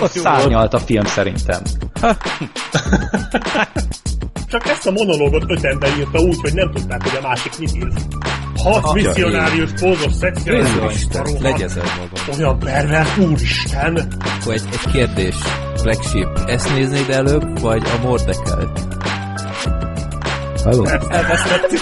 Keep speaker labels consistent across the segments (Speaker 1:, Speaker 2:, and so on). Speaker 1: Ott szárnyalt a film szerintem.
Speaker 2: Csak ezt a monológot öt ember írta úgy, hogy nem tudták, hogy a másik mit ír. Hat
Speaker 3: Atya
Speaker 2: misszionárius pózos szexuális
Speaker 3: Bizony, Isten, legyezel magad.
Speaker 2: Olyan pervers, úristen!
Speaker 3: Akkor egy, egy kérdés. Black Sheep, ezt néznéd előbb, vagy a Mordekelt?
Speaker 1: Halló?
Speaker 3: Elvesztettük.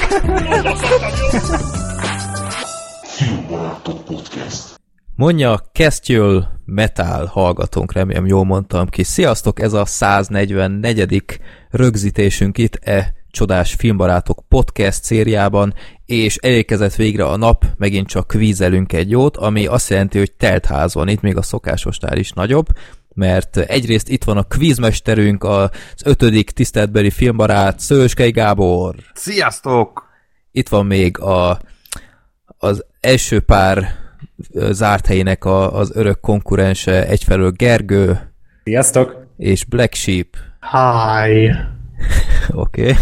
Speaker 3: Mondja Kesztyül Metal hallgatónk, remélem jól mondtam ki. Sziasztok, ez a 144. rögzítésünk itt e csodás filmbarátok podcast szériában, és elérkezett végre a nap, megint csak kvízelünk egy jót, ami azt jelenti, hogy telt ház van itt, még a szokásosnál is nagyobb, mert egyrészt itt van a kvízmesterünk, az ötödik tiszteletbeli filmbarát, Szőskei Gábor.
Speaker 4: Sziasztok!
Speaker 3: Itt van még a, az első pár ö, zárt helyének a, az örök konkurense, egyfelől Gergő
Speaker 5: Sziasztok!
Speaker 3: és Black Sheep.
Speaker 2: Háj!
Speaker 3: Oké. Okay.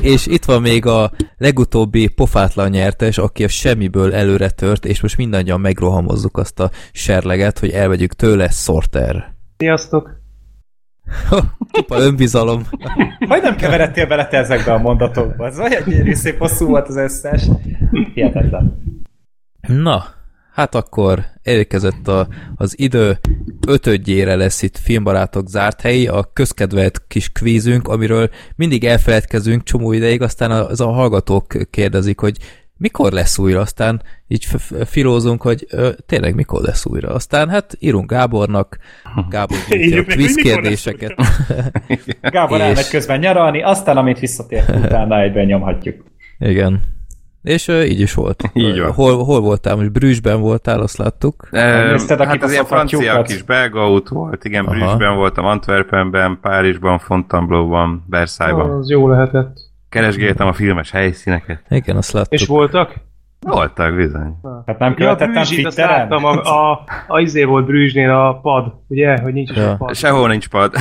Speaker 3: és itt van még a legutóbbi pofátlan nyertes, aki a semmiből előre tört, és most mindannyian megrohamozzuk azt a serleget, hogy elvegyük tőle Sorter.
Speaker 5: Sziasztok!
Speaker 3: Kupa önbizalom.
Speaker 5: Majdnem keveredtél bele te ezekbe a mondatokba. Ez olyan gyönyörű szép hosszú volt az összes. Hihetetlen.
Speaker 3: Na, hát akkor érkezett a, az idő ötödjére lesz itt filmbarátok zárt helyi, a közkedvelt kis kvízünk, amiről mindig elfeledkezünk csomó ideig, aztán az a hallgatók kérdezik, hogy mikor lesz újra, aztán így f- f- filózunk, hogy ö, tényleg mikor lesz újra. Aztán hát írunk Gábornak, Gábor gyűjti a
Speaker 2: Írjuk neki, hogy
Speaker 3: kvíz
Speaker 2: mikor lesz
Speaker 3: kérdéseket.
Speaker 5: Gábor
Speaker 3: És-
Speaker 5: elmegy közben nyaralni, aztán amint visszatér, utána egyben nyomhatjuk.
Speaker 3: Igen. És ö, így is volt.
Speaker 4: Így van.
Speaker 3: Hol, hol voltál? Most Brüsszben voltál, azt láttuk.
Speaker 4: Ehm,
Speaker 5: nézted a
Speaker 4: hát az ilyen
Speaker 5: kibaszott
Speaker 4: franciák
Speaker 5: tyúkat?
Speaker 4: is, belga út volt, igen,
Speaker 3: Aha.
Speaker 4: Brüsszben voltam, Antwerpenben, Párizsban, Fontainebleau-ban, Versailles-ban.
Speaker 6: Az jó lehetett.
Speaker 4: Keresgéltem a filmes helyszíneket.
Speaker 3: Igen, azt láttuk.
Speaker 6: És voltak?
Speaker 4: Voltak bizony.
Speaker 5: Hát nem
Speaker 6: Ja,
Speaker 5: követettem
Speaker 6: Brűzsit, azt
Speaker 5: Twitteren?
Speaker 6: láttam, a, a, a izé volt Brűzsnél a pad, ugye, hogy nincs is
Speaker 3: Ja.
Speaker 6: a pad.
Speaker 4: Sehol nincs pad.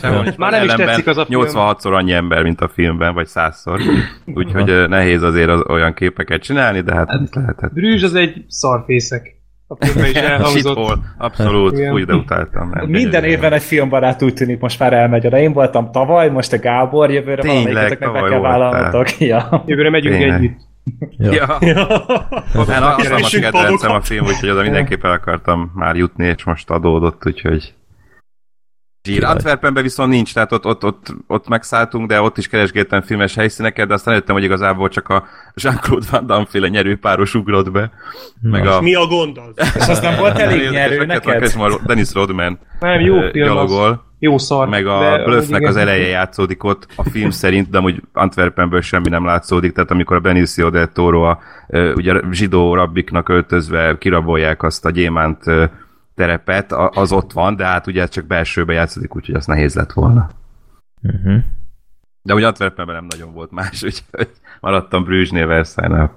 Speaker 4: Sehol nincs pad
Speaker 6: Már nem is
Speaker 4: ellenben
Speaker 6: tetszik az a film.
Speaker 4: 86-szor annyi ember, mint a filmben, vagy 100-szor. Úgyhogy ö, nehéz azért az olyan képeket csinálni, de hát mit lehetett.
Speaker 6: Brűzs az egy szarfészek. A filmben is elhangzott.
Speaker 4: Shithole, abszolút,
Speaker 6: Igen.
Speaker 4: úgy de utáltam. Nem,
Speaker 5: Minden
Speaker 4: Egyedül.
Speaker 5: évben egy filmbarát úgy tűnik most már elmegy oda. Én voltam tavaly, most a Gábor, jövőre
Speaker 4: Tényleg,
Speaker 5: valamelyikötöknek meg
Speaker 4: tavaly
Speaker 5: kell
Speaker 4: voltál.
Speaker 5: vállalnotok. Ja.
Speaker 6: Jövőre megyünk
Speaker 4: Tényleg.
Speaker 6: együtt.
Speaker 4: Ja. Hát hatalmas
Speaker 2: Keresünk
Speaker 4: kedvencem a
Speaker 2: padokat.
Speaker 4: film, úgyhogy oda mindenképp el akartam már jutni, és most adódott, úgyhogy... Zsír.
Speaker 3: Király.
Speaker 4: Antwerpenben viszont nincs, tehát ott, ott, ott, ott megszálltunk, de ott is keresgéltem filmes helyszíneket, de aztán jöttem, hogy igazából csak a Jean-Claude Van Damme féle nyerőpáros ugrott be, meg a...
Speaker 2: Mi a gond az?
Speaker 5: És az nem volt elég
Speaker 4: Érdekes,
Speaker 5: nyerő
Speaker 4: hogy
Speaker 5: neked?
Speaker 4: kezdve a Dennis Rodman
Speaker 6: Nem, jó
Speaker 4: ö,
Speaker 6: film az.
Speaker 4: gyalogol,
Speaker 6: Jó szar.
Speaker 4: meg a
Speaker 6: de
Speaker 4: Bluffnek
Speaker 6: amúgy
Speaker 4: az
Speaker 6: igen.
Speaker 4: eleje játszódik ott a film szerint, de amúgy Antwerpenből semmi nem látszódik, tehát amikor a Benicio del Toro a ö, ugye zsidó rabbiknak öltözve kirabolják azt a gyémánt ö, terepet, a- az ott van, de hát ugye ez csak belsőbe játszódik, úgyhogy az nehéz lett volna.
Speaker 3: Uh-huh.
Speaker 4: De ugye Antwerpenben nem nagyon volt más, úgyhogy maradtam Brüzsnél, Versailles-nál.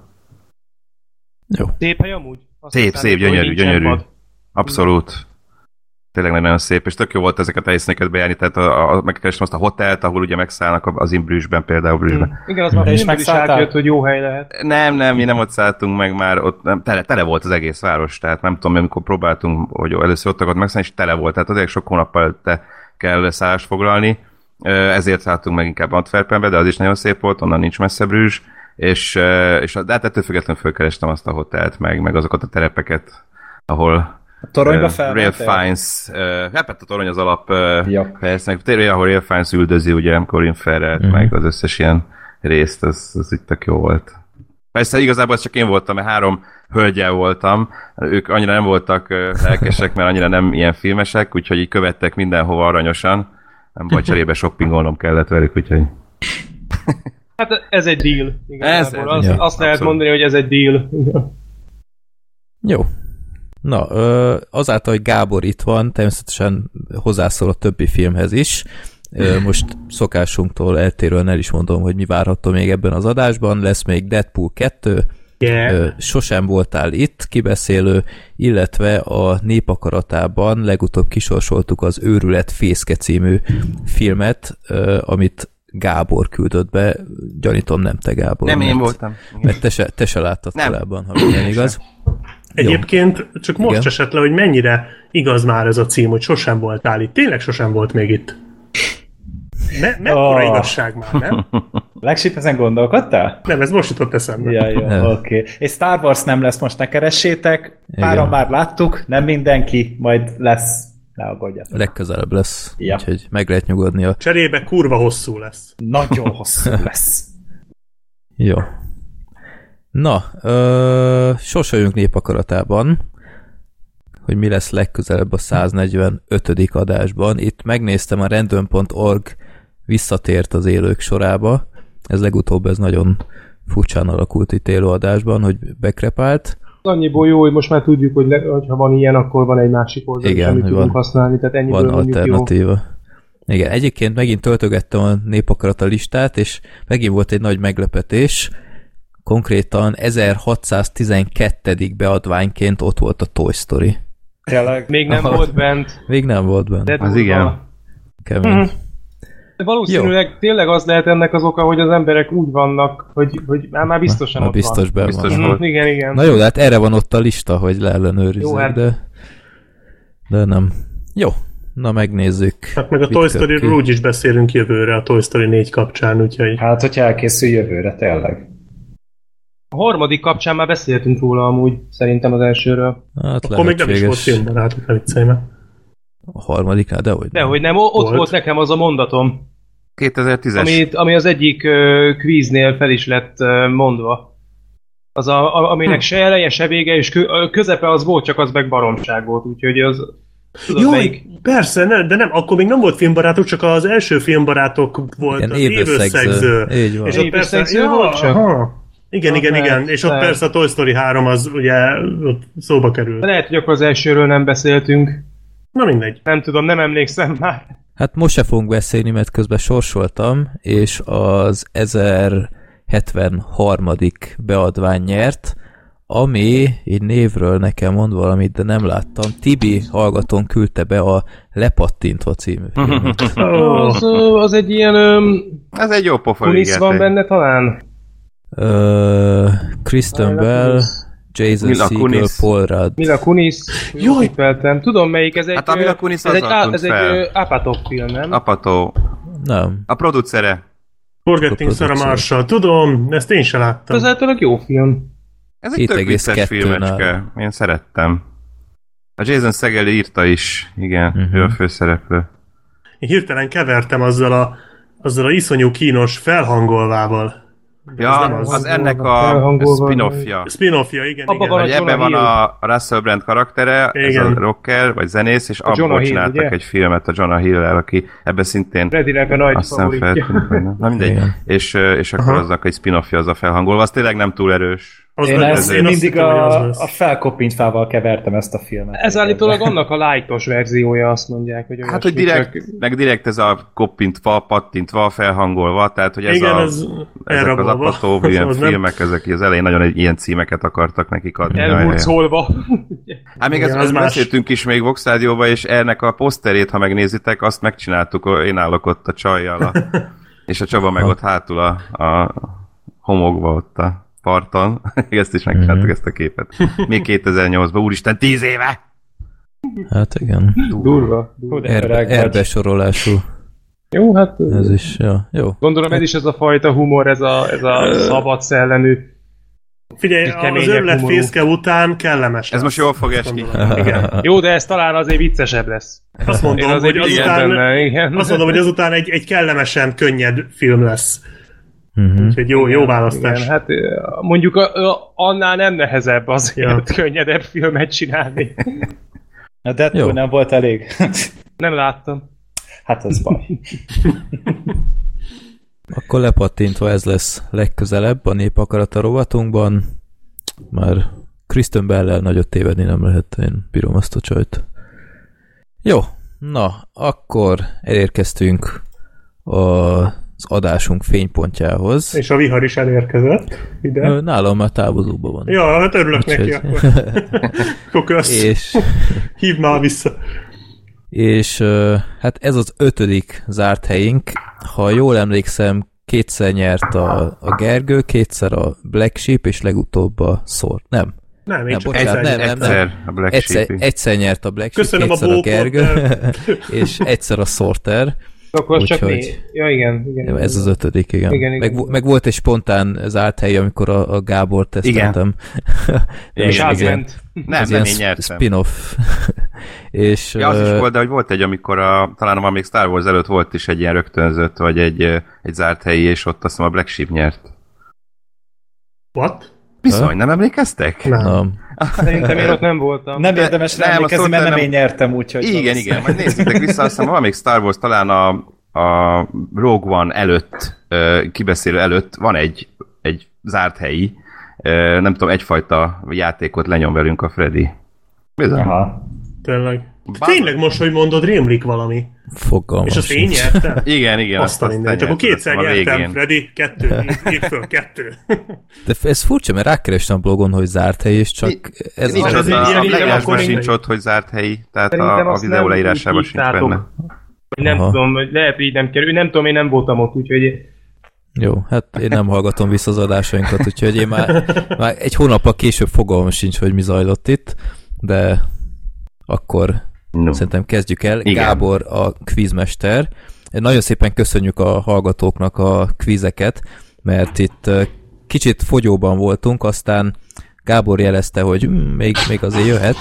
Speaker 3: Jó.
Speaker 6: Szép hely amúgy. Azt
Speaker 4: Szép,
Speaker 6: hiszem,
Speaker 4: szép,
Speaker 6: hogy
Speaker 4: gyönyörű,
Speaker 6: nincsen
Speaker 4: gyönyörű.
Speaker 6: pad.
Speaker 4: Abszolút. Tényleg nagyon szép, és tök jó volt ezeket a helyszíneket bejárni, tehát a, a, megkerestem azt a hotelt, ahol ugye megszállnak az in Brüsszben, például Brüsszben.
Speaker 6: Igen, az már
Speaker 5: De is
Speaker 6: filmből is
Speaker 5: megszálltál?
Speaker 6: átjött, hogy jó hely lehet.
Speaker 4: Nem, nem, mi nem ott szálltunk meg már, ott nem, tele, tele volt az egész város, tehát nem tudom, amikor próbáltunk, hogy először ott akartunk megszállni, és tele volt, tehát azért sok hónappal előtte kell szállást foglalni, Ö, ezért szálltunk meg inkább Antwerpenbe, de az is nagyon szép volt, onnan nincs messze Brüzs, és, ö, és a- de hát ettől függetlenül fölkerestem azt a hotelt, meg, meg azokat a terepeket, ahol
Speaker 5: A toronyba
Speaker 4: ö, Ralph
Speaker 5: felmentél?
Speaker 4: Fiennes, ö, hát a torony az alap ö,
Speaker 5: Ja.
Speaker 4: percnek, tényleg, ahol Ralph Fiennes üldözi ugye Colin Farrell,
Speaker 3: Mhm.
Speaker 4: mm-hmm. meg az összes ilyen részt, az, az itt tök jó volt. Persze igazából az csak én voltam, mert három hölgyel voltam, ők annyira nem voltak ö, lelkesek, mert annyira nem ilyen filmesek, úgyhogy így követtek mindenhova aranyosan, nem vagy cserébe shoppingolnom kellett velük, úgyhogy
Speaker 6: Hát ez egy deal.
Speaker 4: Ez-
Speaker 6: Igazából.
Speaker 4: ez-
Speaker 6: Azt,
Speaker 3: ja,
Speaker 6: azt lehet
Speaker 4: abszolút.
Speaker 6: mondani, hogy ez egy deal.
Speaker 3: Jó. Na, ö, azáltal, hogy Gábor itt van, természetesen hozzászól a többi filmhez is. Ö, Most szokásunktól eltérően el is mondom, hogy mi várható még ebben az adásban. Lesz még Deadpool 2,
Speaker 2: Yeah.
Speaker 3: ö, Sosem voltál itt, kibeszélő, illetve a Népakaratában legutóbb kisorsoltuk az Őrület Fészke című filmet, ö, amit Gábor küldött be. Gyanítom, nem te Gábor.
Speaker 4: nem én
Speaker 3: mert-
Speaker 4: voltam.
Speaker 3: mert te se, te se láttad
Speaker 4: Nem.
Speaker 3: korábban, ha minden igaz.
Speaker 2: Egyébként csak most
Speaker 3: Igen.
Speaker 2: esett le, hogy mennyire igaz már ez a cím, hogy sosem voltál itt. Tényleg sosem volt még itt. Me- mekkora
Speaker 5: Ah.
Speaker 2: igazság már, nem?
Speaker 5: Legsip ezen gondolkodtál?
Speaker 2: Nem, ez most jutott eszembe.
Speaker 5: Ja, jó,
Speaker 3: Nem.
Speaker 5: oké. Okay. És Star Wars nem lesz, most ne keressétek. Páran
Speaker 3: Igen.
Speaker 5: már láttuk, nem mindenki, majd lesz. Ne aggódjatok.
Speaker 3: Legközelebb lesz,
Speaker 5: Ja.
Speaker 3: ja. úgyhogy meg lehet nyugodnia.
Speaker 2: Cserébe kurva hosszú lesz.
Speaker 5: Nagyon hosszú lesz.
Speaker 3: Jó. Na, ö, sorsoljunk népakaratában, hogy mi lesz legközelebb a 145. adásban. Itt megnéztem a random.org visszatért az élők sorába. Ez legutóbb, ez nagyon furcsán alakult itt élő adásban, hogy bekrepált.
Speaker 6: Annyiból jó, hogy most már tudjuk, hogy le, ha van ilyen, akkor van egy másik oldal,
Speaker 3: Igen,
Speaker 6: Igen, amit
Speaker 3: hogy
Speaker 6: tudunk
Speaker 3: van-
Speaker 6: használni, tehát ennyiből
Speaker 3: Van
Speaker 6: van mondjuk jó.
Speaker 3: alternatíva. Igen, egyébként megint töltögettem a népakarata listát, és megint volt egy nagy meglepetés. Konkrétan 1612. beadványként ott volt a Toy Story.
Speaker 5: Tényleg.
Speaker 6: Még nem
Speaker 3: Aha.
Speaker 6: volt bent,
Speaker 3: Még nem volt benne.
Speaker 6: de Mhm,
Speaker 3: De...
Speaker 4: Az igen.
Speaker 3: Kemény. Mm.
Speaker 6: Valószínűleg jó. tényleg az lehet ennek az oka, hogy az emberek úgy vannak, hogy, hogy már, már biztosan
Speaker 3: Na,
Speaker 6: ott
Speaker 3: biztos benne
Speaker 4: Biztos
Speaker 3: van.
Speaker 6: van.
Speaker 4: volt.
Speaker 6: Mhm, Igen, igen.
Speaker 3: Na jó, de hát erre van ott a lista, hogy leellenőrizzük,
Speaker 6: Jó,
Speaker 3: hát...
Speaker 6: hát-
Speaker 3: de... De nem. Jó, na megnézzük.
Speaker 2: Hát meg a
Speaker 3: mit
Speaker 2: Toy
Speaker 3: tör
Speaker 2: Story-ról
Speaker 3: ki.
Speaker 2: úgyis beszélünk jövőre a Toy Story 4 kapcsán, úgyhogy...
Speaker 5: Hát, hogyha elkészül jövőre, tényleg.
Speaker 6: A harmadik kapcsán már beszéltünk róla amúgy, szerintem az elsőről.
Speaker 3: Hát
Speaker 2: Akkor még nem is volt
Speaker 3: lehetséges
Speaker 2: filmbarátok, ne viccelj már.
Speaker 3: A harmadiknál, dehogy.
Speaker 6: De hogy nem, o- ott
Speaker 2: Volt.
Speaker 6: volt. volt nekem az a mondatom,
Speaker 4: 2010-es.
Speaker 6: amit, ami az egyik ö, kvíznél fel is lett ö, mondva. Az, a, a, aminek se eleje, se vége, és kö, ö, közepe az volt, csak az meg baromság volt, úgyhogy az... Tudod,
Speaker 2: Jó,
Speaker 6: melyik?
Speaker 2: persze, ne, de nem, akkor még nem volt filmbarátok, csak az első filmbarátok volt
Speaker 3: Ilyen
Speaker 2: az
Speaker 3: évösszegző.
Speaker 2: évösszegző.
Speaker 3: Így van.
Speaker 2: És ott persze,
Speaker 6: Évösszegző volt csak?
Speaker 2: aha. Igen,
Speaker 6: Na,
Speaker 2: igen,
Speaker 6: persze.
Speaker 2: igen. És ott persze a Toy Story 3 az ugye ott szóba kerül.
Speaker 6: Lehet, hogy akkor az elsőről nem beszéltünk.
Speaker 2: Na mindegy.
Speaker 6: Nem tudom, nem emlékszem már.
Speaker 3: Hát most se fogunk beszélni, mert közben sorsoltam, és az 1073. beadvány nyert, ami, így névről nekem mond valamit, de nem láttam, Tibi hallgatón küldte be a Lepattintva című filmet.
Speaker 2: Oh.
Speaker 6: Az, ö, az egy ilyen öm,
Speaker 4: Ez egy jó pofa
Speaker 6: Kunis
Speaker 4: liget,
Speaker 6: van
Speaker 4: egy-
Speaker 6: benne talán.
Speaker 3: Ö, Kristen Bell, Jason
Speaker 4: Mila
Speaker 3: Segel,
Speaker 4: Kunis.
Speaker 3: Paul Rudd.
Speaker 6: Mila Kunis.
Speaker 2: Jaj!
Speaker 6: Jól tippeltem. Tudom melyik, ez egy...
Speaker 4: Hát a Mila Kunis
Speaker 6: ez egy,
Speaker 4: azzal
Speaker 6: á,
Speaker 4: tűnt
Speaker 6: ez egy
Speaker 4: fel.
Speaker 6: ö, Apatow film, nem?
Speaker 4: Apató.
Speaker 3: Nem.
Speaker 4: A producere.
Speaker 2: Forgetting Sarah Marshall. Tudom, ezt én se láttam.
Speaker 6: Ez általában jó film.
Speaker 4: Ez egy tök vicces
Speaker 3: 7,2 -nál.
Speaker 4: filmecske. Én szerettem. A Jason Segel írta is. Igen,
Speaker 3: Mhm.
Speaker 4: ő a főszereplő.
Speaker 2: Én hirtelen kevertem azzal a, azzal a iszonyú kínos felhangolvával.
Speaker 4: Ja,
Speaker 2: nem az.
Speaker 4: az ennek a
Speaker 6: Felhangolva.
Speaker 4: spin-offja.
Speaker 2: Spin-offja, igen,
Speaker 6: Abba
Speaker 2: igen.
Speaker 6: van
Speaker 4: Hogy ebben van
Speaker 6: Jonah
Speaker 4: a a Russell Brand karaktere, ez
Speaker 2: Igen.
Speaker 4: a rocker, vagy zenész, és
Speaker 6: Jonah
Speaker 4: abból
Speaker 6: Hill,
Speaker 4: csináltak
Speaker 6: ugye?
Speaker 4: egy filmet a Jonah hill aki ebbe szintén
Speaker 6: Freddynek a nagy
Speaker 4: azt hiszem
Speaker 6: favoritja.
Speaker 4: feltűnt. vagy nem. Na mindegy.
Speaker 3: Igen.
Speaker 4: És, ö, és akkor
Speaker 2: Aha.
Speaker 4: aznak egy spin-offja az a felhangolva. Az tényleg nem túl erős.
Speaker 2: Az
Speaker 5: Én,
Speaker 2: nagyon-
Speaker 5: ezt,
Speaker 2: én
Speaker 5: én
Speaker 2: azt
Speaker 5: mindig
Speaker 2: hittem, hogy
Speaker 5: a,
Speaker 2: az lesz.
Speaker 5: a felkoppint fával kevertem ezt a filmet.
Speaker 6: Ez állítólag annak a lightos verziója, azt mondják, hogy
Speaker 4: Hát, hogy direkt, meg direkt ez a koppintva, pattintva, felhangolva, tehát, hogy ez
Speaker 2: Igen,
Speaker 4: a,
Speaker 2: ez
Speaker 4: ezek az
Speaker 2: elrabolva.
Speaker 4: apató ilyen
Speaker 2: Az nem-
Speaker 4: filmek, ezek így az elején nagyon egy ilyen címeket akartak nekik adni.
Speaker 6: Elhurcolva.
Speaker 4: Hát még
Speaker 2: Igen,
Speaker 4: ezt
Speaker 2: az
Speaker 4: ezt
Speaker 2: más.
Speaker 4: beszéltünk is még Vox Rádióba, és ennek a poszterét, ha megnézitek, azt megcsináltuk, ö, én állok ott a csajjal, a, és a Csaba meg ott hátul a, a homokba ott a parton. Ezt is megcsináltuk,
Speaker 3: Mhm.
Speaker 4: ezt a képet. Még 2008-ban, úristen, 10 éve!
Speaker 3: Hát igen.
Speaker 6: Durva.
Speaker 5: Hú, de
Speaker 3: Erbe,
Speaker 5: öreg vagy.
Speaker 3: erbesorolású.
Speaker 6: Jó, hát
Speaker 3: Ez is, ja, jó.
Speaker 6: gondolom ez is ez a fajta humor, ez a, ez a szabad szellemű.
Speaker 2: Figyelj,
Speaker 6: Egy
Speaker 2: az
Speaker 6: keményebb
Speaker 2: ömlet
Speaker 6: humorú.
Speaker 2: fészke után kellemes
Speaker 4: Ez
Speaker 2: lesz.
Speaker 4: most jól fog esni.
Speaker 2: Gondolom. Igen.
Speaker 6: Jó, de ez talán azért viccesebb lesz.
Speaker 2: Azt mondom,
Speaker 6: Én azért
Speaker 2: hogy
Speaker 6: igen
Speaker 2: azután,
Speaker 6: benne, igen.
Speaker 2: azt mondom, hogy azután egy, egy kellemesen könnyed film lesz.
Speaker 3: Mhm.
Speaker 2: Úgyhogy jó, jó választás.
Speaker 6: Igen, hát ö, mondjuk a, a, annál nem nehezebb azért
Speaker 2: Ja.
Speaker 6: ja. könnyedebb filmet csinálni.
Speaker 5: A Deadpool
Speaker 3: Jó.
Speaker 5: nem volt elég.
Speaker 6: Nem láttam.
Speaker 5: hát az baj.
Speaker 3: Akkor lepattintva ez lesz legközelebb a népakarata rovatunkban. Már Kristen Bell-lel nagyot tévedni nem lehet, én bírom azt a csajt. Jó, na, akkor elérkeztünk az adásunk fénypontjához.
Speaker 2: És a vihar is elérkezett ide.
Speaker 3: Ö, Nálam már távozóban van.
Speaker 2: Ja, hát örülök
Speaker 3: Úgyhogy-
Speaker 2: neki, akkor, akkor kösz.
Speaker 3: és,
Speaker 2: Hívd már vissza.
Speaker 3: és ö, hát ez az ötödik zárt helyünk. Ha jól emlékszem, kétszer nyert a, a Gergő, kétszer a Black Sheep, és legutóbb a Szor. Nem,
Speaker 2: Nem, én
Speaker 3: Nem,
Speaker 2: csak
Speaker 3: bocsánat,
Speaker 2: egyszer-
Speaker 3: nem, nem, nem.
Speaker 4: Egyszer a Black
Speaker 3: Egyszer,
Speaker 4: Sheep-i.
Speaker 3: egyszer nyert a Black Sheep,
Speaker 2: Köszönöm a
Speaker 3: kétszer a,
Speaker 2: bókot,
Speaker 3: Gergő,
Speaker 2: de-
Speaker 3: és egyszer a Sorter.
Speaker 6: Akkor csak
Speaker 3: Úgyhogy-
Speaker 6: né... Ja, igen, igen.
Speaker 3: Ez az ötödik, igen.
Speaker 6: Igen,
Speaker 3: igen,
Speaker 6: igen.
Speaker 3: igen. Meg, vo- meg volt egy spontán az áthely, amikor a, a Gábor teszteltem.
Speaker 4: Igen,
Speaker 6: És
Speaker 4: igen.
Speaker 6: átment.
Speaker 4: Nem,
Speaker 3: Az
Speaker 4: nem
Speaker 3: ilyen
Speaker 4: én
Speaker 3: sp-
Speaker 4: nyertem.
Speaker 3: spin-off. és,
Speaker 4: Ja, az
Speaker 3: ö,
Speaker 4: is volt, de hogy volt egy, amikor a, talán van még Star Wars előtt volt is egy ilyen rögtönzött, vagy egy, ö, egy zárt helyi, és ott azt hiszem a Black Sheep nyert.
Speaker 2: What?
Speaker 4: Bizony, nem emlékeztek?
Speaker 2: Nem.
Speaker 3: nem.
Speaker 6: Szerintem én ott nem voltam.
Speaker 5: Nem érdemes
Speaker 4: Nem,
Speaker 5: nem,
Speaker 4: azt
Speaker 5: emlékezni, mert nem
Speaker 4: mondta, nem-
Speaker 5: én nyertem, úgyhogy...
Speaker 4: Igen,
Speaker 5: valószínűleg-
Speaker 4: igen, majd nézzétek vissza, azt hiszem van még Star Wars talán a, a Rogue One előtt, ö, kibeszélő előtt van egy, egy zárt helyi, ö, nem tudom, egyfajta játékot lenyom velünk a Freddy. Bizony.
Speaker 5: Aha.
Speaker 2: Tényleg.
Speaker 4: Bá-
Speaker 2: Tényleg most, hogy mondod, rémlik valami.
Speaker 3: Fogalmas.
Speaker 2: És azt én
Speaker 3: sincs.
Speaker 2: nyertem?
Speaker 4: Igen, igen.
Speaker 2: Azt a mindent. Akkor
Speaker 4: nyerted, azt
Speaker 2: kétszer
Speaker 4: hiszem a
Speaker 2: nyertem,
Speaker 4: végén.
Speaker 2: Freddy, kettő, ír- ír föl, kettő.
Speaker 3: De f- ez furcsa, mert rákerestem a blogon, hogy zárt hely, és csak
Speaker 4: Ni-
Speaker 3: ez
Speaker 4: Nincs
Speaker 3: az,
Speaker 2: Ez
Speaker 4: ott,
Speaker 2: egy
Speaker 4: a,
Speaker 2: ilyen-
Speaker 4: a
Speaker 2: ilyen
Speaker 4: leírásban
Speaker 2: akkor
Speaker 4: sincs
Speaker 2: mindegy.
Speaker 4: ott, hogy zárt helyi, tehát
Speaker 6: Szerintem
Speaker 4: a, a
Speaker 6: azt
Speaker 4: videó
Speaker 6: nem
Speaker 4: leírásában
Speaker 6: így
Speaker 4: sincs
Speaker 6: írtátok.
Speaker 4: benne.
Speaker 6: Vagy Nem
Speaker 3: Aha.
Speaker 6: tudom, hogy lehet így nem kerül. Nem tudom, én nem voltam ott, úgyhogy
Speaker 3: Jó, hát én nem hallgatom vissza az adásainkat, úgyhogy én már, már egy hónappal később fogalmam sincs, hogy mi zajlott itt, de akkor
Speaker 4: No.
Speaker 3: Szerintem kezdjük el.
Speaker 4: Igen.
Speaker 3: Igen. Gábor a kvízmester. Nagyon szépen köszönjük a hallgatóknak a kvízeket, mert itt ö, kicsit fogyóban voltunk, aztán Gábor jelezte, hogy "Mm, még, még azért jöhet.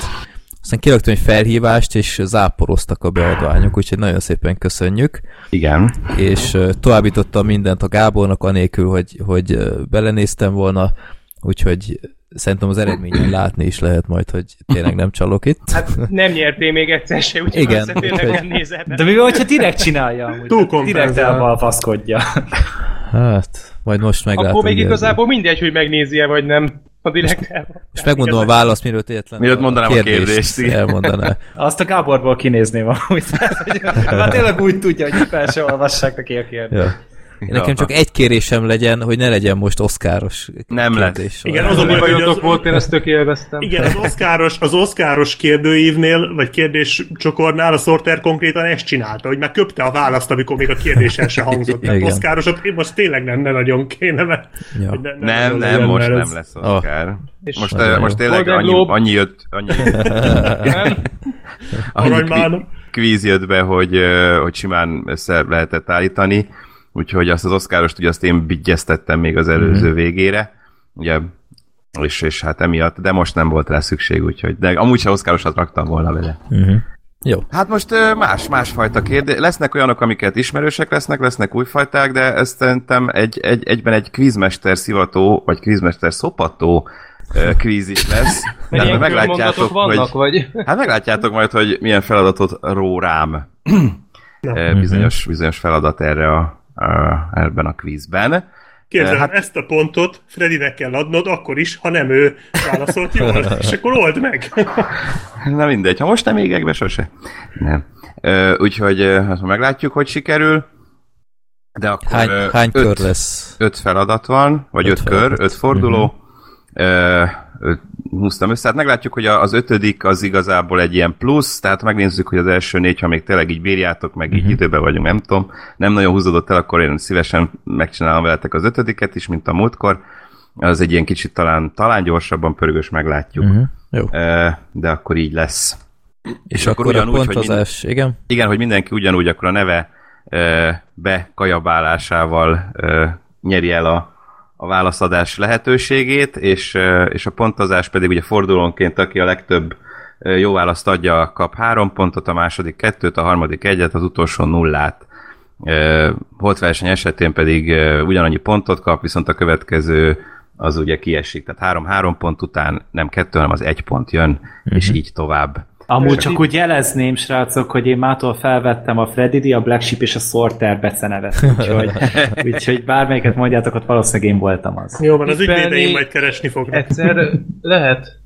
Speaker 3: Aztán kiraktam egy felhívást, és záporoztak a beadványok, úgyhogy nagyon szépen köszönjük
Speaker 4: Igen.
Speaker 3: és ö, továbbítottam mindent a Gábornak, anélkül, hogy, hogy ö, belenéztem volna, úgyhogy szerintem az eredményen látni is lehet majd, hogy tényleg nem csalok itt.
Speaker 6: hát nem nyertél még egyszer se, úgyhogy
Speaker 3: Igen,
Speaker 6: persze tényleg
Speaker 3: úgyhogy-
Speaker 6: nem nézel
Speaker 5: De
Speaker 6: be.
Speaker 5: mi van, hogyha direkt csinálja? amúgy?
Speaker 2: Túlkompenzál.
Speaker 5: Direkt elbalfaszkodja.
Speaker 3: Hát, majd most meglátom.
Speaker 6: Akkor még
Speaker 3: igen.
Speaker 6: igazából mindegy, hogy megnézi-e vagy nem. A direkt el-
Speaker 3: És megmondom a választ, mielőtt életlen.
Speaker 4: Mielőtt mondanám a kérdést, igen.
Speaker 3: Elmondaná.
Speaker 5: Azt a Gáborból kinézném amúgy. Már tényleg úgy tudja, hogy fel se olvassák neki a kérdést.
Speaker 3: Ja. Nekem csak egy kérésem legyen, hogy ne legyen most oszkáros
Speaker 4: Nem lesz.
Speaker 3: kérdés.
Speaker 2: Igen, az
Speaker 6: Az
Speaker 2: a
Speaker 6: a
Speaker 2: baj, Szóval hogy az,
Speaker 6: bajotok volt, én ezt tök élveztem.
Speaker 2: igen, az oszkáros, az oszkáros kérdőívnél, vagy kérdéscsokornál a Sorter konkrétan ezt csinálta, hogy már köpte a választ, amikor még a kérdésen se hangzott. Tehát
Speaker 3: Igen.
Speaker 2: oszkárosat én most tényleg nem, ne nagyon kéne, mert...
Speaker 3: Ja.
Speaker 2: hogy ne-
Speaker 4: Nem,
Speaker 2: nagyon
Speaker 4: nem,
Speaker 2: legyen,
Speaker 4: most
Speaker 2: mert
Speaker 4: nem
Speaker 2: ez-
Speaker 4: lesz
Speaker 3: Ah.
Speaker 4: Oscar. Most,
Speaker 3: Nagyon
Speaker 4: ö,
Speaker 3: jó.
Speaker 4: most tényleg
Speaker 6: Golden
Speaker 4: annyi,
Speaker 6: Globe.
Speaker 4: annyi jött, annyi, annyi
Speaker 2: Aranymánom.
Speaker 4: kví- kvíz jött be, hogy, ö, hogy simán össze lehetett állítani, úgyhogy azt az oszkárost, ugye azt én bigyeztettem még az előző
Speaker 3: Mhm.
Speaker 4: végére, ugye, és, és hát emiatt, de most nem volt rá szükség, úgyhogy, de amúgy se oszkárosat raktam volna vele.
Speaker 3: Mhm. Jó.
Speaker 4: Hát most ö, más, másfajta kérdés. Lesznek olyanok, amiket ismerősek lesznek, lesznek újfajták, de ezt szerintem egy, egy, egyben egy kvízmester szivató, vagy kvízmester szopató ö, kvíz is lesz.
Speaker 6: Mert
Speaker 4: Tehát
Speaker 6: ilyen
Speaker 4: meglátjátok,
Speaker 6: meglátjátok, vannak,
Speaker 4: hogy,
Speaker 6: vagy...
Speaker 4: hát meglátjátok majd, hogy milyen feladatot ró rám Ö, bizonyos, bizonyos feladat erre a, a, ebben a kvízben.
Speaker 2: Képzeld,
Speaker 4: Hát-
Speaker 2: hát... ezt a pontot Fredinek kell adnod, akkor is, ha nem ő válaszolt jól, és akkor old meg.
Speaker 4: Na mindegy, ha most nem égek be, sose. Nem. Ö, úgyhogy ö, hát meglátjuk, hogy sikerül. De akkor
Speaker 3: Hány,
Speaker 4: ö,
Speaker 3: hány
Speaker 4: öt-
Speaker 3: kör lesz?
Speaker 4: öt feladat van, vagy
Speaker 3: Öt
Speaker 4: öt, kör,
Speaker 3: feladat. Mhm.
Speaker 4: öt forduló. Uh-huh. Húztam össze. Hát meglátjuk, hogy a- az ötödik az igazából egy ilyen plusz, tehát megnézzük, hogy az első négy, ha még tényleg így bírjátok, meg
Speaker 3: Mhm.
Speaker 4: így időben vagyunk, nem tudom. Nem nagyon húzódott el, akkor én szívesen megcsinálom veletek az ötödiket is, mint a múltkor. Az egy ilyen kicsit talán, talán gyorsabban pörgős, meglátjuk.
Speaker 3: Mhm. Jó.
Speaker 4: Ö, De akkor így lesz.
Speaker 3: És, akkor, a
Speaker 4: ugyanúgy, hogy
Speaker 3: pontozás, igen?
Speaker 4: Igen, hogy mindenki ugyanúgy akkor a neve ö, bekajabálásával ö, nyeri el a, a válaszadás lehetőségét, és, ö, és a pontozás pedig ugye fordulónként, aki a legtöbb ö, jó választ adja, kap három pontot, a második kettőt, a harmadik egyet, az utolsó nullát. Ö, Holtverseny esetén pedig ö, ugyanannyi pontot kap, viszont a következő az ugye kiesik. Tehát három-három pont után nem kettő, hanem az egy pont jön, és így tovább.
Speaker 5: Amúgy csak úgy jelezném, srácok, hogy én mától felvettem a Freddy, a Black Sheep és a Sorter becenevet, úgyhogy, úgyhogy bármelyiket mondjátok, ott valószínűleg én voltam az.
Speaker 2: Jó van, az
Speaker 6: Tippelni-
Speaker 2: ügyvédeim majd keresni fognak.
Speaker 6: Egyszer lehet.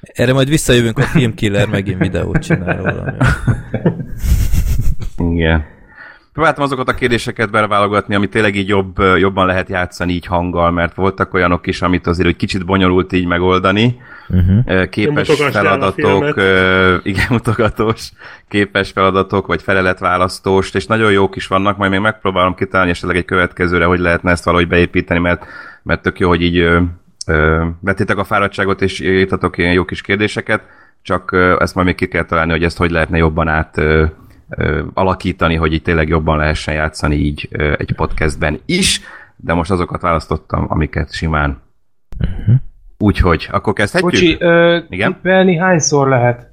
Speaker 3: Erre majd visszajövünk, a filmkiller megint videót csinál róla.
Speaker 4: Igen. Próbáltam azokat a kérdéseket beleválogatni, ami tényleg így jobb, jobban lehet játszani így hanggal, mert voltak olyanok is, amit azért úgy kicsit bonyolult így megoldani.
Speaker 3: Mhm.
Speaker 4: Uh-huh. Képes
Speaker 2: Mutogassd el a
Speaker 4: feladatok,
Speaker 2: filmet.
Speaker 4: ö, igen, mutogatós, képes feladatok, vagy feleletválasztóst, és nagyon jók is vannak, majd még megpróbálom kitalálni esetleg egy következőre, hogy lehetne ezt valahogy beépíteni, mert, mert tök jó, hogy így ö, ö, vetétek a fáradtságot, és írtatok ilyen jó kis kérdéseket, csak ö, ezt majd még ki kell találni, hogy ezt hogy lehetne jobban át ö, ö, alakítani, hogy itt tényleg jobban lehessen játszani így ö, egy podcastben is, de most azokat választottam, amiket simán.
Speaker 3: Uh-huh.
Speaker 4: Úgyhogy, akkor kezdhetjük?
Speaker 6: Bocsi, ö,
Speaker 4: Igen?
Speaker 6: tippelni hányszor lehet?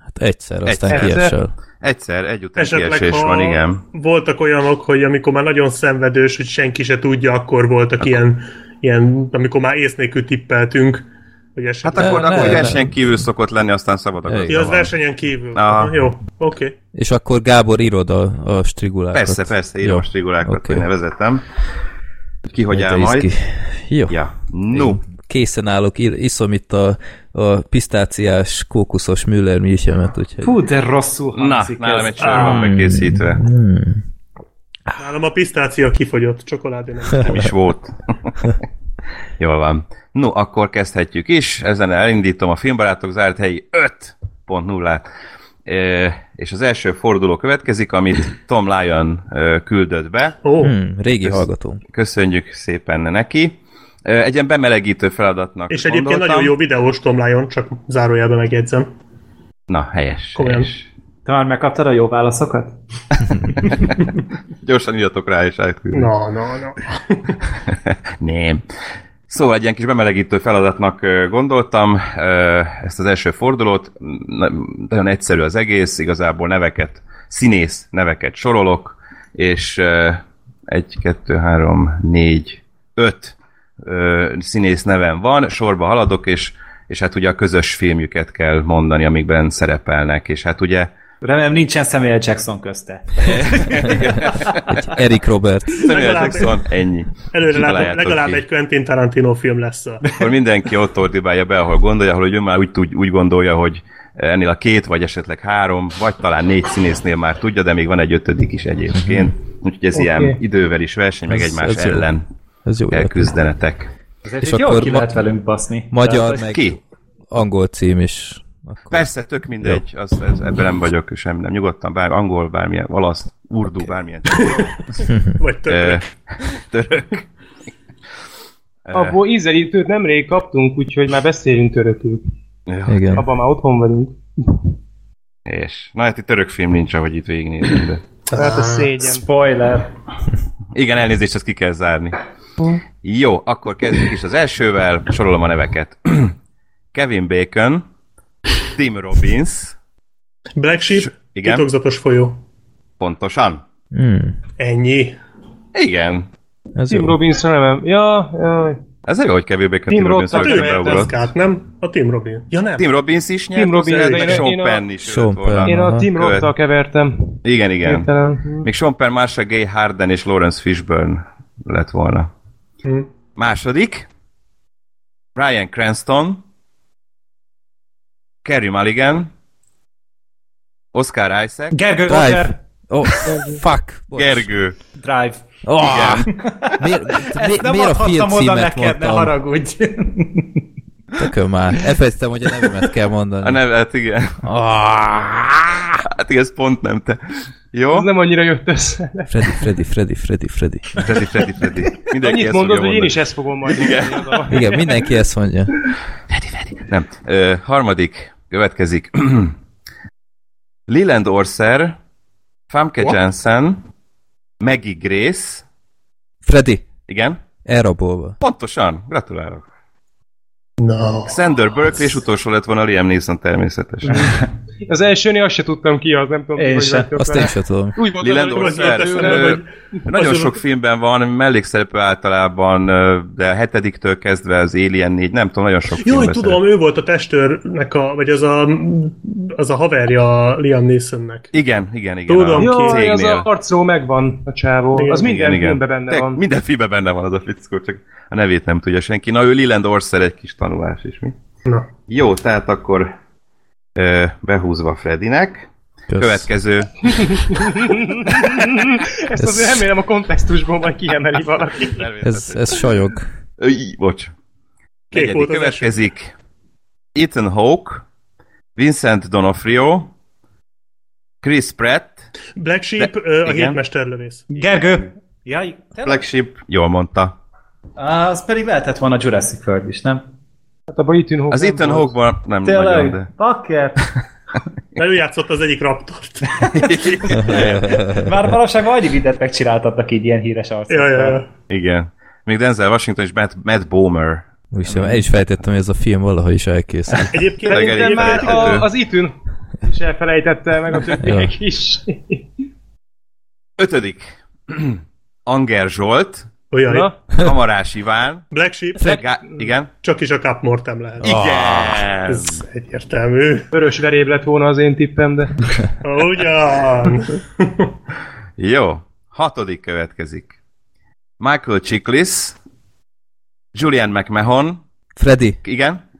Speaker 3: Hát egyszer, aztán
Speaker 4: Egyszer.
Speaker 3: kiesel.
Speaker 4: Egyszer, egy után
Speaker 2: Esetleg,
Speaker 4: kiesés
Speaker 2: ha
Speaker 4: van, igen.
Speaker 2: voltak olyanok, hogy amikor már nagyon szenvedős, hogy senki se tudja, akkor voltak akkor... Ilyen, ilyen, amikor már ész nélkül tippeltünk, hogy
Speaker 4: Hát
Speaker 2: esetleg...
Speaker 4: akkor,
Speaker 3: Ne,
Speaker 4: akkor
Speaker 3: ne,
Speaker 4: versenyen kívül szokott lenni, aztán szabad
Speaker 3: Igen.
Speaker 4: akarsz.
Speaker 2: ja, az versenyen kívül.
Speaker 4: Aha.
Speaker 2: Aha. Jó, oké. Okay.
Speaker 3: És akkor Gábor írod a, a strigulákat.
Speaker 4: Persze, persze, írom
Speaker 3: Jó.
Speaker 4: a strigulákat,
Speaker 3: Oké.
Speaker 4: okay. nevezetem. Ki hogy
Speaker 3: Te
Speaker 4: áll
Speaker 3: isz ki.
Speaker 4: majd.
Speaker 3: Jó.
Speaker 4: Ja. No.
Speaker 3: Készen állok, ír- iszom itt a, a pisztáciás, kókuszos Müller milchemet, úgyhogy...
Speaker 5: Fú, de rosszul
Speaker 4: Na,
Speaker 5: hangzik
Speaker 4: nálam
Speaker 5: ez.
Speaker 4: egy sör
Speaker 3: Ah.
Speaker 4: van megkészítve.
Speaker 3: Hmm.
Speaker 2: Nálam a pisztácia kifogyott, csokoládé nem.
Speaker 4: Nem is volt. Jól van. No, akkor kezdhetjük is. Ezen elindítom a filmbarátok zárt helyi 5.0-át. E, és az első forduló következik, amit Tom Lyon e, küldött be.
Speaker 2: Ó,
Speaker 3: Hmm, régi
Speaker 4: Ez-
Speaker 3: hallgatónk.
Speaker 4: Köszönjük szépen neki. E, egy ilyen bemelegítő feladatnak
Speaker 2: és egyébként
Speaker 4: gondoltam.
Speaker 2: nagyon jó videós Tom Lyon, csak zárójelben megjegyzem.
Speaker 4: Na, helyes.
Speaker 2: Komolyan.
Speaker 4: helyes.
Speaker 5: Talán megkaptad a jó válaszokat?
Speaker 4: Gyorsan írjatok rá, és átküldöm.
Speaker 2: Na, na, na.
Speaker 4: Nem. Szóval egy ilyen kis bemelegítő feladatnak ö, gondoltam ö, ezt az első fordulót. Na- Nagyon egyszerű az egész, igazából neveket, színész neveket sorolok, és ö, egy, kettő, három, négy, öt ö, színész nevem van, sorba haladok, és, és hát ugye a közös filmjüket kell mondani, amikben szerepelnek, és hát ugye
Speaker 5: Remélem nincsen Samuel Jackson közte.
Speaker 3: Egy Eric Robert.
Speaker 4: Samuel
Speaker 2: Legalább-
Speaker 4: Jackson, ennyi.
Speaker 2: Előre
Speaker 4: Kitaláljátok
Speaker 2: legalább, legalább
Speaker 4: ki.
Speaker 2: egy Quentin Tarantino film lesz a...
Speaker 4: akkor mindenki ott ordibálja be, ahol gondolja, ahol ő már úgy, tud- úgy gondolja, hogy ennél a két, vagy esetleg három, vagy talán négy színésznél már tudja, de még van egy ötödik is egyébként. Úgyhogy ez okay. ilyen idővel is verseny, meg
Speaker 3: Mhm. Ez-
Speaker 4: egymás
Speaker 3: ez jó.
Speaker 4: ellen
Speaker 3: Ez jó.
Speaker 4: kell
Speaker 3: ötlet.
Speaker 4: küzdenetek.
Speaker 5: Ezért
Speaker 3: És
Speaker 5: és jól
Speaker 3: akkor
Speaker 5: ki
Speaker 3: ma-
Speaker 5: lehet velünk baszni.
Speaker 3: Magyar,
Speaker 5: Tehát,
Speaker 3: meg
Speaker 4: Ki?
Speaker 3: angol cím is. Akkor
Speaker 4: Persze, tök mindegy, az, ez, ebben nem vagyok sem, nem nyugodtan, bár angol, bármilyen, olasz, urdu, okay. bármilyen
Speaker 2: Vagy
Speaker 4: ö,
Speaker 2: több.
Speaker 4: török.
Speaker 6: Abból ízelítőt nemrég kaptunk, úgyhogy már beszélünk törökül.
Speaker 4: Ja,
Speaker 3: Igen.
Speaker 6: Abban már otthon vagyunk.
Speaker 4: és, na hát itt török film nincs, ahogy itt végignézünk, de...
Speaker 6: Hát a szégyen.
Speaker 5: Spoiler.
Speaker 4: Igen, elnézést, ezt ki kell zárni. Jó, akkor kezdjük is az elsővel, sorolom a neveket. Kevin Bacon, Tim Robbins,
Speaker 2: Black Sheep,
Speaker 4: igen.
Speaker 2: titokzatos folyó.
Speaker 4: pontosan.
Speaker 3: Hmm.
Speaker 2: Ennyi.
Speaker 4: Igen.
Speaker 3: Ez
Speaker 6: Tim
Speaker 3: jó.
Speaker 6: Robinson nem. Ja, jaj.
Speaker 4: Ez jó, hogy Kevin Bacon, Tim,
Speaker 6: Tim
Speaker 4: Robbins
Speaker 6: Robbins,
Speaker 2: Hát ő
Speaker 4: rögtön
Speaker 2: nyert
Speaker 4: beugrott.
Speaker 2: Oscar-t, nem? A Tim Robin. Ja nem.
Speaker 4: Tim Robbins is nyert,
Speaker 6: Tim Robbins,
Speaker 4: hozzá,
Speaker 6: de
Speaker 4: meg
Speaker 6: én-
Speaker 4: Sean
Speaker 6: én a-
Speaker 4: Penn is
Speaker 3: Sean
Speaker 4: jött volna.
Speaker 3: Penn.
Speaker 6: Én
Speaker 3: Aha.
Speaker 6: a Tim
Speaker 4: Követ.
Speaker 6: Roth-tal kevertem.
Speaker 4: Igen, igen.
Speaker 6: Értelem.
Speaker 4: Még Sean Penn, Marsha Gay Harden és Lawrence Fishburne lett volna.
Speaker 2: Hm.
Speaker 4: Második, Brian Cranston, Kerry Mulligan, Oscar Isaac,
Speaker 5: Gergő, Roger.
Speaker 3: Drive. Oh, fuck. Bocs.
Speaker 4: Gergő.
Speaker 5: Drive.
Speaker 3: Oh,
Speaker 4: Igen.
Speaker 3: miért, mi,
Speaker 5: Ezt nem
Speaker 3: miért a film
Speaker 5: adhattam oda
Speaker 3: címet
Speaker 5: neked, ne
Speaker 3: mondtam?
Speaker 5: haragudj.
Speaker 3: Tököm már. Elfelejtettem, hogy a nevemet kell
Speaker 4: A
Speaker 3: mondani. Ah.
Speaker 4: neve, hát igen. Hát igen, ez pont nem te. Jó?
Speaker 6: Ez nem annyira jött össze.
Speaker 3: Freddy, Freddy, Freddy, Freddy, Freddy.
Speaker 4: Freddy, Freddy, Freddy. Mindenki
Speaker 6: Annyit
Speaker 4: ezt fogja
Speaker 6: mondod, hogy én
Speaker 4: mondani.
Speaker 6: is ezt fogom majd. Igen.
Speaker 3: Igen, mindenki ezt mondja.
Speaker 4: Nem. Ö, harmadik, következik. Leland Orser, Famke
Speaker 2: What?
Speaker 4: Janssen, Maggie Grace,
Speaker 3: Freddy,
Speaker 4: igen,
Speaker 3: elrabolva.
Speaker 4: pontosan, gratulálok.
Speaker 2: No.
Speaker 4: Sander Burke, és utolsó lett volna Liam Neeson természetesen.
Speaker 6: Az elsőnél azt se tudtam ki, az nem tudom,
Speaker 5: Én
Speaker 6: ki, hogy
Speaker 5: sem.
Speaker 6: vagytok
Speaker 3: Azt
Speaker 6: vele.
Speaker 3: én sem tudom.
Speaker 6: Úgy mondtam,
Speaker 4: Leland
Speaker 6: hogy
Speaker 4: Orser,
Speaker 6: hogy-
Speaker 2: teszem,
Speaker 4: ö,
Speaker 2: hogy-
Speaker 4: nagyon
Speaker 2: azon-
Speaker 4: sok filmben van, mellékszereplő általában, ö, de a hetediktől kezdve az Alien 4, nem tudom, nagyon sok
Speaker 2: Jó,
Speaker 4: filmben
Speaker 2: hogy tudom, ő volt a testőrnek a, vagy az a, az a haverja a Liam Neesonnek.
Speaker 4: Igen, igen, igen.
Speaker 2: Tudom.
Speaker 4: a
Speaker 6: Jó,
Speaker 4: cégnél.
Speaker 6: az a arcról megvan a csávó.
Speaker 2: Igen,
Speaker 6: az minden
Speaker 4: igen,
Speaker 6: filmben
Speaker 4: igen.
Speaker 6: benne
Speaker 4: Te-
Speaker 6: van.
Speaker 4: Minden filmben benne van az a fickó, csak a nevét nem tudja senki. Na, ő Leland Orszer egy kis tanulás is, mi?
Speaker 2: Na.
Speaker 4: Jó, tehát akkor ö, behúzva Fredinek.
Speaker 3: Kösz.
Speaker 4: Következő.
Speaker 6: Ezt azért
Speaker 3: Ez-
Speaker 6: remélem a kontextusból majd kiemeli valaki.
Speaker 3: Ez, ez sajog.
Speaker 4: Öj, Bocs.
Speaker 2: Kék
Speaker 4: Negyedik
Speaker 2: volt az eső.
Speaker 4: következik. Ethan Hawke, Vincent D'Onofrio, Chris Pratt,
Speaker 2: Black Sheep,
Speaker 4: De-
Speaker 2: ö, a
Speaker 4: igen.
Speaker 2: hétmesterlövész.
Speaker 5: Gergő. Jaj, te
Speaker 4: Black Sheep, jól mondta.
Speaker 5: Á, Az pedig lehetett volna Jurassic World is, nem?
Speaker 6: Hát abban Ethan Hawke
Speaker 4: Az
Speaker 6: nem
Speaker 4: Ethan
Speaker 6: volt.
Speaker 4: Hawke-ban nem nagyon,
Speaker 5: Tényleg,
Speaker 4: de...
Speaker 5: bakker!
Speaker 2: Mert ő játszott az egyik raptort.
Speaker 5: Már valószínűleg annyi videót megcsináltatnak így ilyen híres
Speaker 2: ja, ja,
Speaker 5: arcokkal.
Speaker 2: ja.
Speaker 4: Igen. Még Denzel Washington és Matt, Matt Bomer.
Speaker 3: Úristen, el is fejtettem, hogy ez a film valaha is elkészül.
Speaker 2: Egyébként
Speaker 4: Tényleg
Speaker 6: Szerintem
Speaker 4: elég
Speaker 6: már
Speaker 4: felejthető.
Speaker 6: a, az Ethan is elfelejtette meg a többiek is.
Speaker 4: Ötödik. Anger Zsolt,
Speaker 2: olyan.
Speaker 6: Na,
Speaker 4: Kamarás Iván,
Speaker 2: Black Sheep,
Speaker 4: Gá... igen,
Speaker 2: csak is a Cup Mortem lehet.
Speaker 4: igen,
Speaker 2: Ah. Ez egyértelmű.
Speaker 6: vörös veréb lett volna az én tippem, de
Speaker 2: Ugyan.
Speaker 4: jó, hatodik következik. Michael Chiklis, Julian McMahon,
Speaker 3: Freddy,
Speaker 4: igen,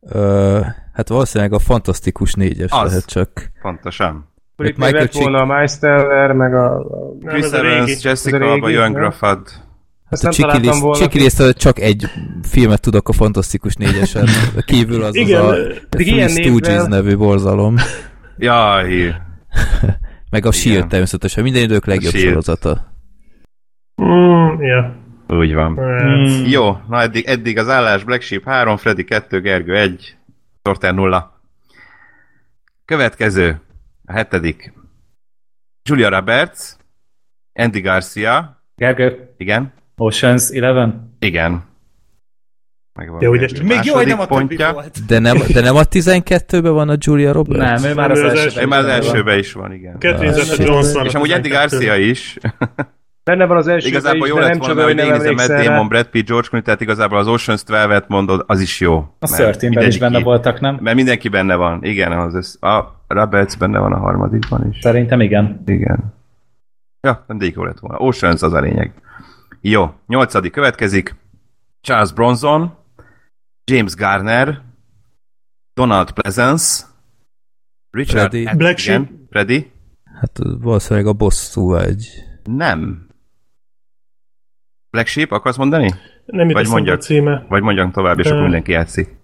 Speaker 3: ö, hát valószínűleg a fantasztikus négyes
Speaker 4: Az.
Speaker 3: lehet csak.
Speaker 4: pontosan.
Speaker 6: akkor itt még
Speaker 3: Michael
Speaker 6: lett
Speaker 3: Chik-
Speaker 6: volna a Meisteller, meg a... a
Speaker 2: Nem,
Speaker 4: Chris
Speaker 2: ez a régi.
Speaker 4: Evans, Jessica
Speaker 6: Ez a régi,
Speaker 4: Alba, Joan
Speaker 6: nem?
Speaker 4: Grafad, Hát
Speaker 6: ezt
Speaker 3: a
Speaker 6: nem találtam
Speaker 3: Csikilisz-
Speaker 6: volna.
Speaker 3: Csikilisztől csak egy filmet tudok a fantasztikus négyesen. Kívül az
Speaker 2: Igen,
Speaker 3: az a
Speaker 2: pedig
Speaker 3: Three
Speaker 6: ilyen
Speaker 3: Stooges
Speaker 6: névvel-
Speaker 3: nevű borzalom.
Speaker 4: jaj,
Speaker 3: Meg a Shield természetesen. Minden idők legjobb
Speaker 4: Shield.
Speaker 3: sorozata.
Speaker 2: Mm, ja.
Speaker 4: úgy van.
Speaker 5: Hmm.
Speaker 2: Hát,
Speaker 4: Jó, na eddig, eddig az állás Black Sheep 3, Freddy 2, Gergő 1, Torter 0. Következő, a hetedik. Julia Roberts, Andy Garcia,
Speaker 5: Gergő,
Speaker 4: igen,
Speaker 5: Ocean's Eleven?
Speaker 4: igen. Megvan
Speaker 2: De ugye
Speaker 4: Gergő
Speaker 2: még jó,
Speaker 4: második pontja.
Speaker 7: volt.
Speaker 3: De nem, de nem a 12-ben van a Julia Roberts?
Speaker 5: Nem, ő már az
Speaker 2: Ő az
Speaker 5: első.
Speaker 2: első.
Speaker 4: Én már az elsőben is van, igen.
Speaker 2: Catherine
Speaker 3: Ah, shit.
Speaker 2: Zeta-Johnson.
Speaker 4: És amúgy Andy Garcia is.
Speaker 6: Benne van az első,
Speaker 4: Igazából
Speaker 6: is,
Speaker 4: jó
Speaker 6: de
Speaker 4: lett
Speaker 6: nem
Speaker 4: volna,
Speaker 6: csoda,
Speaker 4: hogy
Speaker 6: hogy nem
Speaker 4: megnézem Matt
Speaker 6: emlékszel rá.
Speaker 4: Damon, Brad Pitt, George Clooney, tehát igazából az Ocean's 12-et mondod, az is jó.
Speaker 5: A
Speaker 4: Mert
Speaker 5: Szörtényben is
Speaker 4: mindegyik
Speaker 5: benne
Speaker 4: így-
Speaker 5: voltak, nem?
Speaker 4: Mert mindenki benne van, igen, az össz... a Roberts benne van a harmadikban is.
Speaker 5: Szerintem igen.
Speaker 4: Igen. Ja, nem jó lett volna. Oceans az a lényeg. Jó, nyolcadik következik. Charles Bronson, James Garner, Donald Pleasance, Richard
Speaker 3: Freddy.
Speaker 4: Atkinson-
Speaker 2: Black Sheep.
Speaker 4: Freddy?
Speaker 3: Hát valószínűleg a bosszú egy.
Speaker 4: Nem. Black Sheep, akarsz mondani?
Speaker 2: Nem jut
Speaker 4: Vagy
Speaker 2: eszembe
Speaker 4: mondjak.
Speaker 2: a címe.
Speaker 4: Vagy mondjam tovább, és
Speaker 2: Ö.
Speaker 4: akkor mindenki játszik.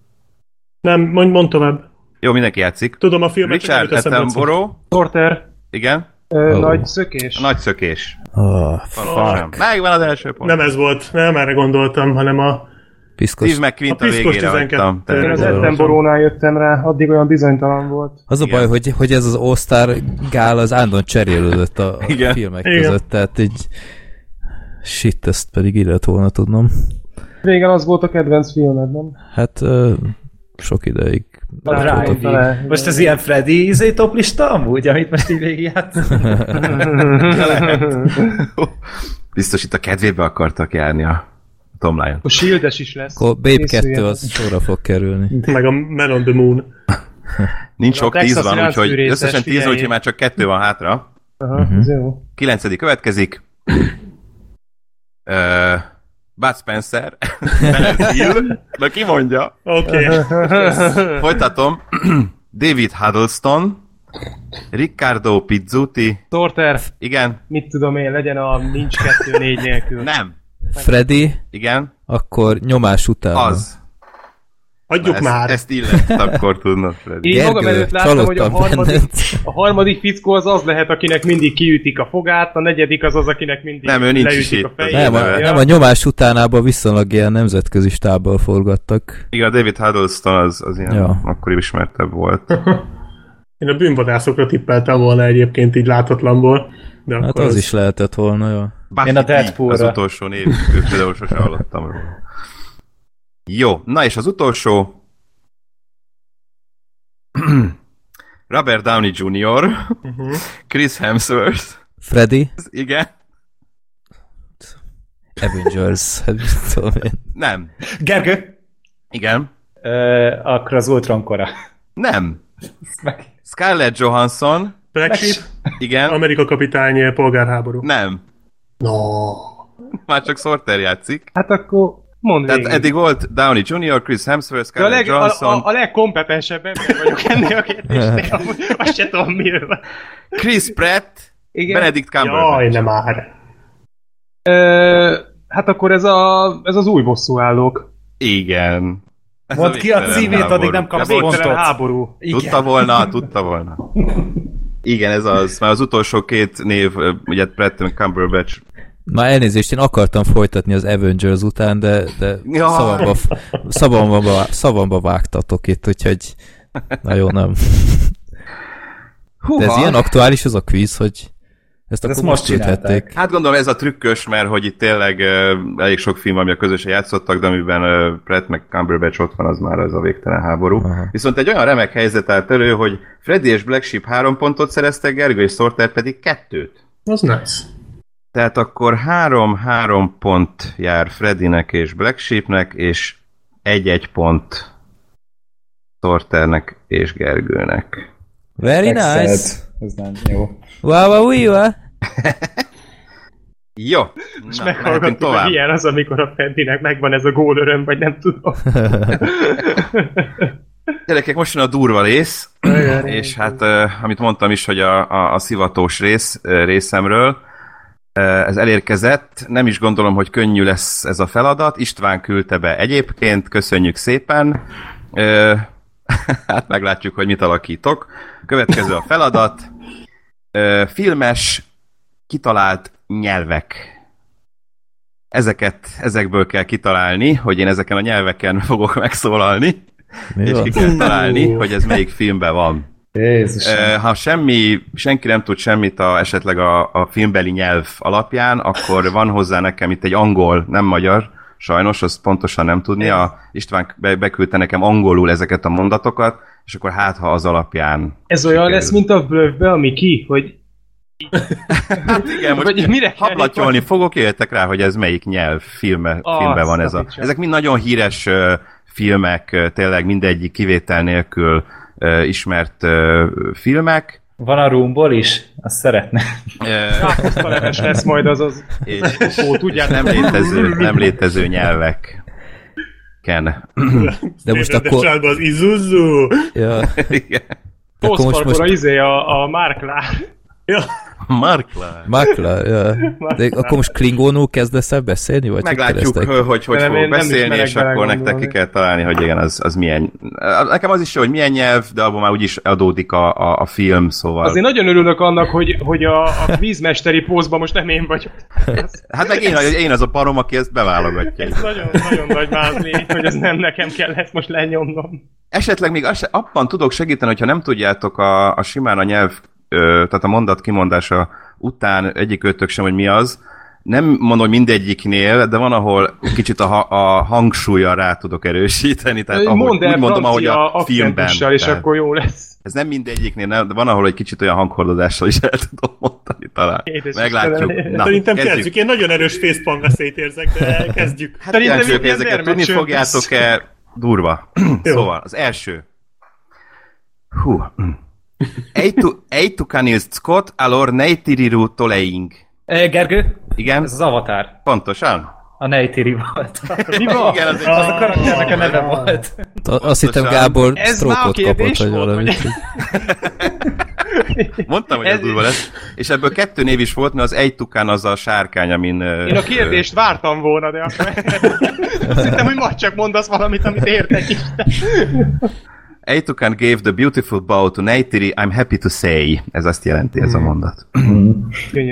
Speaker 2: Nem, mondj, mondd tovább.
Speaker 4: Jó, mindenki játszik.
Speaker 2: Tudom, a filmet
Speaker 4: Richard hát, um, Attenborough,
Speaker 6: Porter,
Speaker 4: igen,
Speaker 6: ö,
Speaker 3: Ó.
Speaker 6: nagy szökés.
Speaker 4: a nagy szökés.
Speaker 3: Ah,
Speaker 4: Pontosan. Megvan az első pont.
Speaker 2: Nem ez volt, nem erre gondoltam, hanem a...
Speaker 3: piszkos.
Speaker 4: Steve McQueen
Speaker 2: A
Speaker 4: a
Speaker 2: piszkos
Speaker 4: végére
Speaker 2: 12.
Speaker 4: hagytam.
Speaker 6: Én az
Speaker 4: Tehát-
Speaker 3: Attenborough.
Speaker 6: Ettenborónál jöttem rá, addig olyan bizonytalan volt.
Speaker 3: Az a
Speaker 4: Igen.
Speaker 3: baj, hogy, hogy ez az All-Star gál az állandóan cserélődött a, a
Speaker 4: Igen.
Speaker 3: filmek
Speaker 2: Igen.
Speaker 3: között, tehát így shit, ezt pedig így lett volna tudnom.
Speaker 6: Régen az volt a kedvenc filmed, nem?
Speaker 3: Hát ö, sok ideig.
Speaker 6: A
Speaker 3: ott
Speaker 6: Drive.
Speaker 3: voltak.
Speaker 6: Vele.
Speaker 5: Most az ilyen Freddy izé toplista amúgy, amit most így végigjátszunk?
Speaker 4: Biztos itt a kedvébe akartak járni a Tom Lyon.
Speaker 6: A shieldes is lesz.
Speaker 3: Akkor Babe
Speaker 6: Készüljön.
Speaker 3: 2 az sorra fog kerülni.
Speaker 2: Meg a Man on the Moon.
Speaker 4: Nincs
Speaker 6: A
Speaker 4: sok
Speaker 6: Texas
Speaker 4: tíz van, úgyhogy
Speaker 6: ráncfűrészes,
Speaker 4: összesen tíz,
Speaker 6: figyelj.
Speaker 4: úgyhogy már csak kettő van hátra.
Speaker 6: Aha,
Speaker 4: Mhm.
Speaker 6: ez jó.
Speaker 4: Kilencedik következik. Ö, Bud Spencer. Terence Hill. Na ki mondja?
Speaker 2: Oké. Okay.
Speaker 4: Folytatom. David Huddleston. Riccardo Pizzuti.
Speaker 6: Torter,
Speaker 4: Igen.
Speaker 6: mit tudom én, legyen a nincs kettő négy nélkül.
Speaker 4: Nem.
Speaker 3: Freddy,
Speaker 4: Igen.
Speaker 3: akkor nyomás után.
Speaker 4: Az.
Speaker 2: Adjuk
Speaker 4: Ezt,
Speaker 2: már.
Speaker 4: ezt illett, akkor tudnod, Freddy.
Speaker 6: Én magam
Speaker 3: Gergő,
Speaker 6: előtt láttam, hogy a
Speaker 3: csalódtam
Speaker 6: harmadik,
Speaker 3: benned.
Speaker 6: a harmadik fickó az az lehet, akinek mindig kiütik a fogát, a negyedik az az, akinek mindig
Speaker 4: Nem, ő nincs is
Speaker 6: leütik
Speaker 4: itt.
Speaker 6: a fejét.
Speaker 3: Nem, a,
Speaker 4: Ja.
Speaker 3: nem, a nyomás utánában viszonylag ilyen nemzetközi stábbal forgattak.
Speaker 4: Igen, David Huddleston az, az ilyen
Speaker 3: Ja.
Speaker 4: akkor ismertebb volt.
Speaker 2: Én a bűnvadászokra tippeltem volna egyébként így láthatlanból. De
Speaker 3: Hát
Speaker 2: akkor
Speaker 3: az is lehetett volna, jó.
Speaker 4: Buffy
Speaker 5: Én a
Speaker 4: T Az
Speaker 5: Deadpoolra.
Speaker 4: utolsó név, ő például sose hallottam róla. Jó, na és az utolsó... Robert Downey Jr.,
Speaker 2: Uh-huh.
Speaker 4: Chris Hemsworth,
Speaker 3: Freddy,
Speaker 4: igen,
Speaker 3: Avengers, hát mit tudom én.
Speaker 4: nem,
Speaker 5: Gergő?
Speaker 4: igen,
Speaker 5: Ö, akkor az Ultron kora.
Speaker 4: nem.
Speaker 5: Meg-
Speaker 4: Scarlett Johansson,
Speaker 2: Black Sheep,
Speaker 4: igen,
Speaker 2: Amerika kapitány eh, polgárháború.
Speaker 4: nem.
Speaker 2: No.
Speaker 4: Már csak Sorter játszik.
Speaker 6: Hát akkor mondd
Speaker 4: Tehát
Speaker 6: végig.
Speaker 4: eddig volt Downey Jr., Chris Hemsworth,
Speaker 6: De a,
Speaker 4: Scarlett
Speaker 6: leg, a,
Speaker 4: Johansson,
Speaker 6: a, a legkompetensebb ember vagyok ennél a kérdésnél, amúgy azt se tudom miről van.
Speaker 4: Chris Pratt,
Speaker 6: Igen.
Speaker 4: Benedict Cumberbatch.
Speaker 2: Jaj, nem már.
Speaker 6: Ö, hát akkor ez, a, ez az új bosszúállók.
Speaker 4: Igen. Ez
Speaker 5: Mondd ki a
Speaker 4: végtelen
Speaker 5: címét,
Speaker 4: háború.
Speaker 5: addig nem kapsz
Speaker 4: De volt-
Speaker 5: pontot.
Speaker 6: Végtelen háború.
Speaker 4: Tudta volna, tudta volna. Igen, ez az. Már az utolsó két név, ö, ugye Pratt and Cumberbatch
Speaker 3: Már elnézést, én akartam folytatni az Avengers után, de, de
Speaker 4: Ja.
Speaker 3: ja. szavamba, szavamba, szavamba vágtatok itt, úgyhogy na jó, nem.
Speaker 4: Húha.
Speaker 3: De ez ilyen aktuális az a quiz, hogy ezt
Speaker 7: ezt
Speaker 3: akkor
Speaker 7: most
Speaker 3: most küldhették.
Speaker 4: Hát gondolom ez a trükkös, mert hogy itt tényleg ö, elég sok film, ami a közösen játszottak, de amiben ö, Pratt meg Cumberbatch ott van, az már az a végtelen háború.
Speaker 3: Aha.
Speaker 4: Viszont egy olyan remek helyzet állt elő, hogy Freddy és Black Sheep három pontot szereztek, Gergő és Sorter pedig kettőt.
Speaker 2: Az nice.
Speaker 4: Tehát akkor három-három pont jár Freddynek és Black Sheepnek, és egy-egy pont Sorternek és Gergőnek.
Speaker 3: Very
Speaker 7: Excelled.
Speaker 3: nice!
Speaker 7: Ez nem jó.
Speaker 3: Wow, wow, wow.
Speaker 4: Jó, na, mehetünk
Speaker 2: Meghallgattuk,
Speaker 4: tovább.
Speaker 2: hogy ilyen az, amikor a Fendinek megvan ez a gólöröm, vagy nem tudom.
Speaker 4: Gyerekek, most jön a durva rész, és hát, eh, amit mondtam is, hogy a, a, a szivatós rész eh, részemről, eh, ez elérkezett, nem is gondolom, hogy könnyű lesz ez a feladat, István küldte be egyébként, köszönjük szépen, Eh, hát meglátjuk, hogy mit alakítok. Következő a feladat, Eh, filmes, kitalált nyelvek ezeket, ezekből kell kitalálni, hogy én ezeken a nyelveken fogok megszólalni,
Speaker 3: Mi
Speaker 4: és
Speaker 3: van?
Speaker 4: ki kell találni, hogy ez melyik filmben van.
Speaker 7: Jézus.
Speaker 4: Ö, Ha semmi, senki nem tud semmit a, esetleg a, a filmbeli nyelv alapján, akkor van hozzá nekem itt egy angol, nem magyar, sajnos, azt pontosan nem tudni. A István be, beküldte nekem angolul ezeket a mondatokat, és akkor hát, ha az alapján...
Speaker 6: Ez olyan lesz, mint a blövbe, ami ki, hogy
Speaker 4: Igen, most
Speaker 6: Hát Vagy mire kell
Speaker 4: hablatyolni fogok, jöjjetek rá, hogy ez melyik nyelv filme,
Speaker 6: Azt
Speaker 4: filmben van ez
Speaker 6: a
Speaker 4: a...
Speaker 6: picsa.
Speaker 4: Ezek mind nagyon híres ö, filmek, ö, tényleg mindegyik kivétel nélkül ö, ismert ö, filmek.
Speaker 5: Van a roomból is? Azt szeretne.
Speaker 4: Ö,
Speaker 6: káposzta leves lesz majd az az.
Speaker 4: és,
Speaker 6: Ó,
Speaker 4: és
Speaker 6: tudják,
Speaker 4: nem létező, nem létező nyelvek. Ken.
Speaker 3: De most akkor...
Speaker 2: Családban az izuzu.
Speaker 3: Ja,
Speaker 4: Igen.
Speaker 3: de akkor most,
Speaker 6: Foszfarkor a
Speaker 3: most
Speaker 6: izé, a, a Mark Lár.
Speaker 2: Ja,
Speaker 4: Mark Lár.
Speaker 3: Makla, ja. De akkor most klingonul kezdesz el beszélni, vagy hogy
Speaker 4: Meglátjuk,
Speaker 3: kezdtek?
Speaker 4: hogy hogy
Speaker 6: De nem,
Speaker 4: fogok
Speaker 6: én nem
Speaker 4: beszélni,
Speaker 6: ismerek
Speaker 4: és akkor
Speaker 6: bele
Speaker 4: nektek ki
Speaker 6: gondolni.
Speaker 4: kell találni, hogy igen, az, az milyen. Nekem az is jó, hogy milyen nyelv, de abból már úgyis adódik a, a, a film, szóval...
Speaker 6: Azért nagyon örülök annak, hogy, hogy a, a vízmesteri pózban most nem én vagyok. Ez,
Speaker 4: Hát meg én, én az a parom, aki ezt beválogatja.
Speaker 6: ez nagyon, nagyon nagy vázlék, hogy ez nem nekem kell ezt most lenyomnom.
Speaker 4: Esetleg még az- abban tudok segíteni, hogyha nem tudjátok a, a simán a nyelv, ö, tehát a mondat kimondása után egyik ötök sem, hogy mi az. Nem mondom, hogy mindegyiknél, de van, ahol kicsit a, ha- a hangsúlyjal rá tudok erősíteni. Tehát ahogy,
Speaker 6: Mondd el
Speaker 4: úgy mondom, ahogy
Speaker 6: francia
Speaker 4: a filmben.
Speaker 6: akcentussal, és
Speaker 4: Tehát
Speaker 6: akkor jó lesz.
Speaker 4: Ez nem mindegyiknél, nem, de van, ahol egy kicsit olyan hanghordozással is el tudom mondani talán.
Speaker 6: Édes
Speaker 4: Meglátjuk.
Speaker 6: Istenem.
Speaker 4: Na,
Speaker 2: szerintem kezdjük.
Speaker 4: kezdjük.
Speaker 2: Én nagyon erős facepalm veszélyt érzek, de kezdjük.
Speaker 4: Hát
Speaker 6: Szerintem
Speaker 4: kíváncsi vagyok, hogy
Speaker 6: ilyen
Speaker 4: ezeket tudni
Speaker 6: dermedcső
Speaker 4: fogjátok-e. Durva.
Speaker 2: Jó.
Speaker 4: szóval, az első. Hú. Eitukanil Scott alor neitiriru toleing.
Speaker 5: Ö, Gergő,
Speaker 4: Igen,
Speaker 5: ez az avatár.
Speaker 4: pontosan.
Speaker 5: A Neytiri volt.
Speaker 6: Mi van?
Speaker 4: Igen, az egy
Speaker 5: Az a karakternek a neve
Speaker 2: Ah,
Speaker 5: volt.
Speaker 3: A- Azt hittem
Speaker 4: Pontosan.
Speaker 3: Gábor
Speaker 6: Ez már
Speaker 3: sztrókot
Speaker 6: kérdés
Speaker 3: kapott, vagy
Speaker 6: volt,
Speaker 3: valami.
Speaker 4: Mondtam, hogy ez
Speaker 6: Ez-
Speaker 4: durva lesz. És ebből kettő név is volt, mert az egy tukán az a sárkány, amin...
Speaker 6: Én a kérdést vártam volna, de akkor azt hittem, hogy majd csak mondasz valamit, amit értek is.
Speaker 4: Egy tukán gave the beautiful bow to Neitiri, I'm happy to say. Ez azt jelenti, ez a mondat.
Speaker 6: Könnyű.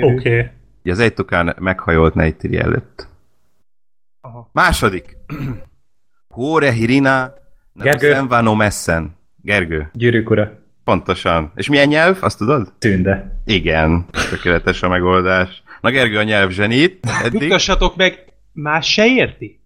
Speaker 2: Oké. Okay.
Speaker 4: Ugye az egy tukán meghajolt Neitiri előtt.
Speaker 6: Aha.
Speaker 4: Második. Hóre Hirina
Speaker 5: Gergő.
Speaker 4: Nemzenvano Messen. Gergő.
Speaker 5: Gyűrűk ura.
Speaker 4: Pontosan. És milyen nyelv, azt tudod?
Speaker 5: Tünde.
Speaker 4: Igen. Tökéletes a megoldás. Na Gergő a nyelv zsenit. Eddig.
Speaker 6: Nyugtassatok meg, más se érti?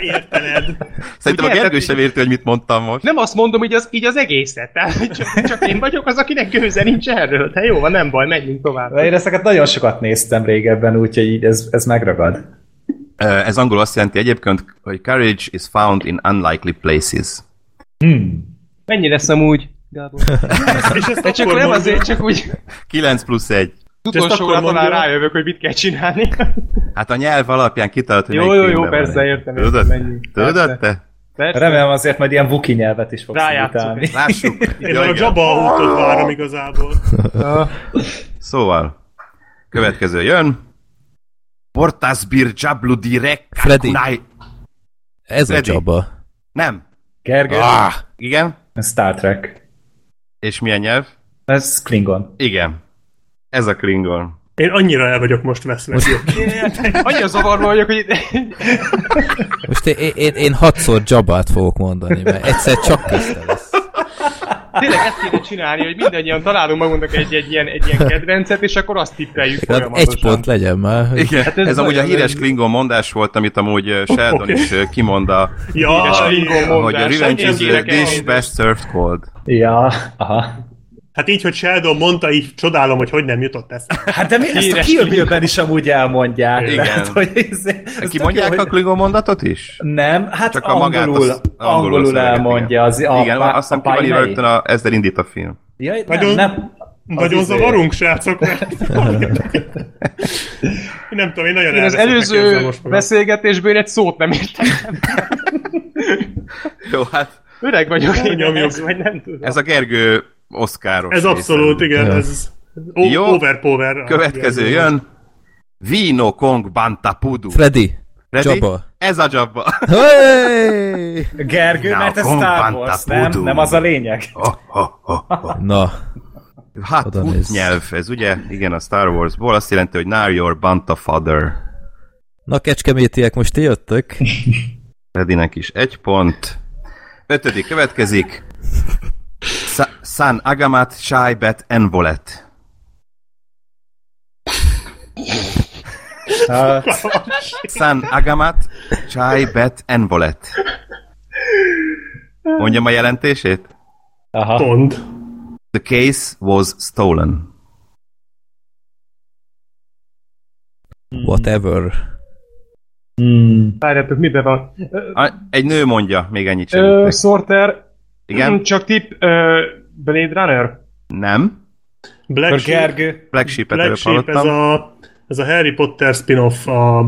Speaker 2: Értened.
Speaker 4: Szerintem a
Speaker 6: Ugye?
Speaker 4: Gergő sem érti, hogy mit mondtam most.
Speaker 6: Nem azt mondom, hogy az, így az egészet, tehát hogy csak, csak én vagyok az, akinek gőze nincs erről. De jó, van, nem baj, menjünk tovább.
Speaker 5: Én ezeket nagyon sokat néztem régebben, úgyhogy így ez, ez megragad.
Speaker 4: Ö, Ez angol azt jelenti egyébként, hogy courage is found in unlikely places.
Speaker 6: Mennyi lesz amúgy, Gábor?
Speaker 2: És ezt
Speaker 6: De csak
Speaker 2: akkor
Speaker 6: nem
Speaker 2: mondod.
Speaker 6: azért, csak úgy
Speaker 4: 9 plusz 1.
Speaker 6: utolsóra
Speaker 2: akkor
Speaker 6: talán
Speaker 2: mondja.
Speaker 6: rájövök, hogy mit kell csinálni.
Speaker 4: Hát a nyelv alapján kitalált, hogy
Speaker 6: Jó,
Speaker 4: melyik
Speaker 6: jó, jó,
Speaker 4: filmben van
Speaker 6: persze,
Speaker 4: egy.
Speaker 6: értem, értem,
Speaker 4: Tudod?
Speaker 6: menjünk.
Speaker 4: Tudod
Speaker 6: Persze.
Speaker 4: te?
Speaker 6: Persze.
Speaker 5: Remélem azért majd ilyen vuki nyelvet is fogsz
Speaker 6: Rájátszok.
Speaker 5: imitálni.
Speaker 4: Lássuk.
Speaker 2: Én
Speaker 4: Ja,
Speaker 2: már a
Speaker 4: igen.
Speaker 2: Jabba útot várom igazából.
Speaker 4: Szóval, következő jön. Portas bir jablu direkt.
Speaker 3: Freddy.
Speaker 4: kunai-
Speaker 3: Ez a
Speaker 4: Freddy.
Speaker 3: csaba.
Speaker 4: Nem.
Speaker 5: Gergő,
Speaker 4: Ah, igen.
Speaker 5: ez Star Trek.
Speaker 4: És milyen nyelv?
Speaker 5: Ez Klingon.
Speaker 4: Igen. Ez a Klingon.
Speaker 2: Én annyira el vagyok most veszve.
Speaker 6: Annyira zavarba vagyok, hogy itt-
Speaker 3: Most én, én, én hatszor Jabát fogok mondani, mert egyszer csak közte lesz.
Speaker 6: tényleg ezt kéne csinálni, hogy mindannyian találunk magunknak egy, egy, ilyen, egy ilyen kedvencet, és akkor azt tippeljük
Speaker 3: Tehát Hát egy
Speaker 6: folyamatosan.
Speaker 3: pont legyen már. hogy-
Speaker 4: Igen,
Speaker 6: Hát
Speaker 4: hát
Speaker 6: ez
Speaker 4: ez, ez amúgy a
Speaker 6: nagyon-
Speaker 4: híres Klingon mondás volt, amit amúgy ö, Sheldon
Speaker 2: Oké.
Speaker 4: is ö, kimond a,
Speaker 2: ja,
Speaker 6: Híres
Speaker 2: igen.
Speaker 6: Klingon
Speaker 4: hogy a
Speaker 6: mondás,
Speaker 4: revenge is
Speaker 6: ennyire
Speaker 4: a
Speaker 6: kell
Speaker 4: dish best served cold.
Speaker 5: Ja, aha.
Speaker 2: Hát így, hogy Sheldon mondta, így csodálom, hogy hogy nem jutott eszembe.
Speaker 5: Hát de miért ezt a
Speaker 6: Híres
Speaker 5: Kill Bill-ben is amúgy elmondják?
Speaker 4: Igen.
Speaker 5: Tehát, hogy ez, ez
Speaker 4: Ki
Speaker 5: tök jó,
Speaker 4: mondják a
Speaker 5: hogy-
Speaker 4: Klingon mondatot is?
Speaker 5: Nem, hát
Speaker 4: Csak a
Speaker 5: angolul,
Speaker 4: magát, az-
Speaker 5: angolul,
Speaker 4: angolul szöveget,
Speaker 5: elmondja. Az, a,
Speaker 4: Igen,
Speaker 5: a,
Speaker 4: azt hiszem
Speaker 5: a
Speaker 4: ki van rögtön,
Speaker 5: rögtön.
Speaker 4: a, ezzel indít a film.
Speaker 5: Ja, nem,
Speaker 2: Nagyon-
Speaker 5: nem,
Speaker 2: Nagyon
Speaker 5: izé-
Speaker 2: zavarunk, srácok, mert... nem tudom, én nagyon
Speaker 6: Én az
Speaker 2: elveszek nekem ezzel
Speaker 6: előző
Speaker 2: most magam.
Speaker 6: beszélgetésből én egy szót nem értem.
Speaker 4: Jó, hát
Speaker 6: Öreg vagyok én
Speaker 2: Nyomjuk.
Speaker 6: ehhez, vagy nem tudom.
Speaker 4: ez a Gergő oszkáros.
Speaker 2: Ez abszolút,
Speaker 4: része.
Speaker 2: igen,
Speaker 3: Ja.
Speaker 2: ez... O-
Speaker 4: Jó.
Speaker 2: Overpower. a-
Speaker 4: Következő
Speaker 2: igen.
Speaker 4: jön. Vino Kong Bantapudu.
Speaker 3: Freddy.
Speaker 4: Ready?
Speaker 3: Jabba.
Speaker 4: Ez a Jabba.
Speaker 3: Hey!
Speaker 5: Gergő,
Speaker 4: Na,
Speaker 5: mert ez Star Wars,
Speaker 4: kompanta
Speaker 5: nem?
Speaker 4: pudú.
Speaker 5: Nem az a lényeg.
Speaker 4: Oh, oh, oh, oh.
Speaker 3: Na,
Speaker 4: Hát,
Speaker 3: Oda néz.
Speaker 4: nyelv, ez ugye, igen, a Star Warsból azt jelenti, hogy Now your Banta father.
Speaker 3: na kecskemétiek, most ti jöttök?
Speaker 4: Hmm. Redinek is egy pont. Ötödik következik. Sa- San Agamat Shaibet Envolet.
Speaker 5: Ah,
Speaker 4: San Agamat Shaibet Envolet. Mondjam a jelentését?
Speaker 5: aha.
Speaker 2: Pont.
Speaker 4: The case was stolen.
Speaker 3: Whatever.
Speaker 5: Hmm.
Speaker 6: Várjátok, miben van?
Speaker 4: A- egy nő mondja, még ennyit
Speaker 6: Ö,
Speaker 4: segítek.
Speaker 6: Sorter, mm,
Speaker 4: Igen?
Speaker 6: csak tip ö, Blade Runner?
Speaker 4: Nem.
Speaker 2: Black
Speaker 5: Akkor
Speaker 2: Sheep,
Speaker 5: Gergő,
Speaker 4: Black Sheep-et
Speaker 2: Black
Speaker 4: előbb
Speaker 2: Sheep ez
Speaker 4: hallottam.
Speaker 2: a, ez a Harry Potter spin-off, a...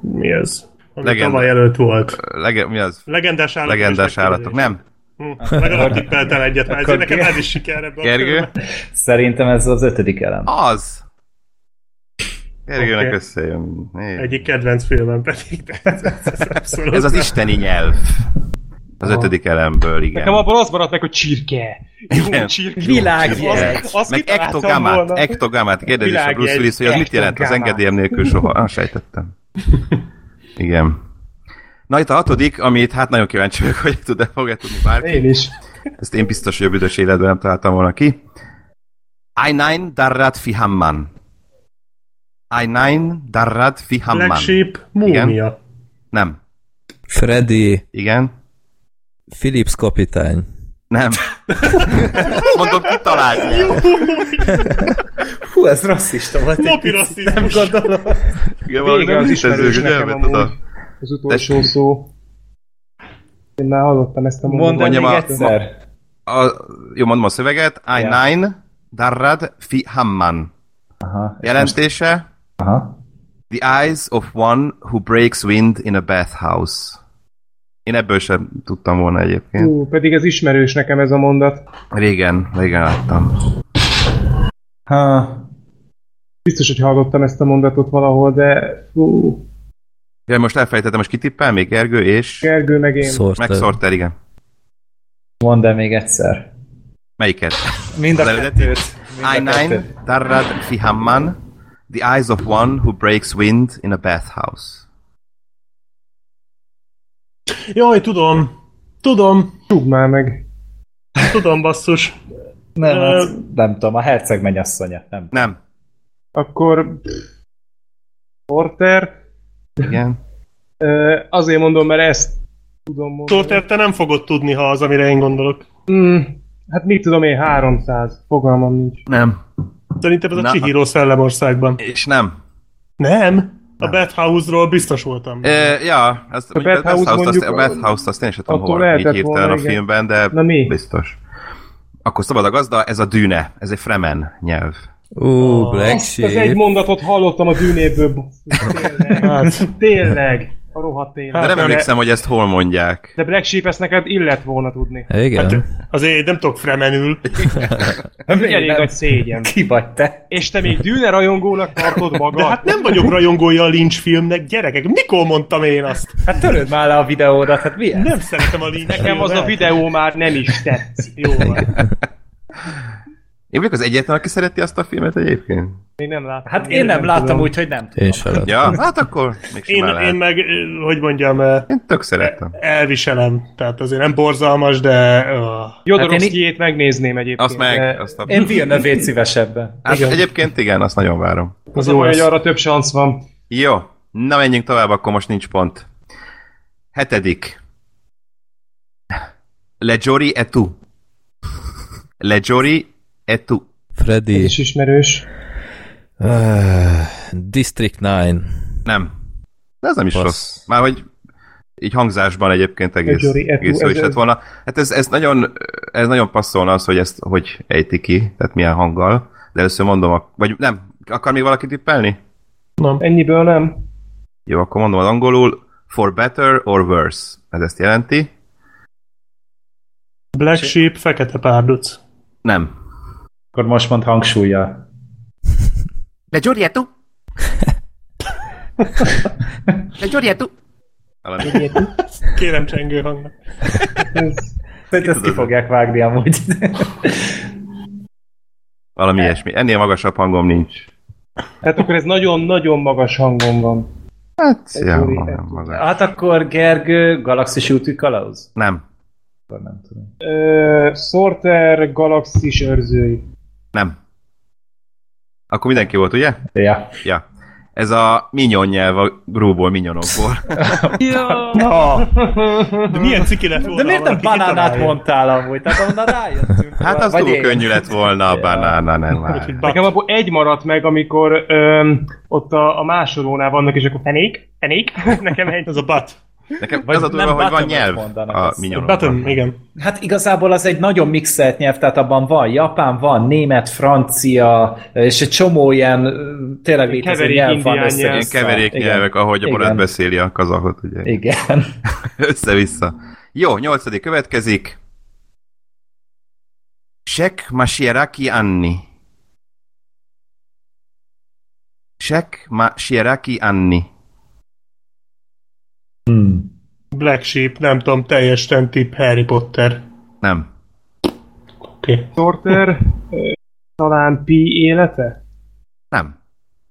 Speaker 2: mi ez? Ami
Speaker 4: Legenda.
Speaker 2: tavaly előtt volt.
Speaker 4: Lege- mi az?
Speaker 2: Legendás állatok.
Speaker 4: Legendás
Speaker 2: és megkérdezés.
Speaker 4: állatok. Nem.
Speaker 2: Hm, Legalább tippeltem egyet, mert
Speaker 5: Akkor
Speaker 2: ezért nekem
Speaker 5: Ger-
Speaker 2: ez is siker ebben.
Speaker 4: Gergő?
Speaker 5: szerintem ez az ötödik elem.
Speaker 4: Az! Gergőnek
Speaker 2: Oké.
Speaker 4: okay. összejön. Né.
Speaker 2: Egyik kedvenc filmem pedig. de Ez, ez, ez, abszolút.
Speaker 4: Ez az isteni nyelv. Az ötödik elemből, igen.
Speaker 6: Nekem abból az maradt meg, hogy csirke. Jó,
Speaker 4: Igen.
Speaker 6: csirke.
Speaker 5: Világjegy.
Speaker 6: Azt, azt
Speaker 4: Meg
Speaker 6: kitaláltam
Speaker 4: ektogamát,
Speaker 6: volna.
Speaker 4: ektogamát kérdezi a
Speaker 6: Világjegy,
Speaker 4: Bruce Willis, hogy az mit jelent az
Speaker 6: ektogamát.
Speaker 4: engedélyem nélkül soha. Ah, sejtettem. Igen. Na itt a hatodik, amit hát nagyon kíváncsi vagyok, hogy tud-e fogja tudni bárki.
Speaker 6: Én is.
Speaker 4: Ezt én biztos, hogy a büdös életben nem találtam volna ki. I9 Darrat Fihamman. I9 Darrat Fihamman.
Speaker 2: Black Sheep, múmia.
Speaker 4: Nem.
Speaker 3: Freddy,
Speaker 4: Igen?
Speaker 3: Philips kapitány.
Speaker 4: Nem. Mondom, kitalált.
Speaker 5: Hú, ez rasszista volt.
Speaker 2: Napi
Speaker 5: Nem
Speaker 2: rasszizmus.
Speaker 5: gondolom.
Speaker 4: Igen, valami
Speaker 6: Vége
Speaker 4: nem
Speaker 6: az ismerős
Speaker 4: létező
Speaker 6: nekem
Speaker 4: nyelvet oda.
Speaker 6: amúgy. Az utolsó szó. Én már hallottam ezt a mondatot.
Speaker 5: Mondd még
Speaker 4: Mondjam a-
Speaker 5: egyszer.
Speaker 4: A, jó, mondom a szöveget. I9 Darrad Fi Hamman.
Speaker 5: Aha.
Speaker 4: Jelentése
Speaker 5: Aha.
Speaker 4: The eyes of one who breaks wind in a bathhouse. Én ebből sem tudtam volna egyébként.
Speaker 6: Hú, pedig ez ismerős nekem ez a mondat.
Speaker 4: Régen, régen láttam.
Speaker 5: Ha.
Speaker 6: Biztos, hogy hallottam ezt a mondatot valahol, de hú,
Speaker 4: Ja, most elfelejtettem, most kitippel még Gergő és...
Speaker 6: Gergő meg én.
Speaker 3: Szorta.
Speaker 4: Megszorter, igen.
Speaker 5: Mondd el még egyszer.
Speaker 4: Melyiket?
Speaker 5: Mind
Speaker 4: Az
Speaker 5: a
Speaker 4: eredeti?
Speaker 5: kettőt. Mind a
Speaker 4: I9
Speaker 5: kettőt.
Speaker 4: Darrad Fi Hamman. The eyes of one who breaks wind in a bathhouse.
Speaker 2: Jaj, tudom. Tudom,
Speaker 6: Csúg már meg.
Speaker 2: tudom basszus.
Speaker 5: Nem,
Speaker 2: Ö,
Speaker 5: hát, nem tudom, a herceg mennyasszonya. Nem.
Speaker 4: Nem.
Speaker 6: Akkor Porter,
Speaker 4: Igen.
Speaker 6: ö, azért mondom, mert ezt tudom mondani.
Speaker 2: Sorter, te nem fogod tudni, ha az, amire én gondolok.
Speaker 6: Mm, hát mit tudom én, 300, fogalmam nincs.
Speaker 4: Nem.
Speaker 2: Szerintem ez a
Speaker 4: Na. hát-
Speaker 2: Chihiro szellemországban.
Speaker 4: És nem. Nem.
Speaker 2: Nem? A Bathhouse-ról biztos voltam.
Speaker 4: E, ja, azt, a
Speaker 6: Bathhouse
Speaker 4: Bathhouse-t azt,
Speaker 6: mondjuk-
Speaker 4: a Bathhouse-t azt én sem tudom,
Speaker 6: attól
Speaker 4: hol így
Speaker 6: lehetett
Speaker 4: hirtelen
Speaker 6: volna,
Speaker 4: a
Speaker 6: igen.
Speaker 4: filmben, de
Speaker 6: Na mi?
Speaker 4: biztos. Akkor szabad a gazda, ez a dűne, ez egy fremen nyelv.
Speaker 3: Ú, Black
Speaker 6: Azt az egy
Speaker 3: Sheep.
Speaker 6: mondatot hallottam a dűnéből. basszus, Tényleg. Tényleg. A rohadt
Speaker 4: Hát, De
Speaker 6: tényleg.
Speaker 4: nem
Speaker 2: nem-
Speaker 4: emlékszem, hogy ezt hol mondják.
Speaker 6: De Black Sheep ezt neked illett volna tudni.
Speaker 3: Igen.
Speaker 4: Hát,
Speaker 2: Azért én nem tudok fremenül.
Speaker 5: Miért
Speaker 6: Elég
Speaker 5: nem?
Speaker 6: nagy szégyen.
Speaker 5: Ki vagy te?
Speaker 6: És te még dűne rajongónak tartod magad?
Speaker 2: De hát nem vagyok rajongója a Lynch filmnek, gyerekek. Mikor mondtam én azt?
Speaker 5: Hát töröd már le a videódat, hát mi ez?
Speaker 2: Nem szeretem a Lynch
Speaker 6: Nekem az a
Speaker 2: filmet.
Speaker 6: videó már nem is tetszik.
Speaker 2: Jó van.
Speaker 4: Én vagyok az egyetlen, aki szereti azt a filmet egyébként.
Speaker 6: Még nem láttam.
Speaker 5: Hát én, nem láttam, úgyhogy nem tudom.
Speaker 3: Én sem
Speaker 4: Ja, hát akkor még
Speaker 2: Én,
Speaker 4: simán én,
Speaker 2: én meg, ö, hogy mondjam, ö,
Speaker 4: én tök szerettem.
Speaker 2: elviselem. Tehát azért nem borzalmas, de... Ö,
Speaker 6: Jodorowskyét hát én... megnézném egyébként.
Speaker 4: Azt
Speaker 7: Eh,
Speaker 4: meg, azt a...
Speaker 5: Én Villeneuve-t szívesebben.
Speaker 4: Hát
Speaker 2: igen.
Speaker 4: egyébként igen, azt nagyon várom.
Speaker 6: Az
Speaker 2: Az
Speaker 6: a
Speaker 2: jó
Speaker 6: baj, hogy
Speaker 2: lesz.
Speaker 6: arra több szansz van.
Speaker 4: Jó, na menjünk tovább, akkor most nincs pont. Hetedik. Le Jory et tu. Le Jory et tu.
Speaker 3: Freddy.
Speaker 6: És ismerős.
Speaker 3: Uh, District 9.
Speaker 4: Nem. De ez nem is
Speaker 3: Passz.
Speaker 4: Basz. rossz. Már hogy így hangzásban egyébként egész,
Speaker 6: Jory Etu,
Speaker 4: egész jó
Speaker 6: ez-
Speaker 4: is lett volna. Hát ez, ez, nagyon, ez nagyon passzolna az, hogy ezt hogy ejti ki, tehát milyen hanggal. De először mondom, a, vagy nem, akar még valaki tippelni?
Speaker 6: Ennyiből nem.
Speaker 4: Jó, akkor mondom az angolul, for better or worse. Ez ezt jelenti.
Speaker 2: Black Sheep, Fekete Párduc.
Speaker 4: Nem.
Speaker 5: Akkor most mond hangsúlya.
Speaker 4: Le Giorgetto! Le Giorgetto! Valami.
Speaker 2: Kérem csengő hangnak.
Speaker 5: Tehát ezt ki fogják vágni amúgy.
Speaker 4: Valami ilyesmi. Ennél magasabb hangom nincs.
Speaker 6: Hát akkor ez nagyon-nagyon magas hangon van.
Speaker 4: Hát, ja,
Speaker 6: Gyuri,
Speaker 4: maga-
Speaker 6: Etu.
Speaker 4: maga.
Speaker 5: Hát akkor Gergő, Galaxis útű kalauz?
Speaker 4: Nem,
Speaker 5: Akkor nem tudom.
Speaker 6: Ö, Sorter galaxis őrzői.
Speaker 4: nem. Akkor mindenki volt, ugye?
Speaker 5: Ja.
Speaker 4: Ja. Ez a minyon nyelv a grúból, minyonokból.
Speaker 2: Na, de milyen ciki lett volna.
Speaker 5: De miért nem
Speaker 2: valaki
Speaker 5: banánát
Speaker 2: kitalálja?
Speaker 5: mondtál amúgy? Tehát onnan rájöttünk.
Speaker 4: Hát az
Speaker 5: Vagy
Speaker 4: túl
Speaker 5: én.
Speaker 4: könnyű lett volna a banana, nem hát.
Speaker 2: Vagy,
Speaker 4: már.
Speaker 2: hogy
Speaker 6: Nekem
Speaker 2: bat.
Speaker 6: abból egy maradt meg, amikor öm, ott a, a másolónál vannak, és akkor fenék, fenék. Nekem egy.
Speaker 2: Ez a bat.
Speaker 4: Nekem
Speaker 5: Vagy
Speaker 4: az a durva,
Speaker 5: nem
Speaker 4: hogy van
Speaker 5: bottom-et
Speaker 4: nyelv
Speaker 5: mondanak,
Speaker 4: a
Speaker 5: azt.
Speaker 2: Button,
Speaker 4: minyonokban.
Speaker 2: igen.
Speaker 5: Hát igazából az egy nagyon mixelt nyelv, tehát abban van japán, van német, francia, és egy csomó ilyen ö, tényleg létező
Speaker 6: Keverék
Speaker 5: nyelv van
Speaker 6: indián
Speaker 5: össze
Speaker 6: nyelv.
Speaker 4: Ilyen keverék nyelvek, ahogy a barát beszéli a kazahot, ugye?
Speaker 5: Igen.
Speaker 4: Össze-vissza. Jó, nyolcadik következik. Sek Masieraki Anni. Sek Masieraki Anni.
Speaker 5: Hmm.
Speaker 2: Black Sheep, nem tudom, teljesen tip Harry Potter.
Speaker 4: Nem.
Speaker 2: Oké. Okay.
Speaker 6: Sorter ö, talán pi élete?
Speaker 4: Nem.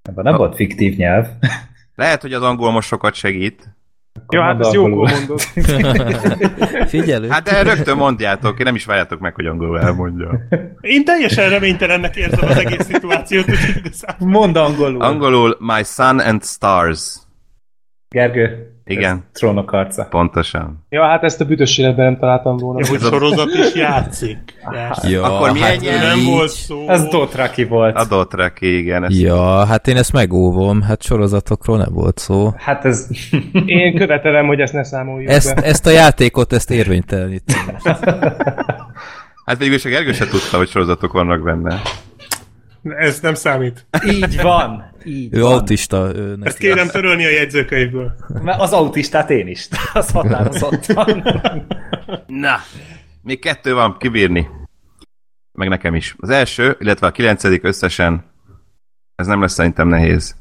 Speaker 5: Ebben nem volt fiktív nyelv.
Speaker 4: Lehet, hogy az angol most sokat segít.
Speaker 6: Ja, hát ezt
Speaker 5: angolul.
Speaker 6: jókor mondod.
Speaker 3: Figyelő.
Speaker 4: Hát de rögtön mondjátok, én nem is várjátok meg, hogy angolul elmondja.
Speaker 2: Én teljesen reménytelennek érzem az egész szituációt, úgyhogy igazából
Speaker 5: Mond angolul.
Speaker 4: Angolul My Sun and Stars.
Speaker 5: Gergő.
Speaker 4: Igen,
Speaker 5: Trónok harca.
Speaker 4: pontosan.
Speaker 6: Ja, hát ezt a büdös életben nem találtam volna.
Speaker 2: Ja, hogy
Speaker 4: Ez a-
Speaker 2: sorozat is játszik. Persze.
Speaker 3: Ja,
Speaker 4: Akkor mi
Speaker 3: hát
Speaker 4: ennyi?
Speaker 2: De Nem
Speaker 4: így.
Speaker 2: volt szó.
Speaker 5: Ez Dotraki volt.
Speaker 4: Adott reki, igen. Ezt.
Speaker 3: Ja, hát én ezt megóvom, hát sorozatokról nem volt szó.
Speaker 5: Hát ez...
Speaker 6: Én követelem, hogy ezt ne számoljuk
Speaker 3: Ezt,
Speaker 6: be.
Speaker 3: ezt a játékot, ezt érvénytelenítem.
Speaker 4: Hát végül is a Gergő se tudta, hogy sorozatok vannak benne.
Speaker 2: Ez nem számít.
Speaker 5: Így van. Így
Speaker 3: Ő
Speaker 5: van.
Speaker 3: autista. Ő
Speaker 2: Ezt
Speaker 3: neki
Speaker 2: kérem törölni a jegyzőkönyvből.
Speaker 5: Mert az autistát én is. Az határozottan.
Speaker 4: Na, még kettő van kibírni. Meg nekem is. Az első, illetve a kilencedik összesen, ez nem lesz szerintem nehéz.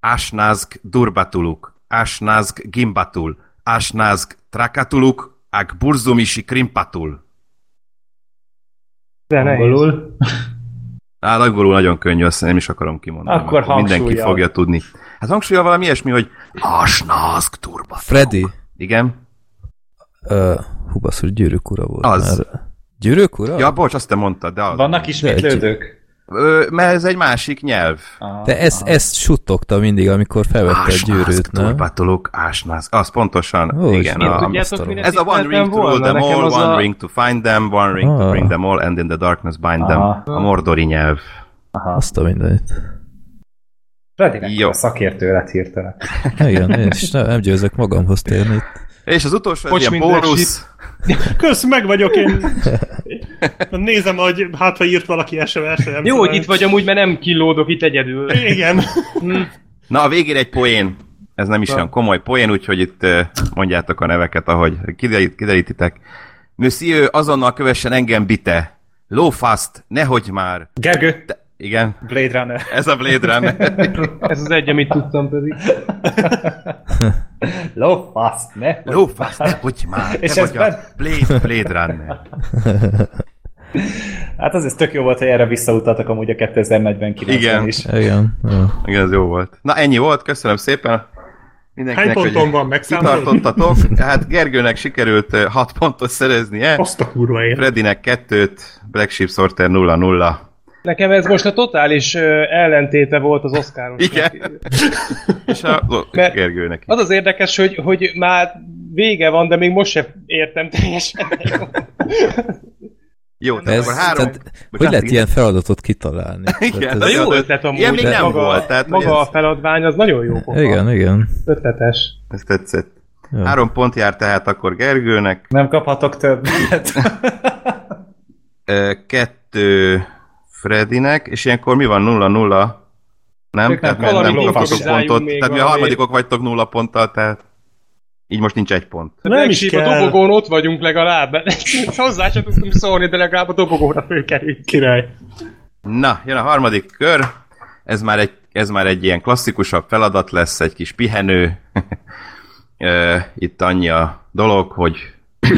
Speaker 4: Ásnázg durbatuluk, ásnázg gimbatul, ásnázg trakatuluk, ak burzumisi krimpatul.
Speaker 6: De nehéz.
Speaker 5: Angolul.
Speaker 4: Á, angolul nagyon könnyű, azt nem is akarom kimondani.
Speaker 5: Akkor
Speaker 4: mindenki
Speaker 5: hangsúlyjal.
Speaker 4: fogja tudni. Hát hangsúlya valami ilyesmi, hogy ásnázg durbatuluk.
Speaker 3: Freddy.
Speaker 4: Igen?
Speaker 3: Uh, hú, basszus, gyűrűk ura volt
Speaker 4: Az.
Speaker 3: már. Gyűrűk ura?
Speaker 4: Ja, bocs, azt te mondtad, de az.
Speaker 5: Vannak ismétlődők? Ah.
Speaker 4: Ö, mert ez egy másik nyelv.
Speaker 5: Aha.
Speaker 3: De ezt, ezt suttogta mindig, amikor felvette a gyűrűt, nem?
Speaker 4: turbatolok, ásnász. Az pontosan,
Speaker 3: Ó,
Speaker 4: Ó, igen.
Speaker 3: és
Speaker 4: A,
Speaker 3: tudja-
Speaker 6: Tudjátok,
Speaker 3: Asztalon.
Speaker 6: mire
Speaker 4: ez a one
Speaker 6: tippeltem
Speaker 4: ring to rule them
Speaker 6: volna? Nekem
Speaker 4: all,
Speaker 6: az
Speaker 4: one
Speaker 6: a-
Speaker 4: ring to find them, one ring to
Speaker 3: Ah.
Speaker 4: bring them all, and in the darkness bind them.
Speaker 6: Ah.
Speaker 5: Aha.
Speaker 4: A mordori nyelv.
Speaker 3: Azt a mindenit.
Speaker 5: Fredinek
Speaker 4: Jó.
Speaker 5: a szakértő lett hirtelen.
Speaker 3: Igen, én is nem, nem győzök magamhoz térni itt.
Speaker 4: És az utolsó, ez
Speaker 6: Bocs,
Speaker 4: ilyen
Speaker 6: mint
Speaker 4: bónusz.
Speaker 2: Kösz, meg vagyok én. Nézem, hogy hát, ha írt valaki SMS, nem
Speaker 6: Jó,
Speaker 2: tudom.
Speaker 6: hogy itt vagy amúgy, mert nem kilódok itt egyedül.
Speaker 2: Igen.
Speaker 4: Na, a végére egy poén. Ez nem is olyan komoly poén, úgyhogy itt ö, mondjátok a neveket, ahogy kiderít, kiderítitek. Monsieur, azonnal kövessen engem bite. Lófaszt, nehogy már.
Speaker 5: Gergő.
Speaker 4: Igen,
Speaker 5: Blade Runner.
Speaker 4: ez a Blade Runner.
Speaker 6: Ez az egy, amit tudtam pedig.
Speaker 5: Lófasz, ne?
Speaker 4: Lófasz, nehogy már! Te
Speaker 5: És
Speaker 4: vagy
Speaker 5: ez ben-
Speaker 4: a Blade, Blade Runner.
Speaker 5: Hát azért tök jó volt, hogy erre visszautaltak amúgy a 2049
Speaker 4: Igen.
Speaker 5: is.
Speaker 3: Igen. Ja.
Speaker 4: Igen, ez jó volt. Na ennyi volt, köszönöm szépen. Mindenkinek,
Speaker 2: Hány ponton
Speaker 4: hogy
Speaker 2: van megszámolva?
Speaker 4: kitartottatok. Hát Gergőnek sikerült 6 pontot szereznie,
Speaker 2: Azt a kurva élet.
Speaker 4: Fredinek 2-t, Black Sheep Sorter 0-0.
Speaker 6: Nekem ez most a totális ö, ellentéte volt az oszkáros.
Speaker 4: Igen. És a lo-
Speaker 6: Mert-
Speaker 4: Gergőnek.
Speaker 6: Az az érdekes, hogy, hogy már vége van, de még most sem értem teljesen.
Speaker 4: Jó, tehát
Speaker 3: Ez,
Speaker 4: akkor három...
Speaker 3: tehát, hogy
Speaker 4: Bocsánat,
Speaker 3: lehet
Speaker 4: igen.
Speaker 3: ilyen feladatot kitalálni?
Speaker 4: Igen,
Speaker 3: Tehát
Speaker 4: na
Speaker 3: ez-
Speaker 6: Jó
Speaker 4: de-
Speaker 6: ötlet amúgy.
Speaker 4: ilyen még
Speaker 6: de
Speaker 4: nem
Speaker 6: maga,
Speaker 4: volt, tehát, hogy
Speaker 6: maga
Speaker 4: ez-
Speaker 6: a feladvány az nagyon jó pofa.
Speaker 3: igen, igen.
Speaker 6: Ötletes.
Speaker 4: Ez tetszett.
Speaker 3: Jó.
Speaker 4: Három pont jár tehát akkor Gergőnek,
Speaker 5: Nem kaphatok többet.
Speaker 4: ö, kettő Fredinek, és ilyenkor mi van 0-0? Nem?
Speaker 5: Ők
Speaker 4: Tehát
Speaker 5: nem
Speaker 4: nem, nem,
Speaker 6: valami
Speaker 4: kaphatok
Speaker 6: improvizáljunk
Speaker 4: pontot.
Speaker 6: még
Speaker 4: Tehát mi a
Speaker 6: valami.
Speaker 4: harmadikok vagytok nulla ponttal, tehát így most nincs egy pont.
Speaker 2: Nem is
Speaker 6: Legsív a
Speaker 2: kell.
Speaker 6: dobogón ott vagyunk legalább. Hozzá sem tudtunk szólni, de legalább a dobogóra fölkerült.
Speaker 2: Király.
Speaker 4: Na, jön a harmadik kör. Ez már egy, ez már egy ilyen klasszikusabb feladat lesz, egy kis pihenő. Ö, Itt annyi a dolog, hogy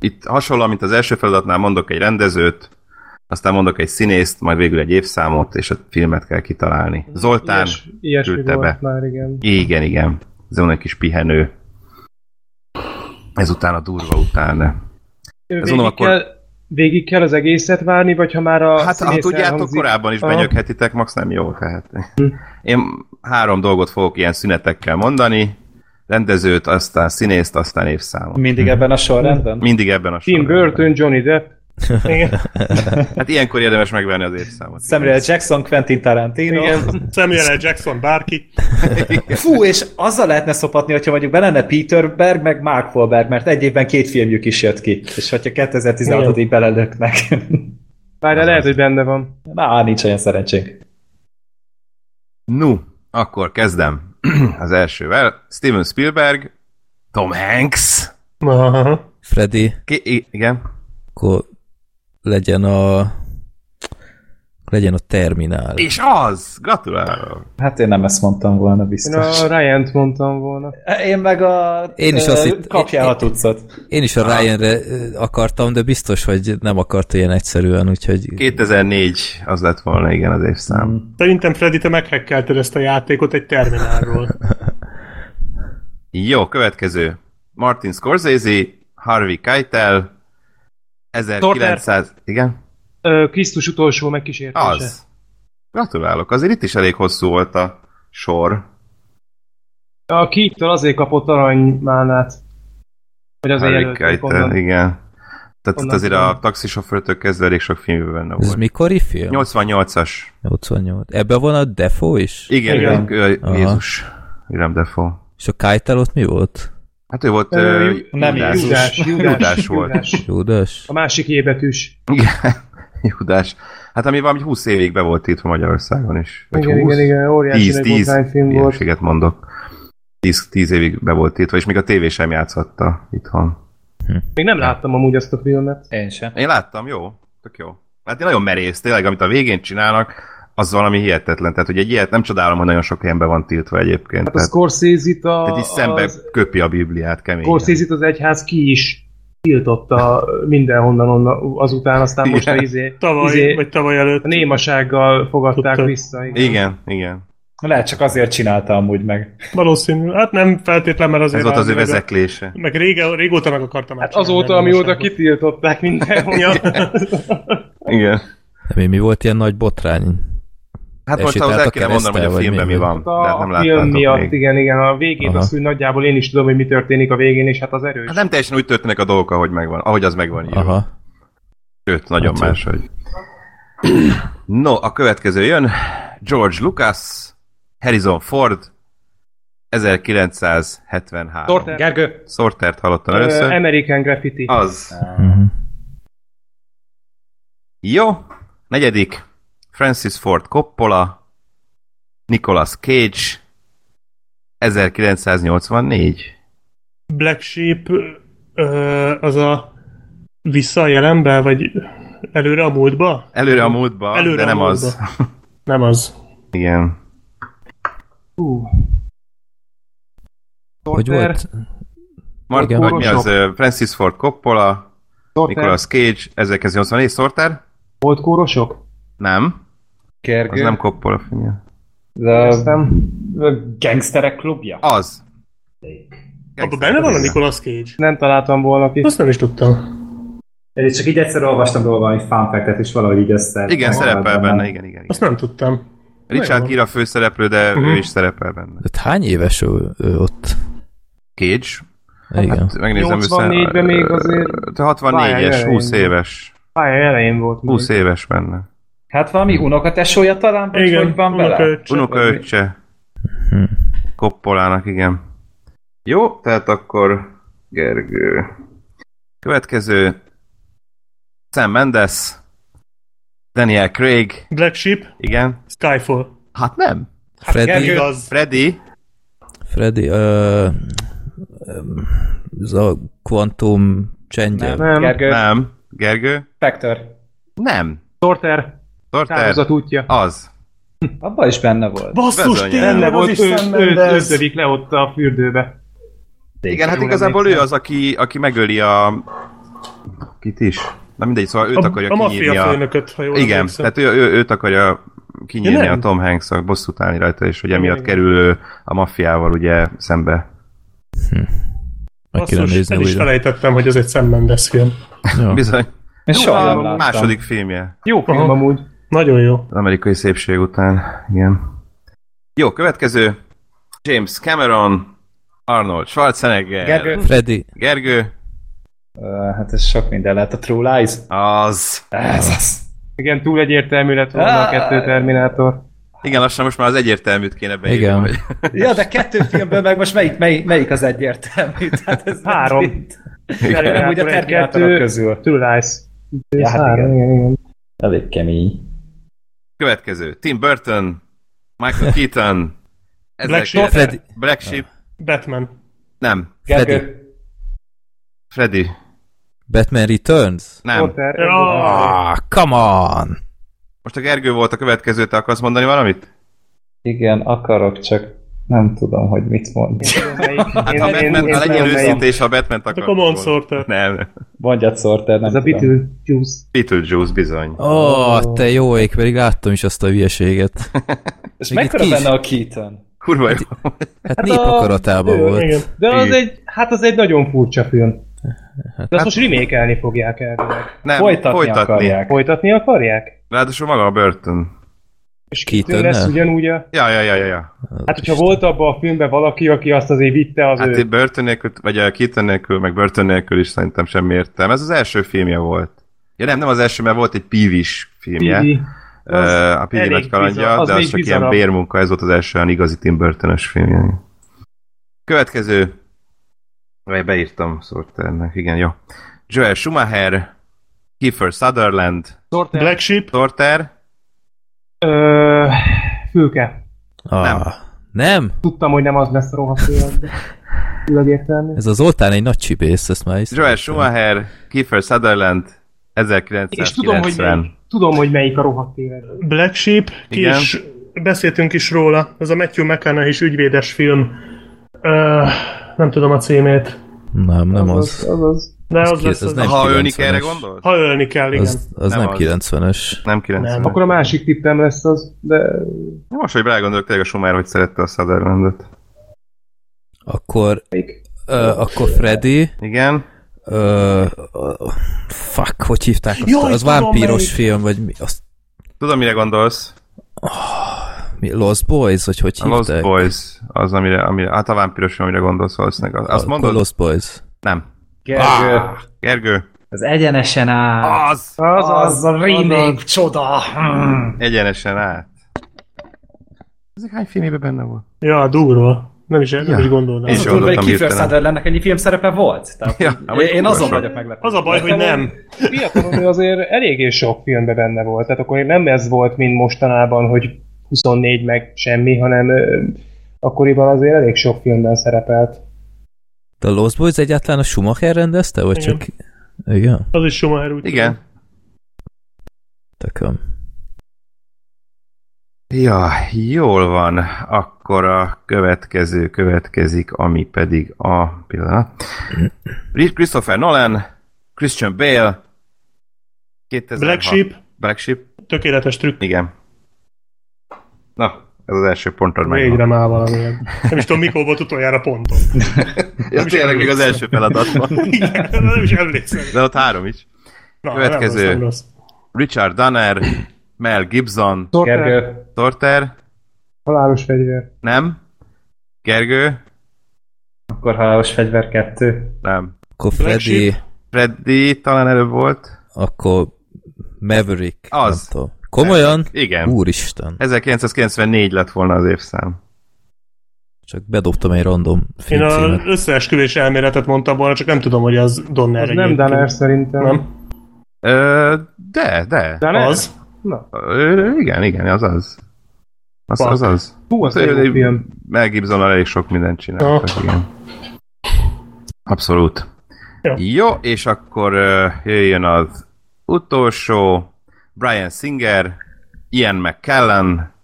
Speaker 4: itt hasonlóan, mint az első feladatnál mondok egy rendezőt, aztán mondok egy színészt, majd végül egy évszámot, és a filmet kell kitalálni. Zoltán,
Speaker 6: Ilyes- ilyesmi
Speaker 4: küldte
Speaker 6: volt
Speaker 4: be.
Speaker 6: már, igen.
Speaker 4: Igen, igen. Ez olyan egy kis pihenő. Ezután a durva után.
Speaker 6: Végig,
Speaker 4: mondom, akkor-
Speaker 6: kell, végig kell az egészet várni, vagy ha már a
Speaker 4: Hát, ha
Speaker 6: színész
Speaker 4: tudjátok,
Speaker 6: elhangzik-
Speaker 4: korábban is
Speaker 6: Ah.
Speaker 4: benyöghetitek, max nem jó, tehát.
Speaker 6: Hm.
Speaker 4: Én három dolgot fogok ilyen szünetekkel mondani. Rendezőt, aztán színészt, aztán évszámot.
Speaker 5: Mindig ebben a
Speaker 3: Mm.
Speaker 5: sorrendben?
Speaker 4: Mindig ebben a
Speaker 6: Tim
Speaker 4: sorrendben.
Speaker 6: Burton, Johnny Depp.
Speaker 4: Hát ilyenkor érdemes megvenni az évszámot.
Speaker 5: Samuel Jackson, Quentin Tarantino.
Speaker 6: Igen.
Speaker 2: Samuel L. Jackson, bárki.
Speaker 5: Fú, és azzal lehetne szopatni, hogyha mondjuk be lenne Peter Berg, meg Mark Wahlberg, mert egy évben két filmjük is jött ki, és hogyha 2016-ot így belelöknek.
Speaker 6: Várjál, lehet, hogy benne van.
Speaker 5: Na, nincs olyan szerencsénk.
Speaker 4: No, akkor kezdem az elsővel. Steven Spielberg, Tom Hanks.
Speaker 2: Aha.
Speaker 3: Freddy,
Speaker 4: Ki, i- igen.
Speaker 3: akkor legyen a legyen a terminál.
Speaker 4: És az! Gratulálok!
Speaker 5: Hát én nem ezt mondtam volna,
Speaker 6: Én
Speaker 5: biztos.
Speaker 6: a Ryan-t mondtam volna.
Speaker 5: Én meg a...
Speaker 3: Én is
Speaker 5: ö,
Speaker 3: azt hitt-
Speaker 5: Kapjál
Speaker 3: én-
Speaker 5: hat utcot.
Speaker 3: Én is a Ryanre ö, akartam, de biztos, hogy nem akart ilyen egyszerűen, úgyhogy...
Speaker 4: 2004 az lett volna, igen, az évszám.
Speaker 2: Szerintem Freddy, te meghekkelted ezt a játékot egy terminálról.
Speaker 4: Jó, következő. Martin Scorsese, Harvey Keitel, 1900... Igen?
Speaker 6: Ö, Krisztus utolsó megkísértése.
Speaker 4: Az. Gratulálok. Azért itt is elég hosszú volt a sor.
Speaker 6: A Keaton azért kapott aranymálnát. Vagy az
Speaker 4: Harvey Keitel,
Speaker 6: jelölt.
Speaker 4: igen. Tehát itt
Speaker 6: Onnan
Speaker 4: azért
Speaker 6: tudom.
Speaker 4: a taxisofőrtől kezdve elég sok filmben benne
Speaker 3: Ez
Speaker 4: volt.
Speaker 3: mikori film?
Speaker 4: 88-as.
Speaker 3: 88. Ebben van a Defo is?
Speaker 4: Igen,
Speaker 2: Igen.
Speaker 4: igen. Ő,
Speaker 3: Aha.
Speaker 4: Jézus. Willem Dafoe.
Speaker 3: És a Keitel ott mi volt?
Speaker 4: Hát ő volt
Speaker 6: Ö,
Speaker 4: ö,
Speaker 6: Ju- nem,
Speaker 4: Judás.
Speaker 6: Judás.
Speaker 4: Judás volt.
Speaker 6: Judás.
Speaker 3: Júdas?
Speaker 6: A másik jébetűs.
Speaker 4: Igen. Judás. Hát ami valami 20 évig be volt írva Magyarországon is. Vagy
Speaker 6: Igen,
Speaker 4: 20?
Speaker 6: igen, igen, óriási
Speaker 4: 10,
Speaker 6: nagy
Speaker 4: 10,
Speaker 6: botrányfilm volt.
Speaker 4: ilyenséget mondok. 10, 10 évig be volt tiltva, és még a tévé sem játszhatta itthon.
Speaker 6: Még nem láttam amúgy azt a filmet.
Speaker 5: Én sem.
Speaker 4: Én láttam, jó, tök jó. Hát én nagyon merész, tényleg, amit a végén csinálnak, az valami hihetetlen. Tehát, hogy egy ilyet nem csodálom, hogy nagyon sok helyen be van tiltva egyébként.
Speaker 6: Hát a
Speaker 4: Tehát,
Speaker 6: Scorsese-t a,
Speaker 4: tehát így szembe
Speaker 6: az,
Speaker 4: köpi a Bibliát keményen.
Speaker 6: Scorsese-t az egyház ki is tiltotta mindenhonnan onna, azután, aztán most a
Speaker 4: Igen.
Speaker 6: izé,
Speaker 2: Tavaly,
Speaker 6: izé
Speaker 2: vagy tavaly előtt.
Speaker 6: a némasággal fogadták
Speaker 2: Tudta.
Speaker 6: vissza. Igen.
Speaker 4: Igen, igen.
Speaker 5: Lehet, csak azért csinálta amúgy meg.
Speaker 2: Valószínű. Hát nem feltétlen, mert azért...
Speaker 4: Ez volt az ő
Speaker 2: meg-
Speaker 4: vezeklése.
Speaker 2: Meg rége, régóta meg akartam
Speaker 6: Hát azóta, amióta kitiltották mindenhonnan.
Speaker 4: Igen.
Speaker 3: De mi, mi volt ilyen nagy botrány?
Speaker 4: Hát most
Speaker 3: Esétáltak
Speaker 4: ahhoz el kéne
Speaker 3: keresztel,
Speaker 4: mondanom, hogy a
Speaker 3: vagy
Speaker 4: filmben
Speaker 3: mi?
Speaker 4: mi van. De hát nem
Speaker 6: a film
Speaker 4: láttátok
Speaker 6: miatt,
Speaker 4: még.
Speaker 6: igen, igen, a végét
Speaker 3: Aha.
Speaker 6: azt úgy nagyjából én is tudom, hogy mi történik a végén, és hát az erős.
Speaker 4: Hát nem teljesen úgy történnek a dolgok, ahogy megvan, ahogy az megvan írva.
Speaker 3: Aha.
Speaker 4: Sőt, nagyon
Speaker 3: Hát,
Speaker 4: máshogy. No, a következő jön. George Lucas, Harrison Ford, 1973.
Speaker 6: Sorter.
Speaker 5: Gergő,
Speaker 4: Sortert hallottam
Speaker 6: Ö,
Speaker 4: először.
Speaker 6: American Graffiti.
Speaker 4: Az.
Speaker 3: Uh-huh.
Speaker 4: Jó. Negyedik. Francis Ford Coppola, Nicolas Cage, 1984.
Speaker 2: Black Sheep ö, az a vissza a jelenbe, vagy előre a múltba?
Speaker 4: Előre a múltba,
Speaker 2: Előre
Speaker 4: de
Speaker 2: a
Speaker 4: nem az.
Speaker 2: múltba. Nem az.
Speaker 4: Igen.
Speaker 3: Hogy
Speaker 6: Sorter.
Speaker 3: volt?
Speaker 4: Mark,
Speaker 6: Igen.
Speaker 4: vagy mi az? ö, Francis Ford Coppola,
Speaker 6: Sorter.
Speaker 4: Nicolas Cage, 1984. Sorter?
Speaker 6: Volt kórosok?
Speaker 4: Nem, az
Speaker 7: Kergő?
Speaker 4: nem koppol a filmje.
Speaker 7: Ez a...
Speaker 5: Gangsterek klubja?
Speaker 4: Az.
Speaker 2: Abban benne van a Nicolas Cage?
Speaker 6: Nem találtam volna ki.
Speaker 2: Azt nem is tudtam.
Speaker 5: Én csak így egyszer olvastam róla valami fun fact-et, és valahogy így össze...
Speaker 4: Igen, szerepel benne, igen, igen. igen.
Speaker 2: Azt Mhm. nem tudtam.
Speaker 4: Richard Gere a főszereplő, de ő is szerepel benne.
Speaker 3: De Hát hány éves ő, ő ott?
Speaker 4: Cage.
Speaker 3: Igen.
Speaker 4: Hát megnézem
Speaker 6: 84-ben még azért
Speaker 4: Te 64-es,
Speaker 6: Várjál,
Speaker 4: 20
Speaker 6: elején.
Speaker 4: éves.
Speaker 6: Pályá elején volt.
Speaker 4: 20 éves benne.
Speaker 7: Hát valami unokatesója talán, vagy
Speaker 2: Igen,
Speaker 7: hogy van vele?
Speaker 2: unokaöccse.
Speaker 4: Unokaöccse. Mhm.
Speaker 3: Hm.
Speaker 4: Koppolának, igen. Jó, tehát akkor Gergő. Következő Sam Mendes, Daniel Craig,
Speaker 2: Black Sheep,
Speaker 4: igen.
Speaker 2: Skyfall.
Speaker 4: Hát nem.
Speaker 2: Nem
Speaker 3: Freddy,
Speaker 2: igaz.
Speaker 4: Freddy,
Speaker 3: Freddy, ö, ö, ez a kvantum csendje.
Speaker 6: Nem,
Speaker 7: Gergő,
Speaker 4: nem. Gergő,
Speaker 7: Spector.
Speaker 4: nem.
Speaker 6: Sorter,
Speaker 4: Torter,
Speaker 6: távozat útja.
Speaker 4: az.
Speaker 7: Abban is benne volt.
Speaker 2: Basszus,
Speaker 4: Bizony,
Speaker 2: tényleg,
Speaker 6: Benne
Speaker 2: az
Speaker 6: volt,
Speaker 2: is
Speaker 6: ő,
Speaker 2: Sam
Speaker 6: ő,
Speaker 2: Mendes.
Speaker 6: dövik le ott a fürdőbe.
Speaker 4: Igen, hát
Speaker 6: jól
Speaker 4: igazából ő
Speaker 6: emlékszem.
Speaker 4: az, aki, aki megöli a... Kit is? Na mindegy, szóval őt akarja
Speaker 2: a, a
Speaker 4: kinyírni
Speaker 2: maffia
Speaker 4: a...
Speaker 2: főnököt, ha jól
Speaker 4: Igen,
Speaker 2: emlékszem.
Speaker 4: tehát ő, ő, őt akarja kinyírni
Speaker 2: Ja, nem?
Speaker 4: a Tom hanks a bosszút állni rajta, és hogy emiatt
Speaker 2: Igen.
Speaker 4: kerül ő a maffiával ugye szembe.
Speaker 3: Meg kéne
Speaker 2: Basszus,
Speaker 3: nézni
Speaker 2: el is
Speaker 3: újra.
Speaker 2: felejtettem, hogy ez egy Sam Mendes film.
Speaker 3: Ja.
Speaker 4: Bizony.
Speaker 7: Én soha nem
Speaker 4: a
Speaker 7: láttam.
Speaker 4: második filmje
Speaker 6: Jó film
Speaker 2: Aha.
Speaker 6: amúgy.
Speaker 2: Nagyon jó.
Speaker 4: az amerikai szépség után. Igen. Jó, következő. James Cameron, Arnold Schwarzenegger,
Speaker 7: Gergő,
Speaker 3: Freddy,
Speaker 4: Gergő
Speaker 7: Ö, hát ez sok minden lehet. A True Lies.
Speaker 4: az.
Speaker 7: Ez az.
Speaker 6: Igen, túl egyértelmű lett volna a kettő
Speaker 7: Ah.
Speaker 6: Terminátor.
Speaker 4: Igen, lassan most már az egyértelműt kéne beírni.
Speaker 3: Igen.
Speaker 4: Hogy...
Speaker 7: Ja, de kettő filmből meg most melyik, melyik, melyik az egyértelmű? Tehát ez nem
Speaker 6: Három.
Speaker 7: mint- Nem
Speaker 5: hát
Speaker 7: úgy a
Speaker 6: Terminátor egy,
Speaker 7: Terminátorok
Speaker 6: kettő.
Speaker 7: közül.
Speaker 6: True Lies.
Speaker 7: Ja, hát
Speaker 6: Három,
Speaker 7: igen.
Speaker 6: igen, igen.
Speaker 7: Elég kemény.
Speaker 4: Következő. Tim Burton, Michael Keaton,
Speaker 2: Black Sheep.
Speaker 3: Freddy,
Speaker 4: Black Sheep.
Speaker 3: Ah.
Speaker 2: Batman.
Speaker 4: Nem.
Speaker 3: Freddy,
Speaker 7: Gergő.
Speaker 4: Freddy.
Speaker 3: Batman Returns?
Speaker 4: Nem.
Speaker 6: Sorter,
Speaker 2: Ja.
Speaker 3: Ah, come on!
Speaker 4: Most a Gergő volt a következő, te akarsz mondani valamit?
Speaker 7: Igen, akarok, csak nem tudom, hogy mit mond.
Speaker 4: Hát ha Batman, ha legyen őszintés, ha Batman
Speaker 2: Hát
Speaker 4: akar.
Speaker 2: akkor mondd Sorter.
Speaker 4: Nem.
Speaker 7: Mondjad Sorter, nem
Speaker 6: Ez a
Speaker 7: tudom.
Speaker 6: Beetlejuice.
Speaker 4: Beetlejuice bizony.
Speaker 3: Ó, oh, te jó ég, pedig láttam is azt a hülyeséget. Hát
Speaker 7: És
Speaker 3: Még itt
Speaker 7: mekkora
Speaker 3: ki is-
Speaker 7: benne a Keaton?
Speaker 4: Kurva jó.
Speaker 3: Hát, hát
Speaker 6: Hát
Speaker 3: nép
Speaker 6: a-
Speaker 3: akaratában volt.
Speaker 2: Igen.
Speaker 6: De az
Speaker 4: Igen.
Speaker 6: egy, hát az egy nagyon furcsa film.
Speaker 3: Hát-
Speaker 6: De azt most remake fogják elvileg.
Speaker 4: Nem,
Speaker 7: Folytatni, akarják.
Speaker 6: Folytatni akarják?
Speaker 4: Ráadásul maga a Burton.
Speaker 6: És
Speaker 3: Keaton,
Speaker 6: kitől lesz
Speaker 3: nem?
Speaker 6: ugyanúgy a...
Speaker 4: Ja, ja, ja, ja, ja.
Speaker 6: Hát, hogyha volt abban a filmben valaki, aki azt azért vitte az
Speaker 4: Hát
Speaker 6: ő...
Speaker 4: itt Burton nélkül, vagy a Keaton nélkül, meg Burton nélkül is szerintem semmi értem. Ez az első filmje volt. Ja nem, nem az első, mert volt egy pívis filmje.
Speaker 6: Phoebe.
Speaker 4: Ö,
Speaker 6: Az
Speaker 4: a Pidi
Speaker 6: elég
Speaker 4: nagy kalandja,
Speaker 6: bizar- az
Speaker 4: de az
Speaker 6: még
Speaker 4: csak ilyen
Speaker 6: bizarabb.
Speaker 4: bérmunka, ez volt az első olyan igazi Tim burton filmje. Következő. Vagy beírtam Sorternek, igen, jó. Joel Schumacher, Kiefer Sutherland,
Speaker 2: Black Sheep.
Speaker 4: Sorter,
Speaker 6: Ö, fülke.
Speaker 3: Ah,
Speaker 4: Nem.
Speaker 3: nem. nem?
Speaker 6: Tudtam, hogy nem az lesz a rohadt film, de Tudod értelmi?
Speaker 3: Ez az Zoltán egy nagy csibész, ezt már is.
Speaker 4: Joel Schumacher, Kiefer Sutherland,
Speaker 6: És tudom, hogy melyik,
Speaker 4: 1990.
Speaker 6: tudom, hogy melyik a rohadt élet.
Speaker 2: Black Sheep, ki
Speaker 4: Igen.
Speaker 2: is beszéltünk is róla, ez a Matthew McConaughey-s ügyvédes film. Ö, nem tudom a címét.
Speaker 3: Nem, nem az.
Speaker 6: Azaz.
Speaker 2: De az,
Speaker 3: ki-
Speaker 2: lesz,
Speaker 3: ez
Speaker 2: az
Speaker 3: nem
Speaker 4: Ha ölni
Speaker 3: 90-es.
Speaker 4: kell, erre gondolsz?
Speaker 2: Ha ölni kell, igen.
Speaker 3: Az, az
Speaker 4: Nem
Speaker 3: nem,
Speaker 4: az.
Speaker 3: 90-es.
Speaker 4: Nem 90.
Speaker 2: Nem.
Speaker 6: Akkor a másik tippem lesz az, de
Speaker 4: Most, hogy belegondolok, tényleg a Schumacher, hogy szerette a Sutherlandot.
Speaker 3: Akkor, ö, akkor Freddy,
Speaker 4: Igen.
Speaker 3: ö, ö, fuck, hogy hívták azt?
Speaker 2: Jaj,
Speaker 3: az
Speaker 2: tudom,
Speaker 3: vámpíros
Speaker 2: melyik.
Speaker 3: film, vagy mi, azt,
Speaker 4: Tudom, mire gondolsz.
Speaker 3: mi, Lost Boys, vagy hogy
Speaker 4: A Lost
Speaker 3: hívták?
Speaker 4: Boys az, amire, amire, hát a vámpiros, amire gondolsz valószínűleg. Azt
Speaker 3: Akkor
Speaker 4: mondod?
Speaker 3: Lost Boys.
Speaker 4: Nem. Ah,
Speaker 7: Gergő.
Speaker 4: Gergő.
Speaker 7: Az egyenesen áll.
Speaker 4: Az!
Speaker 6: az, az,
Speaker 7: a remake csoda.
Speaker 4: Egyenesen át. Ezek hány filmében benne volt?
Speaker 2: Ja, durva. Nem is, nem
Speaker 4: Ja.
Speaker 2: is gondolnám.
Speaker 4: És-
Speaker 7: Az a
Speaker 4: hallottam
Speaker 7: durva, hogy Kiefer
Speaker 4: hirtelen.
Speaker 7: Sutherlandnek ennyi film szerepe volt. Tehát,
Speaker 4: Ja,
Speaker 7: ja,
Speaker 4: amúgy
Speaker 7: én azon
Speaker 4: sok.
Speaker 7: vagyok meglepve.
Speaker 2: Az a baj, hogy nem.
Speaker 6: fiatalon ő azért eléggé sok filmben benne volt, tehát akkor nem ez volt, mint mostanában, hogy 24 meg semmi, hanem ö, akkoriban azért elég sok filmben szerepelt.
Speaker 3: De a Lost Boys egyáltalán a Schumacher rendezte, vagy
Speaker 2: Igen.
Speaker 3: csak... Igen,
Speaker 2: Az is Schumacher úgy.
Speaker 4: Igen.
Speaker 3: tököm.
Speaker 4: Ja, jól van. Akkor a következő következik, ami pedig a pillanat. Christopher Nolan, Christian Bale, 2006.
Speaker 2: Black Sheep.
Speaker 4: Black Sheep?
Speaker 2: Tökéletes trükk.
Speaker 4: Igen. Na, ez az első pontod
Speaker 2: Végre
Speaker 4: meg.
Speaker 2: már valamilyen. Nem is tudom, mikor volt utoljára pontom.
Speaker 4: Ja, tényleg még az első feladat van.
Speaker 2: Igen, nem is emlékszem.
Speaker 4: De ott három is.
Speaker 2: Na,
Speaker 4: Következő.
Speaker 2: Nem rossz,
Speaker 4: Richard Danner, Mel Gibson,
Speaker 6: Torter,
Speaker 5: Gergő,
Speaker 4: Torter,
Speaker 6: halálos fegyver.
Speaker 4: nem? Gergő?
Speaker 5: akkor halálos fegyver kettő.
Speaker 4: Nem.
Speaker 3: Akkor
Speaker 2: Black
Speaker 3: Freddy,
Speaker 4: Freddy talán előbb volt?
Speaker 3: akkor Maverick.
Speaker 4: Az.
Speaker 3: nem tudom. Komolyan?
Speaker 4: Igen.
Speaker 3: Úristen.
Speaker 4: 1994 lett volna az évszám.
Speaker 3: Csak bedobtam egy random
Speaker 2: nem. Én az
Speaker 3: filmcímet.
Speaker 2: összeesküvés elméletet mondtam volna, csak nem tudom, hogy az Donner
Speaker 6: Az nem Danner szerintem.
Speaker 2: Nem?
Speaker 4: Ö, de, de.
Speaker 6: Danner?
Speaker 2: Az?
Speaker 4: Ö, igen, igen, az az. Az
Speaker 2: Fuck.
Speaker 4: az. az.
Speaker 6: Hú, az
Speaker 4: Ö,
Speaker 6: egy jó film.
Speaker 4: Mel Gibson elég sok mindent csináltak,
Speaker 2: Ja.
Speaker 4: igen. Abszolút.
Speaker 2: Jó.
Speaker 4: Jó, és akkor ö, jöjjön az utolsó, Brian Singer, Ian McKellen,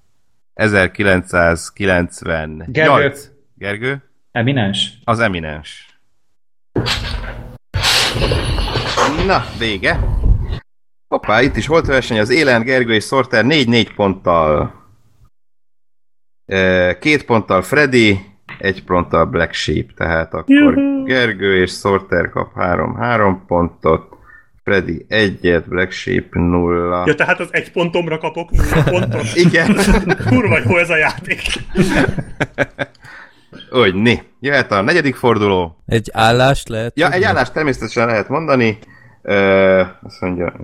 Speaker 4: 1998.
Speaker 7: Gergő.
Speaker 4: Gergő?
Speaker 5: Eminens?
Speaker 4: Az eminens. Na, vége. Hoppá, itt is volt verseny az élen, Gergő és Sorter 4-4 ponttal. Ö, Két ponttal Freddy, egy ponttal Black Sheep, tehát akkor
Speaker 2: Juhu.
Speaker 4: Gergő és Sorter kap 3-3 pontot, Freddy egyet, Black Sheep nulla.
Speaker 2: Ja, tehát az egy pontomra kapok nulla pontot.
Speaker 4: Igen.
Speaker 2: Kurva jó ez a játék.
Speaker 4: Úgy, né. Jöhet a negyedik forduló.
Speaker 3: Egy állást lehet?
Speaker 4: Ja, egy állást természetesen lehet mondani. Ö, azt mondja...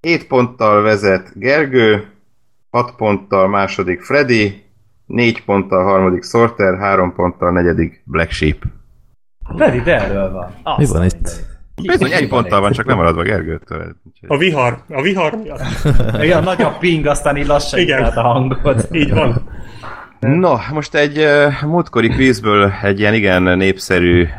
Speaker 4: 7 ponttal vezet Gergő, 6 ponttal második Freddy, 4 ponttal harmadik Sorter, 3 ponttal negyedik Black Sheep.
Speaker 7: Pedig, de elől van. Azt
Speaker 3: Mi van
Speaker 7: a
Speaker 3: itt?
Speaker 4: Bizony, egy ponttal van, csak nem maradva Gergőtől.
Speaker 2: A vihar. A vihar miatt.
Speaker 7: mindenit. Olyan nagy a ping, aztán így lassan
Speaker 2: Igen.
Speaker 7: Igen. a hangot.
Speaker 2: Így van.
Speaker 4: No, most egy uh, múltkori kvízből egy ilyen igen népszerű uh,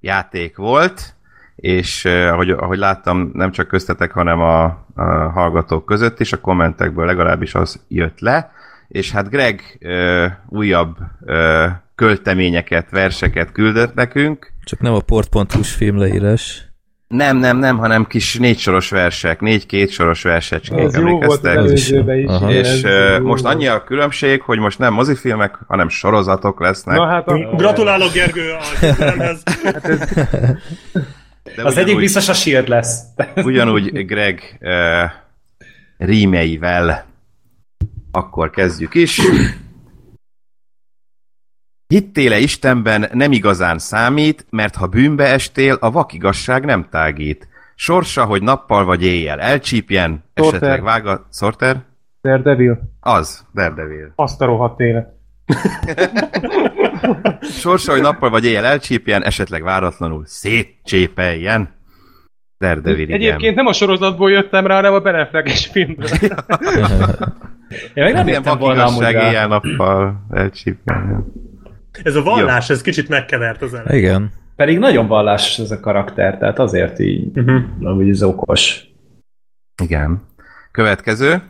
Speaker 4: játék volt, és uh, ahogy, ahogy láttam, nem csak köztetek, hanem a, a hallgatók között is, a kommentekből legalábbis az jött le, és hát Greg uh, újabb uh, költeményeket, verseket küldött nekünk,
Speaker 3: Csak nem a port.hu-s filmleírás.
Speaker 4: nem, nem, nem, hanem kis négysoros versek, négy-kétsoros versecskék,
Speaker 6: Az jó volt az
Speaker 4: emlékeztek?
Speaker 6: előzőben is.
Speaker 3: Aha.
Speaker 6: igen,
Speaker 4: És
Speaker 6: ez
Speaker 4: ö,
Speaker 6: jó
Speaker 4: most
Speaker 6: volt.
Speaker 4: annyi a különbség, hogy most nem mozifilmek, hanem sorozatok lesznek.
Speaker 6: Na hát, a,
Speaker 2: Gratulálok Gergő a győzelemhez.
Speaker 4: de
Speaker 7: Az egyik biztos a shield E lesz.
Speaker 4: ugyanúgy Greg ö, rímeivel. Akkor kezdjük is. Hittéle Istenben nem igazán számít, mert ha bűnbe estél, a vakigasság nem tágít. Sorsa, hogy nappal vagy éjjel elcsípjen,
Speaker 6: Sorter.
Speaker 4: esetleg vága... Sorter?
Speaker 6: Daredevil.
Speaker 4: Az, Daredevil.
Speaker 6: Azt a rohadt élet.
Speaker 4: Sorsa, hogy nappal vagy éjjel elcsípjen, esetleg váratlanul szétcsépeljen. Daredevil, igen.
Speaker 6: Egyébként nem a sorozatból jöttem rá, hanem a Ben Affleck-es filmből.
Speaker 7: Én még nem
Speaker 4: Milyen
Speaker 7: jöttem volna amúgy
Speaker 4: vakigasság
Speaker 7: rá.
Speaker 4: éjjel-nappal elcsípjen.
Speaker 2: Ez a vallás, ez kicsit megkevert az elején.
Speaker 3: Igen.
Speaker 7: Pedig nagyon vallásos ez a karakter, tehát azért így, amúgy ez okos.
Speaker 4: Igen. Következő.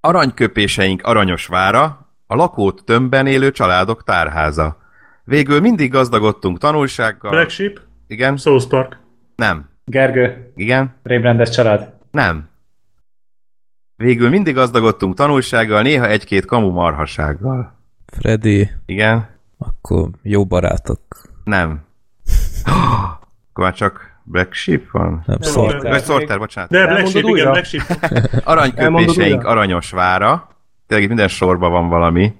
Speaker 4: Aranyköpéseink aranyos vára, a lakót tömbben élő családok tárháza. Végül mindig gazdagodtunk tanulsággal.
Speaker 2: Black Sheep,
Speaker 4: Igen?
Speaker 2: South Park.
Speaker 4: Nem.
Speaker 7: Gergő,
Speaker 4: Igen?
Speaker 7: rémrendes család.
Speaker 4: Nem. Végül mindig gazdagodtunk tanulsággal, néha egy-két kamu marhasággal.
Speaker 3: Freddy,
Speaker 4: Igen?
Speaker 3: akkor jó barátok.
Speaker 4: Nem. Akkor már csak Black Sheep van?
Speaker 3: Nem
Speaker 2: Nem,
Speaker 3: szar.
Speaker 2: nem.
Speaker 4: Vagy Sorter, bocsánat.
Speaker 2: De Black
Speaker 6: Elmondod
Speaker 2: Sheep, igen,
Speaker 6: újra?
Speaker 2: Black Sheep.
Speaker 6: Elmondod
Speaker 4: Aranyköpéseink
Speaker 6: újra?
Speaker 4: aranyos vára. Tényleg itt minden sorban van valami.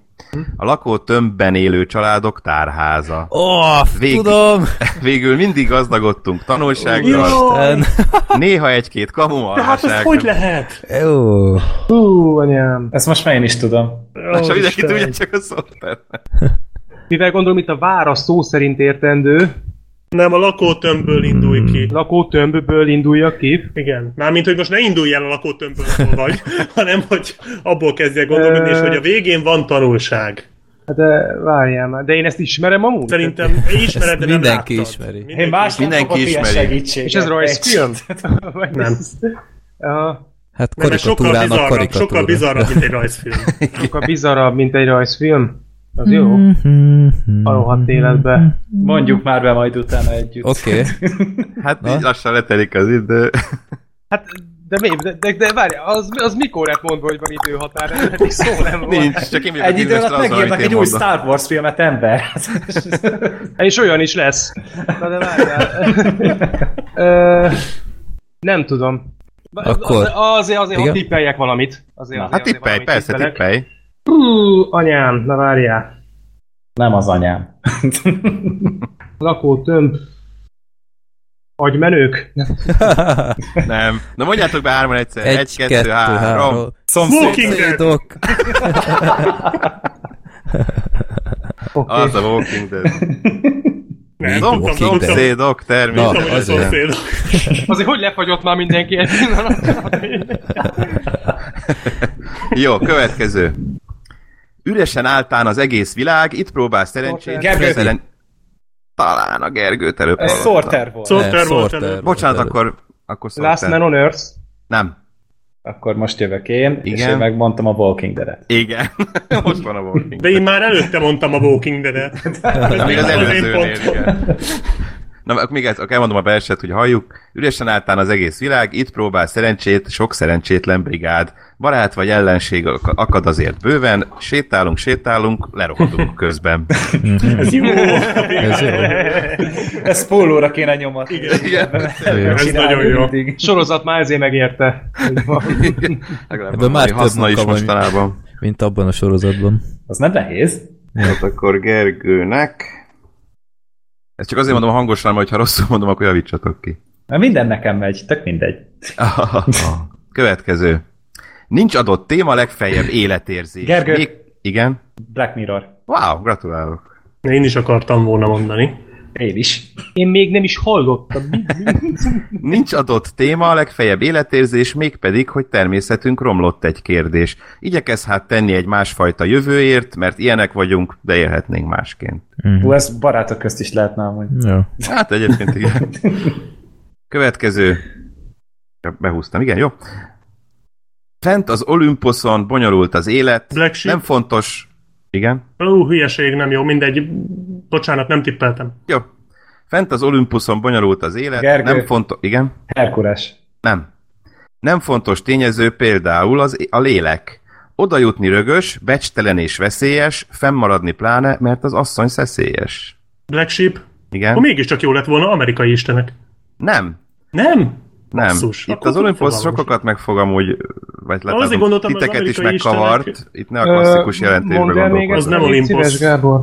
Speaker 4: A lakó tömbben élő családok tárháza.
Speaker 3: Ó, oh,
Speaker 4: Végig.
Speaker 3: tudom!
Speaker 4: Végül mindig gazdagodtunk tanulsággal,
Speaker 2: Jaj,
Speaker 4: néha egy-két kamu
Speaker 2: De hát ez
Speaker 4: alhaság.
Speaker 2: hogy lehet?
Speaker 3: Jó.
Speaker 6: Hú, anyám.
Speaker 7: Ezt most már én is tudom.
Speaker 4: Na, csak mindenki
Speaker 2: Istenem.
Speaker 4: tudja, csak a szoftver.
Speaker 6: Mivel gondolom itt a vára szó szerint értendő,
Speaker 2: Nem, a lakótömbből indulj ki.
Speaker 6: lakótömbből induljak ki.
Speaker 2: Igen. Mármint, hogy most ne indulj el a lakótömbből, ahol vagy, hanem hogy abból kezdjél gondolkodni, és hogy a végén van tanulság.
Speaker 6: Hát De várjál már, de én ezt ismerem amúgy?
Speaker 2: Szerintem ismered, de nem
Speaker 3: mindenki
Speaker 2: láttad.
Speaker 3: ismeri.
Speaker 2: Mindenki
Speaker 7: Én más nem
Speaker 4: Mindenki
Speaker 7: fogok ilyen
Speaker 4: ismeri.
Speaker 7: segítséget.
Speaker 6: És ez rajzfilm? Vagy
Speaker 2: Nem.
Speaker 6: ez- Aha,
Speaker 3: Hát
Speaker 2: Nem, ez sokkal
Speaker 3: karikatúrának
Speaker 2: bizarrabb, sokkal
Speaker 3: karikatúra.
Speaker 2: bizarrabb, mint egy rajzfilm.
Speaker 6: Sokkal bizarrabb, mint egy rajzfilm. Az jó.
Speaker 3: Mm-hmm. Mhm,
Speaker 6: A rohadt életbe.
Speaker 5: Mondjuk már be majd utána együtt.
Speaker 3: Oké.
Speaker 4: Hát
Speaker 3: Na?
Speaker 4: így lassan letelik az idő.
Speaker 6: Hát, de mi? De, de, de várj, az, az mikor lett mondva, hogy van időhatár? Hát is szó nem volt.
Speaker 4: Nincs, csak én vagyok
Speaker 7: Egy
Speaker 4: a
Speaker 7: idő
Speaker 4: Gilvestre
Speaker 7: alatt
Speaker 4: azzal,
Speaker 7: megírnak
Speaker 4: amit
Speaker 7: egy
Speaker 4: én
Speaker 7: új
Speaker 4: mondom.
Speaker 7: Star Wars filmet, ember.
Speaker 6: És olyan is lesz. Na de várjál. Ö, nem tudom.
Speaker 3: Akkor.
Speaker 6: Az, azért, azért,
Speaker 3: Igen?
Speaker 6: ha tippeljek valamit. Azért, azért,
Speaker 4: Hát
Speaker 6: azért
Speaker 4: tippelj,
Speaker 6: valamit
Speaker 4: persze,
Speaker 6: tippelek.
Speaker 4: tippelj.
Speaker 6: Hú, anyám, na várjál.
Speaker 7: Nem az anyám.
Speaker 6: Lakótömb. Agymenők?
Speaker 4: Nem. Na mondjátok be hárman egyszer.
Speaker 3: Egy, egy kettő, kettő, három.
Speaker 2: Walking Dead!
Speaker 3: Szomszédok.
Speaker 6: Oké.
Speaker 4: Az a Walking Dead.
Speaker 2: Nem
Speaker 4: Zom-
Speaker 2: tudtam,
Speaker 3: Walking
Speaker 2: tudtam.
Speaker 3: Dead.
Speaker 4: Szomszédok,
Speaker 3: Na,
Speaker 4: természetesen.
Speaker 2: Tudom, hogy a
Speaker 3: azért.
Speaker 2: szomszéd.
Speaker 6: Azért hogy lefagyott már mindenki egy pillanat?
Speaker 4: Jó, következő. Üresen álltán az egész világ, itt próbál szerencsét.
Speaker 7: Gergő.
Speaker 4: Szeren... Talán a Gergőt előbb
Speaker 7: Ez
Speaker 4: hallottam.
Speaker 7: Sorter volt.
Speaker 2: Szorter
Speaker 3: Nem,
Speaker 2: volt
Speaker 3: Sorter
Speaker 2: előbb.
Speaker 3: volt
Speaker 4: Bocsánat,
Speaker 3: előbb.
Speaker 4: akkor, akkor
Speaker 6: Last
Speaker 4: Sorter.
Speaker 6: Man on Earth.
Speaker 4: Nem.
Speaker 7: Akkor most jövök én, és
Speaker 4: Igen.
Speaker 7: én megmondtam a Walking Dead-et.
Speaker 4: Igen. Most van a Walking
Speaker 2: De én már előtte mondtam a Walking Dead-et. Ez
Speaker 4: Nem, még az
Speaker 2: nem én
Speaker 4: előzőnél,
Speaker 2: pontom.
Speaker 4: igen. Na, akkor még ezt, akkor elmondom a verset, hogy halljuk. Üresen álltán az egész világ, itt próbál szerencsét, sok szerencsétlen brigád. Barát vagy ellenség ak- akad azért bőven, sétálunk, sétálunk, lerohadunk közben.
Speaker 2: Ez jó.
Speaker 3: Ez jó.
Speaker 7: Ezt pólóra kéne nyomatni.
Speaker 4: Igen.
Speaker 2: Ez
Speaker 7: Csinálni
Speaker 2: nagyon jó.
Speaker 7: mindig.
Speaker 6: Sorozat már ezért megérte. Úgy van.
Speaker 4: Legalább
Speaker 3: Ebben már
Speaker 4: valami
Speaker 3: több
Speaker 4: haszna is
Speaker 3: munka van.
Speaker 4: mostanában.
Speaker 3: Mint abban a sorozatban.
Speaker 7: Az nem nehéz.
Speaker 4: Hát akkor Gergőnek. Ezt csak azért mondom hangosan, hogy ha rosszul mondom, akkor javítsatok ki.
Speaker 7: Mert minden nekem megy, tök mindegy.
Speaker 4: Következő. Nincs adott téma, legfeljebb életérzés.
Speaker 7: Gergő.
Speaker 4: Igen?
Speaker 7: Black Mirror.
Speaker 4: Wow, gratulálok.
Speaker 2: Én is akartam volna mondani.
Speaker 7: Én is.
Speaker 6: Én még nem is hallottam.
Speaker 4: Nincs adott téma, legfeljebb életérzés, mégpedig, hogy természetünk romlott egy kérdés. Igyekez hát tenni egy másfajta jövőért, mert ilyenek vagyunk, de élhetnénk másként.
Speaker 7: Hú, ez barátok közt is lehetne amúgy.
Speaker 3: Jó.
Speaker 4: Hát egyébként igen. Következő. Behúztam, igen, jó. Fent az Olimposzon bonyolult az élet.
Speaker 2: Black Sheep.
Speaker 4: Nem fontos. Igen?
Speaker 2: Ó, hülyeség, nem jó, mindegy. Bocsánat, nem tippeltem.
Speaker 4: Jó. Fent az Olimpuszon bonyolult az élet.
Speaker 7: Gergő.
Speaker 4: Nem fontos. Igen?
Speaker 7: Herkules.
Speaker 4: Nem. Nem fontos tényező például az, a lélek. Oda jutni rögös, becstelen és veszélyes, fennmaradni pláne, mert az asszony szeszélyes.
Speaker 2: Black Sheep? Akkor
Speaker 4: Igen?
Speaker 2: mégiscsak jó lett volna amerikai istenek.
Speaker 4: Nem.
Speaker 2: Nem?
Speaker 4: Nem.
Speaker 2: Basszus,
Speaker 4: itt
Speaker 2: akkor
Speaker 4: az olimpusz
Speaker 2: fogalmas.
Speaker 4: sokakat megfog amúgy, vagy
Speaker 2: Azért
Speaker 4: lehet,
Speaker 2: gondoltam, az
Speaker 4: titeket is
Speaker 2: amerikai
Speaker 4: megkavart.
Speaker 2: istenek-
Speaker 4: Itt ne a klasszikus
Speaker 6: Ö,
Speaker 4: jelentésből
Speaker 6: mondd el még
Speaker 2: Az
Speaker 4: gondolkozom.
Speaker 2: nem
Speaker 6: egyszer, légy
Speaker 2: Olympus.
Speaker 6: szíves, Gábor.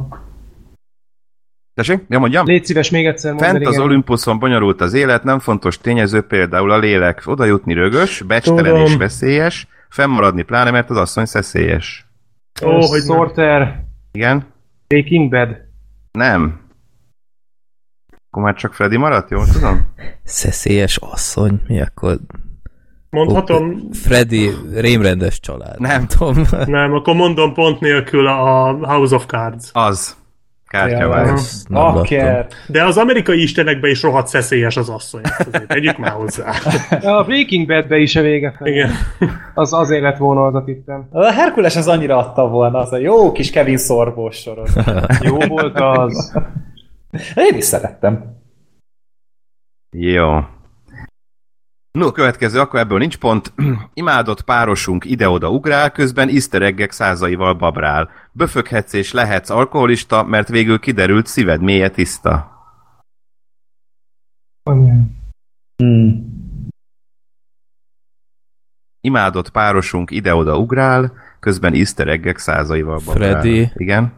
Speaker 4: Tessék? Ja, mondjam?
Speaker 6: Légy szíves még egyszer mondani.
Speaker 4: Fent az olimpuszon bonyolult az élet, nem fontos tényező például a lélek. Oda jutni rögös, becstelen és
Speaker 2: Tudom.
Speaker 4: veszélyes, fennmaradni pláne, mert az asszony szeszélyes.
Speaker 2: Ó, hogy nem.
Speaker 6: Sorter,
Speaker 4: Igen?
Speaker 6: Breaking Bad.
Speaker 4: Nem. Akkor már csak Freddy maradt, jól tudom?
Speaker 3: Szeszélyes asszony, mi akkor?
Speaker 2: Mondhatom,
Speaker 3: Freddy rémrendes család.
Speaker 4: Nem.
Speaker 3: tudom.
Speaker 2: nem, akkor mondom pont nélkül a House of Cards.
Speaker 4: Az.
Speaker 2: Ja.
Speaker 4: Kártyavár.
Speaker 3: Ezt
Speaker 7: Ah,
Speaker 3: nem láttam.
Speaker 2: De az amerikai istenekben is rohadt szeszélyes az asszony. Ezt azért Tegyük már hozzá.
Speaker 6: A Breaking Badbe is a vége fel.
Speaker 2: Igen.
Speaker 6: Az azért lett volna az a tippem.
Speaker 7: A Herkules az annyira adta volna, az a jó kis Kevin szorbós sorozat.
Speaker 6: Jó volt az.
Speaker 7: Én is szerettem.
Speaker 4: Jó. No, következő, akkor ebből nincs pont. Imádott párosunk ide-oda ugrál, közben easter eggek százaival babrál. Böföghetsz és lehetsz alkoholista, mert végül kiderült szíved mélye tiszta.
Speaker 6: Anyám.
Speaker 7: Hmm.
Speaker 4: imádott párosunk ide-oda ugrál, közben easter eggek százaival babrál.
Speaker 3: Freddy.
Speaker 4: Igen?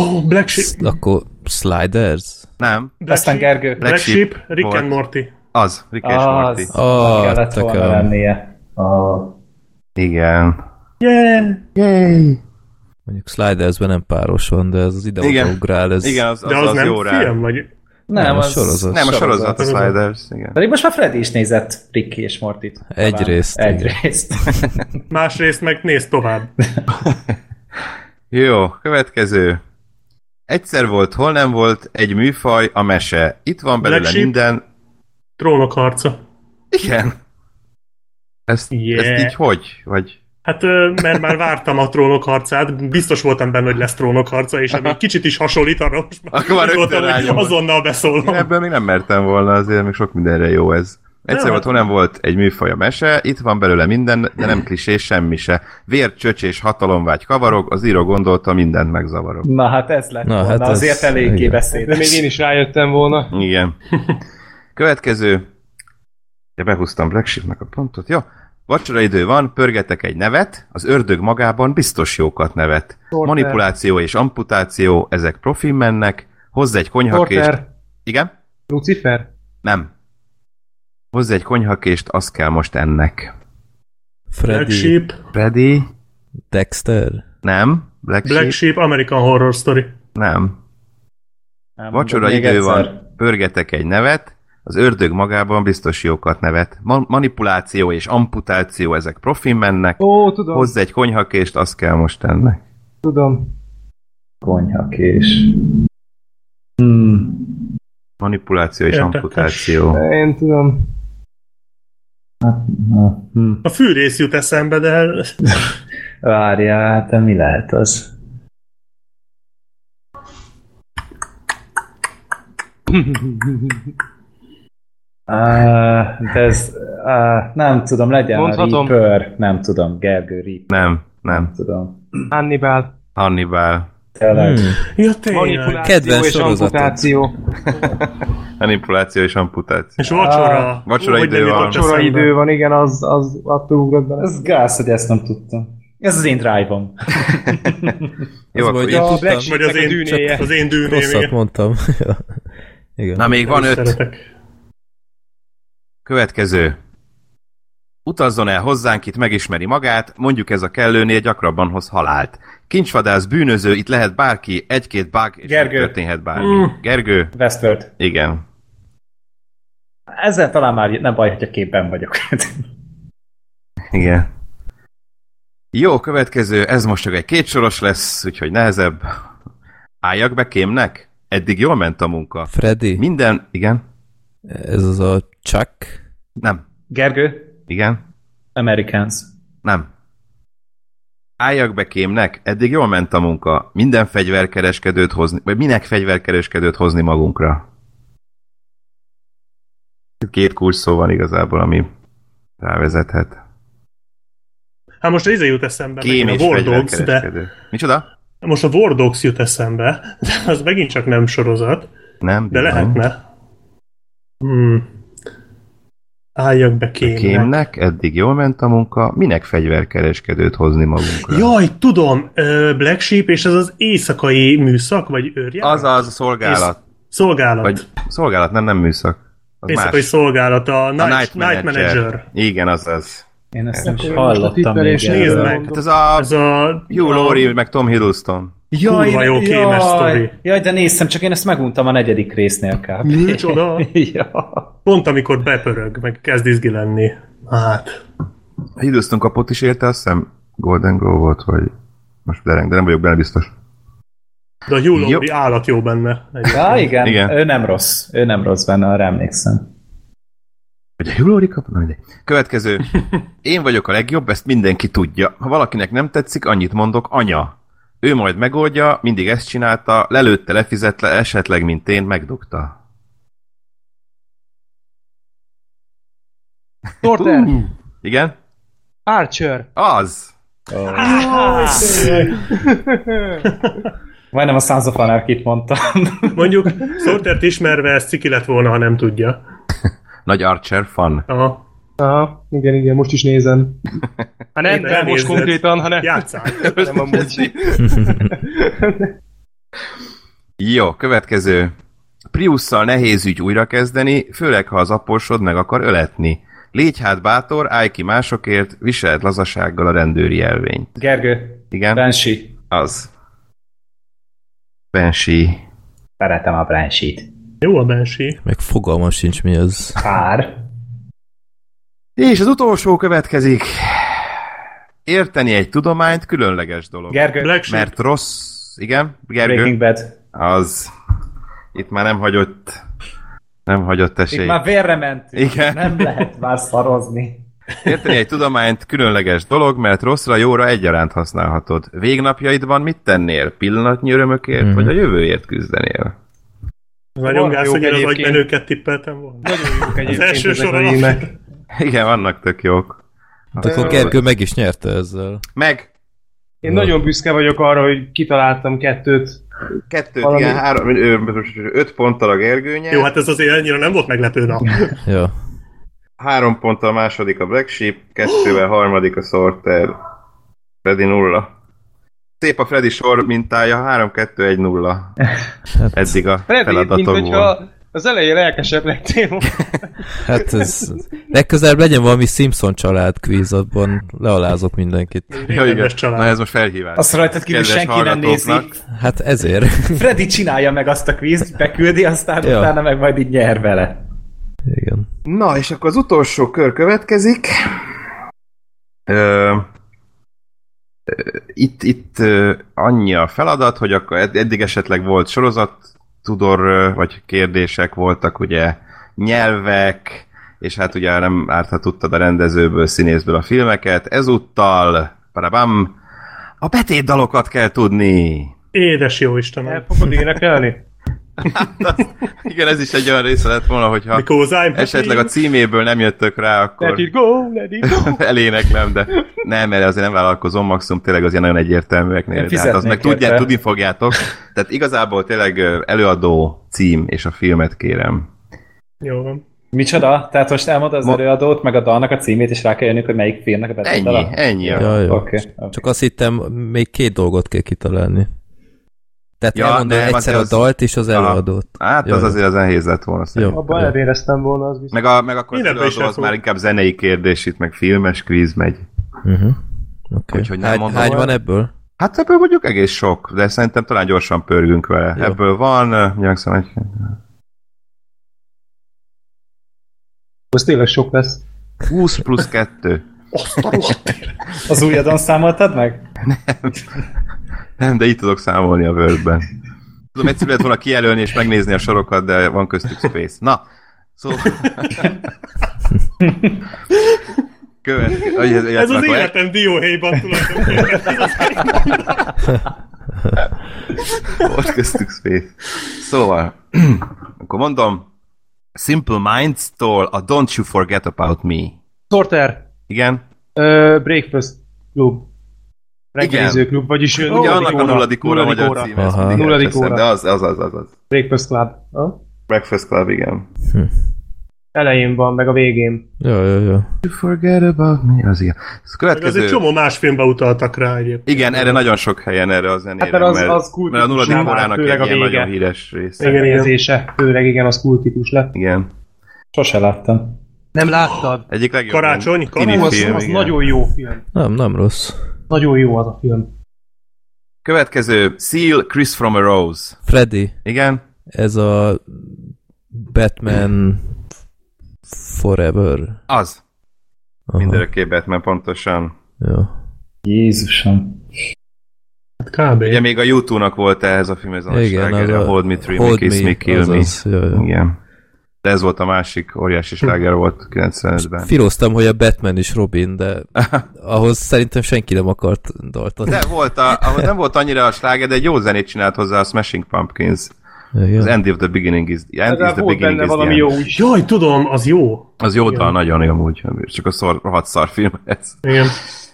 Speaker 2: Ó, oh, Black Sheep.
Speaker 3: Akkor Sliders?
Speaker 4: Nem,
Speaker 2: Black
Speaker 7: Aztán
Speaker 2: Sheep.
Speaker 7: Gergő.
Speaker 2: Black
Speaker 4: Black Sheep
Speaker 2: Sheep, Rick
Speaker 4: volt.
Speaker 2: and Morty.
Speaker 4: az, Rick és Morty.
Speaker 7: Az,
Speaker 3: Ah,
Speaker 7: oh, kellett
Speaker 3: tököm.
Speaker 7: volna lennie. Oh.
Speaker 4: Igen.
Speaker 3: Mondjuk Slidersben nem páros van, de ez az ide
Speaker 4: Igen.
Speaker 3: ugrál, ez...
Speaker 4: Igen, az, az,
Speaker 2: De az, nem
Speaker 4: jó rá.
Speaker 2: film, vagy...
Speaker 3: Nem,
Speaker 7: Nem,
Speaker 3: a
Speaker 7: az
Speaker 3: sorozat.
Speaker 4: Nem, a sorozat, a
Speaker 2: Sorozat.
Speaker 4: Sliders, igen.
Speaker 7: Pedig most már Freddy is nézett Rick és Mortit. Talán.
Speaker 3: Egyrészt,
Speaker 7: Egyrészt.
Speaker 2: Másrészt meg nézd tovább.
Speaker 4: Jó, következő. Egyszer volt, hol nem volt, egy műfaj, a mese. Itt van belőle
Speaker 2: Black Sheep?
Speaker 4: minden.
Speaker 2: Trónok harca.
Speaker 4: Igen. Ezt,
Speaker 2: Yeah.
Speaker 4: ezt így hogy? Vagy
Speaker 2: Hát ö, mert már vártam a trónok harcát, biztos voltam benne, hogy lesz trónok harca, és ami kicsit is hasonlít arra, most már
Speaker 4: Akkor már
Speaker 2: úgy
Speaker 4: rögtön
Speaker 2: voltam, hogy
Speaker 4: rányomod.
Speaker 2: azonnal beszólom.
Speaker 4: Én ebből még nem mertem volna, azért még sok mindenre jó ez. Egyszer
Speaker 2: Nem, hát-
Speaker 4: volt, hol nem volt egy műfaj a mese, itt van belőle minden, de nem klisés semmi se. Vér, csöcsés, hatalomvágy, kavarok, az író gondolta, mindent megzavarok.
Speaker 7: Na hát ez lett
Speaker 3: Na,
Speaker 7: Na, volna,
Speaker 3: hát
Speaker 7: hát
Speaker 3: ez-
Speaker 7: azért eléggé
Speaker 3: igen.
Speaker 6: De még
Speaker 7: beszédes.
Speaker 6: én is rájöttem volna.
Speaker 4: Igen. Következő. Ja, behúztam Black Sheepnek a pontot. Jó. Vacsora idő van, pörgetek egy nevet, az ördög magában biztos jókat nevet.
Speaker 6: Porter.
Speaker 4: Manipuláció és amputáció, ezek profin mennek, hozz egy konyhakést.
Speaker 6: Porter.
Speaker 4: Igen?
Speaker 6: Lucifer?
Speaker 4: Nem. Hozz egy konyhakést, azt kell most ennek.
Speaker 2: Black
Speaker 3: Freddy,
Speaker 2: Sheep,
Speaker 4: Freddy?
Speaker 3: Dexter.
Speaker 4: Nem. Black,
Speaker 2: Black
Speaker 4: Sheep?
Speaker 2: Sheep, American Horror Story.
Speaker 4: Nem.
Speaker 7: Nem,
Speaker 4: Vacsora
Speaker 7: még
Speaker 4: idő
Speaker 7: egyszer.
Speaker 4: van, pörgetek egy nevet, az ördög magában biztos jókat nevet. Ma- manipuláció és amputáció, ezek profin mennek.
Speaker 6: Ó, tudom, Hoz...
Speaker 4: Hozz egy konyhakést, azt kell most ennek.
Speaker 6: tudom.
Speaker 7: Konyhakés. Hmm.
Speaker 4: Manipuláció és
Speaker 2: Érdekes.
Speaker 4: amputáció.
Speaker 6: Én tudom.
Speaker 7: Na, hm.
Speaker 2: A fűrész jut eszembe, de
Speaker 7: Várjál, hát de mi lehet az? Uh, de ez, uh, nem tudom, legyen
Speaker 6: Mondhatom?
Speaker 7: a Reaper, nem tudom, Gergő Reaper,
Speaker 4: Nem, nem.
Speaker 7: tudom.
Speaker 6: Hannibal.
Speaker 4: Hannibal.
Speaker 7: Tényleg.
Speaker 3: Hmm.
Speaker 2: Ja, tényleg.
Speaker 6: Manipuláció
Speaker 3: Kedvenc
Speaker 6: és
Speaker 3: sorozatot.
Speaker 6: amputáció.
Speaker 4: Manipuláció és amputáció.
Speaker 2: És vacsora.
Speaker 4: Ah, Vacsora
Speaker 2: Hogy
Speaker 4: idő
Speaker 2: nem jutott
Speaker 4: van.
Speaker 2: eszembe.
Speaker 6: Csora idő van, igen, az, az attól ugrott bele.
Speaker 7: Ez gáz, hogy ezt nem tudtam. Ez az én drive-om.
Speaker 4: Jó,
Speaker 3: Az
Speaker 4: akkor
Speaker 3: vagy
Speaker 4: így.
Speaker 3: a
Speaker 6: Black
Speaker 3: tudtam.
Speaker 6: Sheep-
Speaker 2: Vagy az
Speaker 6: Csak a
Speaker 2: én,
Speaker 6: dűnéje.
Speaker 2: csak az én dűném,
Speaker 3: Rosszat
Speaker 2: igen.
Speaker 3: mondtam. Ja. Igen.
Speaker 4: Na még van öt.
Speaker 2: Szeretek.
Speaker 4: Következő. Utazzon el hozzánk, itt megismeri magát, mondjuk ez a kellőnél gyakrabban hoz halált. Kincsvadász, bűnöző, itt lehet bárki, egy-két bug, és
Speaker 7: Gergő.
Speaker 4: történhet bármi.
Speaker 2: Mm.
Speaker 4: Gergő?
Speaker 7: Westworld.
Speaker 4: Igen.
Speaker 7: Ezzel talán már nem baj, hogy a képben vagyok.
Speaker 4: Igen. Jó, következő, ez most csak egy kétsoros lesz, úgyhogy nehezebb. Álljak be kémnek? Eddig jól ment a munka.
Speaker 3: Freddy,
Speaker 4: Minden, igen,
Speaker 3: ez az a Chuck.
Speaker 4: nem,
Speaker 7: Gergő?
Speaker 4: igen,
Speaker 7: Americans.
Speaker 4: nem. Álljak be kémnek, eddig jól ment a munka. Minden fegyverkereskedőt hozni, vagy minek fegyverkereskedőt hozni magunkra? Két kulcs szó van igazából, ami rávezethet.
Speaker 2: Hát most izé jut eszembe,
Speaker 4: Kém
Speaker 2: megint a
Speaker 4: és
Speaker 2: War Dogs, de
Speaker 4: fegyverkereskedő. Micsoda?
Speaker 2: most a War Dogs jut eszembe, de az megint csak nem sorozat, de
Speaker 4: Nem, bizony.
Speaker 2: lehetne. Hmm. Álljak be kémnek.
Speaker 4: Kémnek eddig jól ment a munka, minek fegyverkereskedőt hozni magunkra?
Speaker 2: Jaj, tudom, ö, Black Sheep, és ez az éjszakai műszak, vagy őrjárat?
Speaker 4: Az az a szolgálat,
Speaker 2: Szolgálat. Vagy
Speaker 4: vagy szolgálat, nem, nem műszak. Az
Speaker 2: éjszakai
Speaker 4: más.
Speaker 2: szolgálat, a, Night,
Speaker 4: a
Speaker 2: Night, Night Manager.
Speaker 4: Igen, az az.
Speaker 7: Én ezt nem is
Speaker 6: Akkor most a
Speaker 7: hallottam még
Speaker 6: tippelésnél
Speaker 2: Nézd
Speaker 7: erről.
Speaker 2: meg.
Speaker 4: Hát ez a
Speaker 2: Ez a...
Speaker 4: Hugh
Speaker 2: a-
Speaker 4: Laurie, meg Tom Hiddleston.
Speaker 2: Kurva jó kémes sztori.
Speaker 7: jaj, de néztem, csak én ezt meguntam a negyedik résznél kb.
Speaker 2: Micsoda?
Speaker 7: ja.
Speaker 2: Pont amikor bepörög, meg kezd izgi lenni. Hát,
Speaker 4: A Hiddleston kapott is érte, azt hiszem Golden Globe-ot, vagy most dereng, de nem vagyok benne biztos.
Speaker 2: de a Hugh
Speaker 4: Jó.
Speaker 2: Laurie állat jó benne. egyébként.
Speaker 7: Ja,
Speaker 4: Igen.
Speaker 7: igen, igen, ő nem rossz. Ő nem rossz benne, arra emlékszem.
Speaker 4: Vagy a Hugh Laurie kapott? Nem mindegy. Következő. Én vagyok a legjobb, ezt mindenki tudja. Ha valakinek nem tetszik, annyit mondok, anya. Ő majd megoldja, mindig ezt csinálta, lelőtte, lefizetle, esetleg, mint én, megdugta.
Speaker 6: Porter.
Speaker 4: Igen?
Speaker 6: Archer.
Speaker 4: Az!
Speaker 7: Majdnem a Sons of Anarchy-t mondtam.
Speaker 2: Mondjuk Sortert ismerve ez ciki lett volna, ha nem tudja.
Speaker 4: Nagy Archer fan.
Speaker 2: Aha.
Speaker 6: Aha, igen, igen, most is nézem. Ha Hát nem,
Speaker 2: Éppen
Speaker 6: nem most
Speaker 2: nézed.
Speaker 6: konkrétan, hanem...
Speaker 2: Játszál.
Speaker 6: Nem amúgy.
Speaker 4: Jó, következő. Priusszal nehéz ügy újrakezdeni, főleg ha az apósod meg akar öletni. Légy hát bátor, állj ki másokért, viselt lazasággal a rendőri jelvényt.
Speaker 7: Gergő,
Speaker 4: Igen?
Speaker 7: Banshee.
Speaker 4: Az. Bensi.
Speaker 7: Szeretem a Banshee-t.
Speaker 2: Jó a Bensi.
Speaker 3: Meg fogalmam sincs mi az.
Speaker 7: Pár.
Speaker 4: És az utolsó következik. Érteni egy tudományt különleges dolog.
Speaker 7: Gergő,
Speaker 2: Black Sheep.
Speaker 4: Mert rossz... Igen? Gergő?
Speaker 7: Breaking Bad.
Speaker 4: Az. Itt már nem hagyott... Nem hagyott
Speaker 7: Itt
Speaker 4: esély.
Speaker 7: már vérre ment.
Speaker 4: Igen.
Speaker 7: Nem lehet már szarozni.
Speaker 4: Érteni egy tudományt különleges dolog, mert rosszra, jóra egyaránt használhatod. Végnapjaidban mit tennél? Pillanatnyi örömökért,
Speaker 3: Mhm.
Speaker 4: mm-hmm. vagy a jövőért küzdenél?
Speaker 2: Nagyon gáz,
Speaker 6: jók
Speaker 2: hogy én az
Speaker 6: egyébként.
Speaker 2: agymenőket tippeltem volna.
Speaker 6: Nagyon jók egyébként
Speaker 2: első
Speaker 6: ezek a
Speaker 2: soron
Speaker 6: rímek.
Speaker 4: Igen, vannak tök jók.
Speaker 3: Hát akkor Gergő meg is nyerte ezzel.
Speaker 4: Meg!
Speaker 6: Én nagyon büszke vagyok arra, hogy kitaláltam kettőt.
Speaker 4: Kettőt,
Speaker 6: Valami-
Speaker 4: igen, három, ö, öt ponttal a Gergőnye,
Speaker 2: Jó, hát ez azért annyira nem volt meglepő nap.
Speaker 3: Jó.
Speaker 4: három ponttal a második a Black Sheep, kettővel harmadik a Sorter, Freddy nulla. Szép a Freddy sor mintája, 3-2-1-0.
Speaker 2: Hát-
Speaker 4: Eddig a
Speaker 6: Freddy, mint
Speaker 4: feladatokból.
Speaker 6: hogyha az elején lelkesebb lettél volna.
Speaker 3: Hát ez... Legközelebb legyen valami Simpson család kvíz, abban lealázok mindenkit.
Speaker 4: Ja, igen.
Speaker 2: Rendes
Speaker 4: Na
Speaker 2: család.
Speaker 4: ez most felhívás.
Speaker 7: Azt rajtad kívül
Speaker 4: Kedves
Speaker 7: senki nem nézi.
Speaker 4: hallgatóknak.
Speaker 3: Hát ezért.
Speaker 7: Freddy csinálja meg azt a kvízt, beküldi, aztán
Speaker 3: Ja.
Speaker 7: utána meg majd így nyer vele.
Speaker 3: Igen.
Speaker 4: Na, és akkor az utolsó kör következik. Ö, ö, itt itt ö, annyi a feladat, hogy akkor ed- eddig esetleg volt sorozat, tudor, ö, vagy kérdések voltak, ugye nyelvek, és hát ugye nem árt, ha tudtad a rendezőből, színészből a filmeket. Ezúttal, parabam, a betét dalokat kell tudni.
Speaker 2: Édes jó Istenem.
Speaker 6: El fogod énekelni?
Speaker 4: Hát Igen, ez is egy olyan része lett volna, hogyha
Speaker 2: Because I'm happy.
Speaker 4: esetleg a címéből nem jöttök rá, akkor...
Speaker 6: Let it go, let it go.
Speaker 4: eléneklem, de nem, mert azért nem vállalkozom, maximum tényleg az ilyen nagyon egyértelműeknél.
Speaker 7: Én
Speaker 4: De hát azt meg
Speaker 7: fizetnék
Speaker 4: tudják,
Speaker 7: érte.
Speaker 4: tudni fogjátok. Tehát igazából tényleg ö, előadó cím és a filmet kérem.
Speaker 2: Jó van.
Speaker 7: Micsoda? Tehát most elmondod az
Speaker 4: Ma-
Speaker 7: előadót, meg a dalnak a címét, és rá kell jönnünk, hogy melyik filmnek a betétele?
Speaker 4: Ennyi, ennyi. a-
Speaker 3: Ja, jó.
Speaker 7: Oké.
Speaker 3: Csak azt hittem, még két dolgot kell kitalálni. Tehát
Speaker 4: Ja,
Speaker 3: ja, elmondod
Speaker 4: nem, az-
Speaker 3: egyszer a
Speaker 4: az-
Speaker 3: dalt és az
Speaker 4: Aha.
Speaker 3: előadót.
Speaker 4: Hát
Speaker 3: Jó,
Speaker 4: az
Speaker 3: jó.
Speaker 4: azért az nehéz lett volna. szerintem.
Speaker 6: Abban
Speaker 3: Jó.
Speaker 6: eléreztem volna, az biztos.
Speaker 4: Meg, a, meg akkor az
Speaker 2: Mindebben is
Speaker 4: előadó az
Speaker 2: lesz
Speaker 4: már
Speaker 2: szó.
Speaker 4: inkább zenei kérdés, itt meg filmes kvíz megy.
Speaker 3: Uh-huh. Okay.
Speaker 4: Úgyhogy nem
Speaker 3: hány,
Speaker 4: mondom
Speaker 3: hány
Speaker 4: el.
Speaker 3: van ebből?
Speaker 4: Hát ebből mondjuk egész sok, de szerintem talán gyorsan pörgünk vele.
Speaker 3: Jó.
Speaker 4: Ebből van, ö, nyakszom egy...
Speaker 6: Az tényleg sok lesz.
Speaker 4: 20 plusz 2.
Speaker 2: Azt a rohadt élet.
Speaker 7: Az újadon számoltad meg?
Speaker 4: Nem, de így tudok számolni a Wordben. Tudom, egyszerű lett volna kijelölni és megnézni a sorokat, de van köztük space. Na, szóval... Következő. hogy ez-
Speaker 2: Ez az
Speaker 4: akkor-
Speaker 2: életem dióhéjban tulajdonképpen.
Speaker 4: Volt köztük space. Szóval, akkor mondom, Simple Minds-tól a Don't You Forget About Me.
Speaker 6: Sorter,
Speaker 4: Igen?
Speaker 6: ö, Breakfast Club. Reggeliző klub, vagyis ö,
Speaker 4: Ugye annak a nulladik óra
Speaker 6: nulladik
Speaker 4: magyar
Speaker 6: óra.
Speaker 4: címe. ezt
Speaker 3: Aha.
Speaker 4: mindig
Speaker 6: Nulladik
Speaker 4: elcseszem,
Speaker 6: óra.
Speaker 4: De az, az, az, az, az.
Speaker 6: Breakfast Club. Ha?
Speaker 4: Breakfast Club, igen.
Speaker 6: Elején van, meg a végén.
Speaker 3: Jó, jó, jó.
Speaker 4: You forget about me. Az igen. Ez
Speaker 2: Meg az egy
Speaker 4: Szóval következő...
Speaker 2: csomó más filmbe utaltak rá egyébként.
Speaker 4: Igen, erre nagyon sok helyen, erre a zenére,
Speaker 6: Hát mert az-
Speaker 4: mert,
Speaker 6: az kultikus
Speaker 4: mert a nulladik
Speaker 6: már,
Speaker 4: órának egy
Speaker 6: főleg
Speaker 4: ilyen
Speaker 6: a vége.
Speaker 4: nagyon híres része. Igen.
Speaker 2: Igen, igen.
Speaker 6: Érzése, főleg igen, az kultikus lett.
Speaker 4: igen.
Speaker 7: Sose láttam.
Speaker 6: Nem láttad?
Speaker 4: Egyik legjobb
Speaker 2: Karácsony,
Speaker 4: tini
Speaker 2: karácsony.
Speaker 6: Hú, az,
Speaker 4: film,
Speaker 6: az
Speaker 4: igen.
Speaker 6: nagyon jó film.
Speaker 3: Nem, nem rossz.
Speaker 6: Nagyon jó az a film.
Speaker 4: Következő, Seal, Chris from a Rose.
Speaker 3: Freddy,
Speaker 4: Igen?
Speaker 3: ez a Batman Forever.
Speaker 4: Az.
Speaker 3: Aha,
Speaker 4: Mindörökké Batman pontosan.
Speaker 3: Jó.
Speaker 7: Jézusom.
Speaker 2: Kb.
Speaker 4: Ugye még a YouTube-nak volt ehhez a filmhez a
Speaker 3: Igen, az
Speaker 4: slágere,
Speaker 3: a
Speaker 4: Hold Me, Dream Me, Kiss Me, Kill Me.
Speaker 3: azaz, Jó, jó.
Speaker 4: Igen. De ez volt a másik óriási sláger volt 95-ben.
Speaker 3: Filóztam, hogy a Batman is Robin, de ahhoz szerintem senki nem akart dalt adni.
Speaker 4: De volt a, ahol nem volt annyira a sláger, de egy jó zenét csinált hozzá a Smashing Pumpkins. Az
Speaker 3: Igen.
Speaker 4: End of the Beginning is, end is
Speaker 6: Legalább
Speaker 4: the
Speaker 6: volt
Speaker 4: beginning
Speaker 6: benne
Speaker 4: is the
Speaker 6: valami
Speaker 4: end.
Speaker 6: jó is.
Speaker 2: Jaj, tudom, az jó.
Speaker 4: Az jó dal nagyon jó amúgy, csak a szar, rohadt szar film ez.
Speaker 2: Igen.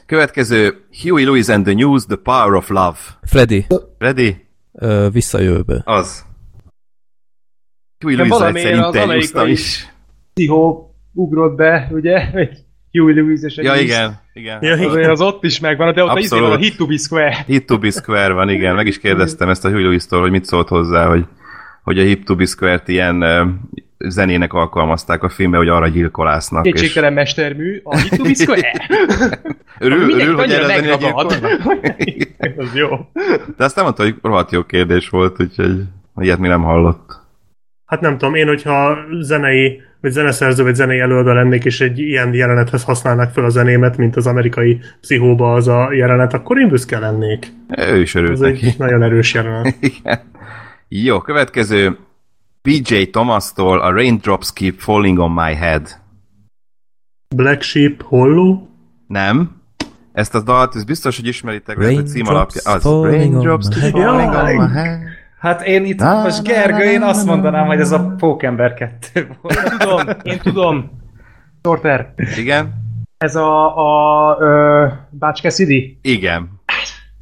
Speaker 4: Következő, Huey Lewis and the News, The Power of Love.
Speaker 3: Freddy,
Speaker 4: Ready?
Speaker 3: ö, visszajövőbe.
Speaker 4: Az. Huey
Speaker 6: Igen,
Speaker 4: Lewis
Speaker 6: valamiért
Speaker 4: egyszer
Speaker 6: az
Speaker 4: interjúztam
Speaker 6: amerikai-
Speaker 4: is.
Speaker 6: Pszichó ugrott be, ugye? Egy Huey Lewis és egy
Speaker 4: Ja,
Speaker 6: Miss-
Speaker 4: igen, igen.
Speaker 2: Ja, igen.
Speaker 6: Azért az ott is megvan, de ott a izé van a
Speaker 4: Abszolút.
Speaker 6: Hit to be Square.
Speaker 4: Hit to be square van, igen. Meg is kérdeztem ezt a Huey Lewis-tól, hogy mit szólt hozzá, hogy, hogy a Hit to be square-t ilyen ö, zenének alkalmazták a filmbe, hogy arra gyilkolásznak. És
Speaker 6: Kétségtelen mestermű, a Hit to be Square.
Speaker 4: örül,
Speaker 6: Mindenki
Speaker 4: örül, hogy
Speaker 6: annyira
Speaker 4: erre a zenére
Speaker 6: megragad.
Speaker 4: gyilkolnak.
Speaker 2: Az jó.
Speaker 4: De aztán mondta, hogy rohadt jó kérdés volt, úgyhogy ilyet mi nem hallott.
Speaker 2: Hát nem tudom, én hogyha zenei, vagy zeneszerző, vagy zenei előadó lennék, és egy ilyen jelenethez használnák fel a zenémet, mint az amerikai pszichóba az a jelenet, akkor én büszke lennék.
Speaker 4: Ő is örült
Speaker 2: Ez
Speaker 4: neki.
Speaker 2: egy nagyon erős jelenet.
Speaker 4: Igen. Jó, következő PJ Thomas-tól a Raindrops Keep Falling on My Head.
Speaker 2: Black Sheep Holló?
Speaker 4: Nem. Ezt a dalt, ez biztos, hogy ismeritek, mert ez a cím
Speaker 3: Raindrops
Speaker 4: alapja. Az
Speaker 3: falling
Speaker 4: Raindrops
Speaker 3: on my
Speaker 4: keep falling on my
Speaker 7: head.
Speaker 4: head.
Speaker 7: Hát én itt,
Speaker 4: Na,
Speaker 7: most
Speaker 4: na, na,
Speaker 7: Gergő,
Speaker 4: na,
Speaker 7: én
Speaker 4: na,
Speaker 7: azt
Speaker 4: na,
Speaker 7: mondanám, hogy ez a Pókember 2 volt.
Speaker 6: Tudom, én tudom. Torter,
Speaker 4: Igen?
Speaker 6: ez a, a ö, Bács Cassidy.
Speaker 4: Igen.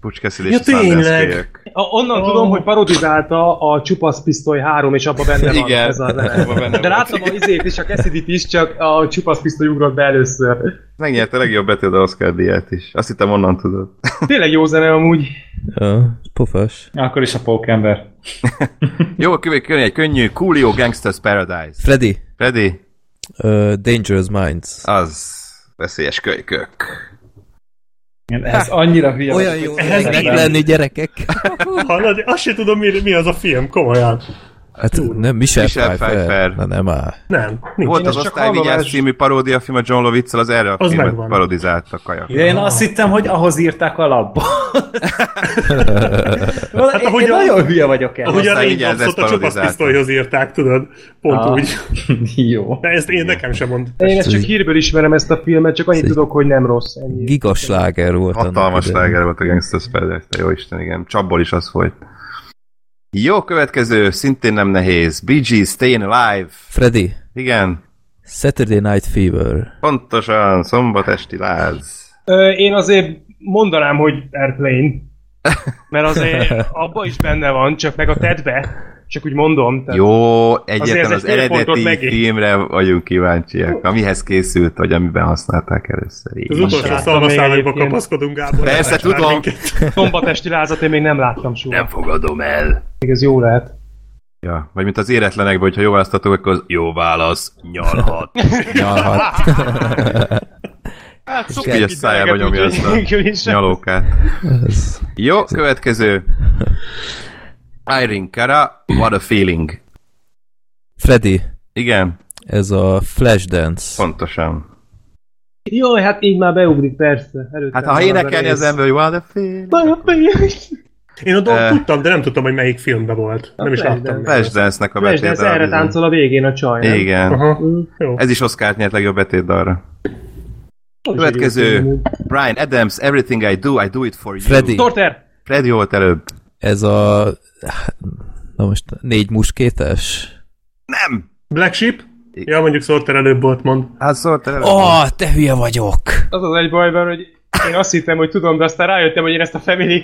Speaker 4: Pucskeszülés
Speaker 2: Ja,
Speaker 4: a Sundance
Speaker 2: tényleg.
Speaker 4: Kid-ök.
Speaker 6: A, onnan oh. tudom, hogy parodizálta a Csupasz Pisztoly 3, és abban benne van
Speaker 4: Igen.
Speaker 6: ez a zene.
Speaker 4: Abban benne
Speaker 6: De
Speaker 4: volt.
Speaker 6: láttam a izét is, a cassidy is, csak a Csupasz Pisztoly ugrott be először.
Speaker 4: Megnyerte a legjobb betűd Oscar díját is. Azt hittem onnan tudod.
Speaker 6: Tényleg jó zene amúgy.
Speaker 3: Ja, pofas.
Speaker 7: Akkor is a Pókember.
Speaker 4: Jó, kövök jön egy könnyű. Coolio Gangsters Paradise.
Speaker 3: Freddy,
Speaker 4: Freddy,
Speaker 3: uh, Dangerous Minds.
Speaker 4: az veszélyes kölykök.
Speaker 7: Ez annyira hülye.
Speaker 3: Olyan
Speaker 7: vagy,
Speaker 3: jó
Speaker 7: hogy-
Speaker 2: ehhez
Speaker 3: ezeknek
Speaker 2: igen.
Speaker 3: lenni gyerekek.
Speaker 2: Hallod, azt sem tudom, mi, mi az a film, komolyan.
Speaker 3: Hát nem, Michel,
Speaker 4: Michel
Speaker 3: Pfeiffer.
Speaker 4: Pfeiffer.
Speaker 3: Na nem már.
Speaker 2: Nem, nincs.
Speaker 4: Volt
Speaker 6: Én
Speaker 4: az
Speaker 6: ezt csak
Speaker 4: Osztályvigyáz
Speaker 6: hallom,
Speaker 4: című paródiafilm a John Lovitz-szel, az erre a
Speaker 2: Az
Speaker 4: filmet
Speaker 2: megvan.
Speaker 4: parodizált a kajak.
Speaker 7: Ja, én azt hittem, hogy ahhoz írták alapba. hát, én,
Speaker 2: ahogy
Speaker 7: én
Speaker 2: a-
Speaker 7: nagyon hülye vagyok el.
Speaker 2: Ahogy a
Speaker 4: aztán vigyázz,
Speaker 2: Raindropsot
Speaker 4: ezt
Speaker 2: a csupaszpisztolyhoz írták, tudod? Pont
Speaker 7: Ah.
Speaker 2: úgy.
Speaker 7: Jó.
Speaker 2: De ezt én nekem sem mond.
Speaker 6: Én ezt csak hírből ismerem ezt a filmet, csak annyit tudok, hogy nem rossz. Ennyi.
Speaker 3: Gigasláger volt. annak
Speaker 4: Hatalmas
Speaker 3: idején.
Speaker 4: láger volt a Gangsters Paradise, de jó Isten, igen. Csapból is az folyt. Jó, következő, szintén nem nehéz. Bee Gees, Stayin' Alive.
Speaker 3: Freddy,
Speaker 4: Igen,
Speaker 3: Saturday Night Fever.
Speaker 4: pontosan, szombat esti láz.
Speaker 6: Ö, Én azért mondanám, hogy Airplane, mert azért abba is benne van, csak meg a tedbe, csak úgy mondom. Tehát
Speaker 4: Jó, egyetlen
Speaker 6: ez
Speaker 4: az
Speaker 6: egy fél pontot
Speaker 4: eredeti
Speaker 6: megint.
Speaker 4: filmre vagyunk kíváncsiak, amihez készült, vagy amiben használták először.
Speaker 2: Az
Speaker 4: Jézus.
Speaker 2: utolsó
Speaker 6: láttam még
Speaker 2: szalmaszálakba
Speaker 6: egyébként.
Speaker 2: kapaszkodunk, Gábor.
Speaker 4: Persze,
Speaker 2: Lássák
Speaker 4: tudom.
Speaker 2: minket.
Speaker 6: Szombatesti lázat én még nem láttam soha.
Speaker 4: Nem fogadom el.
Speaker 6: Még ez jó lehet.
Speaker 4: Ja, vagy mint az éretlenekben, hogyha jó választatok, akkor az jó válasz, nyalhat.
Speaker 3: Nyalhat.
Speaker 6: Hát
Speaker 4: szoktuk így a szájába deleget, nyomja úgyhogy- azt a úgyhogy is- nyalókát.
Speaker 3: Ez-
Speaker 4: Jó, következő. Irene Cara, What a Feeling.
Speaker 3: Freddy,
Speaker 4: Igen,
Speaker 3: ez a Flashdance.
Speaker 4: pontosan.
Speaker 6: Jó, hát így már beugrik, persze. Előtte
Speaker 4: Hát ha énekelni az ember, hogy What a Feeling.
Speaker 2: Én a
Speaker 4: Eh.
Speaker 2: dolgot tudtam, de nem tudtam, hogy melyik filmben volt. Nem is
Speaker 6: Flashdance.
Speaker 2: láttam. még.
Speaker 4: Flashdance-nek a
Speaker 6: Flash, de ez erre
Speaker 4: betétdal.
Speaker 6: táncol a végén a csaj. nem? Mm.
Speaker 4: Igen.
Speaker 2: Aha, jó.
Speaker 4: Ez is Oscar nyert legjobb betétdalra. Következő. Brian Adams, Everything I Do, I Do It For You.
Speaker 3: Freddy,
Speaker 6: Torter!
Speaker 4: Freddy volt előbb.
Speaker 3: ez a... Na most négy muskétes?
Speaker 4: Nem.
Speaker 2: Black Sheep?
Speaker 4: I-
Speaker 2: Ja, mondjuk Sorter előbb volt, mond.
Speaker 4: Hát szóltál előbb.
Speaker 3: Ah, te hülye vagyok!
Speaker 6: Az az egy baj van, hogy én azt hittem, hogy tudom, de aztán rájöttem, hogy én ezt a Family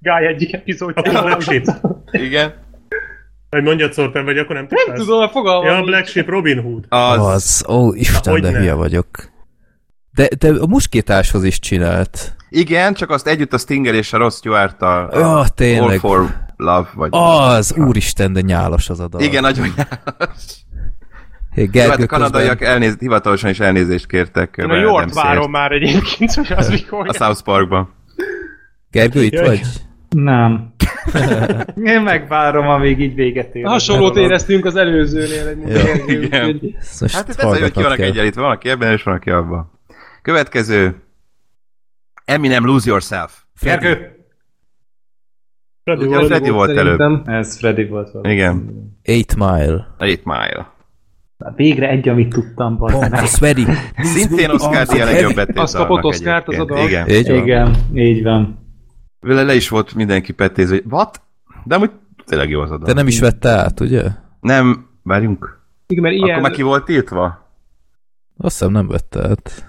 Speaker 6: Guy egyik
Speaker 2: Akkor
Speaker 6: epizódjában
Speaker 2: Black Sheep.
Speaker 4: Igen.
Speaker 2: Vagy mondjad Sorter, vagy akkor nem tudtál.
Speaker 6: Nem tudom, a fogalmam.
Speaker 2: Ja, Black Sheep Robin Hood.
Speaker 4: Az, az.
Speaker 3: Az, ó, Isten, de
Speaker 2: hogyne.
Speaker 3: hülye vagyok. De, de a muskétáshoz is csinált.
Speaker 4: Igen, csak azt együtt a Stinger és a Ross stewart
Speaker 3: Ja,
Speaker 4: All
Speaker 3: Ah, tényleg. Oh.
Speaker 4: for Love, vagy...
Speaker 3: Az, úristen, de nyálas az a dal.
Speaker 4: Igen, nagyon
Speaker 3: Hé,
Speaker 4: Jó, hát
Speaker 3: Gergő
Speaker 4: a kanadaiak
Speaker 3: közben-
Speaker 4: elnéz, hivatalosan is elnézést kértek.
Speaker 6: Én a
Speaker 4: Brian
Speaker 6: York
Speaker 4: Adamsért
Speaker 6: várom már egyébként, hogy az mikor
Speaker 4: A South Parkban.
Speaker 3: Gergő, itt
Speaker 2: Jaj.
Speaker 3: vagy?
Speaker 7: Nem. Én megvárom, amíg így véget ér.
Speaker 6: Hasonlót éreztünk az előzőnél egy
Speaker 4: igen.
Speaker 6: múlva.
Speaker 3: Ezt most
Speaker 4: Hát itt ez az, hogy
Speaker 3: hallgatnod
Speaker 4: ki vannak
Speaker 3: kell.
Speaker 4: egyenlítve. Van, aki ebben, és van, aki abban. Következő. Eminem, Lose Yourself.
Speaker 7: Gergő!
Speaker 2: Freddy
Speaker 4: Ugye a
Speaker 2: volt.
Speaker 4: Freddy volt előbb.
Speaker 7: Ez Freddy volt. valami.
Speaker 4: Igen.
Speaker 3: Eight Mile.
Speaker 4: A 8 Mile.
Speaker 7: Hát
Speaker 5: Végre egy, amit tudtam, bazd meg.
Speaker 3: Pontos, Freddy.
Speaker 4: Szintén Oscar díj a legjobb betét
Speaker 6: Azt kapott Oscárt, az a dal.
Speaker 4: Igen.
Speaker 3: Így van.
Speaker 5: Igen, így van.
Speaker 4: Vele le is volt mindenki petéz, hogy what? De amúgy tényleg jó az a
Speaker 3: Te
Speaker 4: dal.
Speaker 3: nem is vette át, ugye?
Speaker 4: Nem, várjunk.
Speaker 6: Igen, mert
Speaker 4: Akkor már
Speaker 6: ilyen...
Speaker 4: ki volt tiltva?
Speaker 3: Azt hiszem nem vette át.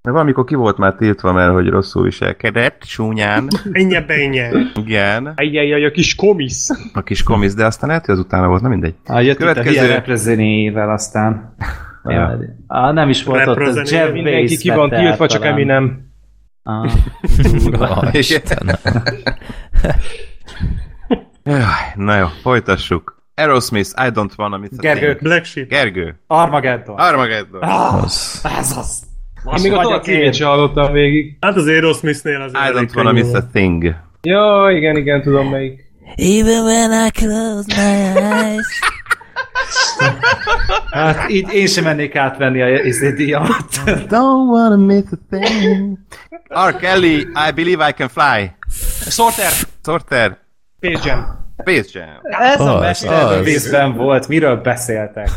Speaker 4: De valamikor ki volt már tiltva, mert hogy rosszul viselkedett, súnyán.
Speaker 2: Ennyi bennye.
Speaker 4: Igen.
Speaker 6: Ejjjjjj, a kis komisz.
Speaker 4: A kis komisz, de aztán lehet, hogy az utána volt, na mindegy.
Speaker 5: Ah, jött Következő... itt a
Speaker 4: Következő.
Speaker 5: hülye reprezenével aztán.
Speaker 4: Ja.
Speaker 5: Ah, nem is volt ott, az
Speaker 2: Reprezenével
Speaker 5: Jeff
Speaker 6: Mindenki
Speaker 5: Bezos
Speaker 6: ki van
Speaker 5: vette
Speaker 6: tiltva,
Speaker 5: át
Speaker 6: csak
Speaker 5: talán.
Speaker 6: Eminem.
Speaker 5: Ah,
Speaker 3: Ah, Istenem.
Speaker 4: Jaj, Na jó, folytassuk. Aerosmith, I don't wanna miss a
Speaker 7: Gergő.
Speaker 4: thing.
Speaker 2: Black Sheep.
Speaker 4: Gergő.
Speaker 7: Armageddon.
Speaker 4: Armageddon.
Speaker 3: Az.
Speaker 7: Ez az.
Speaker 6: Én még a
Speaker 7: vagyok
Speaker 6: dal címét
Speaker 7: én.
Speaker 6: sem hallottam végig.
Speaker 2: Hát az Aerosmithnél az
Speaker 4: I don't wanna miss a thing.
Speaker 6: Ja, igen, igen, tudom melyik.
Speaker 3: Even when I close my eyes.
Speaker 7: Hát így én sem mennék átvenni a izé díjamat.
Speaker 4: Don't wanna miss a thing. R. Kelly, I believe I can fly.
Speaker 6: Sorter!
Speaker 4: Sorter.
Speaker 6: Pécsem.
Speaker 4: Space Jam.
Speaker 7: Ez a
Speaker 3: Az,
Speaker 7: mesélő
Speaker 3: az.
Speaker 7: vízben volt, miről beszéltek?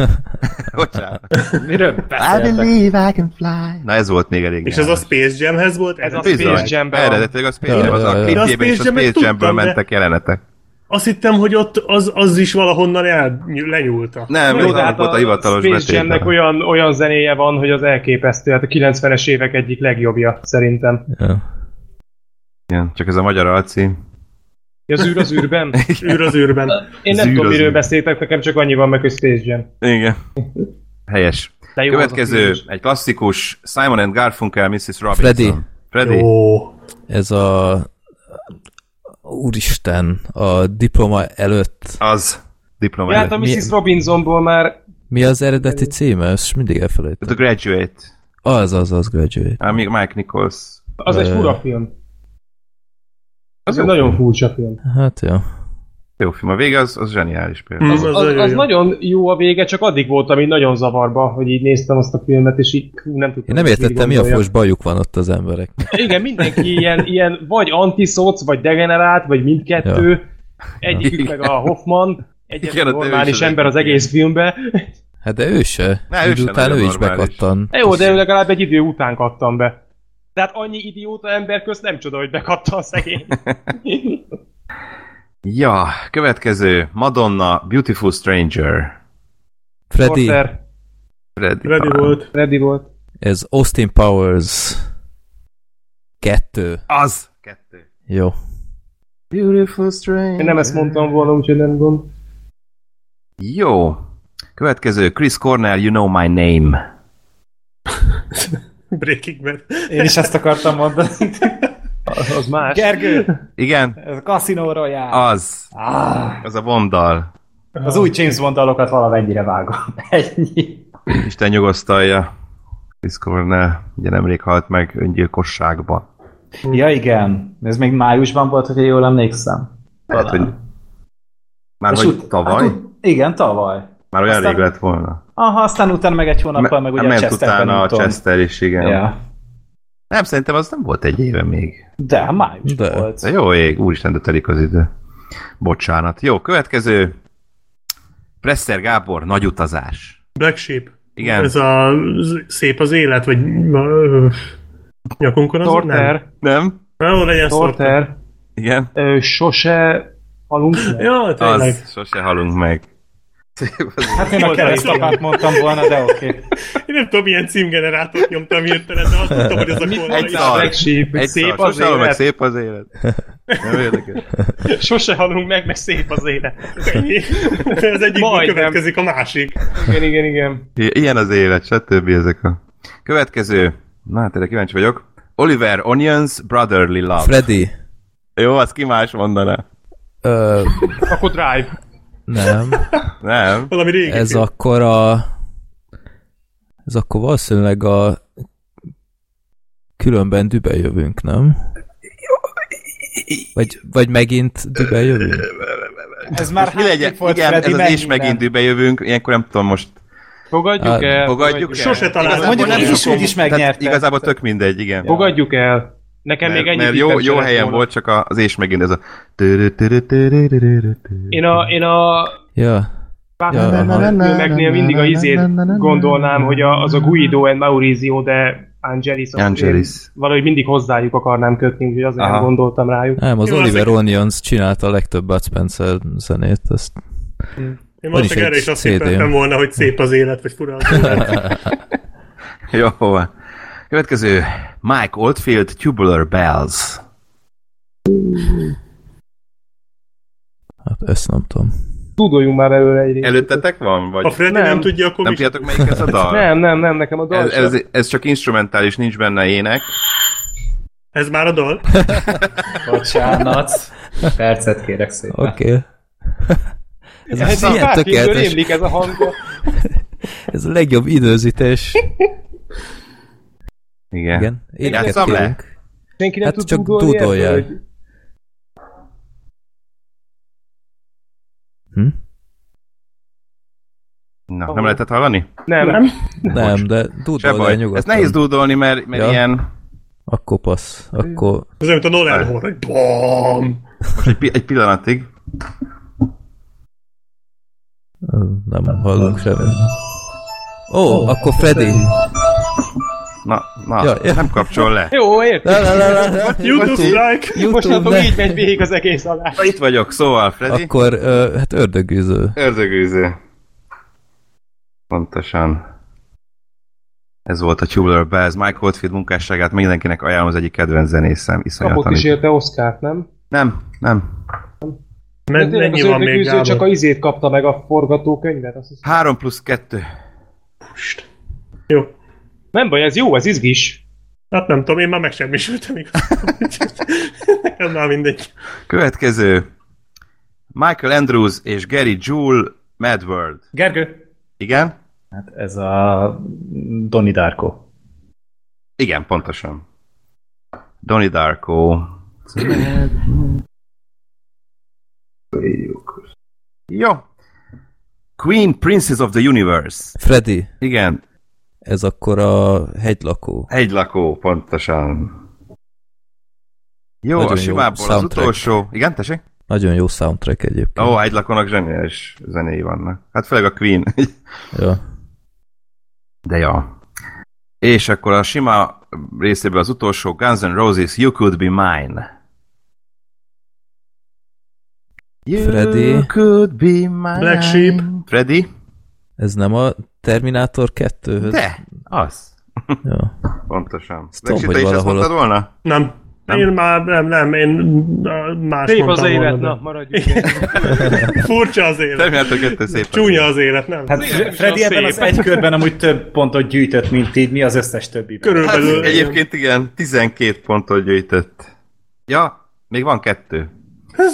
Speaker 4: Bocsánat.
Speaker 7: Miről beszéltek?
Speaker 4: I can fly. Na ez volt még elég.
Speaker 2: És ez a Space Jamhez volt?
Speaker 6: Ez a
Speaker 2: Bizony.
Speaker 6: Space Jamben van.
Speaker 4: Eredetileg a Space
Speaker 3: Ja,
Speaker 4: Jam, az
Speaker 3: ja, ja.
Speaker 4: a
Speaker 2: De a
Speaker 4: klipjében is a
Speaker 2: Space Jam-et
Speaker 4: Space Jamből
Speaker 2: tudtam, de-
Speaker 4: mentek jelenetek.
Speaker 2: Azt hittem, hogy ott az, az is valahonnan el, lenyúlta.
Speaker 4: Nem,
Speaker 6: Jó,
Speaker 4: ez
Speaker 6: de
Speaker 4: nem
Speaker 6: hát
Speaker 4: volt a
Speaker 6: a
Speaker 4: hivatalos
Speaker 6: Space Jamnek
Speaker 4: betétben.
Speaker 6: olyan, olyan zenéje van, hogy az elképesztő. Hát a 90-es évek egyik legjobbja, szerintem.
Speaker 3: Ja.
Speaker 4: Igen, Csak ez a magyar alcím.
Speaker 6: Az űr az űrben?
Speaker 2: Űr az űrben.
Speaker 6: Én
Speaker 4: Az
Speaker 6: nem
Speaker 4: űr
Speaker 6: tudom,
Speaker 4: az
Speaker 6: miről
Speaker 4: űr.
Speaker 6: beszéltek, nekem csak annyi van meg, hogy Space Jam.
Speaker 4: Igen. Helyes.
Speaker 6: De jó, az a film
Speaker 4: Következő,
Speaker 6: is.
Speaker 4: egy klasszikus Simon and Garfunkel, Mrs. Robinson.
Speaker 3: Freddy.
Speaker 4: Freddy.
Speaker 2: Ó,
Speaker 3: Ez a... Úristen, a diploma előtt...
Speaker 4: Az diploma.
Speaker 6: Ja, hát a
Speaker 4: előtt.
Speaker 3: Mi-
Speaker 6: Mrs. Robinsonból már
Speaker 3: Mi az eredeti címe? Ezt mindig
Speaker 4: The
Speaker 3: elfelejtem.
Speaker 4: Graduate.
Speaker 3: Az, az, az, graduate.
Speaker 4: Á, még Mike Nichols.
Speaker 6: az egy
Speaker 3: Ö.
Speaker 6: fura film. Az egy nagyon furcsa film.
Speaker 3: Hát jó.
Speaker 4: Jó film. A vége az, az zseniális például.
Speaker 2: az, az,
Speaker 6: Az,
Speaker 2: nagyon
Speaker 6: az
Speaker 2: jó.
Speaker 6: nagyon jó a vége, csak addig voltam így nagyon zavarba, hogy így néztem azt a filmet, és így hú, nem tudtam.
Speaker 3: Én nem
Speaker 6: hogy mit
Speaker 3: értettem, mi a
Speaker 6: gondoljak.
Speaker 3: fos bajuk van ott az emberek.
Speaker 6: Igen, mindenki ilyen, ilyen vagy antiszoc, vagy degenerált, vagy mindkettő. Egyikük meg a Hoffman,
Speaker 4: Igen,
Speaker 6: egyetlen
Speaker 4: ott ő is
Speaker 6: normális
Speaker 4: az
Speaker 6: ember az
Speaker 4: egyik.
Speaker 6: egész filmbe.
Speaker 3: Hát de ő se.
Speaker 4: Ne, ő
Speaker 3: Idő
Speaker 4: se
Speaker 3: után
Speaker 4: nagyon
Speaker 3: ő is
Speaker 4: normális.
Speaker 3: bekattan.
Speaker 6: Na Jó, de ő legalább egy idő után kattam be. Tehát annyi idióta ember közt nem csoda, hogy bekatta a szegény.
Speaker 4: Ja, következő. Madonna, Beautiful Stranger.
Speaker 3: Freddy,
Speaker 6: Porter,
Speaker 4: Freddy,
Speaker 2: Freddy
Speaker 4: talán.
Speaker 2: volt.
Speaker 6: Freddy volt.
Speaker 3: ez Austin Powers kettő.
Speaker 4: Az. Kettő.
Speaker 3: Jó.
Speaker 4: Beautiful Stranger.
Speaker 6: Én nem ezt mondtam volna, úgyhogy nem gond.
Speaker 4: Jó. Következő, Chris Cornell, You Know My Name.
Speaker 2: Breaking Bad.
Speaker 7: Én is ezt akartam mondani.
Speaker 6: Az, az más.
Speaker 7: Gergő,
Speaker 4: Igen,
Speaker 7: ez a kaszinóról jár.
Speaker 4: az.
Speaker 7: Ah,
Speaker 4: Az a bomdal.
Speaker 7: az új James Bond dalokat valamennyire vágom. Ennyi.
Speaker 4: Isten nyugosztalja. Chris Cornell, ugye nemrég halt meg öngyilkosságban.
Speaker 7: Ja igen, ez még májusban volt, hogyha jól emlékszem.
Speaker 4: Hát, hogy... Már
Speaker 7: És
Speaker 4: hogy
Speaker 7: ut- hát
Speaker 4: tavaly?
Speaker 7: ut- igen, tavaly.
Speaker 4: Már olyan
Speaker 7: aztán-
Speaker 4: rég lett volna.
Speaker 7: Aha, aztán utána meg egy hónappal, meg
Speaker 4: Me-
Speaker 7: ugye a
Speaker 4: ment
Speaker 7: Chesterben
Speaker 4: utána a
Speaker 7: úton.
Speaker 4: Chester is, igen.
Speaker 7: Ja.
Speaker 4: Nem, szerintem az nem volt egy éve még.
Speaker 7: De, hát május
Speaker 3: De.
Speaker 7: volt.
Speaker 4: De jó ég, úristen, de telik az idő. Bocsánat. Jó, következő. Presser Gábor, nagy utazás.
Speaker 2: Black Sheep.
Speaker 4: Igen.
Speaker 2: Ez a z- szép az élet, vagy ö, nyakunkon az? Nem.
Speaker 6: Torter,
Speaker 4: Nem?
Speaker 2: Jó, legyen szorter.
Speaker 6: Torter,
Speaker 4: Igen.
Speaker 6: ö, sose halunk meg.
Speaker 2: Jó, tényleg.
Speaker 4: Az, sose halunk meg.
Speaker 7: Hát én a keresztapát mondtam volna, de oké. Okay.
Speaker 2: Én nem tudom, milyen címgenerátort nyomtam hirtelen, de azt mondtam, hogy ez a kormány.
Speaker 4: Egy szar.
Speaker 6: Black Sheep,
Speaker 4: Egy
Speaker 6: szép
Speaker 4: szar,
Speaker 6: az
Speaker 4: sose halom meg,
Speaker 6: élet,
Speaker 4: szép az élet. Nem érdekes.
Speaker 6: sose halunk meg, mert szép az élet.
Speaker 2: Ennyi. Az egyik
Speaker 6: Majdnem.
Speaker 2: következik a másik.
Speaker 6: Igen, igen, igen.
Speaker 4: I- Ilyen az élet, stb. ezek a... Következő. Na, hát erre kíváncsi vagyok. Oliver Onions Brotherly Love.
Speaker 3: Freddy,
Speaker 4: Jó, az ki más mondaná.
Speaker 3: ö,
Speaker 6: Akkor Drive.
Speaker 3: nem,
Speaker 4: Nem.
Speaker 2: Valami régi.
Speaker 3: ez
Speaker 2: film.
Speaker 3: akkor a... Ez akkor valószínűleg a különben dübe jövünk, nem? Vagy, vagy megint dübe jövünk?
Speaker 7: Ez már
Speaker 4: Most mi legyen? Igen, ez az is megint dübe jövünk, ilyenkor nem tudom most
Speaker 6: Fogadjuk
Speaker 3: Hát,
Speaker 6: el.
Speaker 4: Fogadjuk el.
Speaker 2: Sose találtam.
Speaker 4: Igazából
Speaker 7: Mondjuk
Speaker 4: nem
Speaker 7: így is,
Speaker 4: sokom-
Speaker 7: úgy is
Speaker 4: tehát
Speaker 7: megnyerte.
Speaker 4: Igazából tök mindegy, igen.
Speaker 6: Fogadjuk el. Nekem
Speaker 4: Mert,
Speaker 6: még ennyi
Speaker 4: mert jó,
Speaker 6: tippem se
Speaker 4: jó
Speaker 6: lett
Speaker 4: helyen
Speaker 6: volna.
Speaker 4: volt, csak a- az és megint ez a...
Speaker 6: Én a, én a
Speaker 3: Ja, Ja, aha.
Speaker 6: megnél mindig a izét gondolnám, hogy a, az a Guido and Maurizio de Angelis. azt
Speaker 4: Angelis.
Speaker 6: én Valahogy mindig hozzájuk akarnám kötni, úgyhogy azért
Speaker 4: Aha.
Speaker 6: nem gondoltam rájuk.
Speaker 3: nem, az
Speaker 2: Jó,
Speaker 3: Oliver
Speaker 2: az-
Speaker 3: Onions csinálta a legtöbb Bud Spencer zenét, azt
Speaker 2: Én
Speaker 3: Van is
Speaker 2: valószínűleg erre
Speaker 3: egy
Speaker 2: is azt
Speaker 3: CD-m.
Speaker 2: hittem volna, hogy szép az élet, vagy fura az élet.
Speaker 4: Jó, van. Következő. Mike Oldfield, Tubular Bells.
Speaker 3: Hát ezt nem tudom.
Speaker 6: Tudoljunk már előre egyrészt.
Speaker 4: Előttetek van? Vagy
Speaker 2: Ha Freddy nem,
Speaker 6: Nem.
Speaker 2: tudja, akkor
Speaker 4: nem
Speaker 2: mi sem.
Speaker 4: tudjátok melyik ez a dal?
Speaker 6: Nem, nem, nem, nekem a dal
Speaker 4: Ez,
Speaker 6: sem.
Speaker 4: ez, ez, csak instrumentális, nincs benne ének.
Speaker 2: Ez már a dal?
Speaker 7: Bocsánat. Percet kérek szépen. Okay.
Speaker 3: Oké. Okay. ez,
Speaker 6: Ez
Speaker 3: ez,
Speaker 6: a
Speaker 3: ilyen
Speaker 6: Starfieldből
Speaker 3: tökéletes,
Speaker 6: rémlik ez a hangja.
Speaker 3: ez a legjobb időzítés.
Speaker 4: Igen.
Speaker 3: Igen. Éneket
Speaker 4: Játsszam le?
Speaker 3: kérünk.
Speaker 6: Senki nem
Speaker 3: Hát
Speaker 6: tud
Speaker 3: csak
Speaker 6: dúdolni ebből,
Speaker 3: dúdoljál.
Speaker 6: hogy-
Speaker 4: Na, nem lehetett hallani?
Speaker 6: Nem,
Speaker 2: Nem.
Speaker 3: Nem, de
Speaker 4: Se
Speaker 3: dúdolj el
Speaker 4: baj.
Speaker 3: nyugodtan.
Speaker 4: Ez nehéz dúdolni, mert, mert
Speaker 3: Ja.
Speaker 4: ilyen...
Speaker 3: Akkor passz. Akkor...
Speaker 2: Ez olyan, mint a Nolan horror. hogy BAM!
Speaker 4: Most egy, pi- egy pillanatig.
Speaker 3: Nem hallunk semmit. Ó, oh, akkor Freddy.
Speaker 4: Na, na,
Speaker 3: Ja, ja.
Speaker 4: nem kapcsol le.
Speaker 6: Jó, értem.
Speaker 3: La, la, la, la, la.
Speaker 2: YouTube like!
Speaker 3: YouTube,
Speaker 6: Mostantól
Speaker 3: ne.
Speaker 6: így megy végig az egész alá.
Speaker 4: Na, Itt vagyok, szóval Freddy.
Speaker 3: Akkor, ö, hát ördögűző.
Speaker 4: Ördögűző. Pontosan. Ez volt a Tubular Bells. Mike Oldfield munkásságát mindenkinek ajánlom az egyik kedvenc zenészem.
Speaker 6: Kapott
Speaker 4: Iszonyatan.
Speaker 6: is érte Oszkárt, nem?
Speaker 4: Nem, nem.
Speaker 6: De
Speaker 2: Men,
Speaker 6: tényleg az
Speaker 2: mennyi van még,
Speaker 6: ördögűző
Speaker 2: Gábor?
Speaker 6: csak a izét kapta meg a forgatókönyvet. Azt hiszem.
Speaker 4: 3 plusz 2.
Speaker 2: Jó.
Speaker 6: Nem baj, ez jó, ez izgis.
Speaker 2: Hát nem tudom, én már megsemmisültem igazából. úgyhogy Nekem már mindegy.
Speaker 4: Következő. Michael Andrews és Gary Jewel Mad World.
Speaker 7: Gergő,
Speaker 4: Igen?
Speaker 5: Hát ez a Donnie Darko.
Speaker 4: Igen, pontosan. Donnie Darko. Jó. Queen Princess of the Universe.
Speaker 3: Freddy,
Speaker 4: Igen,
Speaker 3: ez akkor a hegylakó.
Speaker 4: Egy lakó, pontosan.
Speaker 3: Nagyon
Speaker 4: Jó, Nagyon
Speaker 3: jó
Speaker 4: a simából jó. az
Speaker 3: soundtrack.
Speaker 4: utolsó. Igen, tessék?
Speaker 3: Nagyon jó soundtrack egyébként.
Speaker 4: Ó, oh, egy lakónak zseniális zenéi vannak. Hát főleg a Queen.
Speaker 3: Ja.
Speaker 4: De ja. És akkor a sima részéből az utolsó Guns N' Roses You Could Be Mine. You
Speaker 3: Freddy.
Speaker 4: could be mine.
Speaker 2: Black Sheep.
Speaker 4: Freddy?
Speaker 3: Ez nem a Terminátor 2-höz?
Speaker 4: De, az.
Speaker 3: Ja.
Speaker 4: Pontosan.
Speaker 3: Ezt
Speaker 4: Black
Speaker 3: tudom,
Speaker 4: Sheep, te
Speaker 3: hogy
Speaker 4: is ezt
Speaker 3: valahol
Speaker 4: mondtad volna?
Speaker 2: Nem.
Speaker 4: Nem?
Speaker 2: nem. Én már nem, nem, én mm, más
Speaker 6: Szép az
Speaker 2: mondtam volna,
Speaker 6: élet,
Speaker 2: de-
Speaker 6: na, maradjunk.
Speaker 2: Furcsa az élet.
Speaker 4: Terminátor 2 szépen.
Speaker 2: Csúnya az élet, nem? Hát,
Speaker 7: hát
Speaker 6: Igen, nem is
Speaker 7: Freddy
Speaker 6: olyan
Speaker 7: ebben
Speaker 6: szép.
Speaker 7: az egy körben amúgy több pontot gyűjtött, mint így mi az összes többiben.
Speaker 4: Hát
Speaker 2: Körülbelül.
Speaker 4: egyébként igen, 12 pontot gyűjtött. Ja, még van kettő.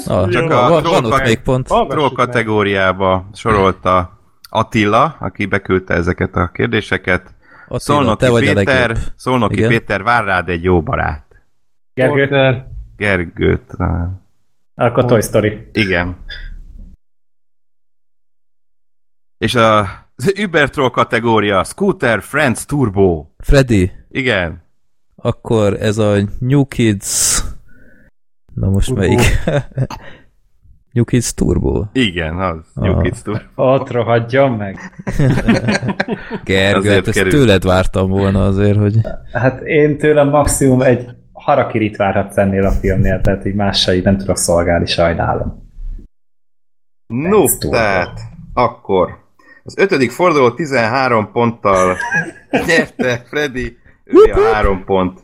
Speaker 3: Na,
Speaker 2: Csak
Speaker 3: Ah, van,
Speaker 4: a
Speaker 3: van,
Speaker 4: troll
Speaker 3: van ott
Speaker 4: kag-
Speaker 3: még pont.
Speaker 4: Troll kategóriába sorolta Attila, aki beküldte ezeket a kérdéseket.
Speaker 3: Attila,
Speaker 4: Szolnoki
Speaker 3: te vagy a
Speaker 4: Péter,
Speaker 3: legjobb.
Speaker 4: Szolnoki
Speaker 3: Igen.
Speaker 4: Péter, vár rád egy jó barát.
Speaker 7: Gergő,
Speaker 6: Porter.
Speaker 4: Gergőt. talán.
Speaker 7: akkor Toy Story.
Speaker 4: Igen. És a, az Uber Troll kategória, Scooter Friends Turbo.
Speaker 3: Freddy,
Speaker 4: Igen.
Speaker 3: akkor ez a New Kids... Na most melyik? New Kids Turbo.
Speaker 4: Igen, az. New
Speaker 3: Ah.
Speaker 4: Kids Turbo.
Speaker 7: Ott rohadjon meg.
Speaker 3: Gergő,
Speaker 4: Azért
Speaker 3: hát ezt
Speaker 4: került.
Speaker 3: tőled vártam volna azért, hogy...
Speaker 7: Hát én tőlem maximum egy harakirit várhatsz ennél a filmnél, tehát így mással így nem tudok szolgálni, sajnálom.
Speaker 4: No,
Speaker 7: Ez durva.
Speaker 4: tehát akkor az ötödik forduló 13 ponttal nyerte Freddy, ő a három pont.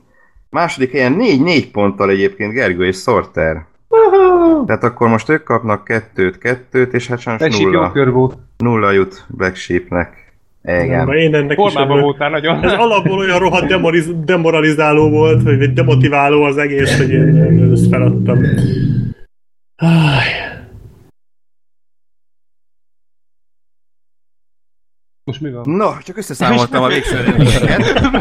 Speaker 4: Második helyen 4-4 ponttal egyébként Gergő és Sorter. Tehát akkor most ők kapnak kettőt, kettőt, és hát
Speaker 6: Egy
Speaker 4: sajnos
Speaker 6: síp jó
Speaker 4: nulla,
Speaker 6: kör volt.
Speaker 4: nulla jut Black Sheepnek. Igen.
Speaker 2: Én ennek is
Speaker 6: Formában
Speaker 2: örülök.
Speaker 6: voltál nagyon.
Speaker 2: Ez alapból olyan rohadt demoriz- demoralizáló volt, vagy vagy demotiváló az egész, hogy én én ezt feladtam. Áj,
Speaker 6: Most mi van?
Speaker 4: No, csak összeszámoltam a végső eredményeket.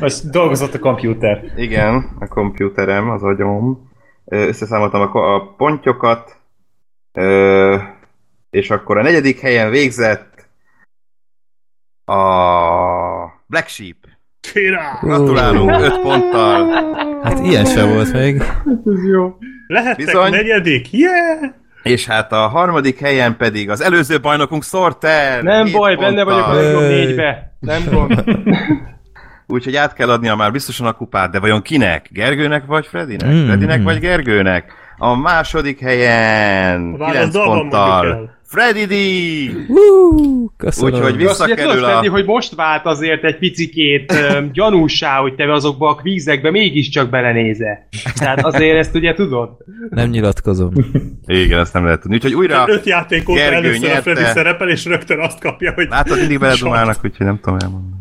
Speaker 7: Most dolgozott a kompjúter.
Speaker 4: Igen, a kompjúterem, az agyom. Ö, Összeszámoltam a, ko- a pontyokat, ö, és akkor a negyedik helyen végzett a Black Sheep.
Speaker 2: Király!
Speaker 4: Gratulálunk, öt ponttal.
Speaker 3: Hát ilyen sem volt még.
Speaker 2: Lehettek
Speaker 4: Bizony.
Speaker 2: negyedik? Yeah!
Speaker 4: És hát a harmadik helyen pedig az előző bajnokunk Sorter.
Speaker 6: Nem
Speaker 4: hét
Speaker 6: baj, benne vagyok a
Speaker 4: ponttal.
Speaker 6: legjobb
Speaker 3: Hey.
Speaker 6: négybe. Nem gond.
Speaker 4: Úgyhogy át kell adnia már biztosan a kupát, de vajon kinek? Gergőnek vagy Fredinek?
Speaker 3: Mm.
Speaker 4: Fredinek vagy Gergőnek? A második helyen
Speaker 2: A válasz
Speaker 4: 9
Speaker 2: dalban mondjuk
Speaker 4: ponttal
Speaker 2: el.
Speaker 4: Freddy D!
Speaker 3: Hú, Köszönöm.
Speaker 4: Úgyhogy
Speaker 6: Jó, azt ugye tudod
Speaker 4: visszakerül
Speaker 6: tenni,
Speaker 4: a...
Speaker 6: hogy most vált azért egy picikét öm, gyanúsá, hogy te azokba a kvízekbe mégiscsak belenézel. Tehát azért ezt ugye tudod?
Speaker 3: Nem nyilatkozom.
Speaker 4: Igen, ezt nem lehet tudni. Úgyhogy újra...
Speaker 2: Öt játék óta
Speaker 4: Gergő
Speaker 2: először
Speaker 4: nyerte.
Speaker 2: a Freddy szerepel, és rögtön azt kapja, hogy
Speaker 4: Látod, mindig beledumálnak, úgyhogy nem tudom elmondani.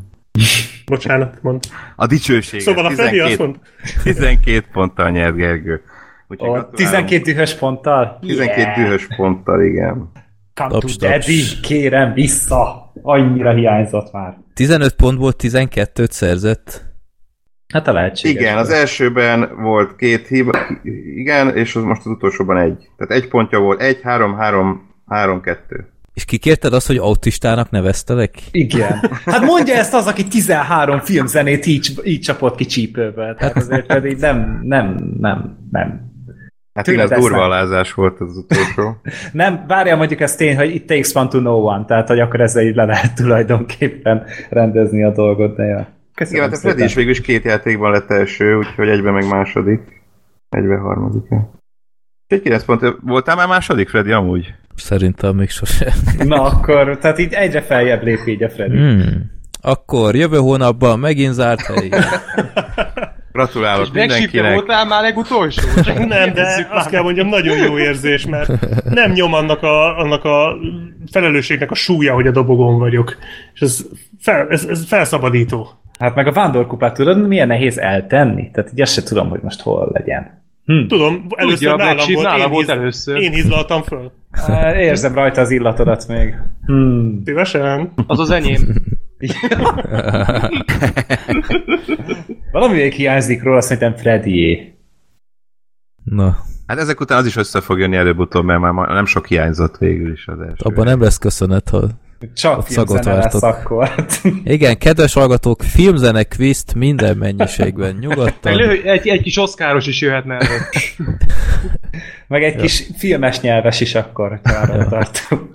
Speaker 2: bocsánat, mond.
Speaker 4: A dicsőség.
Speaker 2: Szóval a Freddy azt mond,
Speaker 4: 12 ponttal nyert Gergő. Úgyhogy
Speaker 7: Ó,
Speaker 4: gratulálunk.
Speaker 7: 12 dühös ponttal.
Speaker 4: 12 dühös ponttal, igen.
Speaker 7: Come
Speaker 3: Taps,
Speaker 7: to
Speaker 3: taps.
Speaker 7: daddy, kérem vissza. Annyira hiányzott már.
Speaker 3: 15 pontból 12-t szerzett.
Speaker 7: Hát a lehetséges.
Speaker 4: Igen, az elsőben volt két hiba, igen, és az most az utolsóban egy. Tehát egy pontja volt, egy, három, három, három, kettő.
Speaker 3: És kikérted azt, hogy autistának neveztelek?
Speaker 7: Igen. Hát mondja ezt az, aki 13 filmzenét Hát. így, így csapott ki csípőből. Tehát azért pedig nem, nem, nem, nem.
Speaker 4: Hát
Speaker 7: Tényleg,
Speaker 4: igaz,
Speaker 7: ezt
Speaker 4: durva
Speaker 7: nem.
Speaker 4: alázás volt az utolsó.
Speaker 7: Nem, várjál mondjuk ez tény, hogy it takes one to know one, tehát hogy akkor ezzel így le lehet tulajdonképpen rendezni a dolgot, de ja.
Speaker 4: Igen, hát a Freddy is végül is két játékban lett első, úgyhogy egyben meg második. Egyben harmadik. ja. Egy 9 pont. Voltál már második, Freddy, amúgy?
Speaker 3: Szerintem még sose.
Speaker 7: Na akkor, tehát így egyre feljebb lép így a Freddy.
Speaker 3: Hmm. Akkor jövő hónapban megint zárt hely.
Speaker 4: Gratulálok
Speaker 6: Black
Speaker 4: mindenkinek.
Speaker 6: voltál már legutolsó?
Speaker 2: Nem, de azt kell mondjam, nagyon jó érzés, mert nem nyom annak a, annak a felelősségnek a súlya, hogy a dobogon vagyok. És ez, fel, ez, ez felszabadító.
Speaker 7: Hát meg a vándorkupát tudod, milyen nehéz eltenni? Tehát így azt se tudom, hogy most hol legyen. Hm.
Speaker 2: Tudom, először
Speaker 6: Tudja, a Black
Speaker 2: nálam
Speaker 6: Sheep
Speaker 2: volt,
Speaker 6: nála
Speaker 2: én,
Speaker 6: volt
Speaker 2: híz-
Speaker 6: először.
Speaker 2: én hízlaltam föl.
Speaker 7: Á, Érzem rajta az illatodat még. Hmm.
Speaker 2: Szívesen.
Speaker 6: Az az enyém.
Speaker 7: Valami még hiányzik róla, szerintem Freddyé.
Speaker 3: Na,
Speaker 4: Hát ezek után az is össze fog jönni előbb-utóbb, mert már ma- nem sok hiányzott végül is az első.
Speaker 3: abban nem lesz köszönet, ha
Speaker 7: Csak
Speaker 3: Ott szagot
Speaker 7: filmzene lesz
Speaker 3: vártok.
Speaker 7: akkor.
Speaker 3: Igen, kedves hallgatók, filmzene quizt minden mennyiségben,
Speaker 6: Meg
Speaker 3: nyugodtan.
Speaker 6: lő- Egy, egy kis oszkáros is jöhetne elő.
Speaker 7: Meg egy kis filmes nyelves is akkor, hogyha arra tartunk.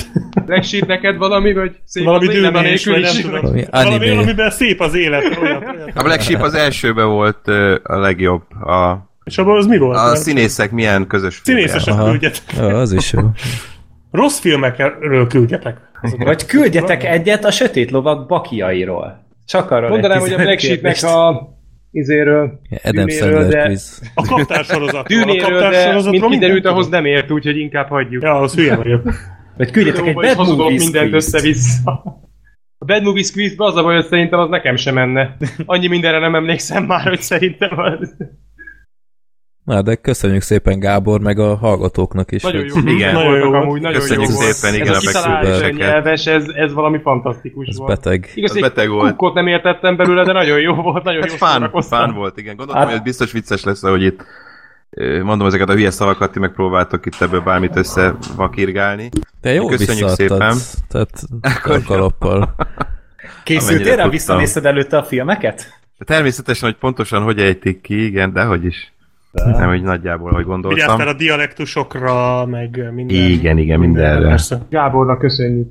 Speaker 6: Black Sheep, neked valami, vagy szép
Speaker 2: Valami
Speaker 6: az élen
Speaker 2: dűnés, vagy nem tudom.
Speaker 3: Valami
Speaker 2: Valami,
Speaker 3: anime.
Speaker 2: amiben szép az élet. Olyat, olyat.
Speaker 4: A Black Sheep az elsőben volt ö, a legjobb. A,
Speaker 2: És abban az mi volt?
Speaker 4: a
Speaker 2: nem?
Speaker 4: színészek milyen közös filmje.
Speaker 2: Színészesek
Speaker 3: Aha.
Speaker 2: küldjetek.
Speaker 3: Ja, az is jó.
Speaker 2: Rossz filmekről küldjetek.
Speaker 7: Vagy küldjetek egyet a sötét lovak bakiairól. Csak arról
Speaker 6: Mondanám,
Speaker 7: egy
Speaker 6: hogy a
Speaker 7: 15
Speaker 6: Black Sheepnek
Speaker 7: kérdést.
Speaker 6: a izéről,
Speaker 3: Adam
Speaker 6: Dűnéről,
Speaker 3: Sandler
Speaker 6: de-
Speaker 3: quiz.
Speaker 2: A kaptár sorozatról. A
Speaker 6: dűnéről,
Speaker 2: kaptár
Speaker 6: de mint
Speaker 2: sorozatról
Speaker 6: kiderült,
Speaker 2: mindent
Speaker 6: ahhoz
Speaker 2: tudok.
Speaker 6: nem ért, úgyhogy inkább hagyjuk.
Speaker 2: Ja, az hülye vagyok.
Speaker 7: Vagy küldjetek egy
Speaker 6: Jóba, és
Speaker 7: bad
Speaker 6: hazudok
Speaker 7: movies
Speaker 6: mindent
Speaker 7: quiz-t.
Speaker 6: össze-vissza. A Bad Movies quiz az a baj, hogy szerintem az nekem sem menne. Annyi mindenre nem emlékszem már, hogy szerintem az.
Speaker 3: Na, de köszönjük szépen Gábor, meg a hallgatóknak is.
Speaker 6: Nagyon
Speaker 3: hogy-
Speaker 6: jó.
Speaker 4: Igen.
Speaker 2: Nagyon jó
Speaker 6: voltak
Speaker 2: volt.
Speaker 6: amúgy, nagyon
Speaker 4: Köszönjük
Speaker 6: jó volt.
Speaker 4: szépen, igen,
Speaker 6: ez
Speaker 4: a
Speaker 6: a kitalálás
Speaker 4: megszólaláseket.
Speaker 6: nyelves, ez, ez valami fantasztikus
Speaker 3: Ez
Speaker 6: volt.
Speaker 3: beteg.
Speaker 6: Igaz,
Speaker 4: Az
Speaker 6: egy
Speaker 4: beteg volt.
Speaker 6: kukkot nem értettem belőle, de nagyon jó volt, nagyon
Speaker 4: Hát
Speaker 6: jó
Speaker 4: fán,
Speaker 6: szórakoztam.
Speaker 4: fán volt, igen. Gondoltam,
Speaker 7: Hát-
Speaker 4: hogy ez biztos vicces lesz, hogy itt ö, mondom ezeket a hülye szavakat, ti megpróbáltok itt ebből bármit összevakirgálni.
Speaker 3: De jó
Speaker 4: Köszönjük
Speaker 3: visszaadtad.
Speaker 4: szépen.
Speaker 3: Tehát kalappal.
Speaker 7: Készültél
Speaker 4: Amennyire
Speaker 7: rá,
Speaker 4: tudtam.
Speaker 7: visszanézted előtte a filmeket?
Speaker 4: De természetesen, hogy pontosan hogy ejtik ki, igen, de hogy is. Nem, hogy nagyjából, hogy gondoltam.
Speaker 2: Vigyáztál a dialektusokra, meg minden.
Speaker 4: Igen, igen, mindenre.
Speaker 2: Persze.
Speaker 6: Gábornak köszönjük.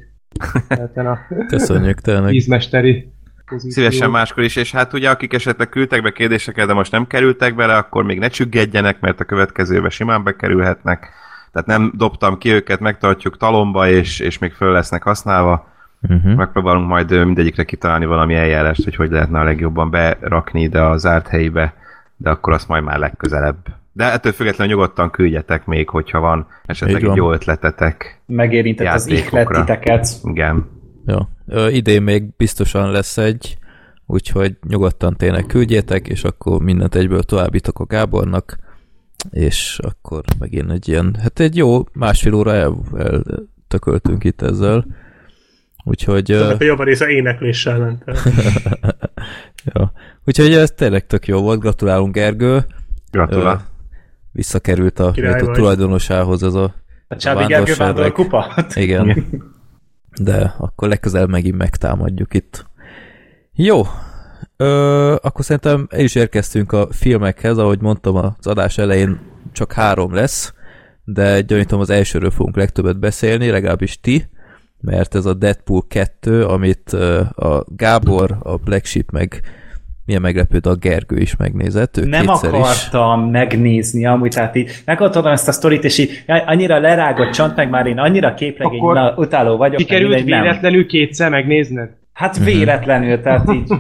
Speaker 6: Ezen a
Speaker 3: Köszönjük tényleg.
Speaker 6: ízmesteri pozíciót.
Speaker 4: Szívesen máskor is, és hát ugye akik esetleg küldtek be kérdéseket, de most nem kerültek bele, akkor még ne csüggedjenek, mert a következőbe simán bekerülhetnek. Tehát nem dobtam ki őket, megtartjuk talomba, és, és még föl lesznek használva. Mhm.
Speaker 3: Uh-huh.
Speaker 4: Megpróbálunk majd ö, mindegyikre kitalálni valami eljárást, hogy hogy lehetne a legjobban berakni ide a zárt helybe, de akkor azt majd már legközelebb. De ettől függetlenül nyugodtan küldjetek még, hogyha van esetleg
Speaker 3: Így van.
Speaker 4: egy jó ötletetek.
Speaker 7: Megérintett az ihlet
Speaker 4: Játékokra.
Speaker 7: titeket.
Speaker 4: Igen.
Speaker 3: Ja. Ö, idén még biztosan lesz egy, úgyhogy nyugodtan tényleg küldjétek, és akkor mindent egyből továbbítok a Gábornak, és akkor megint egy ilyen, hát egy jó másfél óra el, eltököltünk itt ezzel. Úgyhogy, ö,
Speaker 2: Ennek a jobb része énekléssel ment. el.
Speaker 3: ja. Úgyhogy ez tényleg tök jó volt, gratulálunk Ergő.
Speaker 4: Gratulál.
Speaker 3: Ö, Visszakerült a
Speaker 2: Király
Speaker 3: méltó
Speaker 2: vagy.
Speaker 3: tulajdonosához ez a...
Speaker 7: A Csábi Gergő
Speaker 3: vándorság.
Speaker 7: vándorkupa?
Speaker 3: Igen. De akkor legközelebb megint megtámadjuk itt. Jó. Ö, akkor szerintem el is érkeztünk a filmekhez, ahogy mondtam az adás elején csak három lesz, de gyanítom az elsőről fogunk legtöbbet beszélni, legalábbis ti, mert ez a Deadpool 2, amit ö, a Gábor, a Black Sheep meg milyen meglepő, de a Gergő is megnézett, ő
Speaker 7: Nem
Speaker 3: kétszer is.
Speaker 7: akartam megnézni amúgy, tehát így megadhatom ezt a sztorit, és így jaj, annyira lerágott csont, meg már én annyira képregény
Speaker 6: Akkor
Speaker 7: na- utáló vagyok. meg
Speaker 6: Sikerült
Speaker 7: mindegy, nem.
Speaker 6: véletlenül kétszer megnézned?
Speaker 7: Hát véletlenül, tehát így...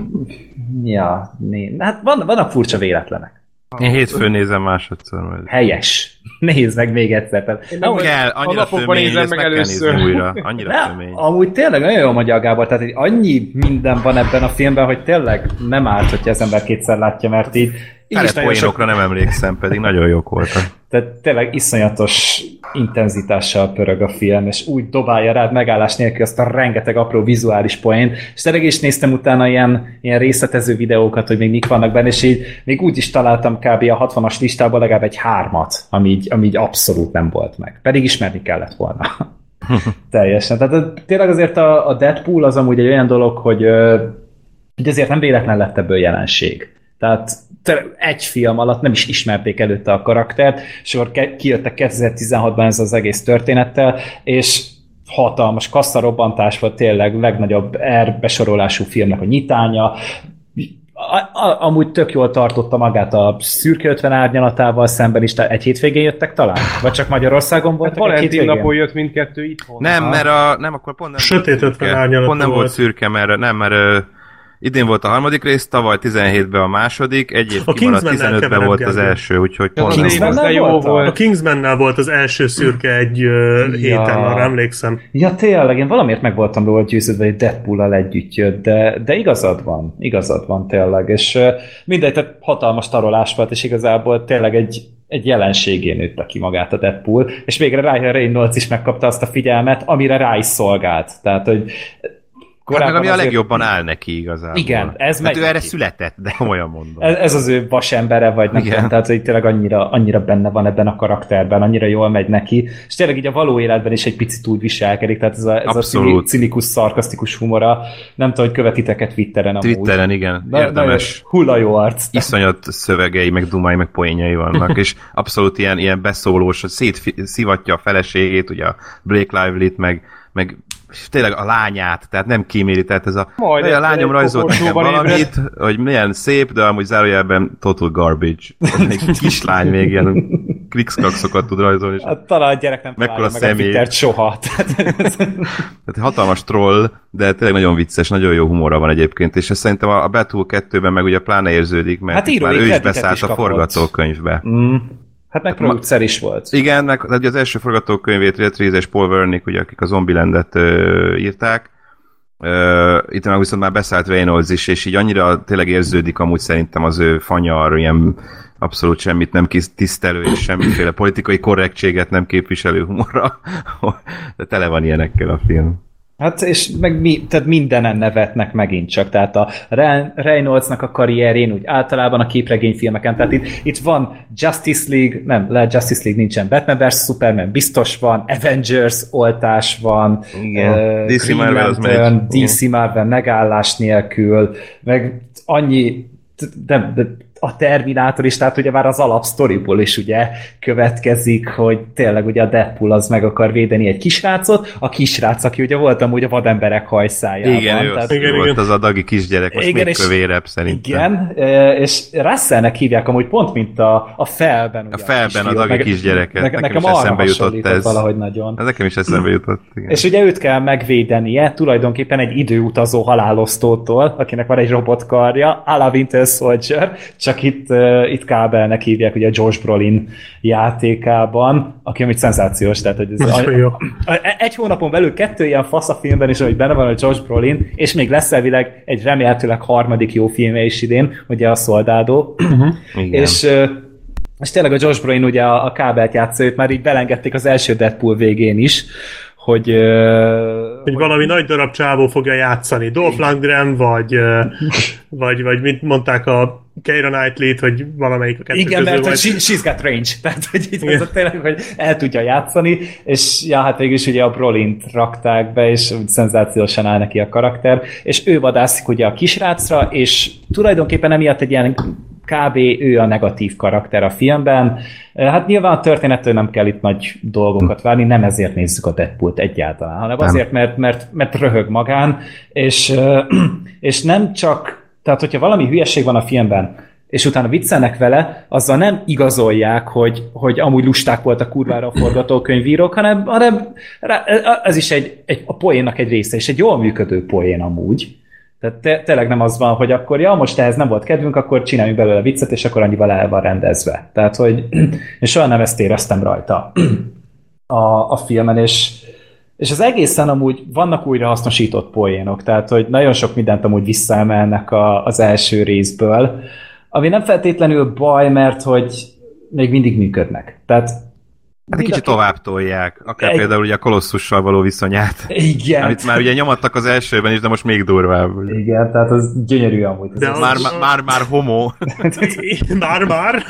Speaker 7: Ja, né. Hát van, vannak furcsa véletlenek.
Speaker 4: Én hétfőn nézem másodszor. Majd.
Speaker 7: Helyes. Nézd meg még egyszer. Tehát,
Speaker 6: Nem
Speaker 7: amúgy,
Speaker 4: kell, annyira
Speaker 6: napokban
Speaker 4: tömény,
Speaker 6: nézem
Speaker 4: ezt meg
Speaker 6: meg
Speaker 4: kell nézni
Speaker 6: először.
Speaker 4: újra. Annyira
Speaker 7: ne,
Speaker 4: tömény.
Speaker 7: amúgy tényleg nagyon jól mondja a Gábor, tehát így annyi minden van ebben a filmben, hogy tényleg nem árt, hogy az ember kétszer látja, mert így, így
Speaker 4: Tele
Speaker 7: is nagyon sok
Speaker 4: poénokra nem emlékszem, pedig nagyon jók voltak.
Speaker 7: Tehát tényleg iszonyatos intenzitással pörög a film, és úgy dobálja rád megállás nélkül azt a rengeteg apró vizuális poént, és tényleg is néztem utána ilyen, ilyen részletező videókat, hogy még mik vannak benne, és így még úgy is találtam kb. a 60-as listában legalább egy hármat, ami így, ami így abszolút nem volt meg. Pedig ismerni kellett volna. Teljesen. Tehát ö, tényleg azért a, a Deadpool az amúgy egy olyan dolog, hogy ö, hogy ezért nem véletlen lett ebből jelenség. Tehát te- egy film alatt nem is ismerték előtte a karaktert, és akkor ke- kijöttek 2016-ban ez az egész történettel, és hatalmas kasszarobbantás volt tényleg legnagyobb R besorolású filmnek a nyitánya, a, a, amúgy tök jól tartotta magát a szürke 50 árnyalatával szemben is, tehát egy hétvégén jöttek talán? Vagy csak Magyarországon
Speaker 6: Hát
Speaker 7: voltak egy
Speaker 6: Valentin
Speaker 7: hétvégén?
Speaker 6: napon jött mindkettő itthon.
Speaker 4: Nem, mert a, nem, akkor pont nem
Speaker 2: Sötét
Speaker 4: volt
Speaker 2: ötven
Speaker 4: szürke.
Speaker 2: árnyalat
Speaker 4: Pont nem volt
Speaker 2: volt.
Speaker 4: szürke, mert nem, mert ö, idén volt a harmadik rész, tavaly 17-ben a második, egy év
Speaker 2: A
Speaker 4: kimaradt,
Speaker 2: Kingsman-nel
Speaker 4: 15-ben volt az
Speaker 2: keveredgáljuk.
Speaker 4: első, úgyhogy
Speaker 6: Az
Speaker 4: pont
Speaker 6: a
Speaker 4: nem
Speaker 7: Kingsman-
Speaker 4: volt.
Speaker 6: Kingsman
Speaker 7: nem
Speaker 6: de jó
Speaker 7: volt az?
Speaker 2: A
Speaker 6: volt.
Speaker 2: Kingsmannel volt az első szürke egy ja. héten, arra emlékszem.
Speaker 7: Ja tényleg, én valamiért meg voltam róla győződve, hogy Deadpool-al együtt jött, de, de igazad van, igazad van tényleg, és ö, mindegy, tehát hatalmas tarolás volt, és igazából tényleg egy, egy jelenségén nőtte ki magát a Deadpool, és végre Ryan Reynolds is megkapta azt a figyelmet, amire rá is szolgált, tehát hogy
Speaker 4: Hát meg ami a
Speaker 7: azért-
Speaker 4: legjobban áll neki igazából.
Speaker 7: Igen, ez
Speaker 4: hát
Speaker 7: megy
Speaker 4: ő erre
Speaker 7: neki.
Speaker 4: született, de olyan mondom.
Speaker 7: Ez, ez az ő vasembere, vagy nem
Speaker 4: Igen.
Speaker 7: tudom, tehát hogy tényleg annyira, annyira benne van ebben a karakterben, annyira jól megy neki, és tényleg így a való életben is egy picit úgy viselkedik, tehát ez a, ez a
Speaker 4: Abszolút.
Speaker 7: cini- cinikus, szarkasztikus humora, nem tudom, hogy követiteket Twitteren amúgy.
Speaker 4: Hát Twitteren, igen,
Speaker 7: Na-
Speaker 4: érdemes.
Speaker 7: nagyon Hulla jó arc.
Speaker 4: iszonyat szövegei, meg dumái, meg poénjai vannak, és abszolút ilyen, ilyen beszólós, hogy szét szivatja a feleségét, ugye a Blake Lively-t, meg, meg tényleg a lányát, tehát nem kíméri, tehát ez a,
Speaker 6: Majd
Speaker 4: Majd a
Speaker 6: egy-
Speaker 4: lányom
Speaker 6: egy
Speaker 4: rajzolt nekem
Speaker 6: koporsóban
Speaker 4: valamit, hogy milyen szép, de amúgy zárójelben total garbage. Még kislány még ilyen krikszkakszokat tud rajzolni, és
Speaker 7: Hát, talán a gyerek nem
Speaker 4: Mekkora
Speaker 7: találja meg a
Speaker 4: személy.
Speaker 7: Twittert soha. Tehát, ez-
Speaker 4: Tehát hát hatalmas troll, de tényleg nagyon vicces, nagyon jó humora van egyébként, és ez szerintem a a Battle 2-ben meg ugye pláne érződik, mert
Speaker 7: Hát
Speaker 4: itt már
Speaker 7: írói
Speaker 4: ő is
Speaker 7: kreditet
Speaker 4: beszállt
Speaker 7: is
Speaker 4: a
Speaker 7: kapott.
Speaker 4: forgatókönyvbe.
Speaker 7: mm. Hát meg producer is volt.
Speaker 4: Igen, meg tehát ugye az első forgatókönyvét Red Reese és Paul Wernick, ugye, akik a Zombielandet ö, írták, ö, itt meg viszont már beszállt Reynolds is, és így annyira tényleg érződik amúgy szerintem az ő fanyar, ilyen abszolút semmit nem kis- tisztelő, és semmiféle politikai korrektséget nem képviselő humorra, de tele van ilyenekkel a film.
Speaker 7: Hát és meg mi, tehát mindenen nevetnek megint csak, tehát a Re- Reynoldsnak a karrierén, úgy általában a képregényfilmeken, tehát itt, itt van Justice League, nem, le Justice League nincsen, Batman vs. Superman biztos van, Avengers oltás van,
Speaker 4: Igen.
Speaker 7: ö,
Speaker 4: DC
Speaker 7: Green
Speaker 4: Marvel az
Speaker 7: Lantern,
Speaker 4: megy.
Speaker 7: DC Marvel megállás nélkül, meg annyi, de, de a Terminátor is, tehát ugye már az alapsztoriból is ugye következik, hogy tényleg ugye a Deadpool az meg akar védeni egy kisrácot, a kisrác, aki ugye voltam ugye a vademberek hajszájában.
Speaker 4: Igen, ő az,
Speaker 7: tehát,
Speaker 4: igen, volt igen. az a dagi kisgyerek, most
Speaker 7: Igen,
Speaker 4: igen, még
Speaker 7: és-
Speaker 4: kövérebb szerintem.
Speaker 7: igen, ö, és Russellnek hívják amúgy pont, mint a, a felben. Ugye,
Speaker 4: A Felben
Speaker 7: kisfiú.
Speaker 4: az agi
Speaker 7: Meg-
Speaker 4: kisgyereket.
Speaker 7: Nekem,
Speaker 4: Nekem
Speaker 7: nekem
Speaker 4: is
Speaker 7: arra
Speaker 4: eszembe jutott
Speaker 7: hasonlított
Speaker 4: ez.
Speaker 7: valahogy nagyon.
Speaker 4: Ez nekem is eszembe jutott. Igen.
Speaker 7: És ugye őt kell megvédenie tulajdonképpen egy időutazó halálosztótól, akinek van egy robotkarja, Ala Winter Soldier, csak itt, uh, itt kábelnek hívják ugye a Josh Brolin játékában, aki amit szenzációs, tehát hogy ez
Speaker 2: Nagyon jó.
Speaker 7: a- e- egy hónapon belül kettő ilyen fasz a filmben is, hogy benne van a Josh Brolin, és még lesz elvileg egy remélhetőleg harmadik jó filmje is idén, ugye a Szoldádó,
Speaker 4: igen.
Speaker 7: és, ö, és tényleg a Josh Brolin ugye a, a kábelt játszó, őt már így belengedték az első Deadpool végén is, hogy, ö,
Speaker 2: Hogy valami nagy darab csávó fogja játszani. Dolph Lundgren, vagy, ö, vagy, vagy mit mondták a Keira Knightley-t, hogy valamelyik a kettő
Speaker 7: igen,
Speaker 2: közül
Speaker 7: mert hogy
Speaker 2: vagy.
Speaker 7: she, she's got range, tehát hogy így ez a tényleg, hogy el tudja játszani, és ja, hát végül is ugye a Brolint rakták be, és úgy szenzációsan áll neki a karakter, és ő vadászik ugye a kisrácra, és tulajdonképpen emiatt egy ilyen kb. ő a negatív karakter a filmben. Hát nyilván a történettől nem kell itt nagy dolgokat várni, nem ezért nézzük a Deadpoolt egyáltalán, hanem
Speaker 4: Nem.
Speaker 7: azért, mert, mert, mert röhög magán, és, ö, és nem csak, tehát hogyha valami hülyeség van a filmben, és utána viccelnek vele, azzal nem igazolják, hogy, hogy amúgy lusták voltak kurvára a forgatókönyvírók, hanem, hanem rá- ez is egy, egy, a poénnak egy része, és egy jól működő poén amúgy. Tehát te, tényleg nem az van, hogy akkor, ja, most ehhez nem volt kedvünk, akkor csináljunk belőle viccet, és akkor annyival el van rendezve. Tehát, hogy én soha nem ezt éreztem rajta a, a filmen, és, és az egészen amúgy vannak újra hasznosított poénok, tehát hogy nagyon sok mindent amúgy visszaemelnek a, az első részből, ami nem feltétlenül baj, mert hogy még mindig működnek. Tehát
Speaker 4: Hát egy kicsit tovább tolják, akár egy...
Speaker 7: Egy-
Speaker 4: például ugye a kolosszussal való viszonyát,
Speaker 7: Igen.
Speaker 4: amit már ugye nyomattak az elsőben is, de most még durvább.
Speaker 7: Igen, tehát az gyönyörű amúgy. Ez
Speaker 2: De
Speaker 7: az-
Speaker 2: az-
Speaker 4: Már, már, már, már homo.
Speaker 2: Már-már.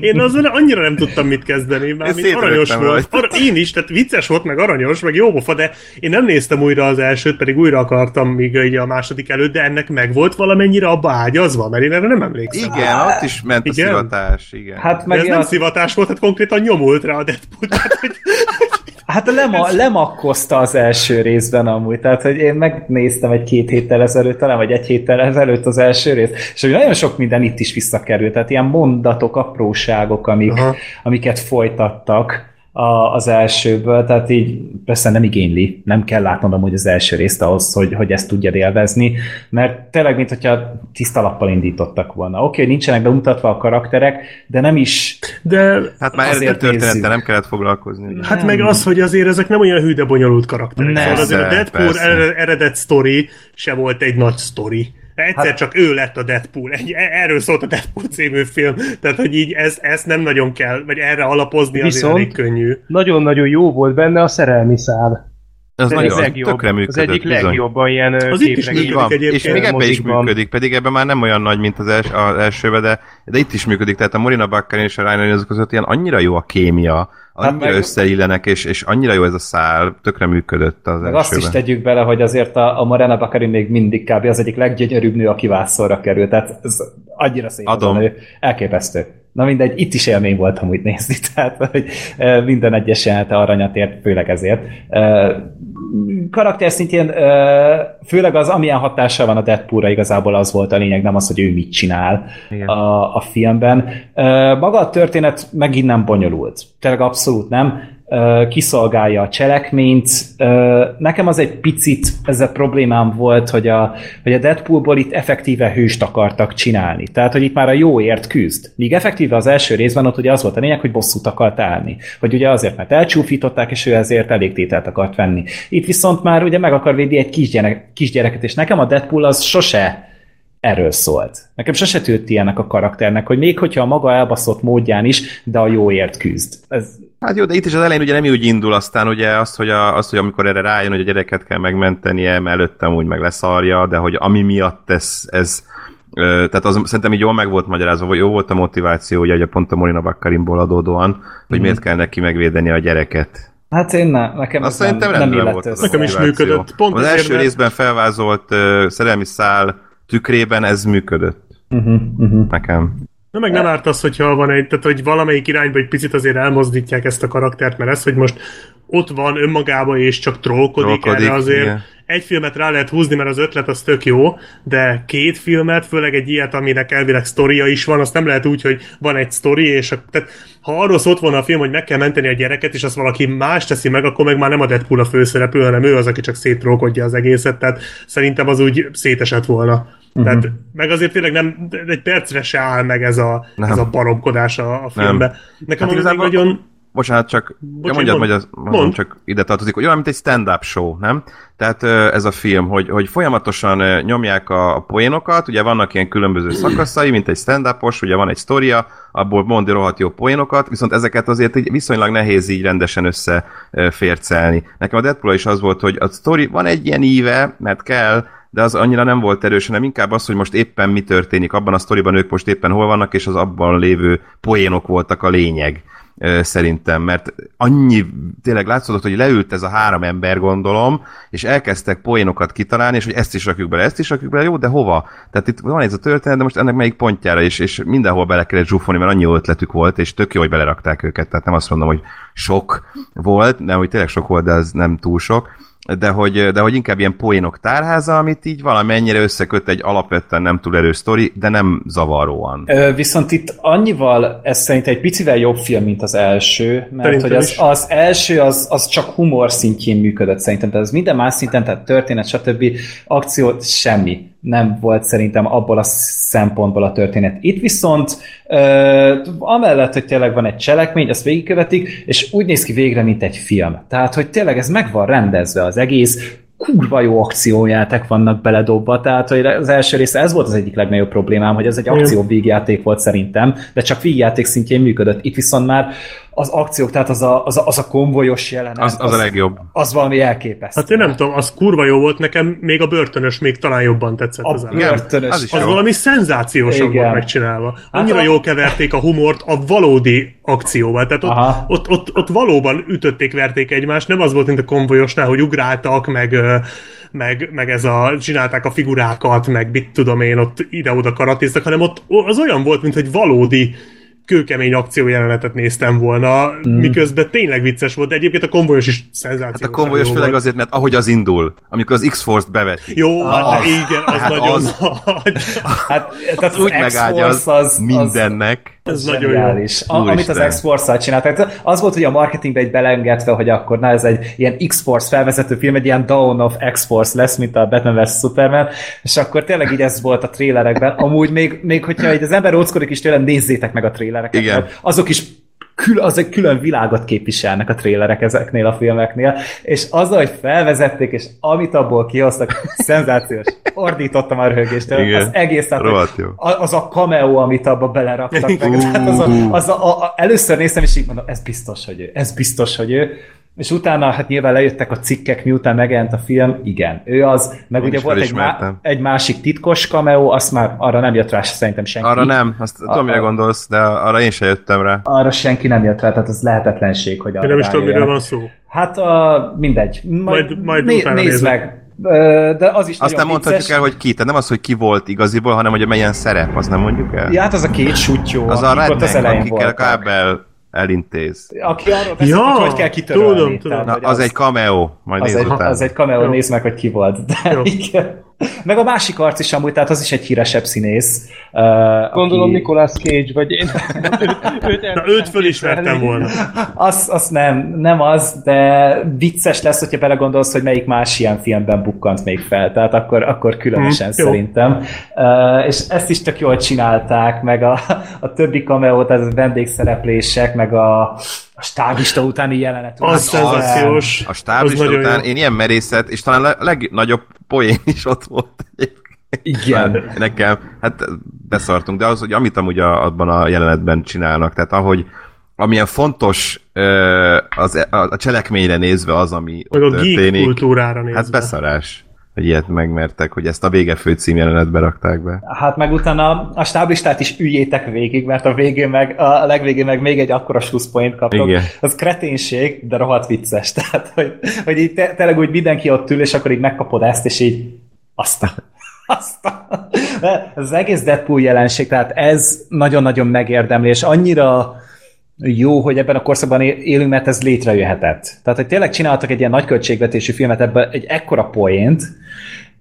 Speaker 2: Én azzal annyira nem tudtam mit kezdeni, mert
Speaker 4: szétrögtem
Speaker 2: aranyos volt.
Speaker 4: rajta.
Speaker 2: Ar- én is, tehát vicces volt, meg aranyos, meg jó pofa, de én nem néztem újra az elsőt, pedig újra akartam még így a második előtt, de ennek meg volt valamennyire abba ágyazva, mert én erre nem emlékszem.
Speaker 4: Igen, ott is ment a
Speaker 2: Igen?
Speaker 4: szivatás, igen. Hát,
Speaker 7: Hát
Speaker 2: De
Speaker 7: meg
Speaker 2: ez nem
Speaker 7: az,
Speaker 2: szivatás volt, hát konkrétan nyomult rá a Deadpool. Tehát, hogy
Speaker 7: hát lema, lemakkozta az első részben amúgy, tehát hogy én megnéztem egy két héttel ezelőtt, talán vagy egy héttel ezelőtt az első rész, és hogy nagyon sok minden itt is visszakerült, tehát ilyen mondatok, apróságok, amik,
Speaker 2: Aha.
Speaker 7: amiket folytattak a, az elsőből, tehát így persze nem igényli, nem kell átmondom, hogy az első részt ahhoz, hogy, hogy ezt tudjad élvezni, mert tényleg, mint hogyha tiszta lappal indítottak volna. Oké, okay, nincsenek bemutatva a karakterek, de nem is
Speaker 2: De
Speaker 4: hát már
Speaker 7: azért
Speaker 4: eredeti történettel
Speaker 7: nézzük.
Speaker 4: nem kellett foglalkozni.
Speaker 2: Hát meg az, hogy azért ezek nem olyan hű, de bonyolult karakterek.
Speaker 7: Nem.
Speaker 2: szóval azért a
Speaker 4: Persze,
Speaker 2: Deadpool
Speaker 4: persze.
Speaker 2: er- eredet sztori se volt egy nagy sztori. Egyszer hát, csak ő lett a Deadpool. Egy, e- erről szólt a Deadpool című film. Tehát, hogy így ez, ezt nem nagyon kell, vagy erre alapozni azért
Speaker 6: Viszont-
Speaker 2: elég könnyű.
Speaker 6: Nagyon-nagyon jó volt benne a szerelmi szál.
Speaker 4: Az
Speaker 6: Ez
Speaker 4: nagyon, az
Speaker 6: legjobb.
Speaker 4: tökre
Speaker 6: az
Speaker 4: működött,
Speaker 6: egyik
Speaker 4: bizony.
Speaker 6: legjobban ilyen ö,
Speaker 2: Az itt is
Speaker 6: képregény.
Speaker 4: Így van,
Speaker 2: működik
Speaker 4: és
Speaker 2: egyébként
Speaker 4: még ebben is
Speaker 6: mozikban.
Speaker 4: működik, pedig ebben már nem olyan nagy, mint az, els, az elsőben, de, de itt is működik, tehát a Morina Bakkarin és a Ryan Reynolds között ilyen annyira jó a kémia, annyira hát
Speaker 7: meg-
Speaker 4: összeillenek, és, és annyira jó ez a szál, tökre működött az
Speaker 7: Meg
Speaker 4: elsőben.
Speaker 7: azt is tegyük bele, hogy azért a, a Morena Bakari még mindig kb. az egyik leggyönyörűbb nő, aki vászorra kerül. Tehát ez annyira szép. az
Speaker 4: Adom.
Speaker 7: a nő. Elképesztő. Na mindegy, itt is élmény volt amúgy nézni, tehát hogy ö, minden egyes jelenete aranyat ért, főleg ezért. Ö, Karakter szintjén, ö, főleg az, amilyen hatással van a Deadpoolra igazából az volt a lényeg, nem az, hogy ő mit csinál a, a filmben. Ö, Maga a történet megint nem bonyolult, tényleg abszolút nem ö, kiszolgálja a cselekményt. Ö, Nekem az egy picit ez a problémám volt, hogy a, hogy a Deadpoolból itt effektíve hőst akartak csinálni. Tehát, hogy itt már a jóért küzd. Míg effektíve az első részben ott ugye az volt a lényeg, hogy bosszút akart állni. Hogy ugye azért, mert elcsúfították, és ő ezért elég tételt akart venni. Itt viszont már ugye meg akar védni egy kisgyerek, kisgyereket, és nekem a Deadpool az sose erről szólt. Nekem sose tűnt ilyenek a karakternek, hogy még hogyha a maga elbaszott módján is, de a jóért küzd. Ez
Speaker 4: Hát jó, de itt is az elején ugye nem úgy indul, aztán ugye az, hogy, a, az, hogy amikor erre rájön, hogy a gyereket kell megmentenie, mert előttem úgy meg leszarja, de hogy ami miatt ez, ez ö, tehát az, szerintem így jól meg volt magyarázva, vagy jó volt a motiváció, ugye, ugye pont a Morina Bakkarimból adódóan, hogy miért kell neki megvédeni a gyereket.
Speaker 7: Hát én ne, nekem
Speaker 4: Azt
Speaker 7: ez
Speaker 4: szerintem
Speaker 7: nem, nem
Speaker 4: rendben
Speaker 7: illett
Speaker 4: volt az a
Speaker 7: össze.
Speaker 2: Nekem is
Speaker 4: motiváció.
Speaker 2: működött, pont
Speaker 4: az
Speaker 2: ezért,
Speaker 4: első
Speaker 2: mert-
Speaker 4: részben felvázolt ö, szerelmi szál tükrében ez működött
Speaker 7: Uh-huh, uh-huh.
Speaker 4: nekem.
Speaker 2: Na meg
Speaker 4: E-
Speaker 2: nem árt az, hogyha van egy, tehát hogy valamelyik irányba egy picit azért elmozdítják ezt a karaktert, mert ez, hogy most ott van önmagába és csak trollkodik,
Speaker 4: Trollkodik,
Speaker 2: erre azért
Speaker 4: igen.
Speaker 2: egy filmet rá lehet húzni, mert az ötlet az tök jó, de két filmet, főleg egy ilyet, aminek elvileg sztoria is van, azt nem lehet úgy, hogy van egy sztori, és a, tehát, ha arról szólt volna a film, hogy meg kell menteni a gyereket, és azt valaki más teszi meg, akkor meg már nem a Deadpool a főszereplő, hanem ő az, aki csak szétrókodja az egészet, tehát szerintem az úgy szétesett volna.
Speaker 4: Mhm.
Speaker 2: Uh-huh. Tehát, meg azért tényleg nem, de egy percre se áll meg ez a,
Speaker 4: Nem.
Speaker 2: ez a baromkodás a, a filmbe. Nekem
Speaker 4: Hát
Speaker 2: hát
Speaker 4: igazából-
Speaker 2: nagyon...
Speaker 4: Bocsánat, csak ja, mondjad,
Speaker 2: mond.
Speaker 4: hogy az, mondom,
Speaker 2: Mond.
Speaker 4: csak ide tartozik, hogy olyan, mint egy stand-up show, nem? Tehát ö, ez a film, hogy, hogy folyamatosan ö, nyomják a, a poénokat, ugye vannak ilyen különböző szakaszai, mint egy stand-upos, ugye van egy sztoria, abból mond rohadt jó poénokat, viszont ezeket azért így viszonylag nehéz így rendesen összefércelni. Nekem a Deadpool is az volt, hogy a sztori van egy ilyen íve, mert kell, de az annyira nem volt erős, hanem inkább az, hogy most éppen mi történik, abban a sztoriban ők most éppen hol vannak, és az abban lévő poénok voltak a lényeg ö, szerintem, mert annyi, tényleg látszódott, hogy leült ez a három ember, gondolom, és elkezdtek poénokat kitalálni, és hogy ezt is rakjuk bele, ezt is rakjuk bele, jó, de hova? Tehát itt van ez a történet, de most ennek melyik pontjára, és, és mindenhol bele kellett zsúfolni, mert annyi jó ötletük volt, és tök jó, hogy belerakták őket, tehát nem azt mondom, hogy sok volt, nem, hogy tényleg sok volt, de az nem túl sok, de hogy, de hogy inkább ilyen poénok tárháza, amit így valamennyire összeköt egy alapvetően nem túl erős sztori, de nem zavaróan.
Speaker 7: Ö, Viszont itt annyival, ez szerintem egy picivel jobb film, mint az első, mert
Speaker 2: Szerintem
Speaker 7: hogy az,
Speaker 2: is.
Speaker 7: az első az, az csak humor szintjén működött szerintem, tehát ez minden más szinten, tehát történet, stb. akció, semmi nem volt szerintem abból a szempontból a történet. Itt viszont ö, amellett, hogy tényleg van egy cselekmény, azt végigkövetik, és úgy néz ki végre, mint egy film. Tehát, hogy tényleg ez meg van rendezve az egész, kurva jó akciójáték vannak beledobva, tehát hogy az első része ez volt az egyik legnagyobb problémám, hogy ez egy akció vígjáték volt szerintem, de csak vígjáték szintjén működött. Itt viszont már az akciók, tehát az a, az a, az a konvojos jelenet.
Speaker 4: Az, az, az a legjobb.
Speaker 7: Az valami elképesztő.
Speaker 2: Hát én nem tudom, az kurva jó volt nekem, még a börtönös még talán jobban tetszett
Speaker 7: A
Speaker 2: az állat.
Speaker 7: börtönös.
Speaker 4: az is
Speaker 2: Az
Speaker 4: jó.
Speaker 2: valami szenzációsan
Speaker 7: Igen. Hát
Speaker 2: volt megcsinálva. Annyira
Speaker 7: a-
Speaker 2: jól keverték a humort a valódi akcióval. Tehát
Speaker 7: Aha.
Speaker 2: ott, ott, ott, ott valóban ütötték, verték egymást. Nem az volt, mint a konvojosnál, hogy ugráltak, meg, ö, meg, meg ez a, csinálták a figurákat, meg mit tudom én, ott ide-oda karatiztak, hanem ott o- az olyan volt, mint hogy valódi kőkemény akciójelenetet néztem volna,
Speaker 7: Hmm.
Speaker 2: mm. miközben tényleg vicces volt, de egyébként a konvojos is szenzációs.
Speaker 4: Hát a konvojos főleg azért, mert ahogy az indul, amikor az X-Force-t beveti.
Speaker 2: Jó, hát igen, az
Speaker 4: Hát
Speaker 2: nagyon
Speaker 4: az.
Speaker 2: nagy.
Speaker 7: Hát, tehát
Speaker 4: Úgy megáldja az, az mindennek.
Speaker 7: Az, az
Speaker 2: nagyon jó.
Speaker 7: zseniális. A,
Speaker 4: Úristen.
Speaker 7: amit az X-Force-szal csináltak. Az volt, hogy a marketingbe egy belengedve, hogy akkor na ez egy ilyen X-Force felvezető film, egy ilyen Dawn of X-Force lesz, mint a Batman vs. Superman, és akkor tényleg így ez volt a trélerekben. Amúgy még, még hogyha így az ember óckodik is tőlem, nézzétek meg a trélereket.
Speaker 4: Igen.
Speaker 7: mert Azok is kül, az egy külön világot képviselnek a trélerek ezeknél a filmeknél, és az, hogy felvezették, és amit abból kihoztak, szenzációs. Ordítottam a röhögéstől,
Speaker 4: Igen.
Speaker 7: az egész, tehát hogy
Speaker 4: Rohadt jó.
Speaker 7: a- az a cameo, amit abba beleraktak. Meg, tehát az a, az a, a, a, először néztem, és így mondom, ez biztos, hogy ő, ez biztos, hogy ő. És utána hát nyilván lejöttek a cikkek, miután megjelent a film, igen, ő az, meg
Speaker 4: Én
Speaker 7: ugye
Speaker 4: is
Speaker 7: volt egy, má,
Speaker 4: felismertem.
Speaker 7: egy másik titkos cameo, azt már arra nem jött rá szerintem senki.
Speaker 4: Arra nem, azt tudom, mire gondolsz, de arra én sem jöttem rá.
Speaker 7: Arra senki nem jött rá, tehát az lehetetlenség, hogy arra
Speaker 2: Én nem is tudom,
Speaker 7: rájöjjön.
Speaker 2: miről van szó.
Speaker 7: Hát a, mindegy.
Speaker 2: Majd- majd utána
Speaker 7: nézd
Speaker 2: nézem.
Speaker 7: meg. Ö, De az is
Speaker 4: Azt nem
Speaker 7: nagyon
Speaker 4: mondhatjuk
Speaker 7: vicces.
Speaker 4: el, hogy ki, tehát nem az, hogy ki volt igaziból, hanem hogy milyen szerep, azt nem mondjuk el.
Speaker 7: Ja, hát az a két sutyó,
Speaker 4: az a
Speaker 7: akik ott az
Speaker 4: redneck,
Speaker 7: elején
Speaker 4: akikkel a
Speaker 7: voltak.
Speaker 4: kábel elintéz.
Speaker 7: Aki arról beszélt,
Speaker 2: Ja,
Speaker 7: hogy hogy kell kitörölni.
Speaker 2: tudom, tudom.
Speaker 4: Na,
Speaker 7: hogy
Speaker 4: az, egy cameo, majd
Speaker 7: az
Speaker 4: nézz
Speaker 7: egy,
Speaker 4: utána.
Speaker 7: az egy cameo,
Speaker 2: Jó.
Speaker 7: nézd meg, hogy ki volt. De
Speaker 2: Jó.
Speaker 7: igen. Meg a másik arc is amúgy, tehát az is egy híresebb színész. Uh,
Speaker 6: Gondolom Nicolas Cage, vagy én. Őt- őt el-
Speaker 2: Na, őt fölismertem volna.
Speaker 7: Az, az nem, nem az, de vicces lesz, hogyha belegondolsz, hogy melyik más ilyen filmben bukkant még fel, tehát akkor, akkor különösen
Speaker 2: Hm, jó.
Speaker 7: szerintem. Uh, és ezt is tök jól csinálták, meg a, a többi cameo, tehát a vendégszereplések, meg a, a stábista utáni jelenet.
Speaker 2: Az szenzációs.
Speaker 4: A stáblista
Speaker 2: Az nagyon
Speaker 4: után
Speaker 2: jó.
Speaker 4: én ilyen merészet, és talán a legnagyobb poén is ott volt egyébként
Speaker 7: Igen.
Speaker 4: nekem. Hát beszartunk, de az, hogy amit amúgy a, abban a jelenetben csinálnak, tehát ahogy amilyen fontos ö, az, a, a cselekményre nézve az, ami
Speaker 2: Meg
Speaker 4: ott
Speaker 2: a geek
Speaker 4: történik.
Speaker 2: kultúrára nézve.
Speaker 4: Hát beszarás, hogy ilyet megmertek, hogy ezt a vége főcím jelenetbe rakták be.
Speaker 7: Hát meg utána a stáblistát is üljétek végig, mert a végén meg, a legvégén meg még egy akkora slusszpoint kaptok.
Speaker 4: Igen.
Speaker 7: Az kreténség, de rohadt vicces. Tehát, hogy, hogy így te, tényleg úgy mindenki ott ül, és akkor így megkapod ezt, és így azt a- azt a- De Ez az egész Deadpool jelenség, tehát ez nagyon-nagyon megérdemli, és annyira jó, hogy ebben a korszakban é- élünk, mert ez létrejöhetett. Tehát, hogy tényleg csináltak egy ilyen nagy költségvetésű filmet, ebből egy ekkora poént,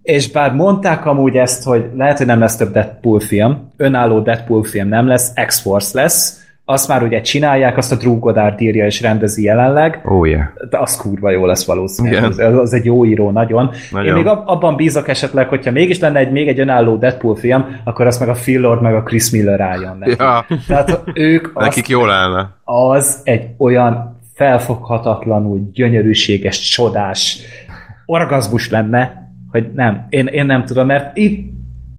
Speaker 7: és bár mondták amúgy ezt, hogy lehet, hogy nem lesz több Deadpool film, önálló Deadpool film nem lesz, X-Force lesz, azt már ugye csinálják, azt a Drew Goddard írja és rendezi jelenleg,
Speaker 4: Ó, oh, yeah.
Speaker 7: de az kurva jó lesz valószínűleg.
Speaker 4: Igen.
Speaker 7: Az, az egy jó író, nagyon.
Speaker 4: Nagyon.
Speaker 7: Én még ab- abban bízok esetleg, hogyha mégis lenne egy még egy önálló Deadpool film, akkor azt meg a Phil Lord, meg a Chris Miller álljon neki.
Speaker 4: Ja,
Speaker 7: Tehát ők azt
Speaker 4: nekik jól állna.
Speaker 7: az egy olyan felfoghatatlanul gyönyörűséges, csodás orgazmus lenne, hogy nem, én, én nem tudom, mert itt,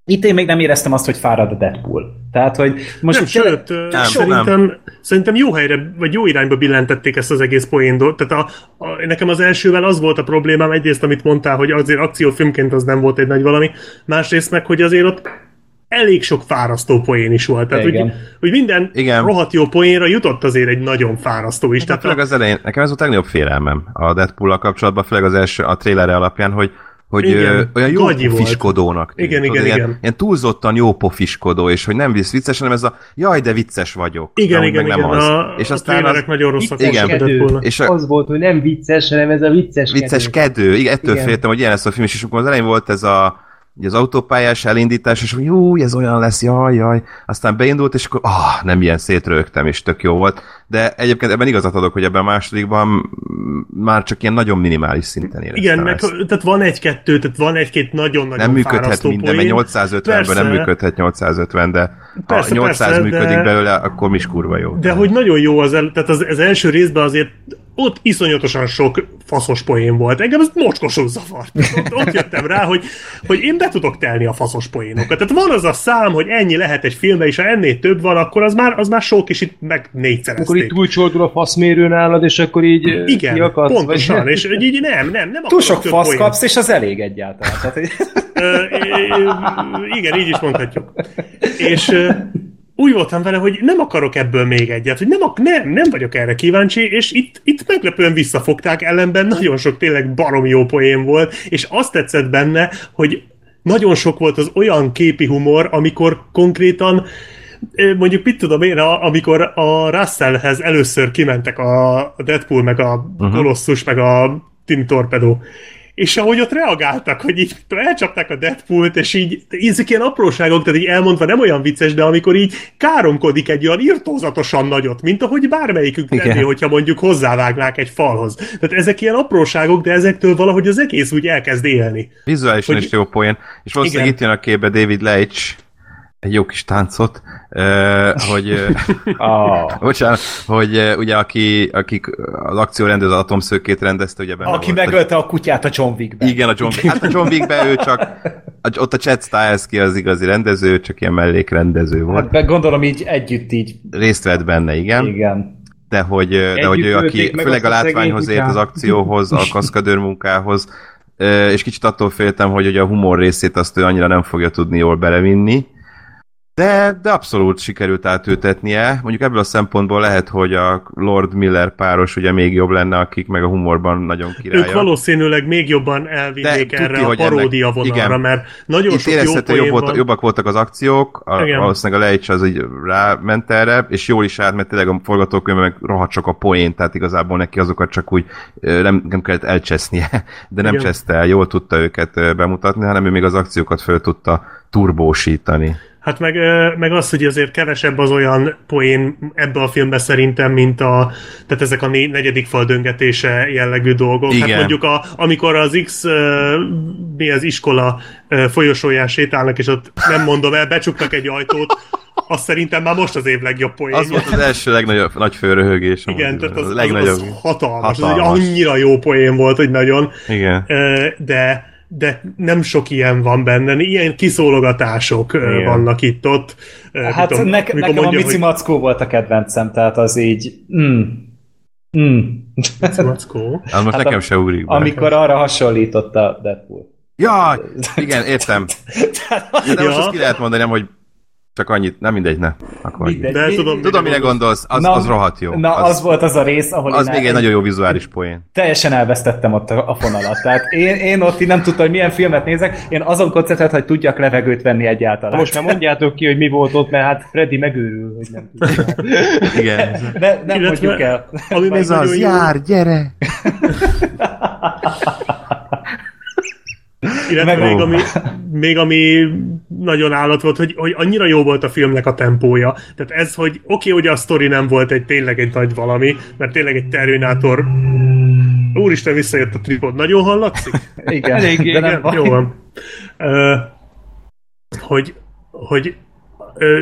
Speaker 7: itt én még nem éreztem azt, hogy fárad a Deadpool. Tehát, hogy most...
Speaker 2: Most nem,
Speaker 7: tényleg-
Speaker 2: sőt, nem,
Speaker 4: nem.
Speaker 2: szerintem, nem. szerintem jó helyre, vagy jó irányba billentették ezt az egész poéndot. Tehát a, a, nekem az elsővel az volt a problémám, egyrészt amit mondtál, hogy azért akciófilmként az nem volt egy nagy valami, másrészt meg, hogy azért ott elég sok fárasztó poén is volt. Tehát,
Speaker 7: Igen.
Speaker 2: hogy, hogy minden
Speaker 4: Igen.
Speaker 2: Igen. rohadt jó poénra jutott azért egy nagyon fárasztó is.
Speaker 4: Tehát
Speaker 2: Tehát
Speaker 4: főleg
Speaker 2: a,
Speaker 4: az elején, nekem ez volt a legnagyobb félelmem a deadpool kapcsolatban, főleg az első, a trélere alapján, hogy hogy
Speaker 2: Igen,
Speaker 4: ö, olyan jó
Speaker 2: gagyi volt.
Speaker 4: pofiskodónak. tűnt,
Speaker 2: Igen,
Speaker 4: tudod,
Speaker 2: igen,
Speaker 4: ilyen,
Speaker 2: igen.
Speaker 4: Ilyen túlzottan jó pofiskodó, és hogy nem visz vicces, hanem ez a jaj, de vicces vagyok.
Speaker 2: igen,
Speaker 4: de úgy
Speaker 2: igen,
Speaker 4: meg
Speaker 2: igen.
Speaker 4: nem az.
Speaker 2: A,
Speaker 4: és
Speaker 2: a
Speaker 4: aztán
Speaker 2: trélerek
Speaker 4: az
Speaker 2: az... nagyon rosszak
Speaker 4: Igen.
Speaker 2: voltak a
Speaker 6: Kedő.
Speaker 2: Deadpoolnak.
Speaker 4: és a,
Speaker 6: Az volt, hogy nem vicces, hanem ez a vicces
Speaker 4: vicces
Speaker 6: kedő.
Speaker 4: kedő. Igen, ettől
Speaker 6: Igen.
Speaker 4: féltem, hogy ilyen lesz a film, és akkor az elején volt ez a ugye az autópályás elindítás, és hogy jó, ez olyan lesz, jaj, jaj. Aztán beindult, és akkor ah, nem ilyen szétrögtem, és tök jó volt. De egyébként ebben igazat adok, hogy ebben a másodikban mm, már csak ilyen nagyon minimális szinten éreztem
Speaker 2: Igen, meg,
Speaker 4: ezt.
Speaker 2: tehát van egy-kettő, tehát van egy-két nagyon-nagyon
Speaker 4: Nem működhet
Speaker 2: fárasztó
Speaker 4: minden,
Speaker 2: poén.
Speaker 4: mert 850-ből nem
Speaker 2: Persze.
Speaker 4: működhet 850, de
Speaker 2: Persze,
Speaker 4: ha 800
Speaker 2: persze,
Speaker 4: működik
Speaker 2: de-
Speaker 4: belőle, akkor mi is kurva jó.
Speaker 2: De hogy nagyon jó az, el, tehát az, az első részben azért ott iszonyatosan sok faszos poén volt. Engem ez mocskosul zavart. Ott, ott jöttem rá, hogy, hogy én be tudok telni a faszos poénokat. Tehát van az a szám, hogy ennyi lehet egy filmbe, és ha ennél több van, akkor az már, az már sok, és itt meg
Speaker 6: Akkor itt
Speaker 2: négyszerezték.
Speaker 6: túlcsordul a faszmérő nálad, és akkor így ö,
Speaker 2: Igen,
Speaker 6: kiakadsz, vagy-
Speaker 2: pontosan, és így- így nem, nem, nem
Speaker 7: Túl
Speaker 2: akarok
Speaker 7: sok
Speaker 2: több
Speaker 7: fasz
Speaker 2: poént.
Speaker 7: kapsz, és az elég egyáltalán. Tehát, hogy
Speaker 2: Ö, ö, igen, így is mondhatjuk. És ö, úgy voltam vele, hogy nem akarok ebből még egyet, hogy nem, ak- nem, nem vagyok erre kíváncsi, és itt, itt meglepően visszafogták, ellenben nagyon sok tényleg barom jó poén volt, és azt tetszett benne, hogy nagyon sok volt az olyan képi humor, amikor konkrétan ö, mondjuk mit tudom én, a, amikor a Russellhez először kimentek a a Deadpool, meg a Colossus, meg a Team Torpedo, és ahogy ott reagáltak, hogy így tudom, elcsapták a Deadpoolt, és így ezek ilyen apróságok, tehát így elmondva nem olyan vicces, de amikor így káromkodik egy olyan irtózatosan nagyot, mint ahogy bármelyikük tenné, hogyha mondjuk hozzávágnák egy falhoz. Tehát ezek ilyen apróságok, de ezektől valahogy az egész úgy elkezd élni.
Speaker 4: Vizuálisan
Speaker 2: Hogy-
Speaker 4: is jó poén. És valószínűleg
Speaker 2: Igen.
Speaker 4: itt jön a képbe David Leitch, egy jó kis táncot, ö, hogy ö,
Speaker 7: Ah.
Speaker 4: bocsánat, hogy ö, ugye aki, akik az akció rendez, az atomszőkét rendezte, ugye benne
Speaker 7: Aki
Speaker 4: volt, hogy-
Speaker 7: megölte a kutyát a John Wickben.
Speaker 4: Igen, a John Wick. Hát a John Wickben ő csak, a- ott a Chad Stileski az igazi rendező, ő csak ilyen mellékrendező volt.
Speaker 7: Hát be- gondolom így együtt így.
Speaker 4: Részt vett benne, igen,
Speaker 7: Igen.
Speaker 4: de hogy, de hogy ő,
Speaker 6: Együtt
Speaker 4: aki
Speaker 6: ölték meg
Speaker 4: főleg a
Speaker 6: azt a szegény
Speaker 4: látványhoz ért,
Speaker 6: kutyát.
Speaker 4: az akcióhoz, a kaszkadőr munkához, ö, és kicsit attól féltem, hogy ugye a humor részét azt ő annyira nem fogja tudni jól belevinni, de, de abszolút sikerült átültetnie. Mondjuk ebből a szempontból lehet, hogy a Lord Miller páros ugye még jobb lenne, akik meg a humorban nagyon
Speaker 2: Ők
Speaker 4: királyok.
Speaker 2: valószínűleg még jobban elvinnék
Speaker 4: De
Speaker 2: erre
Speaker 4: tuti,
Speaker 2: a
Speaker 4: hogy ennek-
Speaker 2: paródia vonalra,
Speaker 4: igen.
Speaker 2: mert nagyon
Speaker 4: Itt
Speaker 2: sok jó
Speaker 4: érezhető,
Speaker 2: poén
Speaker 4: jobb volt,
Speaker 2: van.
Speaker 4: jobbak voltak az akciók, a,
Speaker 2: Igen.
Speaker 4: valószínűleg a Leics az így ráment erre, és jól is átment, tényleg a forgatókönyv meg rohadt sok a poén, tehát igazából neki azokat csak úgy ö, nem, nem kellett elcsesznie, de nem
Speaker 2: Igen.
Speaker 4: cseszte el, jól tudta őket ö, bemutatni, hanem ő még az akciókat föl tudta turbósítani.
Speaker 2: Hát meg, ö, meg az, hogy azért kevesebb az olyan poén ebbe a filmbe szerintem, mint a, tehát ezek a né- negyedik fal döngetése jellegű dolgok. Hát
Speaker 4: Igen.
Speaker 2: mondjuk a, amikor az X ö, mi az iskola ö, folyosóján sétálnak, és ott nem mondom el, becsuknak egy ajtót, az szerintem már most az év legjobb poénja.
Speaker 4: Az volt az első legnagyobb, nagy főröhögés.
Speaker 2: Igen,
Speaker 4: amúgy,
Speaker 2: tehát az,
Speaker 4: a
Speaker 2: az, az, hatalmas.
Speaker 4: Hatalmas.
Speaker 2: hatalmas. Ez egy annyira jó poén volt, hogy nagyon.
Speaker 4: Igen.
Speaker 2: Ö, de de nem sok ilyen van benne, ilyen kiszólogatások Igen.
Speaker 4: Igen.
Speaker 2: vannak itt-ott. Ö,
Speaker 7: Hát
Speaker 2: mit tudom,
Speaker 7: ne,
Speaker 2: amikor
Speaker 7: nekem a
Speaker 2: mondja,
Speaker 7: Mici
Speaker 2: hogy-
Speaker 7: Mackó volt a kedvencem, tehát az így... Mm, mm.
Speaker 2: Mackó.
Speaker 4: Az most
Speaker 7: Hát
Speaker 4: nekem
Speaker 7: a-
Speaker 4: se ugrik be.
Speaker 7: Amikor arra hasonlította Deadpool.
Speaker 4: Jaj, igen, értem. De most
Speaker 2: Ja.
Speaker 4: azt ki lehet mondani, nem, hogy csak annyit, nem mindegy, ne. Akkor
Speaker 7: Mindegy.
Speaker 2: De tudom,
Speaker 4: Tudom, mire gondolsz, az,
Speaker 7: Na,
Speaker 4: az rohadt jó.
Speaker 7: Na, az, az volt az a rész, ahol
Speaker 4: az
Speaker 7: én
Speaker 4: még
Speaker 7: el-
Speaker 4: egy nagyon jó vizuális poén.
Speaker 7: teljesen elvesztettem ott a a fonalat. Tehát én, én ott így nem tudtam, hogy milyen filmet nézek, én azon koncentrált, hogy tudjak levegőt venni egyáltalán.
Speaker 6: Most már mondjátok ki, hogy mi volt ott, mert hát Freddy megőrül, hogy nem tudja.
Speaker 4: Igen.
Speaker 7: ne, nem
Speaker 2: Illetve-
Speaker 7: mondjuk el.
Speaker 2: Ami még nagyon jó,
Speaker 4: gyere!
Speaker 2: illetve
Speaker 7: meg-
Speaker 2: még,
Speaker 4: Ó.
Speaker 2: ami, még ami nagyon állat volt, hogy, hogy annyira jó volt a filmnek a tempója. Tehát ez, hogy oké, hogy a sztori nem volt egy tényleg egy nagy valami, mert tényleg egy Terminátor... Úristen, visszajött a tripod. Nagyon hallatszik?
Speaker 7: Igen,
Speaker 6: Eléggé,
Speaker 7: de nem
Speaker 2: Igen,
Speaker 7: baj.
Speaker 2: jó van. Ö, hogy, hogy ö,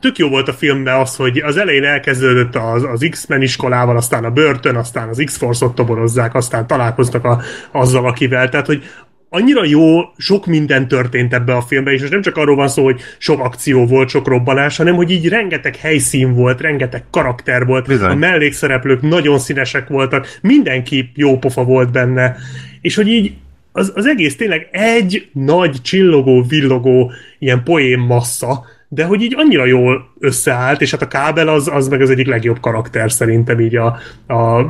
Speaker 2: tök jó volt a filmben az, hogy az elején elkezdődött az, az X-Men iskolával, aztán a börtön, aztán az X-Force-ot toborozzák, aztán találkoztak a, azzal, akivel. Tehát, hogy annyira jó, sok minden történt ebbe a filmbe, és most nem csak arról van szó, hogy sok akció volt, sok robbanás, hanem hogy így rengeteg helyszín volt, rengeteg karakter volt,
Speaker 4: Bizony.
Speaker 2: a mellékszereplők nagyon színesek voltak, mindenki jó pofa volt benne, és hogy így az, az egész tényleg egy nagy csillogó, villogó ilyen poén massza, de hogy így annyira jól összeállt, és hát a kábel az, az meg az egyik legjobb karakter szerintem így a, a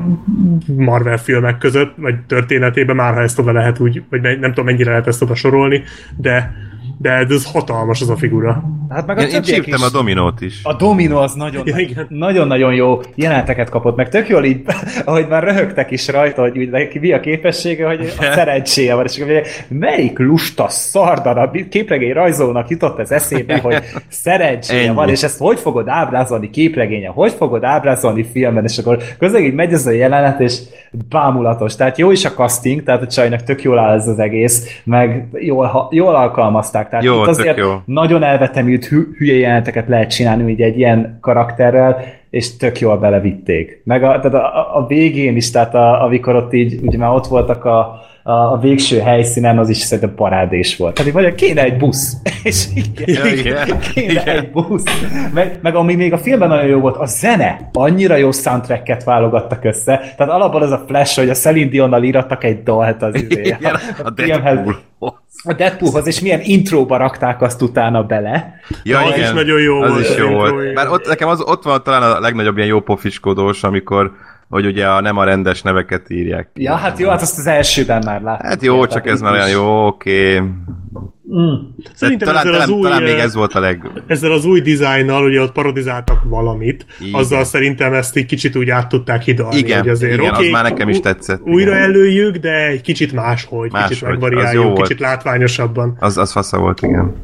Speaker 2: Marvel filmek között, vagy történetében, már ha ezt oda lehet úgy, vagy ne- nem tudom mennyire lehet ezt oda sorolni, de, de de ez hatalmas az a figura.
Speaker 7: Hát meg a
Speaker 4: Én, én
Speaker 7: többiek
Speaker 4: csíptem
Speaker 7: is.
Speaker 4: a dominót is.
Speaker 7: A Domino az nagyon,
Speaker 2: Ja, igen.
Speaker 7: nagyon-nagyon jó jeleneteket kapott, meg tök jól így, ahogy már röhögtek is rajta, hogy úgy neki mi a képessége, hogy a szerencséje van, és akkor mondják, melyik lusta szardarab képregény rajzolónak jutott ez eszébe, hogy szerencséje
Speaker 4: Ennyi.
Speaker 7: van, és ezt hogy fogod ábrázolni képregényen, hogy fogod ábrázolni filmben, és akkor közben így megy ez a jelenet, és bámulatos. Tehát jó is a casting, tehát a csajnak tök jól áll ez az egész, meg jól, ha- jól alkalmazták. Tehát
Speaker 4: Jó,
Speaker 7: itt
Speaker 4: tök
Speaker 7: azért
Speaker 4: jó.
Speaker 7: nagyon elvetemült hü- hülye jeleneteket lehet csinálni ugye egy ilyen karakterrel, és tök jól belevitték. Meg a, tehát a, a végén is, tehát a, amikor ott így, ugye már ott voltak a, a, a végső helyszínen, az is szerintem parádés volt. Tehát így mondja, kéne egy busz. és igen,
Speaker 4: Ja, igen.
Speaker 7: kéne
Speaker 4: Igen.
Speaker 7: egy busz. Meg, meg ami még a filmben nagyon jó volt, a zene. Annyira jó soundtracket válogattak össze. Tehát alapból az a flash, hogy a Celine Dionnal írattak egy dalt az izé.
Speaker 4: Igen, a
Speaker 7: filmhez-
Speaker 4: Deadpool.
Speaker 7: a Deadpoolhoz, és milyen intróba rakták azt utána bele.
Speaker 4: Ja,
Speaker 2: Az
Speaker 4: igen.
Speaker 2: is nagyon jó
Speaker 4: az
Speaker 2: volt,
Speaker 4: Is jó
Speaker 2: az
Speaker 4: volt.
Speaker 2: intro,
Speaker 4: Bár
Speaker 2: igen.
Speaker 4: ott, nekem az, ott van talán a legnagyobb ilyen jó pofiskodós, amikor hogy ugye a, nem a rendes neveket írják. ki.
Speaker 7: Ja, hát jó, hát azt az elsőben már láttam.
Speaker 4: Hát jó, csak ez már olyan jó, oké.
Speaker 7: Mm.
Speaker 2: Szerintem
Speaker 4: talán,
Speaker 2: ezzel az
Speaker 4: talán,
Speaker 2: új,
Speaker 4: talán még
Speaker 2: eh,
Speaker 4: ez volt a leg...
Speaker 2: ezzel az új dizájnnal, ugye ott parodizáltak valamit,
Speaker 4: Igen.
Speaker 2: igen. azzal szerintem ezt így kicsit úgy át tudták hidalni.
Speaker 4: Igen,
Speaker 2: hogy azért,
Speaker 4: igen, az
Speaker 2: oké,
Speaker 4: már nekem is
Speaker 2: ú-
Speaker 4: tetszett,
Speaker 2: Újra
Speaker 4: igen.
Speaker 2: előjük, de egy kicsit máshogy, kicsit
Speaker 4: Máshogy, az jó
Speaker 2: megvariáljuk,
Speaker 4: volt.
Speaker 2: kicsit látványosabban.
Speaker 4: Az, az fasza volt, igen.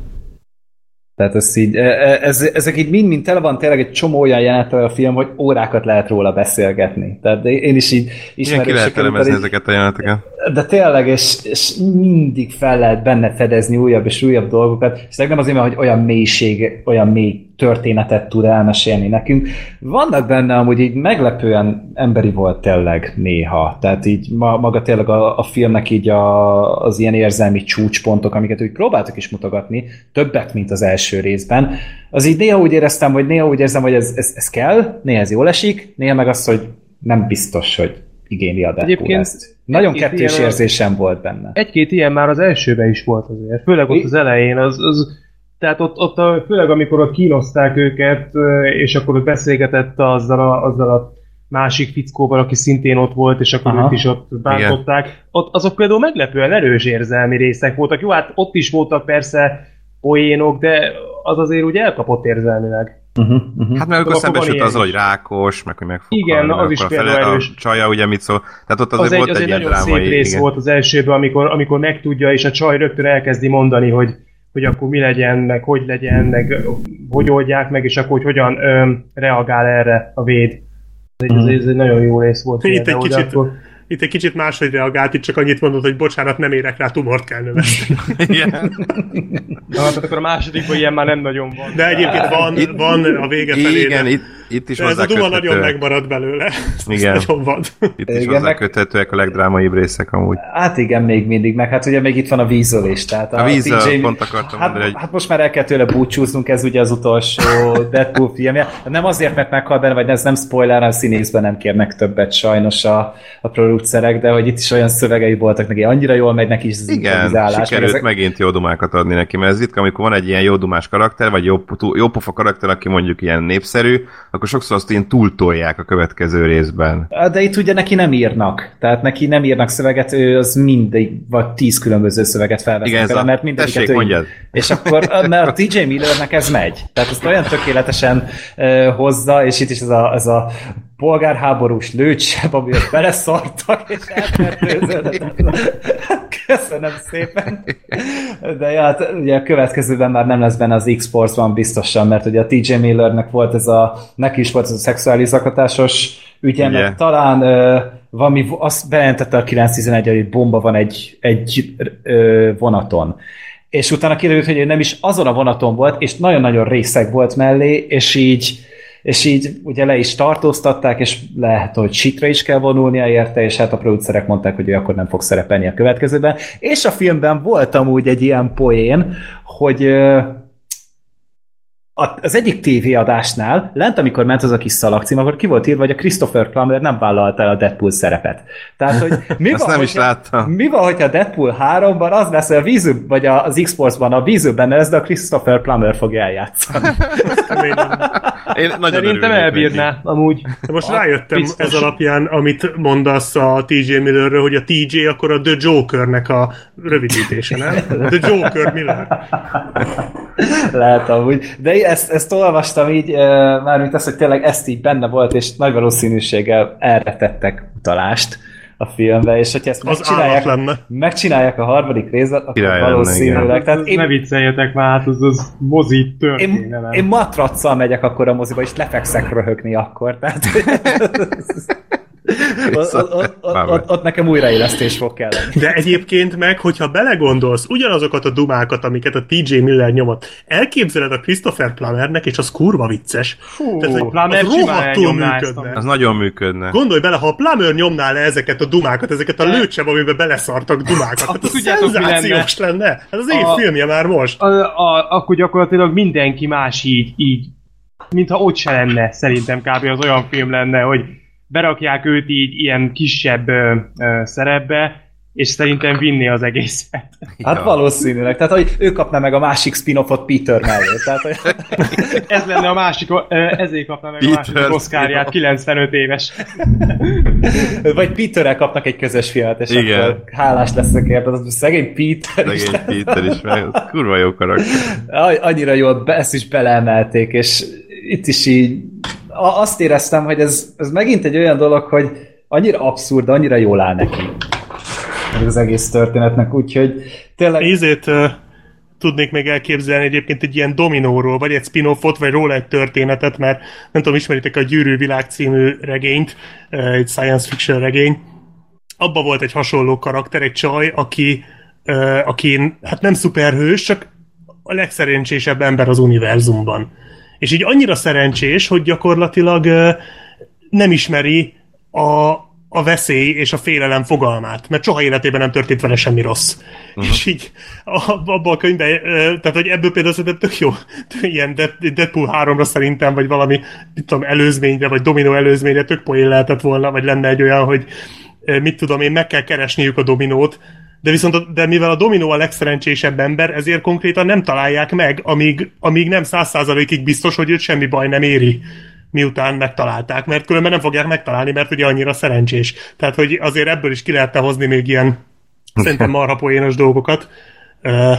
Speaker 7: Tehát ez így, e- ez, ezek így mind-mind tele van tényleg egy csomó olyan jelenettel a film, hogy órákat lehet róla beszélgetni. Tehát én is így
Speaker 4: Igen, ki lehet
Speaker 7: ismerősökkel,
Speaker 4: elemezni
Speaker 7: így-
Speaker 4: ezeket a jeleneteket.
Speaker 7: de tényleg, és, és mindig fel lehet benne fedezni újabb és újabb dolgokat, és nem azért, mert hogy olyan mélység, olyan mély történetet tud elmesélni nekünk. Vannak benne amúgy így meglepően emberi volt tényleg néha, tehát így ma, maga tényleg a, a filmnek így a, az ilyen érzelmi csúcspontok, amiket úgy próbáltak is mutogatni, többet, mint az első részben. Az így néha úgy éreztem, hogy néha úgy érzem, hogy ez, ez, ez kell, néha ez jól esik, néha meg az, hogy nem biztos, hogy igényli a Deadpool
Speaker 6: Egyébként
Speaker 7: ezt. Nagyon
Speaker 6: Egy-két
Speaker 7: kettős
Speaker 6: ilyen-
Speaker 7: érzésem volt benne.
Speaker 6: Egy-két ilyen már az elsőben is volt azért, főleg ott
Speaker 7: Mi?
Speaker 6: az elején, az, az tehát ott, ott a, főleg amikor ott kínozták őket, ö, és akkor ott beszélgetett azzal a, azzal a másik fickóval, aki szintén ott volt, és akkor
Speaker 7: Aha.
Speaker 6: őt is ott bántották. Ott, azok például meglepően erős érzelmi részek voltak. Jó, hát ott is voltak persze poénok, de az azért úgy elkapott érzelmileg.
Speaker 7: Uh-huh, uh-huh.
Speaker 4: Hát meg akkor
Speaker 6: Mhm. Akkor
Speaker 4: szembesült
Speaker 6: ilyen
Speaker 4: azzal,
Speaker 6: is.
Speaker 4: hogy rákos, meg hogy meg fog
Speaker 6: Igen,
Speaker 4: halni,
Speaker 6: az
Speaker 4: meg
Speaker 6: is
Speaker 4: akkor a
Speaker 6: például
Speaker 4: fele-
Speaker 6: erős.
Speaker 4: A csaja ugye mit szól. Tehát ott
Speaker 6: Az
Speaker 4: azért
Speaker 6: egy,
Speaker 4: volt
Speaker 6: az egy
Speaker 4: egy ilyen
Speaker 6: nagyon szép
Speaker 4: drámai.
Speaker 6: rész
Speaker 4: igen.
Speaker 6: volt az elsőben, amikor, amikor megtudja, és a csaj rögtön elkezdi mondani, hogy, hogy akkor mi legyen, meg hogy legyen, meg ö, hogy oldják meg, és akkor hogy hogyan ö, reagál erre a véd. Ez egy, ez, egy- ez egy nagyon jó rész volt.
Speaker 2: Itt egy
Speaker 6: például, de
Speaker 2: kicsit-
Speaker 6: akkor-
Speaker 2: Itt egy kicsit máshogy reagált, itt csak annyit mondott, hogy bocsánat, nem érek rá, tumort kell növeszteni.
Speaker 4: Igen.
Speaker 6: Na, tehát akkor a másodikban ilyen már nem nagyon van.
Speaker 2: De egyébként van, van a vége felé.
Speaker 4: Igen,
Speaker 2: de-
Speaker 4: itt, itt is
Speaker 2: de ez a duma nagyon
Speaker 4: hozzáköthetőek.
Speaker 2: megmarad belőle. Ez
Speaker 4: Igen.
Speaker 2: Nagyon vad.
Speaker 4: Itt is
Speaker 7: Igen,
Speaker 4: hozzáköthetőek a legdrámaibb részek amúgy.
Speaker 7: Hát igen, még mindig, meg hát ugye még itt van a vízölés. Tehát
Speaker 4: A vízzel pont akartam
Speaker 7: hát,
Speaker 4: mondani, hogy-
Speaker 7: hát most már el kell tőle búcsúznunk, ez ugye az utolsó Deadpool filmje. Nem azért, mert meghal benne, vagy ez nem spoiler, hanem színészben nem kérnek többet sajnos a, a producerek, de hogy itt is olyan szövegei voltak neki, annyira jól megy neki is az
Speaker 4: Igen,
Speaker 7: improvizálás, meg
Speaker 4: sikerült
Speaker 7: ezek-
Speaker 4: megint jó dumákat adni neki, mert ez ritka, amikor van egy ilyen jó dumás karakter, vagy jó, tú- jó pofa karakter, aki mondjuk ilyen népszerű, akkor sokszor azt ilyen túltolják a következő részben.
Speaker 7: De itt ugye neki nem írnak. Tehát neki nem írnak szöveget, ő az mindig, vagy tíz különböző szöveget felvesz.
Speaker 4: Igen, ez a-
Speaker 7: mert mindegyiket
Speaker 4: tessék,
Speaker 7: ő ír.
Speaker 4: mondjad.
Speaker 7: És akkor, mert a TJ Millernek ez megy. Tehát ezt olyan tökéletesen ö, hozza, és itt is ez a, ez a polgárháborús lőcsebb, amiben beleszartak, és elfertőződött. Köszönöm szépen. De ja, hát ugye a következőben már nem lesz benne az X-Force-ban biztosan, mert ugye a TJ Millernek volt ez a, neki is volt ez a szexuális zaklatásos ügye,
Speaker 4: Ugye.
Speaker 7: meg talán ö, valami, azt bejelentette a 911 hogy bomba van egy, egy ö, vonaton. És utána kiderült, hogy ő nem is azon a vonaton volt, és nagyon-nagyon részeg volt mellé, és így és így ugye le is tartóztatták, és lehet, hogy sitre is kell vonulnia érte, és hát a producerek mondták, hogy ő akkor nem fog szerepelni a következőben. És a filmben volt amúgy egy ilyen poén, hogy ö, a- az egyik tévéadásnál, lent amikor ment az a kis szalagcím, akkor ki volt írva, hogy a Christopher Plummer nem vállalta el a Deadpool szerepet. Tehát, hogy mi
Speaker 4: Azt
Speaker 7: van,
Speaker 4: nem
Speaker 7: hogyha-
Speaker 4: is láttam.
Speaker 7: mi van, hogyha Deadpool 3-ban az lesz, hogy a víző, vagy a- az X-Force-ban a vízőben lesz, de a Christopher Plummer fog eljátszani.
Speaker 4: Én nagyon
Speaker 6: Szerintem
Speaker 4: örülnék neki.
Speaker 6: elbírná, amúgy.
Speaker 2: De most rájöttem
Speaker 6: biztos.
Speaker 2: biztos. ez alapján, amit mondasz a TJ Millerről, hogy a TJ akkor a The Jokernek a rövidítése, nem? The Joker Miller.
Speaker 7: Lehet amúgy. De én ezt, ezt olvastam így, eh, mármint azt, hogy tényleg ezt így benne volt, és nagy valószínűséggel erre tettek utalást a filmbe, és hogyha ezt
Speaker 2: Az állat
Speaker 7: megcsinálják,
Speaker 2: lenne.
Speaker 7: megcsinálják a harmadik részben, akkor
Speaker 4: Király lenne,
Speaker 7: valószínűleg.
Speaker 4: igen.
Speaker 7: tehát én,
Speaker 6: Ne vicceljetek már, hát az, az mozi
Speaker 7: én,
Speaker 6: történelem.
Speaker 7: én matraccal megyek akkor a moziba, és lefekszek röhögni akkor. Tehát, Ott, ott, ott, ott nekem újraélesztés fog kelleni.
Speaker 2: De egyébként meg, hogyha belegondolsz, ugyanazokat a dumákat, amiket a TJ Miller nyomott, elképzeled a Christopher Plummernek, és az kurva vicces.
Speaker 6: Hú,
Speaker 2: Tehát, hogy
Speaker 6: Plummer
Speaker 2: az
Speaker 6: simán
Speaker 2: rohadtul
Speaker 6: elnyomná ezt a-
Speaker 2: működne.
Speaker 4: Az nagyon működne.
Speaker 2: Gondolj bele, ha a Plummer nyomná le ezeket a dumákat, ezeket a lőcsebb, amiben beleszartak dumákat, hát az
Speaker 6: tudjátok, mi lenne?
Speaker 2: szenzációs lenne. Hát az én
Speaker 6: A-
Speaker 2: filmje már most.
Speaker 6: a, a, akkor gyakorlatilag mindenki más így, így, mintha ott se lenne, szerintem kb. az olyan film lenne, hogy berakják őt így ilyen kisebb ö, ö, szerepbe, és szerintem vinni az egészet.
Speaker 7: Hát valószínűleg. Tehát, hogy ő kapna meg a másik spin-offot Peter mellé. Tehát, hogy
Speaker 6: Ez lenne a másik, ö, ezért kapna meg a
Speaker 4: Peter
Speaker 6: másik Oszkárját, 95 éves.
Speaker 7: vagy Peterrel kapnak egy közös filmet, és
Speaker 4: Igen.
Speaker 7: Igen. akkor hálás leszek érte. Az szegény Peter is.
Speaker 4: Szegény Peter is, meg az kurva jó karakter.
Speaker 7: Aj, annyira jól, be, ezt is beleemelték, és itt is így a- azt éreztem, hogy ez, ez megint egy olyan dolog, hogy annyira abszurd, de annyira jól áll neki az egész történetnek, úgyhogy tényleg
Speaker 2: Ízét uh, tudnék még elképzelni egyébként egy ilyen dominóról, vagy egy spin-offot, vagy róla egy történetet, mert nem tudom, ismeritek a Gyűrű világ című regényt, ö, egy science fiction regény. Abba volt egy hasonló karakter, egy csaj, aki, ö, aki hát nem szuperhős, csak a legszerencsésebb ember az univerzumban. És így annyira szerencsés, hogy gyakorlatilag ö, nem ismeri a, a veszély és a félelem fogalmát, mert soha életében nem történt vele semmi rossz. Uh-huh. És így a- abban a könyvben, ö, tehát hogy ebből például szerintem tök jó, ilyen Dead- Deadpool 3-ra szerintem, vagy valami, mit tudom, előzményre, vagy dominó előzményre tök poén lehetett volna, vagy lenne egy olyan, hogy ö, Eh, mit tudom én, meg kell keresniük a dominót, de viszont, a- de mivel a dominó a legszerencsésebb ember, ezért konkrétan nem találják meg, amíg, amíg nem száz százalékig biztos, hogy őt semmi baj nem éri miután megtalálták, mert különben nem fogják megtalálni, mert ugye annyira szerencsés. Tehát, hogy azért ebből is ki lehetne hozni még ilyen szerintem marha poénos dolgokat, ö,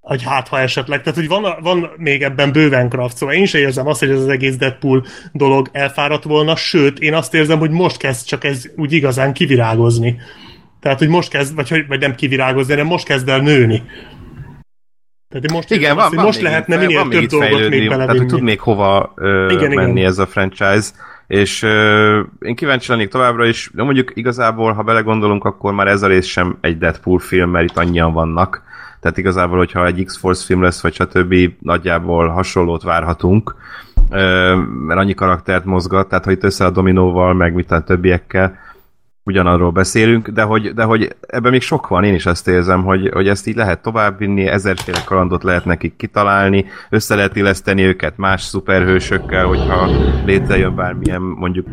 Speaker 2: hogy hát ha esetleg. Tehát, hogy van, van még ebben bőven kraft, szóval én se érzem azt, hogy ez az egész Deadpool dolog elfáradt volna, sőt, én azt érzem, hogy most kezd csak ez úgy igazán kivirágozni. Tehát, hogy most kezd, vagy, hogy- vagy nem kivirágozni, hanem most kezd el nőni. Tehát én most
Speaker 4: Igen,
Speaker 2: érzem
Speaker 4: van,
Speaker 2: azt,
Speaker 4: van
Speaker 2: hogy most
Speaker 4: még
Speaker 2: lehetne
Speaker 4: itt-
Speaker 2: minél
Speaker 4: van
Speaker 2: több
Speaker 4: itt
Speaker 2: dolgot
Speaker 4: fejlődni,
Speaker 2: még
Speaker 4: Tehát, hogy
Speaker 2: belevinni.
Speaker 4: tud még hova ö,
Speaker 2: Igen,
Speaker 4: igen,
Speaker 2: igen.
Speaker 4: menni ez a franchise, és ö, én kíváncsi lennék továbbra is, de mondjuk igazából, ha belegondolunk, akkor már ez a rész sem egy Deadpool film, mert itt annyian vannak, tehát igazából, hogyha egy X-Force film lesz, vagy stb., nagyjából hasonlót várhatunk, ö, mert annyi karaktert mozgat, tehát ha itt össze a dominóval, meg mit a többiekkel, ugyanarról beszélünk, de hogy, de hogy ebben még sok van, én is azt érzem, hogy, hogy ezt így lehet továbbvinni, ezerféle kalandot lehet nekik kitalálni, össze lehet illeszteni őket más szuperhősökkel, hogyha létrejön bármilyen mondjuk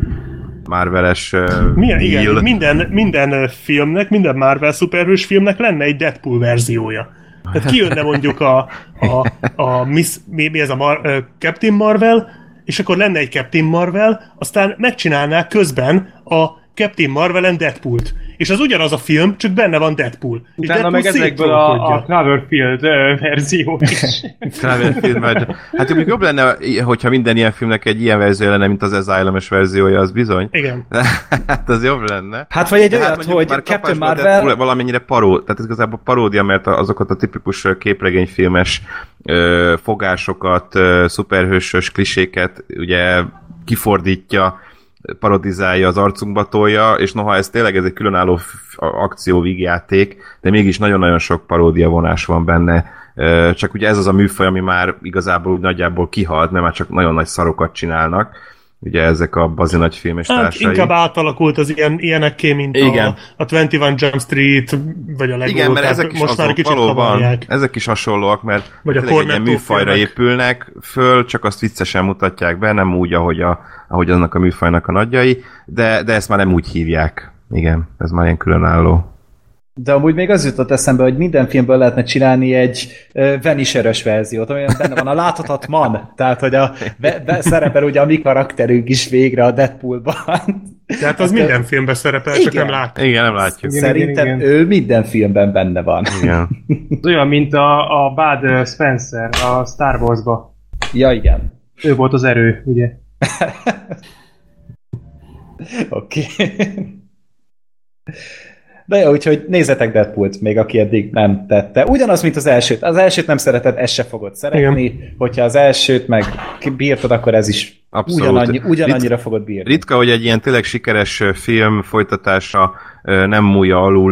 Speaker 4: Marveles uh,
Speaker 2: Milyen,
Speaker 4: deal.
Speaker 2: igen, minden, minden ö, filmnek, minden Marvel szuperhős filmnek lenne egy Deadpool verziója. Tehát kijönne mondjuk a, a, a Miss, mi, mi ez a Mar, ö, Captain Marvel, és akkor lenne egy Captain Marvel, aztán megcsinálnák közben a Captain Marvelen Deadpoolt. És az ugyanaz a film, csak benne van Deadpool. És
Speaker 6: Utána meg ezekből a, a
Speaker 2: szétrókodja.
Speaker 6: Cloverfield ö, verzió is.
Speaker 4: Marvel már. Hát mondjuk jobb lenne, hogyha minden ilyen filmnek egy ilyen verziója lenne, mint az Asylum-es verziója, az bizony.
Speaker 2: Igen.
Speaker 4: hát az jobb lenne.
Speaker 7: Hát vagy egy
Speaker 4: De
Speaker 7: olyat,
Speaker 4: mondjuk
Speaker 7: hogy
Speaker 4: már
Speaker 7: Captain
Speaker 4: kapásból
Speaker 7: Marvel
Speaker 4: Deadpool valamennyire paró, tehát ez igazából paródia, mert a- azokat a tipikus ö, képregényfilmes ö, fogásokat, ö, szuperhősös kliséket ugye kifordítja, parodizálja, az arcunkba tolja, és noha ez tényleg ez egy különálló f- a- akcióvígjáték, de mégis nagyon-nagyon sok paródia vonás van benne. Ö, Csak ugye ez az a műfaj, ami már igazából úgy nagyjából kihalt, mert már csak nagyon nagy szarokat csinálnak. Ugye ezek a bazi nagy filmes
Speaker 2: Hát
Speaker 4: társai.
Speaker 2: inkább átalakult az ilyen, ilyenekké, mint
Speaker 4: Igen.
Speaker 2: a, a 21 Jump Street, vagy a Lego.
Speaker 4: Igen, mert
Speaker 2: Hát tehát
Speaker 4: ezek is
Speaker 2: most már
Speaker 4: azok,
Speaker 2: kicsit
Speaker 4: valóban,
Speaker 2: kavarják.
Speaker 4: ezek is hasonlóak, mert
Speaker 2: Vagy a
Speaker 4: tényleg egy ilyen
Speaker 2: Cornetto
Speaker 4: műfajra
Speaker 2: filmek.
Speaker 4: épülnek föl, csak azt viccesen mutatják be, nem úgy, ahogy, a, ahogy annak a műfajnak a nagyjai, de, de ezt már nem úgy hívják. Igen, ez már ilyen különálló.
Speaker 7: De amúgy még az jutott eszembe, hogy minden filmből lehetne csinálni egy ö, veniserös verziót, olyan benne van a láthatatlan, tehát hogy a be, be, szerepel ugye a mi karakterünk is végre a Deadpoolban.
Speaker 2: Tehát az
Speaker 7: Azt-
Speaker 2: minden filmben szerepel, csak
Speaker 7: Igen.
Speaker 2: nem látjuk.
Speaker 4: Igen, nem látjuk.
Speaker 6: Igen,
Speaker 7: Szerintem
Speaker 6: igen,
Speaker 7: ő minden filmben benne van.
Speaker 4: Igen.
Speaker 6: Ez olyan, mint a, a Bud Spencer a Star Wars-ba.
Speaker 7: Ja, igen.
Speaker 6: Ő volt az erő, ugye?
Speaker 7: Oké. Okay. De jó, úgyhogy nézzetek Deadpoolt, még aki eddig nem tette. Ugyanaz, mint az elsőt. Az elsőt nem szereted, ezt se fogod szeretni. Igen. Hogyha az elsőt meg bírtad, akkor ez is
Speaker 4: Abszolút.
Speaker 7: Ugyanannyi, ugyanannyira fogod bírni.
Speaker 4: Ritka, hogy egy ilyen tényleg sikeres film folytatása ö, nem múlja alul,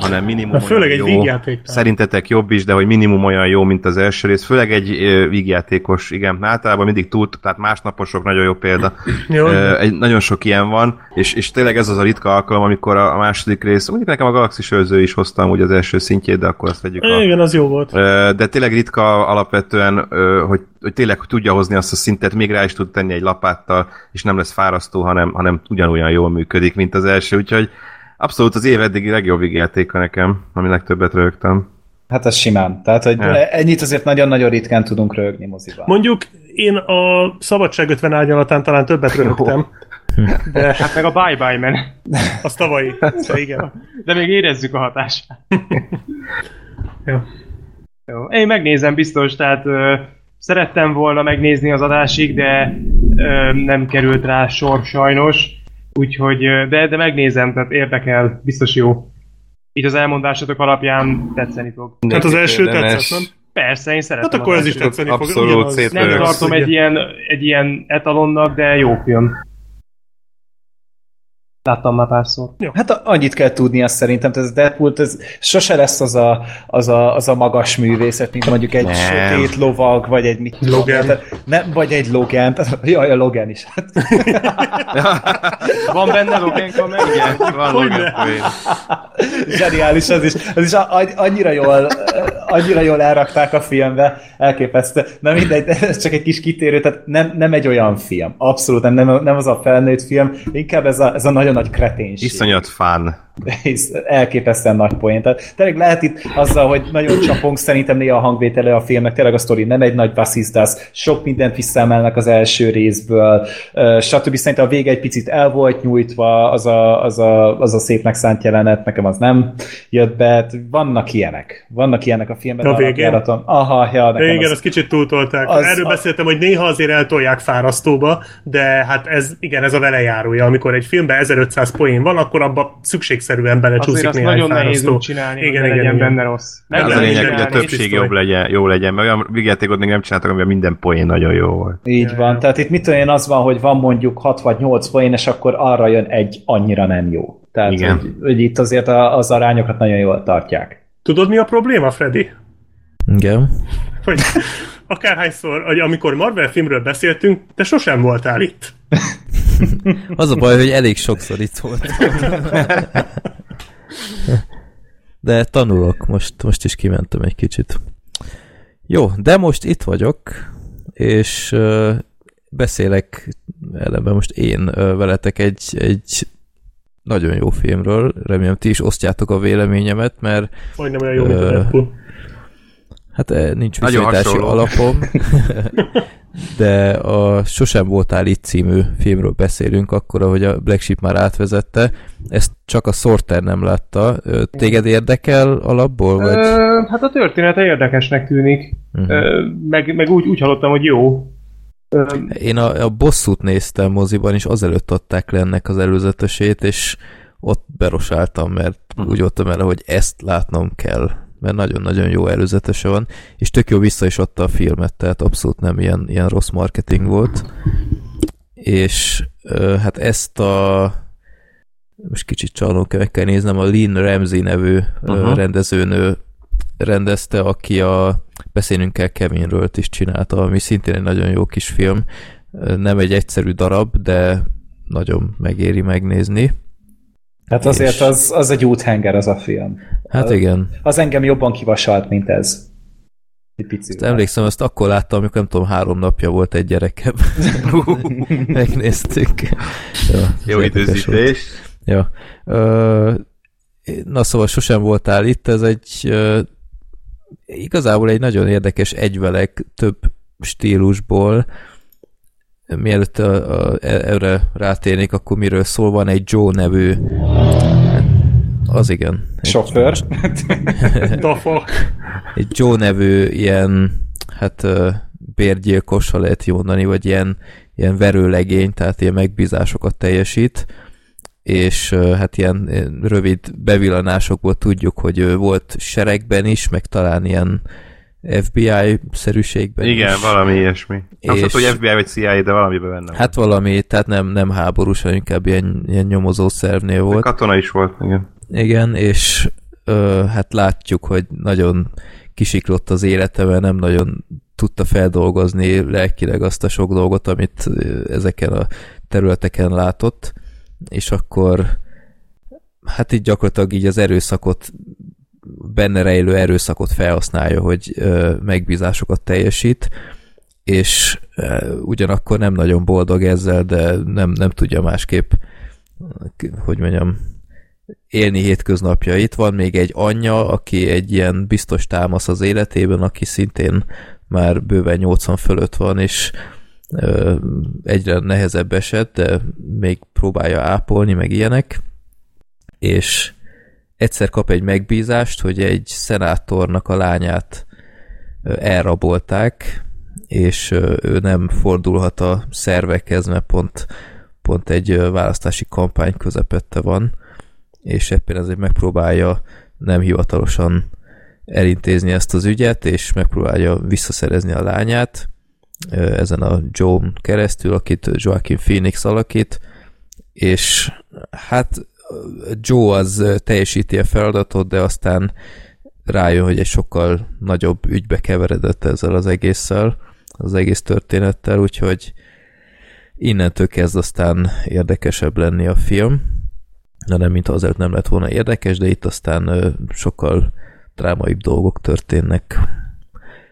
Speaker 4: hanem minimum
Speaker 2: Na, főleg egy
Speaker 4: olyan jó.
Speaker 2: vígjáték.
Speaker 4: Szerintetek jobb is, de hogy minimum olyan jó, mint az első rész. Főleg egy ö, vígjátékos, igen, általában mindig túl, tehát másnaposok nagyon jó példa.
Speaker 2: Jó.
Speaker 4: Ö, egy, nagyon sok ilyen van, és, és tényleg ez az a ritka alkalom, amikor a, a második rész, mondjuk nekem a Galaxis őrző is hoztam úgy az első szintjét, de akkor azt vegyük a,
Speaker 2: Igen, az jó volt.
Speaker 4: Ö, De tényleg ritka alapvetően, ö, hogy, hogy tényleg tudja hozni azt a szintet, még rá is tud tenni egy lapáttal, és nem lesz fárasztó, hanem, hanem ugyanolyan jól működik, mint az első. Úgyhogy abszolút az év eddigi legjobb játéka nekem, aminek többet rögtem.
Speaker 7: Hát ez simán. Tehát, hogy
Speaker 4: Ja.
Speaker 7: ennyit azért nagyon-nagyon ritkán tudunk rögni moziban.
Speaker 2: Mondjuk én a Szabadság 50 árnyalatán talán többet röhögtem. De
Speaker 6: Hát meg a Bye Bye Man.
Speaker 2: az tavalyi. De igen. Hát
Speaker 6: De még érezzük a hatását.
Speaker 2: Jó.
Speaker 6: Jó. Én megnézem biztos, tehát ö, szerettem volna megnézni az adásig, de ö, nem került rá sor sajnos. Úgyhogy, ö, de, de megnézem, tehát érdekel, biztos jó. Így az elmondásatok alapján tetszeni fog.
Speaker 2: Hát az első tetszett, nem?
Speaker 6: Persze, én szeretem.
Speaker 2: Hát akkor
Speaker 6: az
Speaker 2: ez is
Speaker 6: elsőt.
Speaker 2: tetszeni fog.
Speaker 4: Abszolút
Speaker 2: ugyanaz.
Speaker 4: szép
Speaker 6: Nem
Speaker 4: Persze,
Speaker 6: tartom egy ilyen, egy ilyen etalonnak, de jó film. Láttam már párszor.
Speaker 7: Hát a- annyit kell tudni azt szerintem, tehát ez Deadpool, ez sose lesz az a, az a, az a magas művészet, mint mondjuk egy
Speaker 4: Nem.
Speaker 7: nem. sötét lovag, vagy egy mit tudom
Speaker 2: Logan.
Speaker 7: én, tehát Nem, vagy egy Logan. Tehát- Jaj, a Logan is. Hát,
Speaker 6: Van benne Logan Kamer?
Speaker 4: Igen, van Logan Poén.
Speaker 7: zseniális az is. Az is a- a- annyira jól, annyira jól elrakták a filmbe, elképesztő. Na mindegy, ez csak egy kis kitérő, tehát nem, nem egy olyan film. Abszolút nem, nem, nem az a felnőtt film, inkább ez a, ez a nagyon nagy kreténség.
Speaker 4: Iszonyat fán.
Speaker 7: hisz elképesztően nagy poén. Tehát tényleg lehet itt azzal, hogy nagyon csapunk szerintem néha a hangvétele a filmnek, tényleg a sztori nem egy nagy vasszizdász, sok mindent visszaemelnek az első részből, ö, stb. Szerintem a vége egy picit el volt nyújtva, az a, az a, az a szépnek szánt jelenet, nekem az nem jött be, Hát vannak ilyenek. Vannak ilyenek a filmben.
Speaker 2: A
Speaker 7: de
Speaker 2: végén?
Speaker 7: alapjáraton- Aha, ja, nekem
Speaker 2: Igen,
Speaker 7: az-
Speaker 2: azt kicsit túltolták.
Speaker 7: az-
Speaker 2: Erről
Speaker 7: a-
Speaker 2: beszéltem, hogy néha azért eltolják fárasztóba, de hát ez, igen, ez a velejárója. Amikor egy filmben 1500 poén van, akkor abba szükségszerűen
Speaker 6: Azért
Speaker 2: belecsúszik
Speaker 6: azt
Speaker 2: néhány
Speaker 6: nagyon nehéz
Speaker 2: fárasztó.
Speaker 6: úgy csinálni,
Speaker 2: Igen,
Speaker 6: igen, hogy ne
Speaker 2: igen,
Speaker 6: legyen
Speaker 2: igen.
Speaker 6: benne rossz.
Speaker 2: Nem
Speaker 4: Az a
Speaker 2: lehet
Speaker 4: lényeg, hogy
Speaker 2: minden
Speaker 4: a
Speaker 2: állni,
Speaker 4: többség
Speaker 2: biztos.
Speaker 4: jobb legyen, jó legyen, mert olyan vigyátékot még nem csináltak, amiben minden poén nagyon jó volt.
Speaker 7: Így van. Tehát itt mit tudom én, az van, hogy van mondjuk 6 vagy 8 poén, és akkor arra jön egy annyira nem jó. Tehát,
Speaker 4: Igen.
Speaker 7: Hogy, hogy itt azért a, az arányokat nagyon jól tartják.
Speaker 2: Tudod, mi a probléma, Freddy?
Speaker 3: Igen.
Speaker 2: Hogy akárhányszor, hogy amikor Marvel filmről beszéltünk, te sosem voltál itt.
Speaker 3: Az a baj, hogy elég sokszor itt volt. De tanulok, most, most is kimentem egy kicsit. Jó, de most itt vagyok, és ö, beszélek ellenben most én ö, veletek egy, egy nagyon jó filmről. Remélem ti is osztjátok a véleményemet, mert
Speaker 2: Majdnem olyan jó, mint a
Speaker 3: Ö,
Speaker 2: Deadpool.
Speaker 3: Hát eh, nincs
Speaker 4: Nagyon
Speaker 3: viszonyítási
Speaker 4: hasonló.
Speaker 3: alapom, de a Sosem voltál itt című filmről beszélünk, akkor, ahogy a Black Sheep már átvezette, ezt csak a Sorter nem látta. Ö, Téged érdekel alapból? Vagy?
Speaker 6: Ö, hát a története érdekesnek tűnik.
Speaker 3: Mhm.
Speaker 6: Ö, meg, meg úgy, úgy hallottam, hogy jó. Ö,
Speaker 3: Én a, a bosszút néztem moziban, és azelőtt adták le ennek az előzetesét, és ott berosáltam, mert úgy voltam el, hogy ezt látnom kell, mert nagyon-nagyon jó előzetese van, és tök jó vissza is adta a filmet, tehát abszolút nem ilyen, ilyen rossz marketing volt. És ö, hát ezt a most kicsit csalók, meg kell néznem, a Lynn Ramsey nevű
Speaker 4: Aha.
Speaker 3: uh-huh. rendezőnő rendezte, aki a Beszélnünk kell Kevinről is csinálta, ami szintén egy nagyon jó kis film. Ö, Nem egy egyszerű darab, de nagyon megéri megnézni.
Speaker 7: Hát azért az, az egy úthenger az a film.
Speaker 3: Hát
Speaker 7: Ö,
Speaker 3: igen.
Speaker 7: Az engem jobban kivasalt, mint ez. Egy picit.
Speaker 3: Ezt emlékszem, ezt akkor láttam, amikor nem tudom, három napja volt egy gyerekem. Megnéztük. Ja, ez
Speaker 4: Jó
Speaker 3: érdekes volt.
Speaker 4: időzítés.
Speaker 3: Ja. Ö, na szóval sosem voltál itt, ez egy ö, igazából egy nagyon érdekes egyvelek több stílusból. Mielőtt a, a, e- erre rátérnék, akkor miről szól, van egy Joe nevű az igen. Egy,
Speaker 7: Sofőr.
Speaker 2: The fuck.
Speaker 3: egy Joe nevű ilyen, hát ö, bérgyilkos, ha lehet így mondani, vagy ilyen, ilyen verőlegény, tehát ilyen megbízásokat teljesít, és ö, hát ilyen ilyen rövid bevillanásokból tudjuk, hogy ő volt seregben is, meg talán ilyen FBI-szerűségben
Speaker 4: Igen,
Speaker 3: is.
Speaker 4: valami ilyesmi. Nem
Speaker 3: És-
Speaker 4: és... tudom, hogy FBI vagy CIA, de valamiben benne volt.
Speaker 3: Hát valami, tehát nem, nem háborús, hanem inkább ilyen, ilyen nyomozó szervnél volt. Mhm.
Speaker 4: Katona is volt, igen.
Speaker 3: Igen, és ö, hát látjuk, hogy nagyon kisiklott az élete, mert nem nagyon tudta feldolgozni lelkileg azt a sok dolgot, amit ö, ezeken a területeken látott, és akkor hát így gyakorlatilag így az erőszakot, benne rejlő erőszakot felhasználja, hogy ö, megbízásokat teljesít, és ö, ugyanakkor nem nagyon boldog ezzel, de nem, nem tudja másképp, hogy mondjam, élni hétköznapjait. Van még egy anyja, aki egy ilyen biztos támasz az életében, aki szintén már bőven 80 fölött van, és ö, egyre nehezebb eset, de még próbálja ápolni, meg ilyenek. És egyszer kap egy megbízást, hogy egy szenátornak a lányát ö, elrabolták, és ö, ő nem fordulhat a szervekhez, mert pont, pont egy ö, választási kampány közepette van és éppen ezért megpróbálja nem hivatalosan elintézni ezt az ügyet, és megpróbálja visszaszerezni a lányát ö, ezen a Joan keresztül, akit Joaquin Phoenix alakít, és hát ö, Joe az ö, teljesíti a feladatot, de aztán rájön, hogy egy sokkal nagyobb ügybe keveredett ezzel az egésszel, az egész történettel, úgyhogy innentől kezd aztán érdekesebb lenni a film na nem, mintha azelőtt nem lett volna érdekes, de itt aztán ö, sokkal drámaibb dolgok történnek.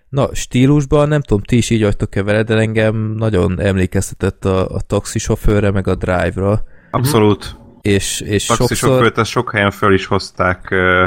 Speaker 3: Na, stílusban nem tudom, ti is így vagytok-e vele, de engem nagyon emlékeztetett a, a taxisofőrre, meg a drive-ra,
Speaker 4: Abszolút.
Speaker 3: és, és sokszor...
Speaker 4: Taxisofőrt ezt sok helyen föl is hozták ö,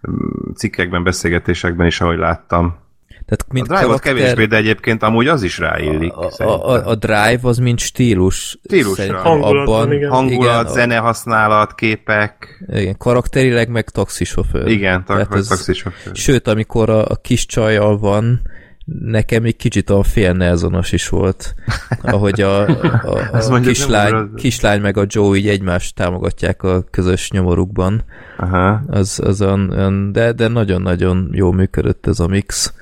Speaker 4: m, cikkekben, beszélgetésekben is, ahogy láttam.
Speaker 3: Tehát
Speaker 4: A
Speaker 3: mint
Speaker 4: drive az kevésbé, de egyébként amúgy az is ráillik.
Speaker 3: a,
Speaker 4: szerintem.
Speaker 3: a, a, a drive az mint stílus.
Speaker 4: Stílusra.
Speaker 3: szerintem
Speaker 2: Hangulat van,
Speaker 3: abban,
Speaker 2: igen.
Speaker 4: Hangulat,
Speaker 3: igen,
Speaker 4: zene használat, képek.
Speaker 3: A, igen, karakterileg meg taxisofőr.
Speaker 4: Igen,
Speaker 3: Tehát
Speaker 4: tak,
Speaker 3: hát ez-
Speaker 4: ez... taxisofőr.
Speaker 3: Sőt, amikor a, a kis csajjal van, nekem egy kicsit a fél Nelsonos is volt, ahogy a, a, a,
Speaker 4: Azt
Speaker 3: a
Speaker 4: mondjuk nem
Speaker 3: kislány,
Speaker 4: ugrott.
Speaker 3: kislány meg a Joe így egymást támogatják a közös nyomorukban.
Speaker 4: Aha.
Speaker 3: Az, az olyan, olyan, de, de nagyon-nagyon jól működött ez a mix.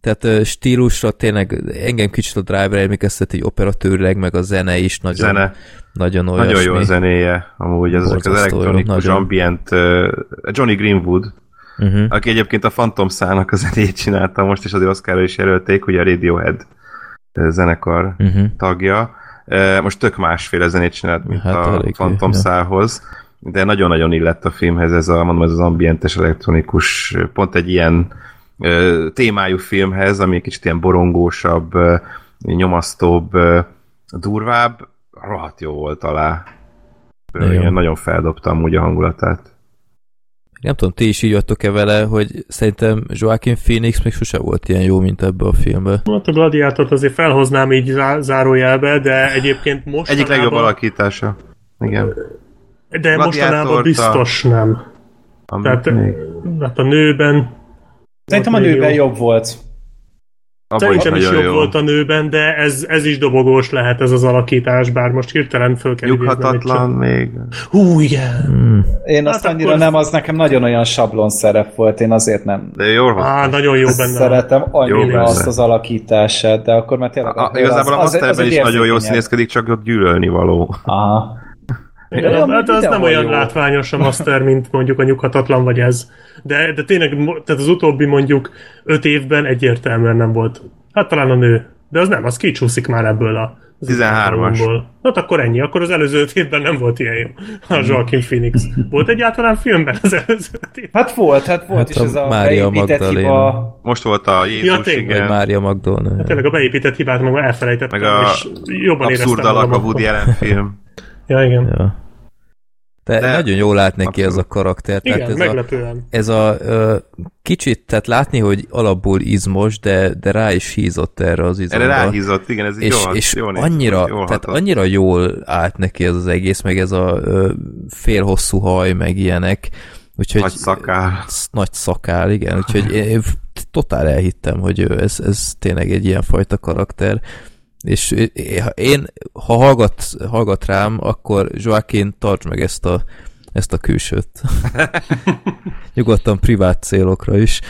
Speaker 3: Tehát ö, stílusra tényleg engem kicsit a driver emlékeztet, így operatőrileg, meg a zene is nagyon,
Speaker 4: Zene.
Speaker 3: nagyon olyasmi.
Speaker 4: Nagyon jó a zenéje, amúgy ez ezek az
Speaker 3: Borzasztó jó,
Speaker 4: elektronikus
Speaker 3: nagyon.
Speaker 4: ambient, ö, Johnny Greenwood,
Speaker 3: Uh-huh.
Speaker 4: aki egyébként a Phantom szának a zenét csinálta most, és azért Oscarra is jelölték, ugye a Radiohead ö, zenekar
Speaker 3: Uh-huh.
Speaker 4: tagja. Ö, Most tök másféle zenét csinált, mint
Speaker 3: Hát
Speaker 4: a
Speaker 3: eléggé,
Speaker 4: Phantom
Speaker 3: ja.
Speaker 4: szához, de nagyon-nagyon illett a filmhez ez a, mondom, ez az ambientes elektronikus, ö, pont egy ilyen ö, témájú filmhez, ami egy kicsit ilyen borongósabb, ö, nyomasztóbb, ö, durvább, rohadt jó volt alá. Ö,
Speaker 3: Igen.
Speaker 4: Igen, nagyon feldobtam úgy a hangulatát.
Speaker 3: Nem tudom, ti is így jöttök-e vele, hogy szerintem Joaquin Phoenix még sose volt ilyen jó, mint ebbe a filmbe.
Speaker 2: Hát a gladiátort azért felhoznám így zá- zárójelbe, de egyébként most.
Speaker 4: Egyik legjobb alakítása. Igen.
Speaker 2: De mostanában
Speaker 4: Gladiátort a-
Speaker 2: biztos nem.
Speaker 4: Ami
Speaker 2: Tehát
Speaker 4: még
Speaker 2: hát a nőben.
Speaker 7: Szerintem a
Speaker 2: volt még
Speaker 7: nőben
Speaker 2: jó.
Speaker 7: jobb volt.
Speaker 4: abban
Speaker 2: Szerintem is
Speaker 4: nagyon
Speaker 2: jobb volt a nőben, de ez, ez is dobogós lehet ez az alakítás, bár most hirtelen föl kell idéznem
Speaker 4: Nyughatatlan még.
Speaker 2: egy- Hú, igen!
Speaker 3: Hmm.
Speaker 7: Én
Speaker 2: Hát
Speaker 7: azt annyira
Speaker 2: akkor-
Speaker 7: nem, az nekem nagyon olyan sablon szerep volt, én azért nem
Speaker 4: De jól volt.
Speaker 2: Á, nagyon jó benne.
Speaker 7: szeretem annyira
Speaker 4: Jó,
Speaker 7: azt
Speaker 4: persze.
Speaker 7: az alakítását, de akkor már tényleg...
Speaker 4: A,
Speaker 7: akkor
Speaker 4: igazából a
Speaker 7: az- az- az
Speaker 4: Masterben
Speaker 7: egy
Speaker 4: is nagyon jól
Speaker 7: érzékenyebb.
Speaker 4: színészkedik, csak ott gyűlölni való.
Speaker 7: Aha.
Speaker 2: Igen,
Speaker 7: Olyan,
Speaker 2: hát az
Speaker 7: mindenhol
Speaker 2: nem olyan
Speaker 7: jó.
Speaker 2: látványos a master, mint mondjuk a nyughatatlan vagy ez. De, de tényleg, mo- tehát az utóbbi mondjuk öt évben egyértelműen nem volt. Hát talán a nő. De az nem, az kicsúszik már ebből a... az
Speaker 4: 13-as.
Speaker 2: iparágból. Hát akkor ennyi, akkor az előző öt évben nem volt ilyen jó. A Joaquin Phoenix. Volt egyáltalán filmben az előző öt évben?
Speaker 7: Hát volt, hát
Speaker 3: Hát
Speaker 7: volt hát is
Speaker 3: a
Speaker 7: ez a
Speaker 3: Mária
Speaker 7: beépített
Speaker 3: Magdaléna.
Speaker 7: hiba.
Speaker 4: Most volt a Jézus,
Speaker 2: tényleg,
Speaker 3: Vagy
Speaker 4: igen. Hát
Speaker 3: Mária Magdolna.
Speaker 2: Tényleg a beépített hibát meg már elfelejtettem,
Speaker 4: Meg a
Speaker 2: és jobban
Speaker 4: Abszurd
Speaker 2: éreztem
Speaker 4: alak a
Speaker 2: magam
Speaker 4: Woody
Speaker 2: akkor.
Speaker 4: Allen film.
Speaker 2: Ja, igen.
Speaker 3: Ja. De,
Speaker 4: De-
Speaker 3: nagyon jól lát neki ez a
Speaker 4: Abszolút.
Speaker 3: karakter. tehát
Speaker 2: Igen,
Speaker 3: ez a,
Speaker 2: meglepően.
Speaker 3: ez a ö, kicsit, tehát látni, hogy alapból izmos, de, de rá is hízott erre az izomra.
Speaker 4: Erre ráhízott, igen, ez
Speaker 3: és,
Speaker 4: jó,
Speaker 3: és
Speaker 4: jó néz,
Speaker 3: annyira,
Speaker 4: jól
Speaker 3: tehát
Speaker 4: hatott.
Speaker 3: annyira jól állt neki ez az egész, meg ez a ö, félhosszú haj, meg ilyenek. Úgyhogy
Speaker 4: Nagy szakál.
Speaker 3: sz- nagy szakál, igen, úgyhogy én, én totál elhittem, hogy ő, ez, ez tényleg egy ilyen fajta karakter, és é- ha én, ha hallgat, hallgat rám, akkor Joaquin, tartsd meg ezt a ezt a külsőt. Nyugodtan privát célokra is.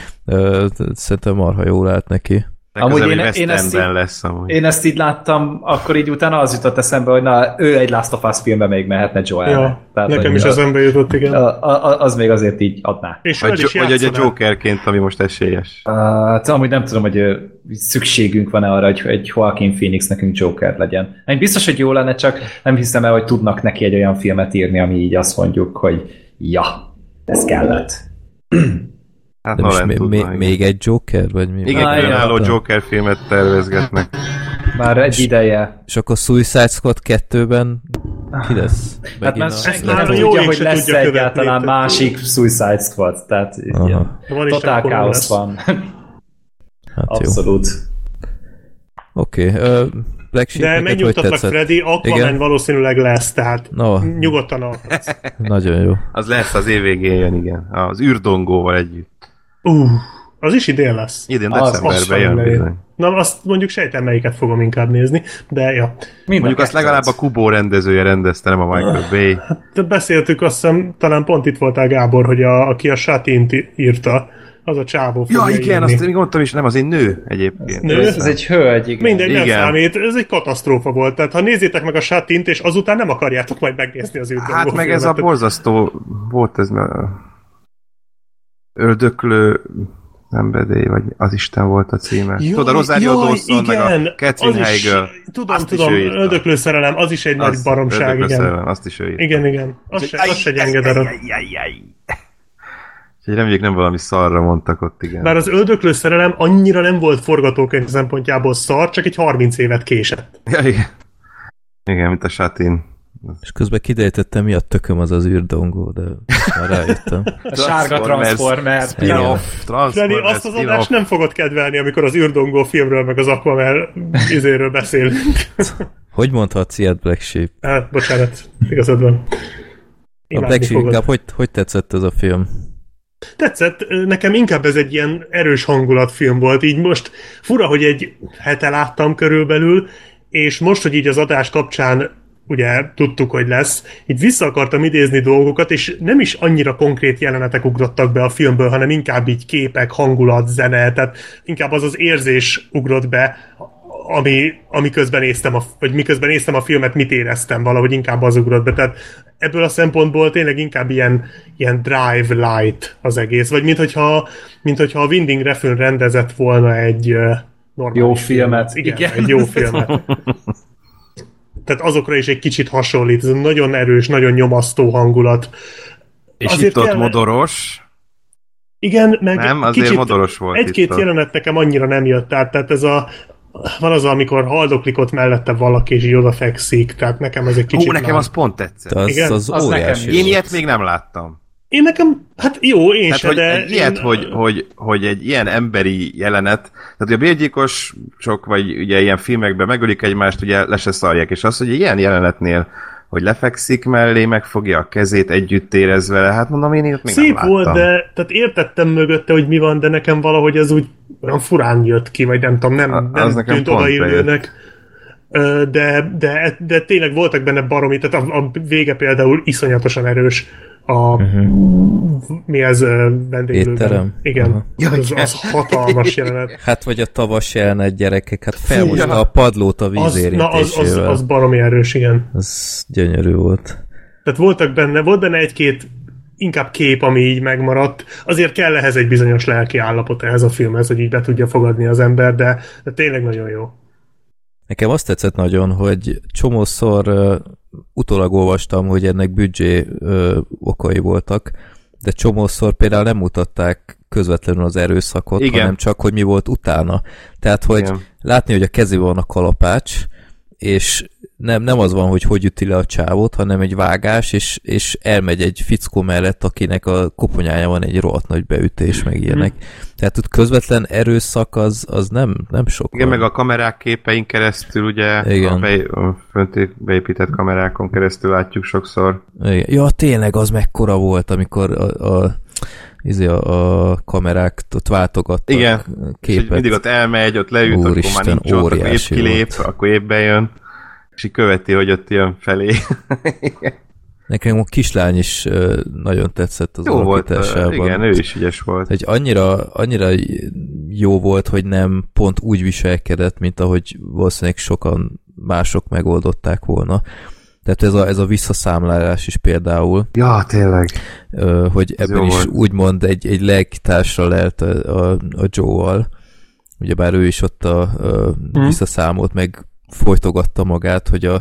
Speaker 3: Szerintem marha jól állt neki.
Speaker 4: Amúgy én, én, ezt így, lesz, amúgy.
Speaker 7: én ezt így láttam, akkor így utána az jutott eszembe, hogy na, ő egy Last of Us filmbe még mehetne Joel.
Speaker 2: Ja,
Speaker 7: Hát
Speaker 2: Tehát, nekem is az, eszembe jutott, igen.
Speaker 7: A, a, az még azért így adná.
Speaker 2: És
Speaker 4: Vagy,
Speaker 2: fel is
Speaker 4: jo- vagy egy a
Speaker 2: játszanám.
Speaker 4: Jokerként, ami most esélyes.
Speaker 7: Hát amúgy nem tudom, hogy ö, szükségünk van-e arra, hogy egy Joaquin Phoenix nekünk Joker legyen. Én biztos, hogy jó lenne, csak nem hiszem el, hogy tudnak neki egy olyan filmet írni, ami így azt mondjuk, hogy ja, ez kellett.
Speaker 4: Hát
Speaker 3: De most
Speaker 4: Nolan
Speaker 3: mi,
Speaker 4: tudna,
Speaker 3: mi,
Speaker 4: igen.
Speaker 3: még egy Joker? Vagy mi?
Speaker 4: Igen,
Speaker 7: Ah,
Speaker 4: különálló
Speaker 3: értem.
Speaker 4: Joker filmet tervezgetnek.
Speaker 7: Már egy ideje. Hát
Speaker 3: És akkor Suicide Squad 2-ben ki lesz?
Speaker 7: Hát
Speaker 3: Megint
Speaker 7: már
Speaker 3: a-
Speaker 7: senki
Speaker 2: már
Speaker 7: nem
Speaker 2: a jó
Speaker 7: tudja,
Speaker 2: ég
Speaker 7: hogy
Speaker 2: se
Speaker 7: lesz
Speaker 2: tudja követni,
Speaker 7: egyáltalán
Speaker 2: tehát-
Speaker 7: másik Suicide Squad, tehát ilyen
Speaker 3: Aha,
Speaker 2: Van is
Speaker 7: totál
Speaker 2: akkor van
Speaker 7: káosz
Speaker 2: lesz.
Speaker 7: van.
Speaker 3: hát jó.
Speaker 7: Abszolút.
Speaker 3: Oké. ö, Black Sheep,
Speaker 2: De
Speaker 3: neked hogy
Speaker 2: megnyugtatlak,
Speaker 3: tetszett?
Speaker 2: Freddy, Aquaman
Speaker 3: Igen.
Speaker 2: valószínűleg lesz, tehát
Speaker 3: No,
Speaker 2: nyugodtan alkatsz.
Speaker 3: nagyon jó.
Speaker 4: Az lesz, az év végén jön, igen. Az űrdongóval együtt.
Speaker 2: Uh, az is idén lesz.
Speaker 4: Idén
Speaker 7: Az- az
Speaker 4: decemberben
Speaker 2: sem
Speaker 4: jön
Speaker 2: lejön.
Speaker 4: bizony.
Speaker 2: Na, azt mondjuk sejtem, melyiket fogom inkább nézni, de ja.
Speaker 7: Mind
Speaker 4: Mondjuk azt
Speaker 7: kettőt.
Speaker 4: legalább a Kubó rendezője rendezte, nem a Michael Bay.
Speaker 2: De beszéltük, azt hiszem, talán pont itt voltál Gábor, hogy a, aki a Satint í- írta, az a csávó
Speaker 4: Ja,
Speaker 2: fogja
Speaker 4: igen,
Speaker 2: írni.
Speaker 4: azt még mondtam is, nem, az egy nő egyébként.
Speaker 2: Nő?
Speaker 7: Ez, ez egy hölgy, igen.
Speaker 2: Mindegy, nem
Speaker 4: Igen.
Speaker 2: számít, ez egy katasztrófa volt. Tehát ha nézzétek meg a Satint, és azután nem akarjátok majd megnézni az űrdongó
Speaker 4: Hát meg
Speaker 2: filmet.
Speaker 4: ez a borzasztó volt ez a öldöklő szenvedély, vagy az Isten volt a címe.
Speaker 2: Jaj,
Speaker 4: Tudod, a Rosario
Speaker 2: jaj,
Speaker 4: Dawson, meg
Speaker 2: igen,
Speaker 4: a Catherine
Speaker 2: az is-
Speaker 4: Heigl.
Speaker 2: Tudom,
Speaker 4: Azt is
Speaker 2: tudom,
Speaker 4: ő írta.
Speaker 2: öldöklő szerelem, az is egy nagy
Speaker 4: Az
Speaker 2: baromság,
Speaker 4: ördög
Speaker 2: igen.
Speaker 4: összeven, Azt is ő írta.
Speaker 2: Igen, igen. Az se, az se gyenge darab.
Speaker 4: Úgyhogy reméljük nem valami szarra mondtak ott, igen.
Speaker 2: Bár az öldöklő szerelem annyira nem volt forgatókönyv szempontjából szar, csak egy 30 évet késett.
Speaker 4: Ja, igen. igen, mint a Satin.
Speaker 3: És közben kiderítettem, mi a tököm az az űrdongó, de már rájöttem.
Speaker 7: A sárga Transformer.
Speaker 4: Spin-off,
Speaker 2: Freddy,
Speaker 4: Transformers,
Speaker 2: azt az
Speaker 4: spin-off.
Speaker 2: adást nem fogod kedvelni, amikor az űrdongó filmről, meg az Aquaman izéről beszélünk.
Speaker 3: Hogy mondhatsz ilyet, Black Sheep?
Speaker 2: Hát, bocsánat, igazad van.
Speaker 3: A
Speaker 2: Imádni
Speaker 3: Black Sheep,
Speaker 2: fogod.
Speaker 3: inkább hogy, hogy tetszett ez a film?
Speaker 2: Tetszett, nekem inkább ez egy ilyen erős hangulatfilm volt, így most fura, hogy egy hete láttam körülbelül, és most, hogy így az adás kapcsán ugye tudtuk, hogy lesz, így vissza akartam idézni dolgokat, és nem is annyira konkrét jelenetek ugrottak be a filmből, hanem inkább így képek, hangulat, zene, tehát inkább az az érzés ugrott be, ami, ami közben néztem, a, vagy miközben néztem a filmet, mit éreztem valahogy, inkább az ugrott be. Tehát ebből a szempontból tényleg inkább ilyen, ilyen drive light az egész, vagy mint hogyha, mint hogyha a Winding Refn rendezett volna egy ö, normális
Speaker 7: Jó filmet.
Speaker 2: Igen, Igen, egy jó filmet. Tehát azokra is egy kicsit hasonlít, ez nagyon erős, nagyon nyomasztó hangulat.
Speaker 4: És
Speaker 2: Azért
Speaker 4: itt ott
Speaker 2: kell-
Speaker 4: modoros.
Speaker 2: Igen, meg
Speaker 4: Nem, azért
Speaker 2: kicsit,
Speaker 4: modoros volt
Speaker 2: Egy-két
Speaker 4: itt a-
Speaker 2: jelenet nekem annyira nem jött át, tehát ez a van az, amikor haldoklik ott mellette valaki, és így odafekszik, tehát nekem ez egy kicsit...
Speaker 4: Ó, nekem
Speaker 2: már-
Speaker 4: az pont tetszett.
Speaker 3: De az,
Speaker 2: Igen,
Speaker 3: az,
Speaker 7: az
Speaker 3: óriási.
Speaker 7: nekem
Speaker 4: Én
Speaker 3: volt.
Speaker 4: ilyet még nem láttam.
Speaker 2: Én nekem, hát jó, én
Speaker 4: Tehát,
Speaker 2: se,
Speaker 4: hogy
Speaker 2: de...
Speaker 4: egy ilyet,
Speaker 2: én-
Speaker 4: hogy, hogy, hogy, egy ilyen emberi jelenet, tehát ugye a bérgyilkos sok, vagy ugye ilyen filmekben megölik egymást, ugye le se szarják, és az, hogy egy ilyen jelenetnél hogy lefekszik mellé, megfogja a kezét, együtt érez vele, hát mondom, én ilyet még
Speaker 2: Szép
Speaker 4: nem láttam.
Speaker 2: volt, de tehát értettem mögötte, hogy mi van, de nekem valahogy ez úgy olyan furán jött ki, vagy nem tudom, nem,
Speaker 4: A- az
Speaker 2: nem
Speaker 4: nekem
Speaker 2: tűnt
Speaker 4: pont
Speaker 2: odaillőnek. Ö, De, de, de tényleg voltak benne baromi, tehát a, a vége például iszonyatosan erős a
Speaker 4: Mhm.
Speaker 2: uh-huh. mi ez ö, vendéglőben.
Speaker 3: Étterem?
Speaker 2: Igen.
Speaker 3: Aha.
Speaker 2: Uh-huh. Az, az hatalmas jelenet.
Speaker 3: Hát vagy a tavas jelenet gyerekek, hát
Speaker 2: Fú,
Speaker 3: felmosta a padlót a víz
Speaker 2: Az, na, az, az,
Speaker 3: érintésével.
Speaker 2: az baromi erős, igen.
Speaker 3: Az gyönyörű volt.
Speaker 2: Tehát voltak benne, volt benne egy-két inkább kép, ami így megmaradt. Azért kell ehhez egy bizonyos lelki állapot ehhez a filmhez, hogy így be tudja fogadni az ember, de, de tényleg nagyon jó.
Speaker 3: Nekem azt tetszett nagyon, hogy csomószor uh, utólag olvastam, hogy ennek büdzsé uh, okai voltak, de csomószor például nem mutatták közvetlenül az erőszakot,
Speaker 4: Igen.
Speaker 3: hanem csak, hogy mi volt utána. Tehát, hogy
Speaker 4: Igen.
Speaker 3: látni, hogy a kezében van a kalapács, és nem, nem az van, hogy hogy üti le a csávót, hanem egy vágás, és, és elmegy egy fickó mellett, akinek a koponyája van egy rohadt nagy beütés, meg ilyenek.
Speaker 4: Mhm.
Speaker 3: Tehát ott közvetlen erőszak az, az nem, nem sok.
Speaker 4: Igen,
Speaker 3: van.
Speaker 4: meg a kamerák képein keresztül, ugye,
Speaker 3: Igen.
Speaker 4: a, be, a fönti beépített kamerákon keresztül látjuk sokszor.
Speaker 3: Igen. Ja, tényleg az mekkora volt, amikor a, a, izé, a, a kamerák ott váltogattak
Speaker 4: Igen. És
Speaker 3: képet.
Speaker 4: így mindig ott elmegy, ott leült, akkor
Speaker 3: Úristen,
Speaker 4: már nincs ott, akkor épp
Speaker 3: óriási
Speaker 4: kilép, akkor épp bejön, és így követi, hogy ott jön felé.
Speaker 3: Nekem a kislány is ö, nagyon tetszett az
Speaker 4: Jó volt, ö,
Speaker 3: alakításában.
Speaker 4: igen, ő is ügyes volt.
Speaker 3: Hogy annyira, annyira jó volt, hogy nem pont úgy viselkedett, mint ahogy valószínűleg sokan mások megoldották volna. Tehát ez a, ez a visszaszámlálás is például,
Speaker 4: Ja, tényleg.
Speaker 3: ö, hogy
Speaker 4: Ez
Speaker 3: ebben
Speaker 4: jó
Speaker 3: is
Speaker 4: volt.
Speaker 3: úgymond egy, egy lelkitársa lehet a, a, a Joe-val. Ugyebár ő is ott a, a visszaszámolt, meg folytogatta magát, hogy a,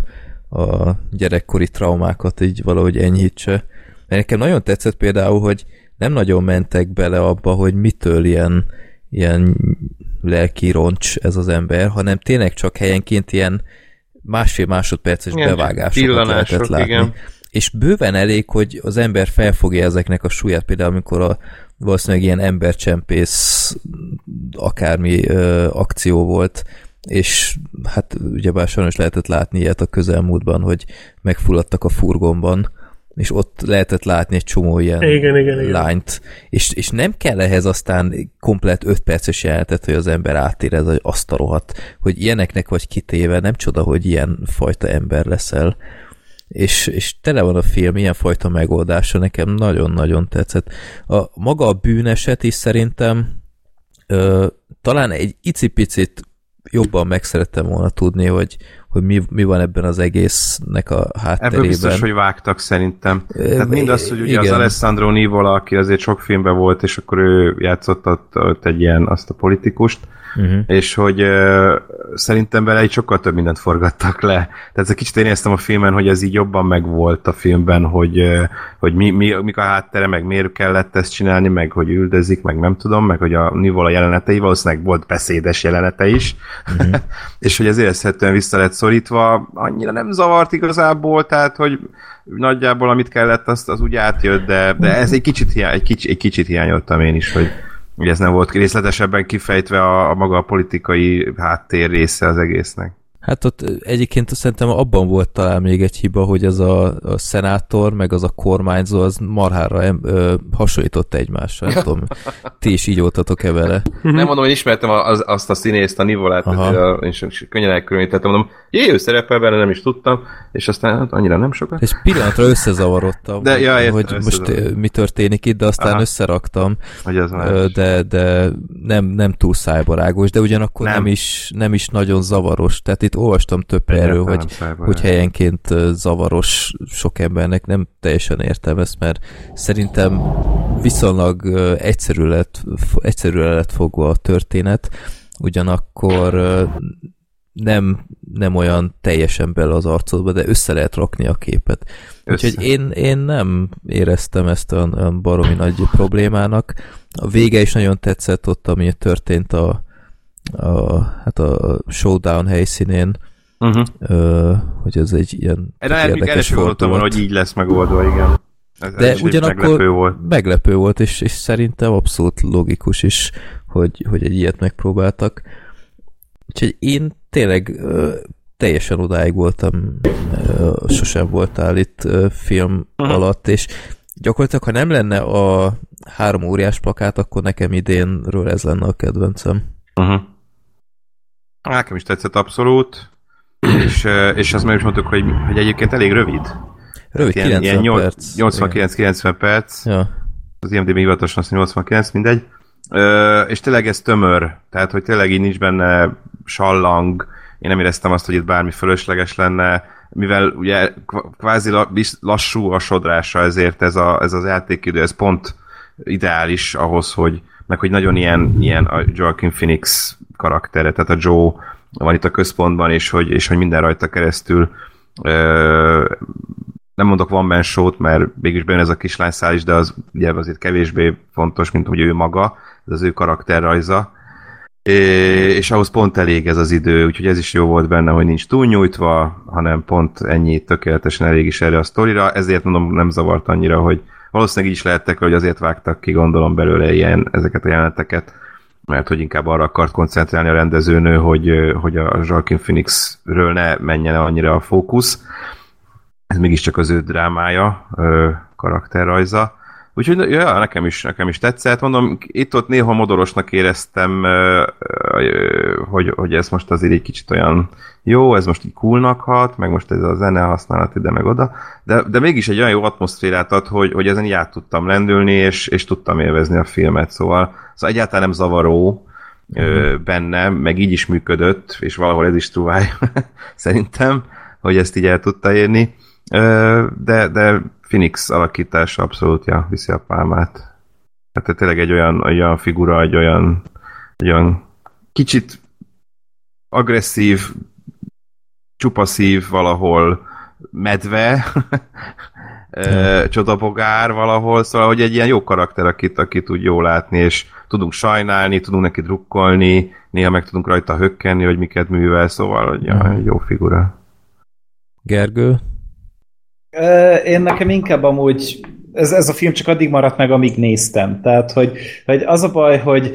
Speaker 3: a gyerekkori traumákat így valahogy enyhítse. Mert nekem nagyon tetszett például, hogy nem nagyon mentek bele abba, hogy mitől ilyen, ilyen lelki roncs ez az ember, hanem tényleg csak helyenként ilyen másfél másodperces
Speaker 4: Igen,
Speaker 3: bevágásokat lehetett
Speaker 4: pillanások,
Speaker 3: látni.
Speaker 4: igen.
Speaker 3: És bőven elég, hogy az ember felfogja ezeknek a súlyát, például amikor a valószínűleg ilyen embercsempész akármi ö, akció volt, és hát ugyebár sajnos lehetett látni ilyet a közelmúltban, hogy megfulladtak a furgonban, és ott lehetett látni egy csomó ilyen
Speaker 2: Igen, igen, igen.
Speaker 3: lányt, és, és nem kell ehhez aztán komplet 5 perces jelentet, hogy az ember átérez, hogy azt a rohadt, hogy ilyeneknek vagy kitéve, nem csoda, hogy ilyen fajta ember leszel. És, és tele van a film ilyen fajta megoldása, nekem nagyon-nagyon tetszett. A maga a bűneset is szerintem ö, talán egy icipicit jobban meg szerettem volna tudni, hogy, hogy mi, mi van ebben az egésznek a hátterében.
Speaker 4: Ebből biztos, hogy vágtak szerintem.
Speaker 3: Ö,
Speaker 4: Tehát mindaz, hogy ugye az
Speaker 3: igen.
Speaker 4: Alessandro Nivola, aki azért sok filmben volt, és akkor ő játszott ott, ott egy ilyen, azt a politikust,
Speaker 3: Uh-huh.
Speaker 4: és hogy ö, szerintem vele egy sokkal több mindent forgattak le. Tehát ez egy kicsit én éreztem a filmen, hogy ez így jobban megvolt a filmben, hogy, ö, hogy mi, mi, mik a háttere, meg miért kellett ezt csinálni, meg hogy üldözik, meg nem tudom, meg hogy a Nivola jelenetei, valószínűleg volt beszédes jelenete is, és hogy ez érezhetően vissza lett szorítva, annyira nem zavart igazából, tehát hogy nagyjából amit kellett, azt, az úgy átjött, de, de ez egy kicsit, hiány, egy, kicsit, egy kicsit hiányoltam én is, hogy Ugye ez nem volt részletesebben kifejtve a, a maga a politikai háttér része az egésznek.
Speaker 3: Hát ott egyébként szerintem abban volt talán még egy hiba, hogy ez a, a szenátor, meg az a kormányzó, az marhára em, ö, hasonlított egymásra. Nem tudom, ti is így oltatok-e vele?
Speaker 4: Nem mondom, hogy ismertem a- az, azt a színészt, a Nivolát,
Speaker 3: Aha.
Speaker 4: tehát, ö, és és könnyen elkülönítettem, mondom, jé, ő szerepel benne, nem is tudtam, és aztán hát annyira nem sokat.
Speaker 3: És pillanatra összezavarodtam,
Speaker 4: De,
Speaker 3: hogy-
Speaker 4: ja, értem,
Speaker 3: hogy most
Speaker 4: összezavarodtam.
Speaker 3: ö, mi történik itt, de aztán
Speaker 4: Aha.
Speaker 3: összeraktam,
Speaker 4: Hogy az már
Speaker 3: ö, de, de nem, nem túl szájbarágos, de ugyanakkor nem.
Speaker 4: Nem.
Speaker 3: Nem, is, nem is nagyon zavaros. Tehát itt olvastam több erről,
Speaker 4: Egyáltalán
Speaker 3: hogy
Speaker 4: szájbarágos.
Speaker 3: hogy helyenként ö, zavaros sok embernek, nem teljesen értem ezt, mert szerintem viszonylag ö, egyszerű lett, f- egyszerűre lett fogva a történet, ugyanakkor ö, nem, nem olyan teljesen bele az arcodba, de össze lehet rakni a képet.
Speaker 4: Össze.
Speaker 3: Úgyhogy én, én nem éreztem ezt olyan, olyan baromi nagy problémának. A vége is nagyon tetszett ott, ami történt a, a, hát a showdown helyszínén,
Speaker 4: Uh-huh.
Speaker 3: Ö, hogy ez egy ilyen tök
Speaker 4: Erre még erre
Speaker 3: érdekes
Speaker 4: sem gondoltam volna,
Speaker 3: fordulat.
Speaker 4: hogy így lesz megoldva, igen. Ez,
Speaker 3: de
Speaker 4: is egy
Speaker 3: ugyanakkor
Speaker 4: meglepő volt.
Speaker 3: meglepő volt, és, és szerintem abszolút logikus is, hogy, hogy egy ilyet megpróbáltak. Úgyhogy én tényleg ö, teljesen odáig voltam, ö, sosem voltál itt ö, film alatt, és gyakorlatilag, ha nem lenne a három óriás plakát, akkor nekem idénről ez lenne a kedvencem.
Speaker 4: Uh-huh. Nekem is tetszett abszolút, és, ö, és azt meg is mondtuk, hogy, hogy egyébként elég rövid.
Speaker 3: Rövid
Speaker 4: Hát
Speaker 3: 90
Speaker 4: nyol-
Speaker 3: perc.
Speaker 4: 89-90 perc.
Speaker 3: Igen. Ja.
Speaker 4: az IMDb hivatalosan azt mondja 89, mindegy. Ö, és tényleg ez tömör, tehát hogy tényleg így nincs benne sallang, én nem éreztem azt, hogy itt bármi fölösleges lenne, mivel ugye kv- kvázi la- bis- lassú a sodrása, ezért ez, a, ez az játékidő, ez pont ideális ahhoz, hogy meg hogy nagyon ilyen, ilyen a Joaquin Phoenix karaktere, tehát a Joe van itt a központban, és hogy, és hogy minden rajta keresztül ö, nem mondok van benne sót, mert mégis bejön ez a kislány szál is, de az ugye azért kevésbé fontos, mint hogy ő maga, ez az ő karakterrajza. É, és ahhoz pont elég ez az idő, úgyhogy ez is jó volt benne, hogy nincs túlnyújtva, hanem pont ennyi tökéletesen elég is erre a sztorira, ezért mondom, nem zavart annyira, hogy valószínűleg így is lehettek, hogy azért vágtak ki, gondolom belőle ilyen, ezeket a jeleneteket, mert hogy inkább arra akart koncentrálni a rendezőnő, hogy, ö, hogy a Joaquin Phoenixről ne menjen annyira a fókusz, ez mégiscsak az ő drámája, ö, karakterrajza, Úgyhogy ja, nekem is, nekem is tetszett. Mondom, itt-ott néha modorosnak éreztem, hogy, hogy ez most azért egy kicsit olyan jó, ez most így coolnak hat, meg most ez a zene használat ide, meg oda, de, de mégis egy olyan jó atmoszférát ad, hogy, hogy ezen így át tudtam lendülni, és, és tudtam élvezni a filmet, szóval, szóval egyáltalán nem zavaró, ö, benne, meg így is működött, és valahol ez is truváj, szerintem, hogy ezt így el tudta érni, ö, de, de Phoenix alakítása abszolút ja, viszi a pálmát. Hát tényleg egy olyan, olyan figura, egy olyan, egy olyan kicsit agresszív, csupaszív valahol medve, csodabogár valahol, szóval hogy egy ilyen jó karakter, akit, akit úgy jól látni, és tudunk sajnálni, tudunk neki drukkolni, néha meg tudunk rajta hökkenni, hogy miket művel, szóval hogy ja, jó figura.
Speaker 3: Gergő?
Speaker 7: Én nekem inkább amúgy ez, ez a film csak addig maradt meg, amíg néztem. Tehát, hogy, hogy az a baj, hogy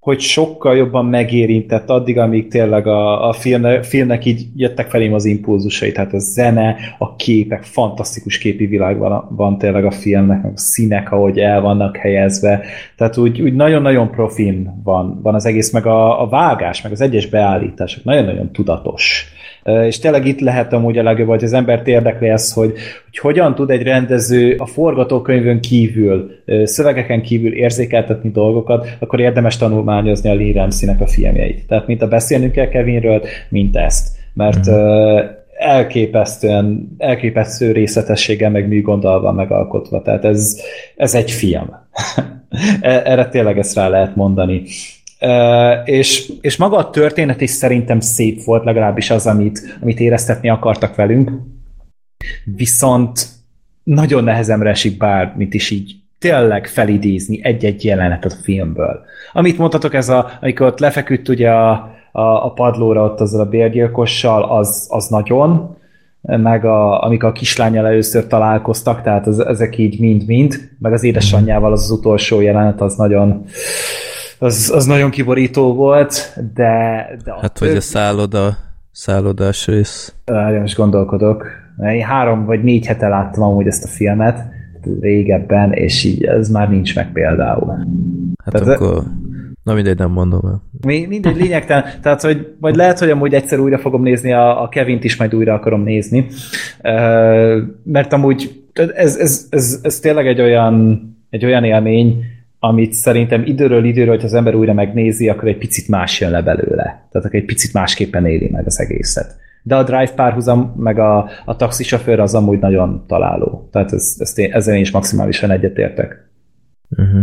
Speaker 7: hogy sokkal jobban megérintett addig, amíg tényleg a, a filmne, filmnek így jöttek felém az impulzusai, tehát a zene, a képek, fantasztikus képi világ van, van tényleg a filmnek, meg a színek, ahogy el vannak helyezve, tehát úgy, úgy nagyon-nagyon profin van, van az egész, meg a, a vágás, meg az egyes beállítások, nagyon-nagyon tudatos. És tényleg itt lehet amúgy a legjobb, hogy az embert érdekli ez, hogy, hogy hogyan tud egy rendező a forgatókönyvön kívül, szövegeken kívül érzékeltetni dolgokat, akkor érdemes tanulmányozni a Lee Ramsey-nek a filmjeit. Tehát mint a beszélnünk kell Kevinről, mint ezt. Mert mm. elképesztően, elképesztő részletességgel, meg műgonddal van megalkotva. Tehát ez, ez egy film. E-, Erre tényleg ezt rá lehet mondani. Uh, és, és maga a történet is szerintem szép volt, legalábbis az, amit, amit éreztetni akartak velünk. Viszont nagyon nehezemre esik bármit is így tényleg felidézni egy-egy jelenetet a filmből. Amit mondhatok, ez a, amikor ott lefeküdt ugye a, a, a padlóra ott azzal a bérgyilkossal, az, az nagyon, meg a, amikor a kislányjal először találkoztak, tehát az, ezek így mind-mind, meg az édesanyjával az, az utolsó jelenet, az nagyon az, az nagyon kiborító volt, de... de
Speaker 3: hát vagy a szálloda, szállodás rész.
Speaker 7: Nagyon is gondolkodok. Én három vagy négy hete láttam amúgy ezt a filmet, régebben, és így ez már nincs meg például.
Speaker 3: Hát Tehát akkor... Ez... Na mindegy, nem mondom el.
Speaker 7: Mi, mindegy, lényegtelen. Tehát, hogy vagy lehet, hogy amúgy egyszer újra fogom nézni, a, a Kevint is majd újra akarom nézni. mert amúgy ez, ez, ez, ez tényleg egy olyan, egy olyan élmény, amit szerintem időről időről, hogy az ember újra megnézi, akkor egy picit más jön le belőle. Tehát akkor egy picit másképpen éli meg az egészet. De a drive párhuzam, meg a, a taxisofőr az amúgy nagyon találó. Tehát ez, ez én, ezzel én is maximálisan egyetértek.
Speaker 3: Uh-huh.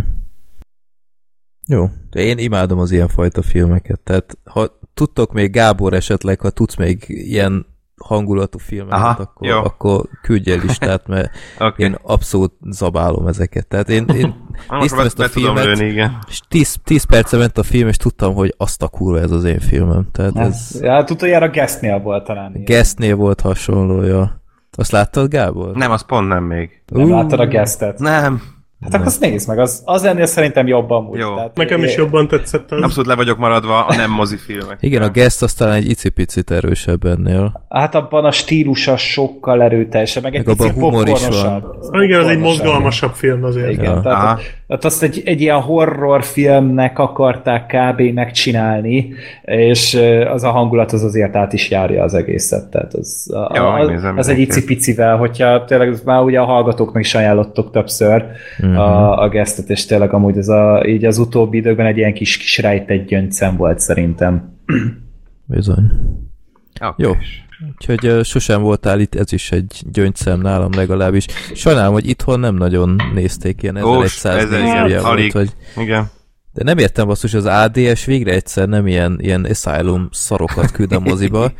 Speaker 3: Jó, de én imádom az ilyenfajta filmeket. Tehát ha tudtok még, Gábor esetleg, ha tudsz még ilyen hangulatú filmeket, Aha, akkor, jó. akkor küldj el listát, mert okay. én abszolút zabálom ezeket. Tehát én, én néztem ezt a filmet,
Speaker 4: lőni, igen.
Speaker 3: és 10, 10 perce ment a film, és tudtam, hogy azt a kurva ez az én filmem. Tehát hát, ez...
Speaker 7: Hát utoljára Guestnél volt talán.
Speaker 3: Guestnél volt hasonlója. Azt láttad, Gábor?
Speaker 4: Nem, az pont nem még.
Speaker 7: Nem uh, láttad a Guestet?
Speaker 4: Nem.
Speaker 7: Hát akkor azt nézd meg, az, az ennél szerintem jobban úgy.
Speaker 4: Jó. Tehát,
Speaker 2: Nekem is jobban tetszett az.
Speaker 4: Abszolút le vagyok maradva a nem mozifilmek.
Speaker 3: Igen, a Guest aztán egy icipicit erősebb ennél.
Speaker 7: Hát abban a stílusa sokkal erőteljesebb, meg egy meg
Speaker 3: abban humor is van.
Speaker 2: Ah, igen, az egy mozgalmasabb film azért.
Speaker 7: Igen, ja. tehát, Aha. tehát azt egy, egy ilyen horrorfilmnek akarták kb. megcsinálni, és az a hangulat az azért át is járja az egészet. Tehát az, a,
Speaker 4: Jó,
Speaker 7: a, az, az egy icipicivel, hogyha tényleg már ugye a hallgatóknak is ajánlottok többször,
Speaker 3: Mhm.
Speaker 7: uh-huh. a, a gesztet, és tényleg amúgy ez a, így az utóbbi időkben egy ilyen kis, kis rejtett gyöngyszem volt szerintem.
Speaker 3: Bizony. Okay. Jó. Úgyhogy uh, sosem voltál itt, ez is egy gyöngyszem nálam legalábbis. Sajnálom, hogy itthon nem nagyon nézték ilyen 1100 nézője volt. Hogy...
Speaker 4: Igen. Hát
Speaker 3: De nem értem basszus, az ADS végre egyszer nem ilyen, ilyen Asylum szarokat küld a moziba.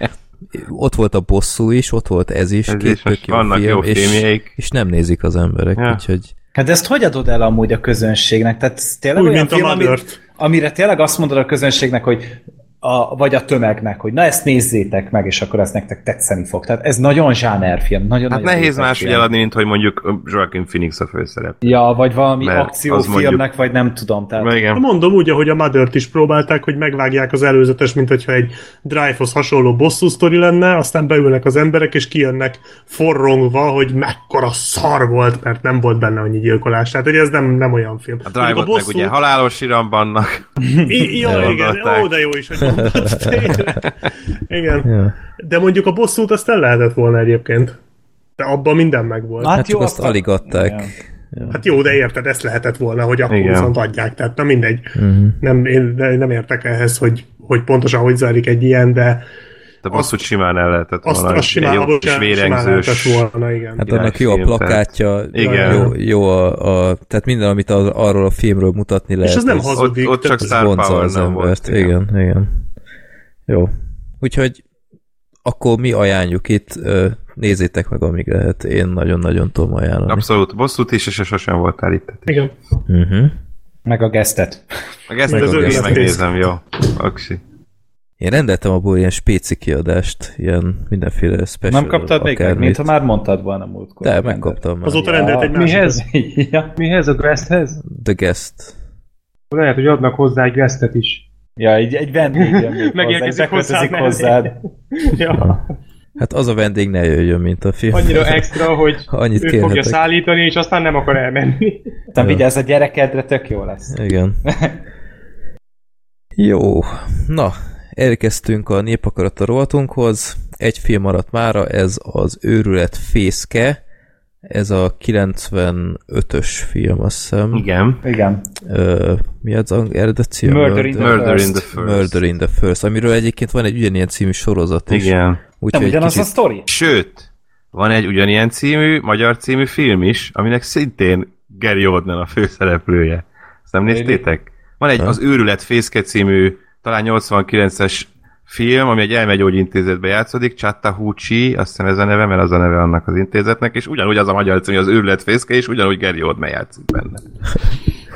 Speaker 3: ott volt a bosszú is, ott volt ez is,
Speaker 4: ez két is tök jó film, jó
Speaker 3: és, és nem nézik az emberek, ja. úgyhogy
Speaker 7: Hát ezt hogy adod el amúgy a közönségnek? Tehát ez tényleg
Speaker 2: Úgy,
Speaker 7: olyan
Speaker 2: mint
Speaker 7: film,
Speaker 2: a
Speaker 7: amit, amire tényleg azt mondod a közönségnek, hogy a, vagy a tömegnek, hogy na ezt nézzétek meg, és akkor ez nektek tetszeni fog. Tehát ez nagyon zsánerfilm. Nagyon,
Speaker 4: Hát
Speaker 7: nagyon
Speaker 4: nehéz
Speaker 7: réteg
Speaker 4: más
Speaker 7: film.
Speaker 4: eladni, mint hogy mondjuk Joaquin Phoenix a főszerep.
Speaker 7: Ja, vagy valami
Speaker 4: Mert az
Speaker 7: akciófilmnek,
Speaker 4: mondjuk-
Speaker 7: vagy nem tudom. Tehát
Speaker 4: Igen.
Speaker 2: Mondom úgy, ahogy a Mother-t is próbálták, hogy megvágják az előzetes, mint hogyha egy Drive-hoz hasonló bosszú sztori lenne, aztán beülnek az emberek, és kijönnek forrongva, hogy mekkora szar volt, mert nem volt benne annyi gyilkolás. Tehát, hogy ez nem, nem olyan film.
Speaker 4: A drive meg ugye halálos iram vannak. Hát
Speaker 2: I- jó, igen,
Speaker 4: Elmondották.
Speaker 2: ó, de jó is, hogy mondtad. Tényleg. Igen.
Speaker 3: Ja.
Speaker 2: De mondjuk a bosszút azt el lehetett volna egyébként. De abban minden megvolt.
Speaker 7: Na,
Speaker 2: Hát,
Speaker 3: Hát csak
Speaker 7: jó,
Speaker 3: azt
Speaker 7: akkor-
Speaker 3: alig adták.
Speaker 7: Igen.
Speaker 2: hát jó, de érted, ezt lehetett volna, hogy akkor
Speaker 4: Igen. Mhm.
Speaker 2: Igen. viszont adják. Tehát na mindegy. Uh-huh. Nem, én de- nem értek ehhez, hogy, hogy pontosan hogy zajlik egy ilyen, de
Speaker 4: De bosszút simán el lehetett
Speaker 2: azt,
Speaker 4: volna.
Speaker 2: azt simán,
Speaker 4: Egy jó
Speaker 2: abból
Speaker 4: kis
Speaker 2: simán, simán lehetett
Speaker 4: vérengzős.
Speaker 2: volna, igen.
Speaker 3: Hát
Speaker 4: Király
Speaker 3: annak jó a
Speaker 4: film, tehát-
Speaker 3: plakátja,
Speaker 4: Igen.
Speaker 3: jó, jó a, a, tehát minden, amit ar- arról a filmről mutatni lehet.
Speaker 2: És az nem hazudik.
Speaker 4: Ott, ott csak
Speaker 2: tehát-
Speaker 4: Star
Speaker 3: vonza
Speaker 4: Power
Speaker 3: az
Speaker 4: nem volt.
Speaker 3: embert. Igen. igen, igen. Jó. Úgyhogy akkor mi ajánljuk itt, ö, nézzétek meg, amíg lehet. Én nagyon-nagyon tudom ajánlani.
Speaker 4: Abszolút bosszút is, és sosem voltál itt.
Speaker 2: igen.
Speaker 3: Uh-huh.
Speaker 7: Meg a gesztet.
Speaker 4: Meg ezt
Speaker 2: Meg
Speaker 4: az
Speaker 2: az
Speaker 4: én
Speaker 2: önéletet.
Speaker 4: megnézem, jó. Oksi.
Speaker 3: Én rendeltem abból ilyen spéci kiadást, ilyen mindenféle special.
Speaker 7: Nem kaptad még meg,
Speaker 3: akármit.
Speaker 7: mintha már mondtad volna múltkor.
Speaker 3: De, megkaptam már.
Speaker 2: Azóta rendelt egy másik.
Speaker 6: hát Mihez?
Speaker 7: ja.
Speaker 6: Mihez a Grasshez?
Speaker 3: The Guest.
Speaker 6: Lehet, hogy adnak hozzá egy Grasset is.
Speaker 7: ja, egy, egy vendég jön még
Speaker 6: Megérkezik
Speaker 7: hozzá, beköltözik
Speaker 6: hozzá,
Speaker 7: hozzád.
Speaker 6: Ja.
Speaker 3: Hát az a vendég ne jöjjön, mint a film.
Speaker 6: Annyira extra, hogy
Speaker 3: Annyit
Speaker 6: ő fogja
Speaker 3: kérhetek.
Speaker 6: szállítani, és aztán nem akar elmenni.
Speaker 7: Te
Speaker 3: Ja.
Speaker 7: vigyázz a gyerekedre, tök jó lesz.
Speaker 3: Igen. Jó. Na, elkezdtünk a népakarata rovatunkhoz. Egy film maradt mára, ez az Őrület fészke. Ez a 95-ös film, azt hiszem.
Speaker 4: Igen.
Speaker 7: Igen.
Speaker 3: Ö, mi az ang- eredeti cím?
Speaker 7: Murder in the
Speaker 4: Murder in the
Speaker 7: First.
Speaker 4: First.
Speaker 3: Murder in the First, amiről egyébként van egy ugyanilyen című sorozat is.
Speaker 4: Igen.
Speaker 7: Nem
Speaker 3: Úgyhogy egy
Speaker 7: ugyanaz a
Speaker 3: kicsit
Speaker 7: sztori?
Speaker 4: Sőt, van egy ugyanilyen című, magyar című film is, aminek szintén Gary Oldman a főszereplője. Ezt nem néztétek? Van egy az őrület fészke című, talán 89-es film, ami egy elmegyógyintézetbe játszódik, Chattahoochee, azt hiszem ez a neve, mert az a neve annak az intézetnek, és ugyanúgy az a magyar című, az őrület fészke, és ugyanúgy Gary Oldman játszik benne.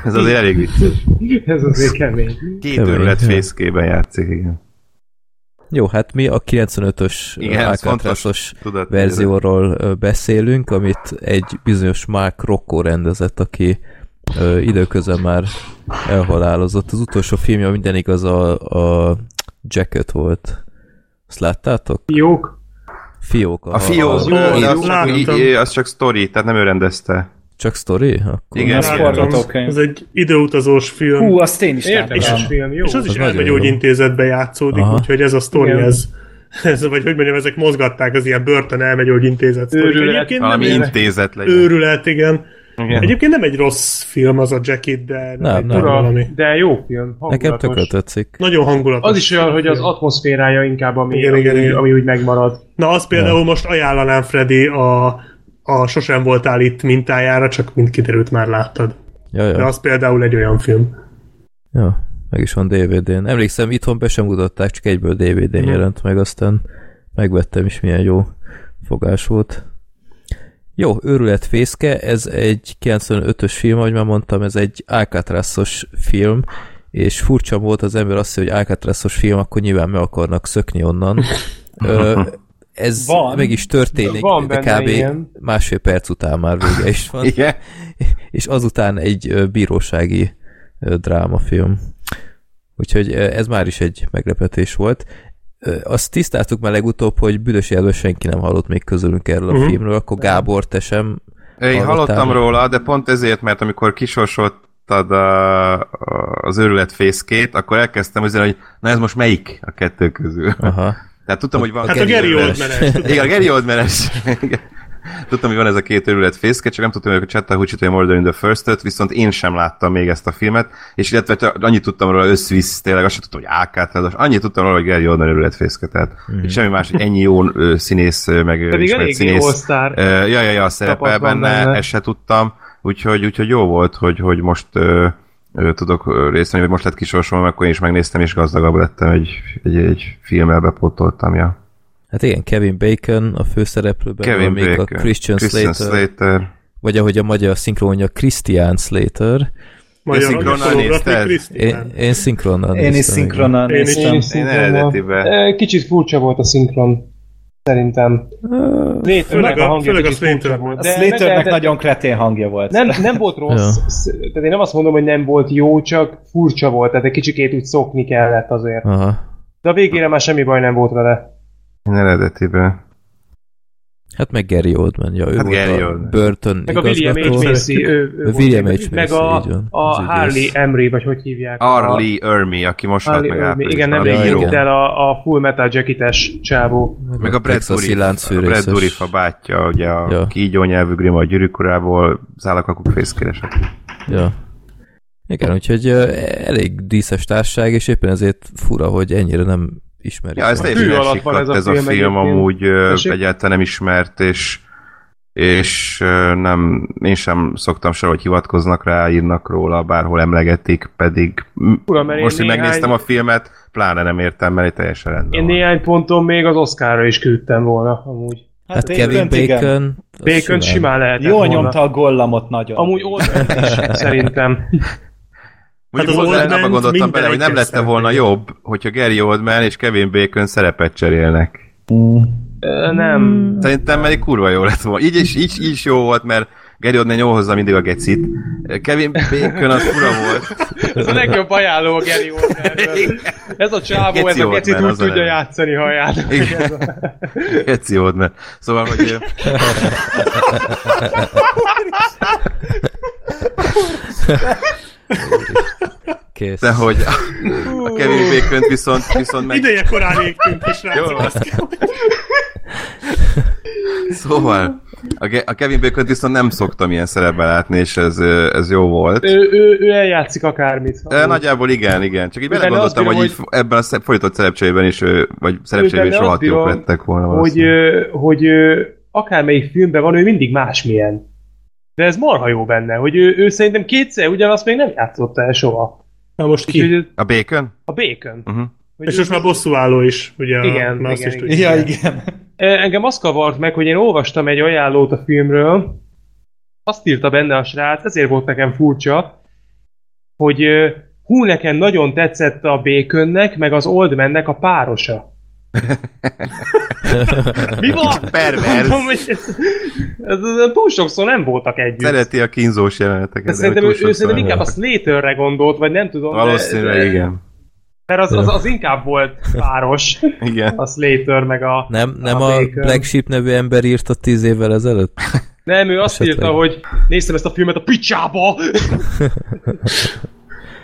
Speaker 4: Ez azért elég vicces.
Speaker 6: Ez azért kemény.
Speaker 4: Két
Speaker 3: Kemény,
Speaker 4: őrület
Speaker 3: ja.
Speaker 4: fészkében játszik, igen.
Speaker 3: Jó, hát mi a 95-ös
Speaker 4: Igen, ez
Speaker 3: Alcatrazos
Speaker 4: Tudod,
Speaker 3: verzióról ö, beszélünk, amit egy bizonyos Mark Rocco rendezett, aki ö, időközben már elhalálozott. Az utolsó filmje ha minden igaz a, a Jacket volt. Azt láttátok?
Speaker 6: Jók.
Speaker 3: Fiók.
Speaker 4: A fió,
Speaker 3: a-
Speaker 4: az,
Speaker 2: jó,
Speaker 4: az,
Speaker 2: jó,
Speaker 4: az, csak,
Speaker 2: láttam.
Speaker 4: így, így- az csak story, tehát nem ő rendezte.
Speaker 3: Csak sztori? Akkor
Speaker 4: Igen,
Speaker 7: Ez
Speaker 4: igen.
Speaker 7: forgatókönyv.
Speaker 2: Ez egy időutazós film.
Speaker 7: Hú, azt én is láttam.
Speaker 6: Érdekes film, jó.
Speaker 2: És az,
Speaker 3: Az
Speaker 2: is
Speaker 3: nagyon
Speaker 2: elmegyógyintézetbe játszódik,
Speaker 3: Aha.
Speaker 2: úgyhogy ez a sztori,
Speaker 6: Igen.
Speaker 2: ez, ez, vagy hogy mondjam, ezek mozgatták az ilyen börtön elmegyógyintézet sztorik.
Speaker 6: Őrület,
Speaker 2: Egyébként nem
Speaker 4: Valami
Speaker 2: ilyen
Speaker 4: intézet legyen.
Speaker 2: őrület, igen.
Speaker 4: Igen.
Speaker 2: Egyébként nem egy rossz film az a Jacket, de
Speaker 3: Nem,
Speaker 2: egy
Speaker 3: nem.
Speaker 2: durva
Speaker 6: Ura,
Speaker 2: valami.
Speaker 6: de jó film.
Speaker 3: Nekem
Speaker 6: hangulatos.
Speaker 3: tökre tetszik.
Speaker 2: Nagyon hangulatos.
Speaker 6: Az is olyan, hogy az atmoszférája inkább, ami,
Speaker 2: Igen, igen,
Speaker 6: ami,
Speaker 2: igen.
Speaker 6: ami úgy megmarad.
Speaker 2: Na, azt például most ajánlanám, Freddy, a, a Sosem voltál itt mintájára, csak mind kiderült már láttad.
Speaker 3: Ja,
Speaker 2: De
Speaker 3: ja,
Speaker 2: az például egy olyan film.
Speaker 3: ja. Meg is van DVD-n. Emlékszem, itthon be sem mutatták, csak egyből
Speaker 6: Mhm.
Speaker 3: DVD-n jelent meg, aztán megvettem is, milyen jó fogás volt. Jó, Őrület fészke, ez egy 95-ös film, ahogy már mondtam, ez egy Alcatrazos film, és furcsa volt az ember azt, hogy Alcatrazos film, akkor nyilván meg akarnak szökni onnan. Ö, ez
Speaker 7: Van.
Speaker 3: meg is történik,
Speaker 6: Van
Speaker 3: de
Speaker 6: benne
Speaker 3: kb.
Speaker 6: ilyen.
Speaker 3: másfél perc után már vége is van
Speaker 4: Igen.
Speaker 3: és azután egy ö, bírósági ö, drámafilm. Úgyhogy ö, ez már is egy meglepetés volt. Ö, Azt tisztáztuk már legutóbb, hogy büdös életben senki nem hallott még közülünk erről a
Speaker 2: Mhm.
Speaker 3: filmről, akkor Gábor, te sem.
Speaker 4: Én
Speaker 3: Hallottál
Speaker 4: hallottam
Speaker 3: róla?
Speaker 4: róla, de pont ezért, mert amikor kisorsoltad a, a, az őrület fészkét, akkor elkezdtem ezzel, hogy na ez most melyik a kettő közül.
Speaker 3: Aha.
Speaker 4: Tehát tudtam, hogy van...
Speaker 2: Hát a Gary oldman
Speaker 4: Igen, a Gary oldman Tudtam, hogy van ez a két őrület fészke, csak nem tudtam, hogy a Chattahoochee-t vagy a Murder in the First-öt, viszont én sem láttam még ezt a filmet, és illetve csak annyit tudtam róla, összvisz, tényleg azt sem tudtam, hogy ákátlázas, annyit tudtam róla, hogy Gary Oldman őrület fészke, tehát
Speaker 2: Mhm.
Speaker 4: mm. semmi más, hogy ennyi jó ö, színész, ö, meg ö,
Speaker 6: Pedig
Speaker 4: ismert
Speaker 6: eléggé
Speaker 4: színész.
Speaker 6: all-star.
Speaker 4: Ö, Ja, ja, ja, szerepel
Speaker 6: Csapat van
Speaker 4: benne,
Speaker 6: benne.
Speaker 4: ezt se tudtam, úgyhogy, úgyhogy jó volt, hogy, hogy most ö, ö, tudok ö, részt venni, vagy most lett kisorsolva, akkor én is megnéztem, és gazdagabb lettem, egy, egy, egy filmmel bepótoltam, ja.
Speaker 3: Hát igen, Kevin Bacon a főszereplőben,
Speaker 4: Kevin
Speaker 3: van még
Speaker 4: Bacon,
Speaker 3: a Christian,
Speaker 4: Christian
Speaker 3: Slater,
Speaker 4: Slater.
Speaker 3: vagy ahogy a magyar szinkronja Christian Slater,
Speaker 2: Magyar
Speaker 4: szinkronnal nézted?
Speaker 3: Én, én szinkronnal
Speaker 7: Én is
Speaker 3: néztem, igen.
Speaker 7: szinkronan
Speaker 2: Én is.
Speaker 7: néztem.
Speaker 6: Én is
Speaker 4: Én
Speaker 6: szinkronnal.
Speaker 4: eredetiben.
Speaker 6: Ö, Kicsit furcsa volt a szinkron. Szerintem. Létőnek
Speaker 2: főleg
Speaker 6: a
Speaker 2: a-
Speaker 6: hangja
Speaker 2: főleg a
Speaker 6: kicsit furcsa
Speaker 2: Slater.
Speaker 6: volt.
Speaker 7: A
Speaker 6: de
Speaker 7: Slaternek
Speaker 6: meglehetett-
Speaker 7: nagyon kretén hangja volt.
Speaker 6: Nem, nem volt rossz, sz- tehát én nem azt mondom, hogy nem volt jó, csak furcsa volt, tehát egy kicsikét úgy szokni kellett azért.
Speaker 3: Aha.
Speaker 6: De a végére már semmi baj nem volt vele.
Speaker 4: Én eredetiben.
Speaker 3: Hát meg Gary Oldman, ja, ő
Speaker 4: Hát
Speaker 3: volt
Speaker 4: Gary
Speaker 3: a
Speaker 4: Oldman.
Speaker 3: börtön
Speaker 6: Meg a William H.
Speaker 3: igazgató.
Speaker 6: Macy, ő, ő
Speaker 3: A
Speaker 6: volt.
Speaker 3: William H.
Speaker 6: Meg
Speaker 3: Macy,
Speaker 6: a,
Speaker 3: így van. Az
Speaker 6: a
Speaker 3: ügyész.
Speaker 6: Harley Emery, vagy hogy hívják? A-
Speaker 4: Arlie Ermi, aki most halt
Speaker 6: Harley
Speaker 4: hát meg
Speaker 6: Emery.
Speaker 4: áprilisban.
Speaker 6: Igen, nem
Speaker 4: a
Speaker 3: igen.
Speaker 4: bíró.
Speaker 6: égült el a, a Full Metal Jacketes csávó.
Speaker 4: Meg a Brad
Speaker 3: Texasi
Speaker 4: Dourif, a
Speaker 3: láncfűrészes.
Speaker 4: Brad Dourif a bátyja, ugye a
Speaker 3: Ja.
Speaker 4: ja. kígyó nyelvű grima a gyűrűkorából, szálakakuk fészkeresek.
Speaker 3: Ja. Igen, úgyhogy ö, elég díszes társaság, és éppen ezért fura, hogy ennyire nem Hát ismerik.
Speaker 4: Ja, ez
Speaker 3: majd.
Speaker 4: teljesen
Speaker 6: Hű alatt van
Speaker 4: elsikladt ez a, ez a film,
Speaker 6: egyébként.
Speaker 4: amúgy ö,
Speaker 6: Tessék?
Speaker 4: egyáltalán nem ismert, és és ö, nem, én sem szoktam se, hogy hivatkoznak rá, írnak róla, bárhol emlegetik, pedig
Speaker 6: Uram, mert én
Speaker 4: most, hogy
Speaker 6: néhány-
Speaker 4: megnéztem a filmet, pláne nem értem, mert egy teljesen rendben
Speaker 6: Én
Speaker 4: van.
Speaker 6: néhány ponton még az Oscarra is küldtem volna, amúgy.
Speaker 3: Hát Kevin
Speaker 7: Bacon, igen.
Speaker 3: Bacon... az
Speaker 6: Bacon simán lehetett
Speaker 7: Jól
Speaker 6: volna.
Speaker 7: nyomta a gollamot nagyon.
Speaker 6: Amúgy Oldman is, szerintem.
Speaker 4: Mondjuk
Speaker 2: Hát
Speaker 4: hát
Speaker 2: az
Speaker 4: hozzá
Speaker 2: Oldman-t
Speaker 4: nem gondoltam
Speaker 2: minden
Speaker 4: bele, hogy nem
Speaker 2: egyes
Speaker 4: lette volna jobb, hogyha Gary Oldman és Kevin Bacon szerepet cserélnek.
Speaker 6: Ö, Nem.
Speaker 4: Szerintem pedig kurva jó lett volna. Így is, így, így is jó volt, mert Gary Oldman jól hozza mindig a gecit. Kevin Bacon az fura volt.
Speaker 6: Ez a legjobb ajánló a Gary Oldmanről. Ez a csávó,
Speaker 4: Geci
Speaker 6: ez a
Speaker 4: Oldman,
Speaker 6: gecit úgy
Speaker 4: az a
Speaker 6: tudja
Speaker 4: neve.
Speaker 6: játszani, ha játszani.
Speaker 4: Igen. Geci Oldman. Szóval, hogy...
Speaker 3: Kész.
Speaker 4: De hogy a, a Kevin Bacon viszont, viszont meg...
Speaker 2: Ideje korán égtünk is rá.
Speaker 4: Jól van. Szóval, a, Ge- a Kevin Bacon viszont nem szoktam ilyen szerepben látni, és ez, ö, ez jó volt.
Speaker 6: Ő, ő, ő eljátszik akármit.
Speaker 4: E, nagyjából igen, igen. Csak így
Speaker 6: Ő benne
Speaker 4: belegondoltam,
Speaker 6: azt
Speaker 4: hogy,
Speaker 6: bírom,
Speaker 4: hogy így ebben a szep- fordított szerepcserében is, ö, vagy szerepcserében is
Speaker 6: benne
Speaker 4: rohadt
Speaker 6: azt
Speaker 4: jók
Speaker 6: bírom,
Speaker 4: lettek volna.
Speaker 6: hogy,
Speaker 4: valószínűleg.
Speaker 6: ö, hogy ö, akármelyik filmben van, ő mindig másmilyen. De ez marha jó benne, hogy ő, ő szerintem kétszer ugyanazt még nem játszotta el soha.
Speaker 2: Na most ki?
Speaker 6: Úgyhogy
Speaker 4: A Bacon?
Speaker 6: a Bacon.
Speaker 4: Uh-huh.
Speaker 6: Hogy
Speaker 2: És
Speaker 6: ő-
Speaker 2: most már bosszúálló is, ugye? a-
Speaker 6: Igen,
Speaker 2: már azt
Speaker 6: igen,
Speaker 2: is
Speaker 6: igen.
Speaker 2: tudjuk.
Speaker 7: Ja, igen.
Speaker 6: Ö, Engem az kavart meg, hogy én olvastam egy ajánlót a filmről, azt írta benne a srác, ezért volt nekem furcsa, hogy ö, hú, nekem nagyon tetszett a Baconnek, meg az Oldmannek a párosa. Mi van?
Speaker 4: Pervers.
Speaker 6: Mondom, hogy ez, ez, ez, túl sokszor nem voltak együtt.
Speaker 4: Szereti a kínzós jeleneteket.
Speaker 6: De
Speaker 4: de
Speaker 6: szerintem
Speaker 4: túl
Speaker 6: ő, ő
Speaker 4: sokszor
Speaker 6: szerintem inkább a
Speaker 4: nem.
Speaker 6: Slaterre gondolt, vagy nem tudom. de-
Speaker 4: Valószínűleg
Speaker 6: de-
Speaker 4: igen.
Speaker 6: Mert az, az, az inkább volt páros,
Speaker 4: Igen.
Speaker 6: a Slater meg a...
Speaker 3: Nem, nem
Speaker 6: A
Speaker 3: a,
Speaker 6: Bacon. Hát,
Speaker 3: Black Sheep nevű ember írta tíz évvel ezelőtt?
Speaker 6: Nem, ő azt
Speaker 3: Esetleg.
Speaker 6: írta, hogy néztem ezt a filmet a picsába!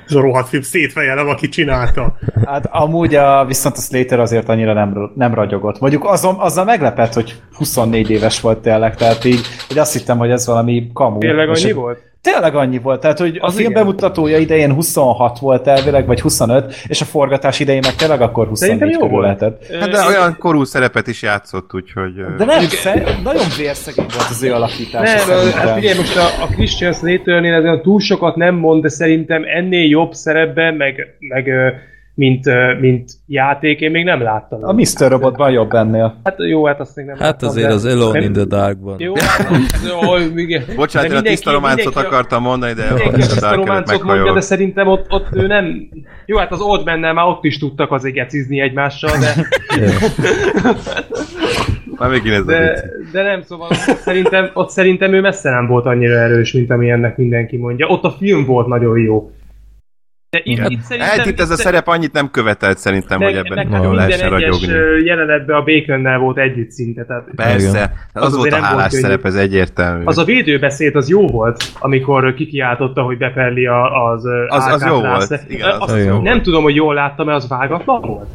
Speaker 2: Ez a rohadt film szétfejelem, aki csinálta.
Speaker 7: Hát amúgy a, viszont a Slater azért annyira nem, nem ragyogott. Mondjuk azon, azzal meglepett, hogy 24 éves volt tényleg, tehát így, hogy azt hittem, hogy ez valami kamu.
Speaker 6: Tényleg
Speaker 7: És
Speaker 6: annyi
Speaker 7: hogy-
Speaker 6: volt?
Speaker 7: Tényleg annyi volt, tehát hogy a
Speaker 6: Az
Speaker 7: film
Speaker 6: igen.
Speaker 7: bemutatója idején 26 volt elvileg, vagy 25, és a forgatás idején meg tényleg akkor 24
Speaker 6: Szerintem jó
Speaker 7: körül
Speaker 6: volt.
Speaker 7: lehetett.
Speaker 4: Hát de olyan korú szerepet is játszott, úgyhogy... ö,
Speaker 7: De nem, szer- nagyon vérszegény volt az ő alakítása
Speaker 6: Nem, hát
Speaker 7: szerintem.
Speaker 6: figyelj, most a, a Christian Slaternél ez olyan túl sokat nem mond, de szerintem ennél jobb szerepben, meg, meg ö, mint, ö, mint játék, én még nem láttam.
Speaker 7: A Mr. Robotban jobb ennél.
Speaker 6: Hát jó, hát azt még nem
Speaker 3: Hát
Speaker 6: láttam,
Speaker 3: azért
Speaker 6: de-
Speaker 3: az Alone
Speaker 6: nem-
Speaker 3: in the Darkban.
Speaker 6: Jó, hát, jó, igen.
Speaker 4: Bocsánat,
Speaker 6: De
Speaker 4: én a
Speaker 6: mindenki-
Speaker 4: tiszta románcot
Speaker 6: mindenki a-
Speaker 4: akartam mondani, de
Speaker 6: Mindenki
Speaker 4: a
Speaker 6: ezt a
Speaker 4: Darkeret
Speaker 6: románcot mondja, de
Speaker 4: meghajolt.
Speaker 6: szerintem ott, ott ő nem... Jó, hát az Old man már ott is tudtak azért gecizni egymással, de,
Speaker 4: Már még ez a
Speaker 6: de,
Speaker 4: vicc.
Speaker 6: de nem, szóval ott szerintem, ott szerintem ő messze nem volt annyira erős, mint ami ennek mindenki mondja. Ott a film volt nagyon jó. De itt,
Speaker 4: Igen.
Speaker 6: itt szerintem...
Speaker 4: Hát itt ez a
Speaker 6: itt-
Speaker 4: szerep annyit nem követelt szerintem, hogy
Speaker 6: ne-
Speaker 4: ebben
Speaker 6: nekem
Speaker 4: nagyon
Speaker 6: minden
Speaker 4: lehessen
Speaker 6: egyes,
Speaker 4: ragyogni.
Speaker 6: ö, jelenetben a Baconnel volt együtt szinte, tehát
Speaker 4: Persze, az,
Speaker 6: Az
Speaker 4: az volt
Speaker 6: azért
Speaker 4: a
Speaker 6: nem volt
Speaker 4: hálás
Speaker 6: könnyű.
Speaker 4: szerep, ez egyértelmű.
Speaker 6: az a védőbeszéd az jó volt, amikor kikiáltotta, hogy beperli a, az ö,
Speaker 4: Az- az jó
Speaker 6: Alcatraz.
Speaker 4: volt. Igen, az-
Speaker 6: Azt
Speaker 4: az jó
Speaker 6: nem
Speaker 4: volt.
Speaker 6: tudom, hogy jól láttam-e, az vágatlan volt?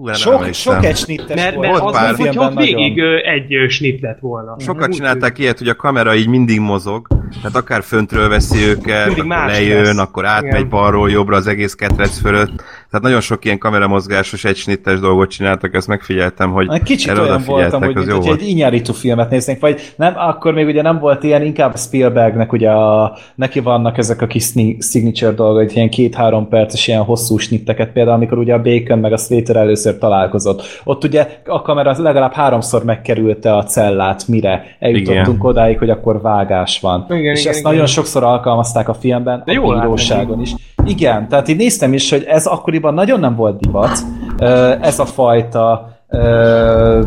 Speaker 4: Ú, nem
Speaker 7: Sok,
Speaker 4: emlékszem.
Speaker 7: sok egy snittes
Speaker 6: Mert,
Speaker 7: volt.
Speaker 6: mert
Speaker 4: Volt
Speaker 6: az,
Speaker 4: pár.
Speaker 6: pár, hogyha ott
Speaker 7: Filmben nagyon.
Speaker 6: végig ö, egy ö, snit lett volna.
Speaker 4: Sokat
Speaker 6: Úgy
Speaker 4: csinálták ilyet, hogy a kamera így mindig mozog, tehát akár föntről veszi őket,
Speaker 6: Mindig
Speaker 4: akkor
Speaker 6: más
Speaker 4: lejön,
Speaker 6: lesz.
Speaker 4: akkor átmegy
Speaker 6: Igen.
Speaker 4: balról jobbra az egész ketrec fölött. Tehát nagyon sok ilyen kameramozgásos, egysnittes dolgot csináltak, ezt megfigyeltem, hogy
Speaker 7: Kicsit olyan voltam, hogy
Speaker 4: az
Speaker 7: mint,
Speaker 4: jó
Speaker 7: hogy
Speaker 4: volt.
Speaker 7: egy inyárító filmet néznénk, vagy nem, akkor még ugye nem volt ilyen, inkább Spielbergnek ugye a, neki vannak ezek a kis sni- signature dolgok, hogy ilyen két-három perces ilyen hosszú snitteket, például amikor ugye a Bacon meg a Slater először találkozott. Ott ugye a kamera legalább háromszor megkerülte a cellát, mire eljutottunk
Speaker 4: Igen.
Speaker 7: odáig, hogy akkor vágás van.
Speaker 6: Igen,
Speaker 7: és
Speaker 6: igen,
Speaker 7: ezt
Speaker 6: igen.
Speaker 7: nagyon sokszor alkalmazták a filmben, De a
Speaker 5: jól
Speaker 7: bíróságon is. Igen, tehát így néztem is, hogy ez akkoriban nagyon nem volt divat, ö, ez a fajta ö,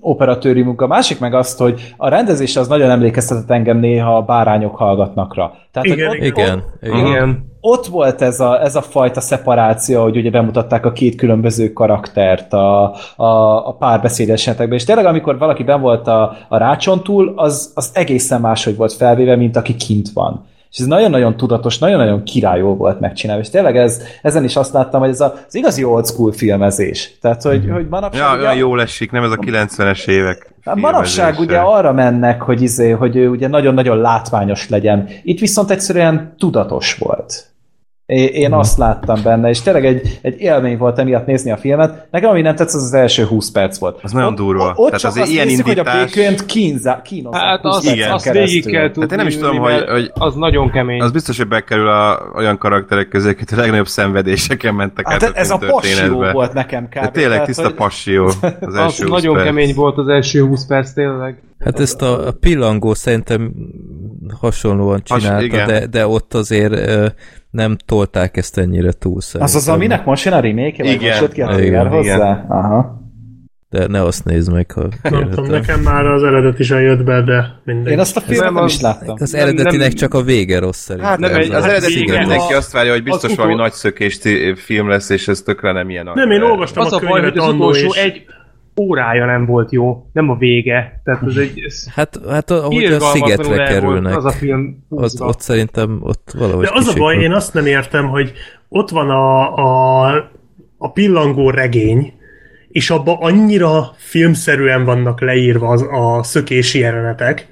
Speaker 7: operatőri munka. Másik meg azt, hogy a rendezés az nagyon emlékeztetett engem néha a bárányok hallgatnakra. Tehát, hogy
Speaker 2: Igen,
Speaker 7: ott,
Speaker 3: Igen, igen.
Speaker 6: Igen.
Speaker 7: ott volt ez a, ez a fajta szeparáció, hogy ugye bemutatták a két különböző karaktert a, a, a párbeszédesetekben, és tényleg amikor valaki ben volt a, a rácson túl, az, az egészen máshogy volt felvéve, mint aki kint van. És ez nagyon-nagyon tudatos, nagyon-nagyon királyó volt megcsinálva, és tényleg ez, ezen is azt láttam, hogy ez a, az igazi old school filmezés. Tehát, hogy, hogy manapság...
Speaker 4: Mhm. Ja,
Speaker 7: ugye-
Speaker 4: ja, jól esik, nem ez a 90-es évek.
Speaker 7: Hát manapság ugye
Speaker 4: filmezése.
Speaker 7: arra mennek, hogy, izé, hogy ő ugye nagyon-nagyon látványos legyen. Itt viszont egyszerűen tudatos volt. É- Én
Speaker 4: Mhm.
Speaker 7: azt láttam benne, és tényleg egy, egy élmény volt emiatt nézni a filmet. Nekem ami nem tetszett, az az első 20 perc volt.
Speaker 4: Az nagyon
Speaker 7: Ott-
Speaker 4: durva.
Speaker 7: Ott,
Speaker 4: Tehát
Speaker 7: ott csak
Speaker 4: azért
Speaker 7: azt
Speaker 4: ilyen
Speaker 7: nézzük, hogy a
Speaker 4: indítás-
Speaker 7: békönt kínza, kínozzák
Speaker 8: Hát
Speaker 7: 20
Speaker 8: azt,
Speaker 7: percen
Speaker 4: Igen.
Speaker 8: azt
Speaker 7: keresztül.
Speaker 8: végig kell tudni,
Speaker 4: Hát én nem is tudom,
Speaker 8: ülni,
Speaker 4: hogy-
Speaker 8: mert
Speaker 4: hogy-
Speaker 8: Az nagyon kemény.
Speaker 4: Az biztos, hogy bekerül a, olyan karakterek közé, akik a legnagyobb szenvedéseken mentek
Speaker 7: Hát
Speaker 4: át
Speaker 7: ez a passió
Speaker 4: filmtörténetbe.
Speaker 7: volt nekem kb.
Speaker 4: De tényleg
Speaker 7: Tehát,
Speaker 4: tiszta
Speaker 7: hogy-
Speaker 4: passió az
Speaker 8: az
Speaker 4: első 20
Speaker 8: nagyon
Speaker 4: perc.
Speaker 8: kemény volt az első 20 perc, tényleg.
Speaker 3: Hát ezt a, a pillangó szerintem hasonlóan
Speaker 4: Has-
Speaker 3: csinálta,
Speaker 4: igen.
Speaker 3: de, de ott azért ö, nem tolták ezt ennyire túl
Speaker 7: Az
Speaker 3: szerintem.
Speaker 7: az, aminek most jön a remake, vagy
Speaker 4: Igen.
Speaker 7: most jött ki a
Speaker 3: Igen,
Speaker 7: trailer
Speaker 4: igen.
Speaker 7: hozzá? Aha.
Speaker 3: De ne azt nézd meg, ha
Speaker 2: Nem tudom,
Speaker 3: kérheted.
Speaker 2: nekem már az eredet is jött be, de mindegy.
Speaker 7: Én azt a filmet nem,
Speaker 8: Nem, az-
Speaker 7: is láttam.
Speaker 3: Az
Speaker 8: Nem,
Speaker 3: eredetinek
Speaker 8: nem-
Speaker 3: csak a vége rossz szerintem.
Speaker 4: Hát nem,
Speaker 3: Ez
Speaker 4: egy, az
Speaker 3: a
Speaker 4: eredeti
Speaker 3: szigorú.
Speaker 4: mindenki azt várja, hogy biztos
Speaker 8: utol-
Speaker 4: valami nagy szökés film lesz, és ez tökre nem ilyen.
Speaker 2: Nem, én olvastam
Speaker 8: Az
Speaker 2: a
Speaker 8: a baj,
Speaker 2: könyvet
Speaker 8: hogy az
Speaker 2: annó,
Speaker 8: utolsó
Speaker 2: és...
Speaker 8: egy
Speaker 6: Órája nem volt jó, nem a vége. Tehát ez egy... Ez
Speaker 3: Hát, hát ahogy a
Speaker 8: Irgalmatlanul
Speaker 3: szigetre
Speaker 8: el volt
Speaker 3: kerülnek,
Speaker 6: az a film
Speaker 3: ott, ott szerintem ott valahogy
Speaker 2: De az a baj,
Speaker 3: kisiklott.
Speaker 2: én azt nem értem, hogy ott van a, a, a pillangó regény, és abba annyira filmszerűen vannak leírva az, a szökési jelenetek,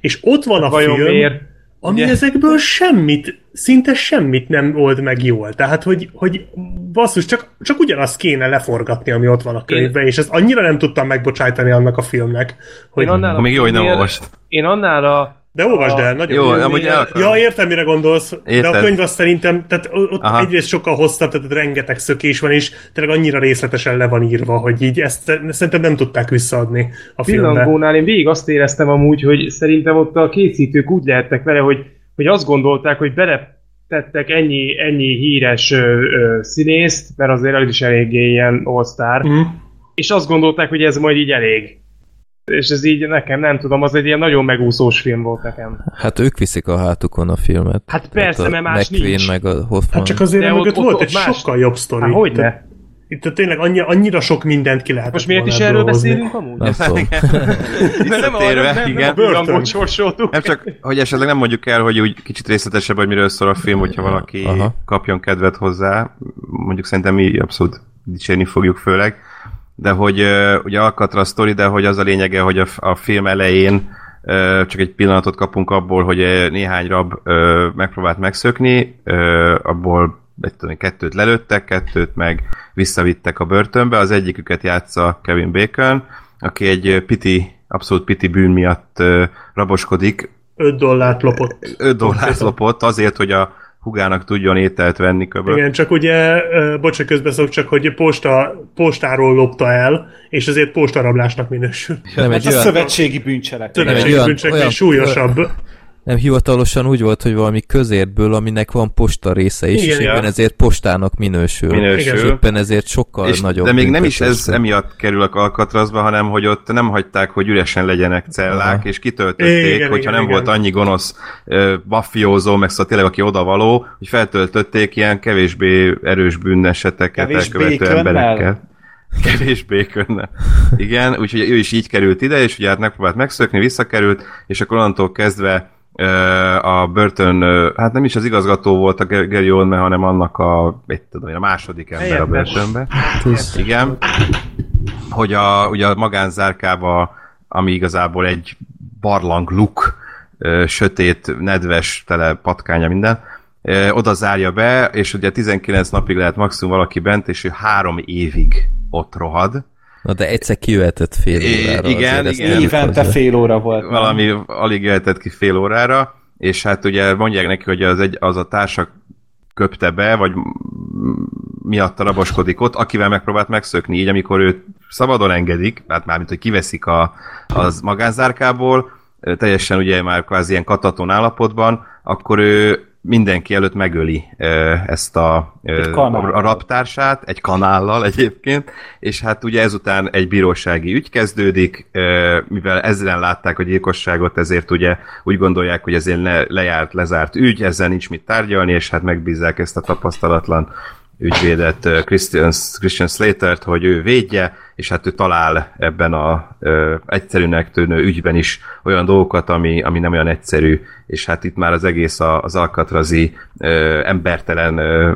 Speaker 2: és ott van a
Speaker 8: vajon
Speaker 2: film,
Speaker 8: miért?
Speaker 2: ami Ugye? ezekből semmit, szinte semmit nem old meg jól. Tehát, hogy, hogy basszus, csak, csak ugyanazt kéne leforgatni, ami ott van a könyvben, és ezt annyira nem tudtam megbocsájtani annak a filmnek, hogy...
Speaker 8: Én annál a
Speaker 4: Még jó, hogy nem
Speaker 8: filmnél-
Speaker 4: olvast.
Speaker 8: Én annál a...
Speaker 2: De olvasd el, nagyon
Speaker 4: Jó, amúgy el akarom.
Speaker 2: Ja, értem, mire gondolsz, de a
Speaker 4: Érted.
Speaker 2: könyv azt szerintem, tehát o- ott Aha.
Speaker 4: Aha.
Speaker 2: egyrészt sokkal hosszabb, tehát ott rengeteg szökés van, és tényleg annyira részletesen le van írva, hogy így ezt szerintem nem tudták visszaadni a filmbe.
Speaker 6: pillangónál én végig azt éreztem amúgy, hogy szerintem ott a készítők úgy lehettek vele, hogy, hogy azt gondolták, hogy beletettek ennyi, ennyi híres ö, ö, színészt, mert azért az is eléggé ilyen all
Speaker 2: Mm.
Speaker 6: és azt gondolták, hogy ez majd így elég. És ez így nekem, nem tudom, az egy ilyen nagyon megúszós film volt nekem.
Speaker 3: Hát ők viszik a hátukon a filmet. Tehát
Speaker 6: Hát persze,
Speaker 3: a
Speaker 6: mert más
Speaker 3: McQueen
Speaker 6: nincs.
Speaker 3: meg a Hoffman.
Speaker 2: Hát csak azért
Speaker 6: De ott-
Speaker 2: mögött
Speaker 6: ott-
Speaker 2: volt
Speaker 6: ott
Speaker 2: egy
Speaker 6: más-
Speaker 2: sokkal jobb sztori.
Speaker 6: Hát
Speaker 2: Tehát
Speaker 6: hogyne?
Speaker 2: Itt tehát tényleg annyi, annyira sok mindent ki lehet.
Speaker 6: Most miért is erről beszélünk amúgy?
Speaker 4: Hát
Speaker 3: Nem tudom.
Speaker 4: Visszatérve,
Speaker 2: bőr- börtön.
Speaker 4: igen.
Speaker 6: Pillangót sorsoltuk.
Speaker 4: Nem csak, hogy esetleg nem mondjuk el, hogy úgy kicsit részletesebb, hogy miről szól a film, hogyha valaki
Speaker 3: Aha.
Speaker 4: Aha. kapjon kedvet hozzá. Mondjuk szerintem mi abszolút dicsérni fogjuk főleg. De hogy ö, ugye Alcatraz sztori, de hogy az a lényege, hogy a, f- a film elején ö, csak egy pillanatot kapunk abból, hogy ö, néhány rab ö, megpróbált megszökni, ö, abból mit tudom, én, kettőt lelőttek, kettőt meg visszavittek a börtönbe, az egyiküket játsza Kevin Bacon, aki egy ö, piti, abszolút piti bűn miatt ö, raboskodik,
Speaker 2: 5 dollárt lopott.
Speaker 4: 5 dollárt lopott azért, hogy a hugának tudjon ételt venni köböl.
Speaker 2: Igen, csak ugye, ö, bocsa, közbeszok, csak hogy posta, postáról lopta el, és ezért postarablásnak minősül.
Speaker 3: Nem
Speaker 7: Hát
Speaker 3: egy
Speaker 7: a
Speaker 3: olyan,
Speaker 7: szövetségi bűncselekmény.
Speaker 3: egy
Speaker 2: Szövetségi
Speaker 3: olyan-
Speaker 2: bűncselekmény
Speaker 3: olyan-
Speaker 2: súlyosabb.
Speaker 3: nem hivatalosan úgy volt, hogy valami közérből, aminek van posta része is,
Speaker 2: Igen,
Speaker 3: és
Speaker 2: ja.
Speaker 3: éppen ezért postának minősül.
Speaker 4: Minősül.
Speaker 3: És éppen ezért sokkal
Speaker 4: És,
Speaker 3: nagyobb.
Speaker 4: de még nem is ez
Speaker 3: büntetés.
Speaker 4: emiatt kerül a Alcatrazba, hanem hogy ott nem hagyták, hogy üresen legyenek cellák,
Speaker 3: Aha.
Speaker 4: és kitöltötték,
Speaker 2: Igen,
Speaker 4: igen, hogyha
Speaker 2: igen,
Speaker 4: nem
Speaker 2: igen.
Speaker 4: volt annyi gonosz ö, mafiózó, meg szóval tényleg aki odavaló, hogy feltöltötték ilyen kevésbé erős bűneseteket
Speaker 7: Kevés
Speaker 4: elkövető
Speaker 7: békönnel?
Speaker 4: emberekkel. Kevés békönnel. Igen, úgyhogy ő is így került ide, és ugye hát megpróbált megszökni, visszakerült, és akkor onnantól kezdve ö, a börtön, ö, hát nem is az igazgató volt a Ger- Gary Oldman, hanem annak a, mit tudom én, a második ember a
Speaker 6: Helyettes.
Speaker 4: börtönbe. Igen. Hogy a, ugye a magánzárkába, ami igazából egy barlang luk, ö, sötét, nedves, tele patkánya minden, ö, oda zárja be, és ugye 19 napig lehet maximum valaki bent, és ő három évig ott rohad.
Speaker 3: Na de egyszer kijöhetett fél
Speaker 4: I-
Speaker 3: órára.
Speaker 4: igen,
Speaker 3: azért ezt
Speaker 4: igen.
Speaker 3: tegyük
Speaker 7: Évente
Speaker 3: hozzá.
Speaker 7: fél óra volt. nem?
Speaker 4: Valami alig jöhetett ki fél órára, és hát ugye mondják neki, hogy az, egy, az a társak köpte be, vagy m- miatta raboskodik ott, akivel megpróbált megszökni, így amikor őt szabadon engedik, hát mármint, hogy kiveszik a, az magánzárkából, ö, teljesen ugye már kvázi ilyen kataton állapotban, akkor ő mindenki előtt megöli ö, ezt a, ö,
Speaker 7: Egy kanállal.
Speaker 4: a raptársát, egy kanállal egyébként, és hát ugye ezután egy bírósági ügy kezdődik, ö, mivel ezzel látták a gyilkosságot, ezért ugye úgy gondolják, hogy ez egy le, lejárt, lezárt ügy, ezzel nincs mit tárgyalni, és hát megbízzák ezt a tapasztalatlan ügyvédet ö, Christian, Christian Slater-t, hogy ő védje, és hát ő talál ebben a ö, egyszerűnek tűnő ügyben is olyan dolgokat, ami, ami nem olyan egyszerű, és hát itt már az egész a- az alkatrazi ö, embertelen ö,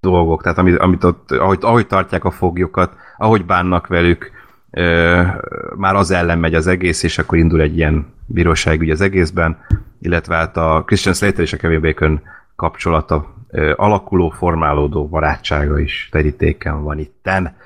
Speaker 4: dolgok, tehát amit, amit ott, ahogy, ahogy tartják a foglyokat, ahogy bánnak velük, ö, már az ellen megy az egész, és akkor indul egy ilyen bíróságügy az egészben, illetve hát a Christian Slater és a Kevin Bacon kapcsolata ö, alakuló, formálódó barátsága is terítéken van itten.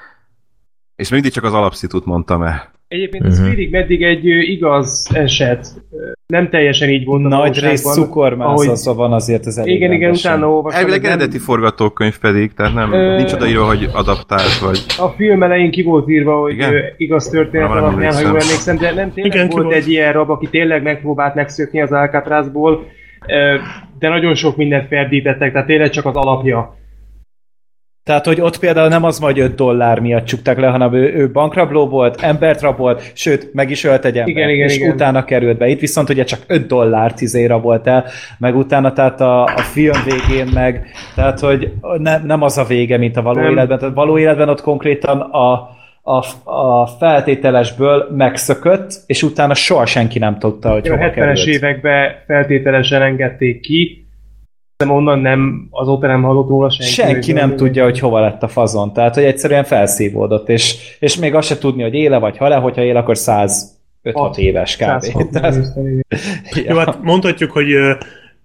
Speaker 4: És még mindig csak az alapszitút mondtam el.
Speaker 6: Egyébként ez
Speaker 3: Mhm.
Speaker 6: félig meddig egy ö, igaz eset. Ö, Nem teljesen így volt. a
Speaker 7: Nagy
Speaker 6: valóságban.
Speaker 7: rész cukormászazza
Speaker 6: ahogy-
Speaker 7: van azért az elég
Speaker 6: Igen, igen,
Speaker 7: rendesen.
Speaker 6: utána olvastam.
Speaker 4: Elvileg
Speaker 6: hogy nem-
Speaker 4: eredeti forgatókönyv pedig, tehát nem,
Speaker 6: Ö,
Speaker 4: nincs odaírva, hogy adaptált vagy.
Speaker 6: A film elején ki volt írva, hogy
Speaker 4: Igen?
Speaker 6: Igen? igaz történet
Speaker 4: Arra nem
Speaker 6: alapján, ha jól
Speaker 4: emlékszem.
Speaker 6: emlékszem, de nem tényleg
Speaker 2: Igen,
Speaker 6: Igen,
Speaker 2: ki
Speaker 6: volt
Speaker 2: volt.
Speaker 6: egy ilyen rab, aki tényleg megpróbált megszökni az Alcatrazból, ö, de nagyon sok mindent ferdítettek, tehát tényleg csak az alapja.
Speaker 7: Tehát, hogy ott például nem az, hogy 5 dollár miatt csukták le, hanem ő, ő bankrabló volt, embert rabolt, sőt, meg is ölt egy embert,
Speaker 6: Igen, igen,
Speaker 7: és
Speaker 6: igen.
Speaker 7: utána került be. Itt viszont ugye csak 5 dollár izé rabolt el, meg utána, tehát a, a film végén meg, tehát, hogy ne, nem az a vége, mint a való
Speaker 6: Nem.
Speaker 7: életben. Tehát való életben ott konkrétan a, a, a feltételesből megszökött, és utána soha senki nem tudta, hogy
Speaker 6: A
Speaker 7: hova
Speaker 6: 70-es
Speaker 7: került.
Speaker 6: években feltételesen engedték ki, de onnan nem, azóta nem hallott róla senki.
Speaker 7: Senki nem tudja, hogy hova lett a fazon. Tehát, hogy egyszerűen felszívódott, és, és még azt se tudni, hogy éle vagy hal-e, hogyha él, akkor 105-6
Speaker 6: Hat.
Speaker 7: éves kb. Tehát,
Speaker 6: kb.
Speaker 2: Jó, hát mondhatjuk, hogy ö,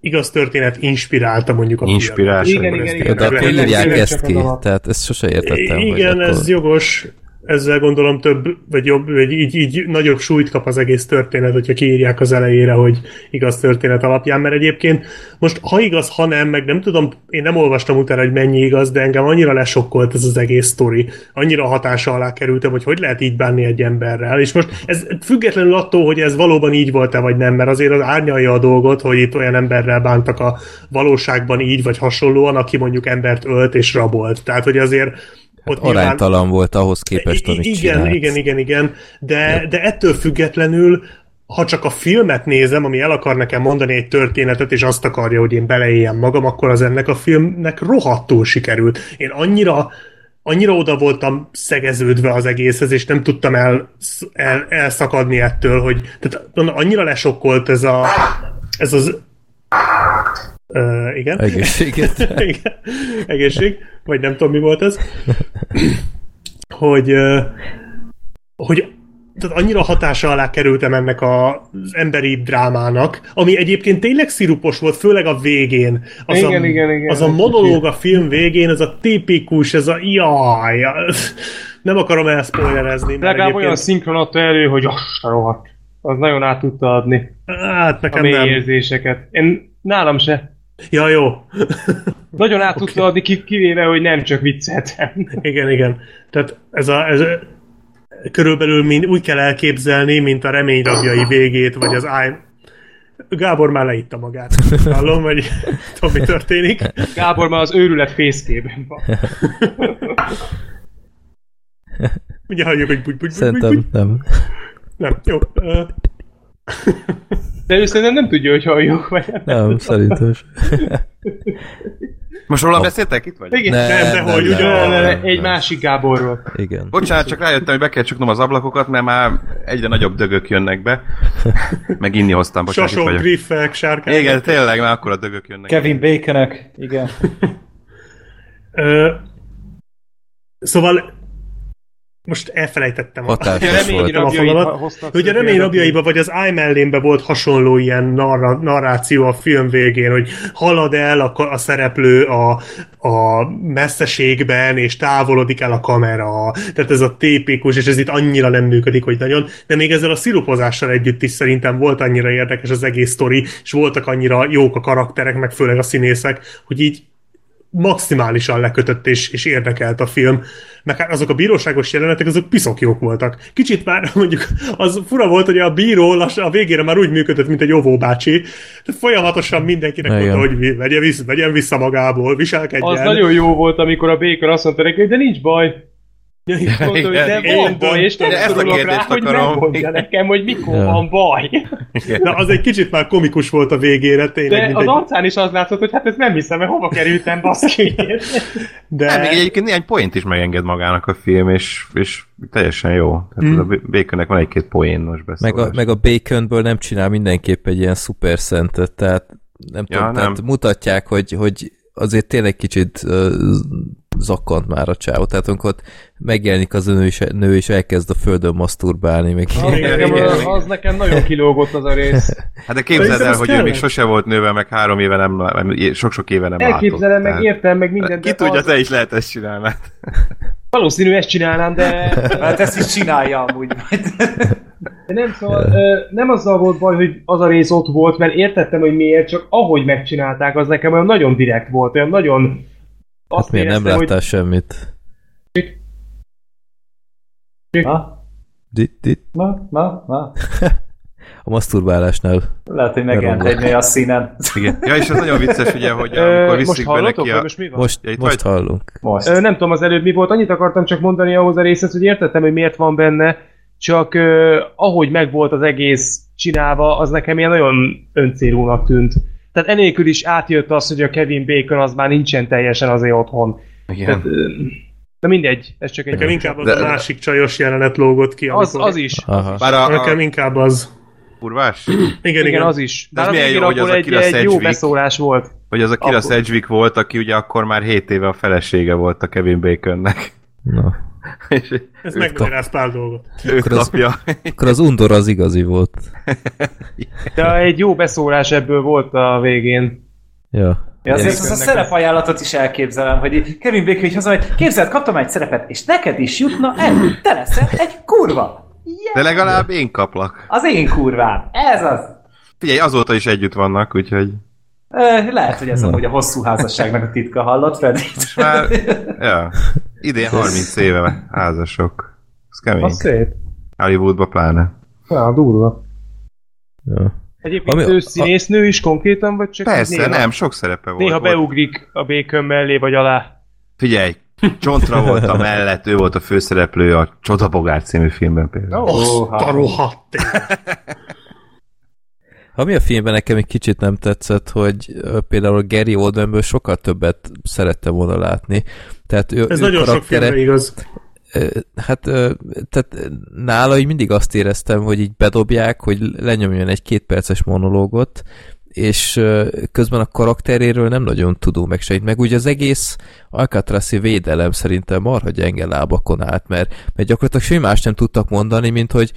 Speaker 2: igaz történet inspirálta mondjuk a filmet.
Speaker 4: Inspirálás.
Speaker 6: Igen, igen, igen.
Speaker 3: Jó, de akkor
Speaker 2: Tényleg
Speaker 3: írják
Speaker 6: tényleg
Speaker 3: ezt
Speaker 6: csak
Speaker 3: ki,
Speaker 6: az alap.
Speaker 3: tehát ezt sose értettem. hogy
Speaker 2: Igen,
Speaker 3: akkor-
Speaker 2: ez jogos. Ezzel gondolom több, vagy jobb, vagy így, így nagyobb súlyt kap az egész történet, hogyha kiírják az elejére, hogy igaz történet alapján, mert egyébként most ha igaz, ha nem, meg nem tudom, én nem olvastam utána, hogy mennyi igaz, de engem annyira lesokkolt ez az egész sztori. Annyira hatása alá kerültem, hogy hogy lehet így bánni egy emberrel. És most ez függetlenül attól, hogy ez valóban így volt-e, vagy nem, mert azért az árnyalja a dolgot, hogy itt olyan emberrel bántak a valóságban így, vagy hasonlóan, aki mondjuk embert ölt és rabolt. Tehát, hogy azért
Speaker 3: Hát
Speaker 2: ott nyilván-
Speaker 3: aránytalan volt ahhoz képest,
Speaker 2: I-
Speaker 3: amit
Speaker 2: igen,
Speaker 3: csinált.
Speaker 2: igen, igen, igen, de, de ettől függetlenül, ha csak a filmet nézem, ami el akar nekem mondani egy történetet, és azt akarja, hogy én beleéljem magam, akkor az ennek a filmnek rohadtul sikerült. Én annyira annyira oda voltam szegeződve az egészhez, és nem tudtam el, el, elszakadni ettől, hogy tehát annyira lesokkolt ez a ez az ö, igen.
Speaker 3: Egészséget.
Speaker 2: Igen. egészség, vagy nem tudom, mi volt ez, hogy, ö, hogy tehát annyira hatása alá kerültem ennek a, az emberi drámának, ami egyébként tényleg szirupos volt, főleg a végén. Az
Speaker 6: Igen,
Speaker 2: a,
Speaker 6: igen, igen.
Speaker 2: Az a monológ a film végén, ez a tipikus, ez a jaj, nem akarom elszpoilerezni. mert
Speaker 6: Legalább
Speaker 2: egyébként-
Speaker 6: olyan szinkron adta elő, hogy azt a rohadt. Az nagyon át tudta adni
Speaker 2: Hát
Speaker 6: a
Speaker 2: nekem
Speaker 6: mély
Speaker 2: nem.
Speaker 6: érzéseket. Én nálam se.
Speaker 2: Ja, jó.
Speaker 6: Nagyon át tudta adni, ki- kivéve, hogy nem csak vicceltem.
Speaker 2: Igen, igen. Tehát ez a, ez a- körülbelül mind, úgy kell elképzelni, mint a remény rabjai végét, vagy az I'm... Gábor már leitta magát. Hallom, hogy tudom, mi történik.
Speaker 6: Gábor már az őrület fészkében van.
Speaker 2: Ugye halljuk, hogy bugy, bugy, bugy, bugy, bugy.
Speaker 3: Szerintem nem.
Speaker 2: Nem, jó. Ö,
Speaker 6: De ő szerintem nem tudja, hogy halljuk, vagy nem.
Speaker 3: Nem, szerintem sem.
Speaker 4: Most róla beszéltek? Itt vagy?
Speaker 6: Igen,
Speaker 3: Nem,
Speaker 6: nem,
Speaker 3: nem,
Speaker 6: de hogy
Speaker 3: nem,
Speaker 6: ugyan,
Speaker 3: nem,
Speaker 6: ne, ne,
Speaker 3: nem,
Speaker 6: egy
Speaker 3: nem.
Speaker 6: másik Gáborról.
Speaker 3: Igen.
Speaker 4: Bocsánat, csak rájöttem, hogy be kell csuknom az ablakokat, mert már egyre nagyobb dögök jönnek be. Meg inni hoztam, bocsánat, itt
Speaker 2: Sasok,
Speaker 4: vagyok.
Speaker 2: griffek, sárkányok.
Speaker 4: Igen, tényleg, már akkor a dögök jönnek.
Speaker 7: Kevin Baconök, igen.
Speaker 2: Ö, szóval most elfelejtettem. a-
Speaker 3: Hatásos
Speaker 6: A remény
Speaker 3: volt.
Speaker 2: a
Speaker 6: rabjait
Speaker 2: fonalat,
Speaker 6: ha- hoztak
Speaker 2: Hogy a
Speaker 6: szépen,
Speaker 2: remény
Speaker 6: de-
Speaker 2: rabjaiba, vagy az I'm Ellenbe volt hasonló ilyen narra, narráció a film végén, hogy halad el a, ka- a szereplő a, a messzeségben, és távolodik el a kamera. Tehát ez a tépikus, és ez itt annyira nem működik, hogy nagyon. De még ezzel a szirupozással együtt is szerintem volt annyira érdekes az egész sztori, és voltak annyira jók a karakterek, meg főleg a színészek, hogy így maximálisan lekötött és, és érdekelt a film, meg hát azok a bíróságos jelenetek, azok piszok jók voltak. Kicsit már mondjuk az fura volt, hogy a bíró lass, a végére már úgy működött, mint egy óvóbácsi, tehát folyamatosan mindenkinek
Speaker 3: Igen.
Speaker 2: mondta, hogy vi- vegyen vissza, vegyen vissza magából, viselkedjen.
Speaker 6: Az nagyon jó volt, amikor a Baker azt mondta neki, hogy de nincs baj. Mondta, hogy de
Speaker 4: Igen,
Speaker 6: van
Speaker 2: igen.
Speaker 6: baj, és nem
Speaker 4: De ezt a
Speaker 6: szorulok rá,
Speaker 4: kérdést
Speaker 6: hogy
Speaker 4: akarom.
Speaker 6: megmondja nekem, hogy mikor
Speaker 3: Ja.
Speaker 6: van baj.
Speaker 2: Na, az egy kicsit már komikus volt a végére, tényleg.
Speaker 6: De
Speaker 2: mint
Speaker 6: az
Speaker 2: egy-
Speaker 6: arcán is az látszott, hogy hát ezt nem hiszem, mert hova kerültem, baszki.
Speaker 4: Nem, Hát
Speaker 2: de...
Speaker 4: még egyébként néhány point is megenged magának a film, és, és teljesen jó. Tehát mm. a Baconnek van egy-két poénos beszólás.
Speaker 3: Hmm. Meg a, meg a Baconből nem csinál mindenképp egy ilyen szuper szentet, tehát nem ja,
Speaker 4: Ja,
Speaker 3: tudom, nem. tehát
Speaker 4: nem.
Speaker 3: mutatják, hogy, hogy azért tényleg kicsit ö, zakkant már a csávó, tehát amikor ott megjelenik az a nő is, nő is elkezd a földön maszturbálni, meg
Speaker 6: Az
Speaker 4: Igen,
Speaker 6: nekem,
Speaker 4: igen,
Speaker 6: az,
Speaker 4: igen.
Speaker 6: az nekem nagyon kilógott az a rész.
Speaker 4: Hát de képzeld
Speaker 2: Szerintem
Speaker 4: el,
Speaker 2: az
Speaker 4: hogy ő még
Speaker 2: kellett.
Speaker 4: sose volt nővel, meg három éve nem, vagy sok-sok éve nem
Speaker 6: Elképzelem,
Speaker 4: látott.
Speaker 6: meg értem, meg
Speaker 4: Tehát
Speaker 6: mindent.
Speaker 4: Ki
Speaker 6: de
Speaker 4: tudja,
Speaker 6: az-
Speaker 4: te is lehet ezt csinálni.
Speaker 6: Valószínű ezt csinálnám, de,
Speaker 7: Hát ezt is csinálja amúgy.
Speaker 6: de nem, szóval, ö, nem azzal volt baj, hogy az a rész ott volt, mert értettem, hogy miért, csak ahogy megcsinálták, az nekem olyan nagyon direkt volt, olyan nagyon...
Speaker 3: hát miért nem
Speaker 6: éreztem,
Speaker 3: láttál hogy... semmit?
Speaker 7: Na,
Speaker 3: Dit, dit.
Speaker 7: na, na, na.
Speaker 3: A maszturbálásnál.
Speaker 7: Lehet, hogy megjelent egy nő a színen.
Speaker 4: Igen. Ja, és az nagyon vicces, ugye, hogy
Speaker 6: Hogy, ö,
Speaker 4: amikor
Speaker 6: most
Speaker 4: viszik be
Speaker 6: hallottok,
Speaker 4: neki
Speaker 6: vagy
Speaker 4: a...
Speaker 6: most mi van?
Speaker 3: Most,
Speaker 4: Ja, itt
Speaker 3: most hallunk.
Speaker 7: Most.
Speaker 6: Ö, nem tudom az előbb mi volt, annyit akartam csak mondani ahhoz a részhez, hogy értettem, hogy miért van benne, csak ö, ahogy megvolt az egész csinálva, az nekem ilyen nagyon öncélúnak tűnt. Tehát enélkül is átjött az, hogy a Kevin Bacon az már nincsen teljesen azért otthon.
Speaker 4: Igen.
Speaker 6: Ö, Na mindegy, ez csak
Speaker 2: Nekem
Speaker 6: egy...
Speaker 2: inkább az
Speaker 4: De-
Speaker 2: a másik csajos jelenet lógott ki.
Speaker 6: Az,
Speaker 2: amikor-
Speaker 6: az is. Ah.
Speaker 3: Aha.
Speaker 4: Bár a,
Speaker 2: Nekem
Speaker 4: a
Speaker 2: inkább az.
Speaker 4: kurvás,
Speaker 2: Igen,
Speaker 6: Igen,
Speaker 2: igen.
Speaker 6: az is.
Speaker 4: De ez
Speaker 6: Bár
Speaker 4: milyen
Speaker 6: végén
Speaker 4: jó, hogy az
Speaker 6: abból
Speaker 4: a
Speaker 6: egy,
Speaker 4: Kira
Speaker 6: egy jó
Speaker 4: Sedgwick.
Speaker 6: beszólás volt.
Speaker 4: hogy az a Kira
Speaker 6: Akkor-
Speaker 4: Sedgwick volt, aki ugye akkor már 7 éve a felesége volt a Kevin Baconnek.
Speaker 3: Na.
Speaker 4: És
Speaker 2: Ez megmagyaráz pár dolgot.
Speaker 4: ő
Speaker 3: Akkor az-
Speaker 4: kapja.
Speaker 3: Akkor az undor az igazi volt.
Speaker 6: De egy jó beszólás ebből volt a végén.
Speaker 3: Ja.
Speaker 7: Ja, azért
Speaker 3: Ez-
Speaker 7: azt a szerepajánlatot is elképzelem, hogy így Kevin Bacon így haza, hogy képzeld, kaptam egy szerepet, és neked is jutna el, te leszel egy kurva.
Speaker 4: De legalább én kaplak.
Speaker 7: Az én kurvám. Ez az.
Speaker 4: Figyelj, azóta is együtt vannak, úgyhogy...
Speaker 7: Ö, Lehet, hogy ez amúgy a hosszú házasságnak a titka hallott, Freddy.
Speaker 4: Most már, ja, idén 30 éve házasok. Ez kemény.
Speaker 6: Az szép.
Speaker 4: Hollywoodba pláne.
Speaker 6: Na, durva.
Speaker 3: ja.
Speaker 6: Egyébként
Speaker 3: Ami-
Speaker 6: ő színésznő is konkrétan, vagy csak így
Speaker 4: Persze,
Speaker 6: néha,
Speaker 4: nem, sok szerepe volt.
Speaker 6: néha
Speaker 4: Volt-
Speaker 6: beugrik a békön mellé vagy alá.
Speaker 4: Figyelj, John Travolta mellett, ő volt a főszereplő a Csodabogár című filmben például.
Speaker 6: hát,
Speaker 2: Azt a rohadt
Speaker 3: Ami a filmben nekem egy kicsit nem tetszett, hogy ö, például Gary Oldmanből sokkal többet szerettem volna látni. Tehát ő,
Speaker 2: Ez
Speaker 3: ő
Speaker 2: nagyon sok
Speaker 3: karaktere-
Speaker 2: filmre igaz.
Speaker 3: Ö, Hát, ö, tehát nála így mindig azt éreztem, hogy így bedobják, hogy lenyomjon egy kétperces monológot, és ö, közben a karakteréről nem nagyon tudunk meg sejt. Meg ugye az egész Alcatrazi védelem szerintem marha gyenge lábakon állt, mert, mert gyakorlatilag semmi más nem tudtak mondani, mint hogy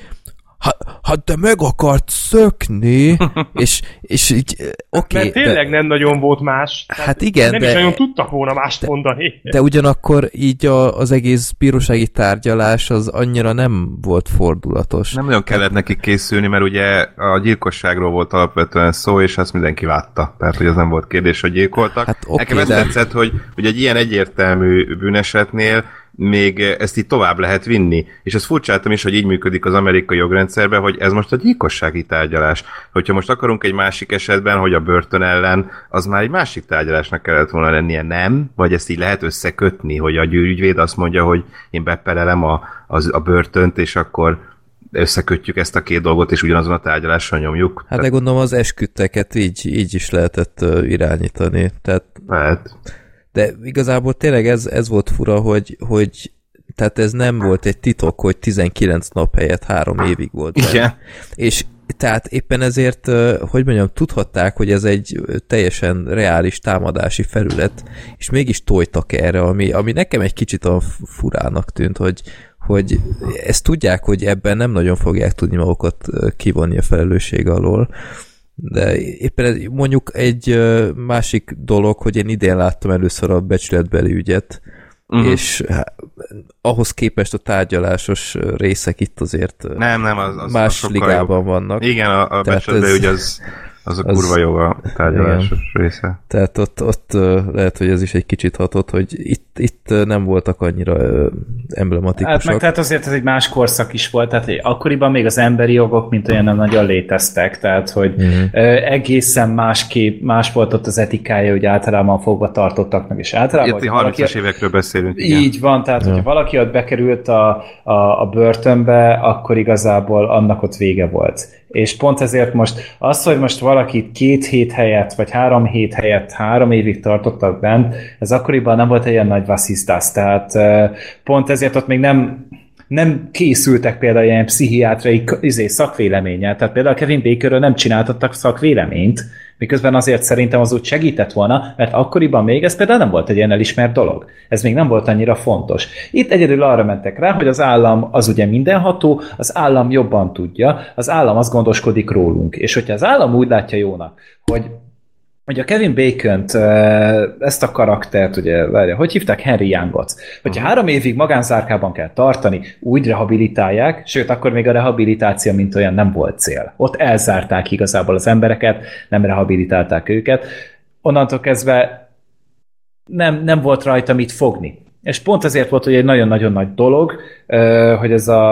Speaker 3: hát, hát de meg akart szökni, és, és így ö, oké.
Speaker 6: Mert
Speaker 3: de-
Speaker 6: tényleg nem nagyon volt más. Tehát
Speaker 3: Hát igen,
Speaker 6: nem
Speaker 3: de...
Speaker 6: is nagyon tudtak volna mást mondani.
Speaker 3: De ugyanakkor így a, az egész bírósági tárgyalás az annyira nem volt fordulatos.
Speaker 4: Nem nagyon kellett neki készülni, mert ugye a gyilkosságról volt alapvetően szó, és azt mindenki látta. Tehát, hogy az nem volt kérdés, hogy gyilkoltak.
Speaker 3: Hát oké,
Speaker 4: Nekem ez
Speaker 3: de-
Speaker 4: tetszett, hogy, hogy egy ilyen egyértelmű bűnesetnél még ezt így tovább lehet vinni. És ezt furcsáltam is, hogy így működik az amerikai jogrendszerben, hogy ez most a gyilkossági tárgyalás. Hogyha most akarunk egy másik esetben, hogy a börtön ellen, az már egy másik tárgyalásnak kellett volna lennie, nem? Vagy ezt így lehet összekötni, hogy a ügyvéd azt mondja, hogy én bepelelem a, az, a börtönt, és akkor összekötjük ezt a két dolgot, és ugyanazon a tárgyaláson nyomjuk.
Speaker 3: Hát de gondolom az esküdteket így, így is lehetett ö, irányítani. Tehát,
Speaker 4: lehet.
Speaker 3: de igazából tényleg ez, ez volt fura, hogy, hogy tehát ez nem volt egy titok, hogy 19 nap helyett három évig volt. benne.
Speaker 4: Igen.
Speaker 3: És tehát éppen ezért, ö, hogy mondjam, tudhatták, hogy ez egy ö, teljesen reális támadási felület, és mégis tojtak erre, ami, ami nekem egy kicsit a furának tűnt, hogy, hogy ezt tudják, hogy ebben nem nagyon fogják tudni magukat kivonni a felelősség alól, de éppen ez, mondjuk egy másik dolog, hogy én idén láttam először a becsületbeli ügyet, uh-huh. és hát, ahhoz képest a tárgyalásos részek itt azért
Speaker 4: nem, nem, az, az
Speaker 3: más
Speaker 4: az
Speaker 3: ligában jobb. vannak.
Speaker 4: Igen, a, a becsületbeli ügy az, az a kurva jó a tárgyalásos igen. része.
Speaker 3: Tehát ott, ott lehet, hogy ez is egy kicsit hatott, hogy itt, itt nem voltak annyira emblematikusak. Hát
Speaker 7: meg tehát azért ez egy más korszak is volt, tehát akkoriban még az emberi jogok mint olyan nem nagyon léteztek, tehát hogy uh-huh. egészen másképp, más volt ott az etikája, hogy általában fogva tartottak meg, és általában...
Speaker 4: Itt 30-as valaki, évekről beszélünk,
Speaker 7: igen. Így van, tehát ja. hogyha valaki ott bekerült a, a, a börtönbe, akkor igazából annak ott vége volt. És pont ezért most az, hogy most valakit két hét helyett, vagy három hét helyett három évig tartottak bent, ez akkoriban nem volt egy ilyen nagy vasszisztász. Tehát eh, pont ezért ott még nem nem készültek például ilyen pszichiátrai izé, szakvéleménnyel. Tehát például Kevin Bakerről nem csináltattak szakvéleményt, miközben azért szerintem az úgy segített volna, mert akkoriban még ez például nem volt egy ilyen elismert dolog. Ez még nem volt annyira fontos. Itt egyedül arra mentek rá, hogy az állam az ugye mindenható, az állam jobban tudja, az állam azt gondoskodik rólunk. És hogyha az állam úgy látja jónak, hogy hogy a Kevin bacon ezt a karaktert, ugye, várja, hogy hívták Henry Youngot? Hogyha három évig magánzárkában kell tartani, úgy rehabilitálják, sőt, akkor még a rehabilitáció mint olyan nem volt cél. Ott elzárták igazából az embereket, nem rehabilitálták őket. Onnantól kezdve nem, nem volt rajta mit fogni. És pont ezért volt, hogy egy nagyon-nagyon nagy dolog, eh, hogy ez, a,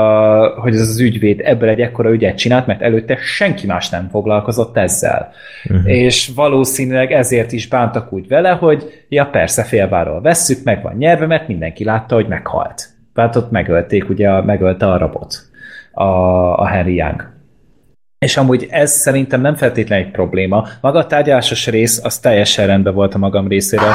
Speaker 7: hogy ez az ügyvéd ebből egy ekkora ügyet csinált, mert előtte senki más nem foglalkozott ezzel. Uh-huh. És valószínűleg ezért is bántak úgy vele, hogy ja persze, félváról vesszük, meg van nyelve, mert mindenki látta, hogy meghalt. Tehát ott megölték, ugye megölte a rabot, a, a Henry Young. És amúgy ez szerintem nem feltétlenül egy probléma. Maga a tárgyalásos rész, az teljesen rendben volt a magam részéről.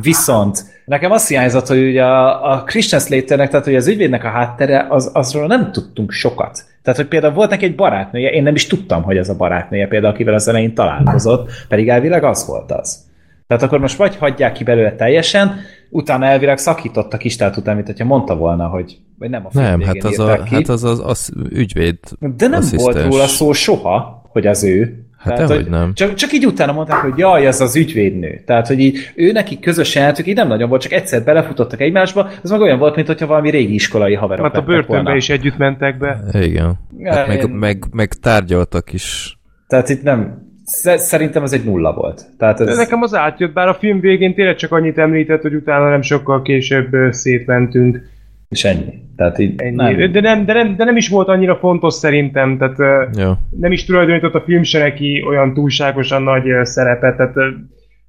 Speaker 7: Viszont nekem azt hiányzott, hogy ugye a, a Christian Slaternek, tehát hogy az ügyvédnek a háttere, az, azról nem tudtunk sokat. Tehát, hogy például volt neki egy barátnője, én nem is tudtam, hogy ez a barátnője például, akivel az elején találkozott, pedig elvileg az volt az. Tehát akkor most vagy hagyják ki belőle teljesen, utána elvileg szakítottak is, tehát utána, mint hogyha mondta volna, hogy vagy nem a
Speaker 3: Nem, hát az, a, ki. hát az, az, az ügyvéd
Speaker 7: De nem asszisztens. volt róla szó soha, hogy az ő.
Speaker 3: Hát tehát, hogy nem.
Speaker 7: Csak, csak így utána mondták, hogy jaj, ez az ügyvédnő. Tehát, hogy így ő neki közösen jártuk, így nem nagyon volt, csak egyszer belefutottak egymásba, ez meg olyan volt, mintha valami régi iskolai haverok
Speaker 6: Hát a börtönbe volna. is együtt mentek be.
Speaker 3: Igen. Hát meg, én... meg, meg, meg tárgyaltak is.
Speaker 7: Tehát itt nem, Szerintem ez egy nulla volt. Tehát ez...
Speaker 6: De nekem az átjött, bár a film végén tényleg csak annyit említett, hogy utána nem sokkal később szétmentünk.
Speaker 7: És ennyi. Tehát így
Speaker 6: ennyi. Nem. De, nem, de, nem, de nem is volt annyira fontos szerintem, tehát ja. nem is tulajdonított a film se neki olyan túlságosan nagy szerepet, tehát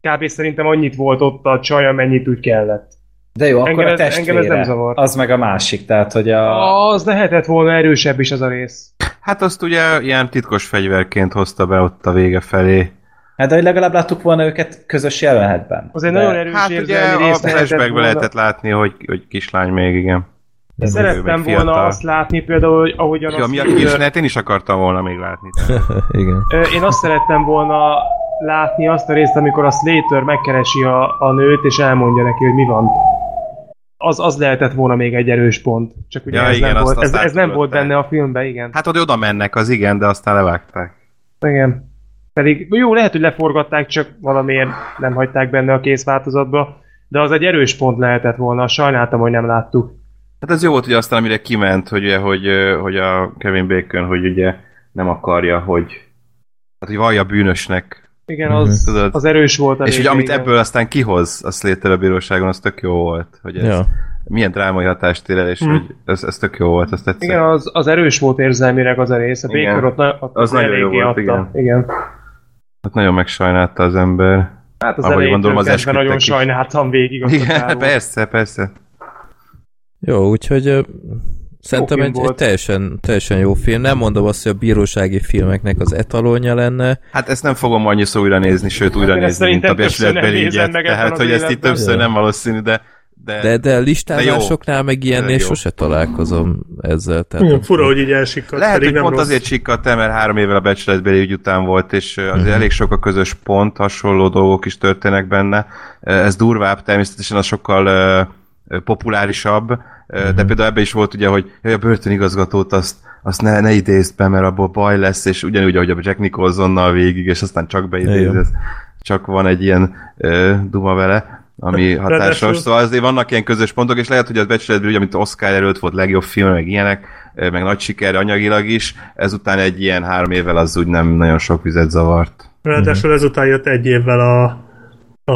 Speaker 6: kb. szerintem annyit volt ott a csaj, amennyit úgy kellett.
Speaker 7: De jó, engem akkor ez, a testvére, engem ez nem zavar. az meg a másik, tehát hogy a...
Speaker 6: Az lehetett volna erősebb is az a rész.
Speaker 4: Hát azt ugye ilyen titkos fegyverként hozta be ott a vége felé.
Speaker 7: Hát de hogy legalább láttuk volna őket közös jelenetben.
Speaker 6: Az egy nagyon erős
Speaker 4: Hát ugye a flashbackben lehetett látni, hogy, hogy kislány még, igen.
Speaker 6: De szerettem volna fiatal. azt látni például, hogy ahogyan
Speaker 4: ja, mi a kisnet, én is akartam volna még látni.
Speaker 3: igen.
Speaker 6: Én azt szerettem volna látni azt a részt, amikor a Slater megkeresi a, a nőt, és elmondja neki, hogy mi van az, az lehetett volna még egy erős pont. Csak ugye ja, ez, igen, nem, azt, volt, azt ez, ez nem volt benne a filmben, igen.
Speaker 4: Hát, hogy oda mennek, az igen, de aztán levágták.
Speaker 6: Igen. Pedig jó, lehet, hogy leforgatták, csak valamiért nem hagyták benne a készváltozatba, de az egy erős pont lehetett volna, sajnáltam, hogy nem láttuk.
Speaker 4: Hát ez jó volt, hogy aztán amire kiment, hogy, hogy, hogy a Kevin Bacon, hogy ugye nem akarja, hogy hát, hogy vallja bűnösnek.
Speaker 6: Igen, az, tudod? az erős volt.
Speaker 4: És hogy amit igen. ebből aztán kihoz a Slater a bíróságon, az tök jó volt, hogy ez, ja milyen drámai hatást ér el, és mm. hogy ez, ez tök jó volt, ezt tetszett.
Speaker 6: Igen, az, az erős volt érzelmileg az a rész, a Baker ott, na, ott
Speaker 4: az nagyon jó volt, adta. igen.
Speaker 6: igen.
Speaker 4: Hát nagyon megsajnálta az ember.
Speaker 6: Hát az Ahogy gondolom, az nagyon is. sajnáltam végig. Azt
Speaker 4: igen, a persze, persze.
Speaker 3: Jó, úgyhogy uh, Szerintem egy, egy teljesen, teljesen jó film. Nem mondom azt, hogy a bírósági filmeknek az etalonja lenne.
Speaker 4: Hát ezt nem fogom annyiszor újra nézni, sőt újra nézni, mint a becsületbeli ügyet. Tehát, hogy ezt itt többször nem valószínű, de de,
Speaker 3: de, de listázásoknál de meg ilyennél sose találkozom ezzel. Tehát
Speaker 2: Hú, fura, hogy így elsikkadt.
Speaker 4: Lehet, hogy pont rossz. azért sikkadt el, mert három évvel a becsületbeli ügy után volt, és azért uh-huh. elég sok a közös pont, hasonló dolgok is történnek benne. Ez durvább, természetesen az sokkal uh, populárisabb, Mm-hmm. De például ebben is volt ugye, hogy a börtönigazgatót azt, azt ne, ne idézd be, mert abból baj lesz, és ugyanúgy, ahogy a Jack Nicholsonnal végig, és aztán csak beidéz, csak van egy ilyen ö, duma vele ami hatásos. Szóval azért vannak ilyen közös pontok, és lehet, hogy az becsületből, ugye, amit Oscar előtt volt legjobb film, meg ilyenek, meg nagy siker anyagilag is, ezután egy ilyen három évvel az úgy nem nagyon sok vizet zavart.
Speaker 2: Ráadásul mm. ezután jött egy évvel a a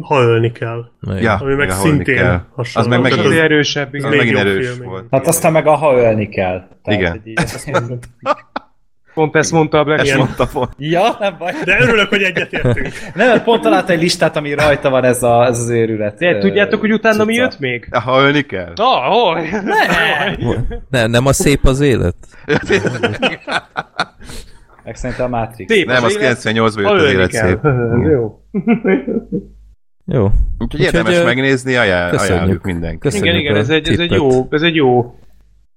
Speaker 2: Ha ölni kell.
Speaker 4: Ja,
Speaker 2: ami meg
Speaker 4: ja,
Speaker 2: szintén
Speaker 4: kell.
Speaker 2: hasonló.
Speaker 4: Az meg
Speaker 2: Tehát
Speaker 4: megint-
Speaker 2: az erősebb,
Speaker 4: Az
Speaker 2: igen. még
Speaker 4: megint
Speaker 2: jobb
Speaker 4: erős
Speaker 2: film,
Speaker 4: volt.
Speaker 7: Hát aztán meg a ha ölni kell.
Speaker 4: Igen.
Speaker 7: hogy így-
Speaker 8: Pont ezt mondta a Black
Speaker 4: Ezt
Speaker 2: ilyen.
Speaker 4: mondta volna.
Speaker 7: ja, nem baj.
Speaker 2: De örülök, hogy egyetértünk.
Speaker 7: Nem, mert pont találta egy listát, ami rajta van ez, a, ez az őrület.
Speaker 8: De
Speaker 7: ö,
Speaker 8: tudjátok, hogy utána mi
Speaker 7: cucca.
Speaker 8: jött még?
Speaker 4: Ha ölni kell?
Speaker 8: Na, hol?
Speaker 3: Nem, nem a szép az élet?
Speaker 7: Meg szerintem a Matrix.
Speaker 8: Szép
Speaker 4: Nem, az
Speaker 8: élet,
Speaker 4: 98-ban jött
Speaker 8: ha
Speaker 4: az
Speaker 8: ölni
Speaker 4: élet
Speaker 8: kell.
Speaker 4: szép.
Speaker 8: Jó.
Speaker 3: Jó.
Speaker 4: Úgyhogy
Speaker 3: Úgyhogy,
Speaker 4: érdemes
Speaker 3: ö,
Speaker 4: megnézni, ajánl,
Speaker 3: köszönjük.
Speaker 4: ajánljuk mindenki.
Speaker 3: Köszönjük
Speaker 8: Igen, igen,
Speaker 3: a
Speaker 8: ez egy, ez egy
Speaker 3: tippet.
Speaker 8: jó, ez egy jó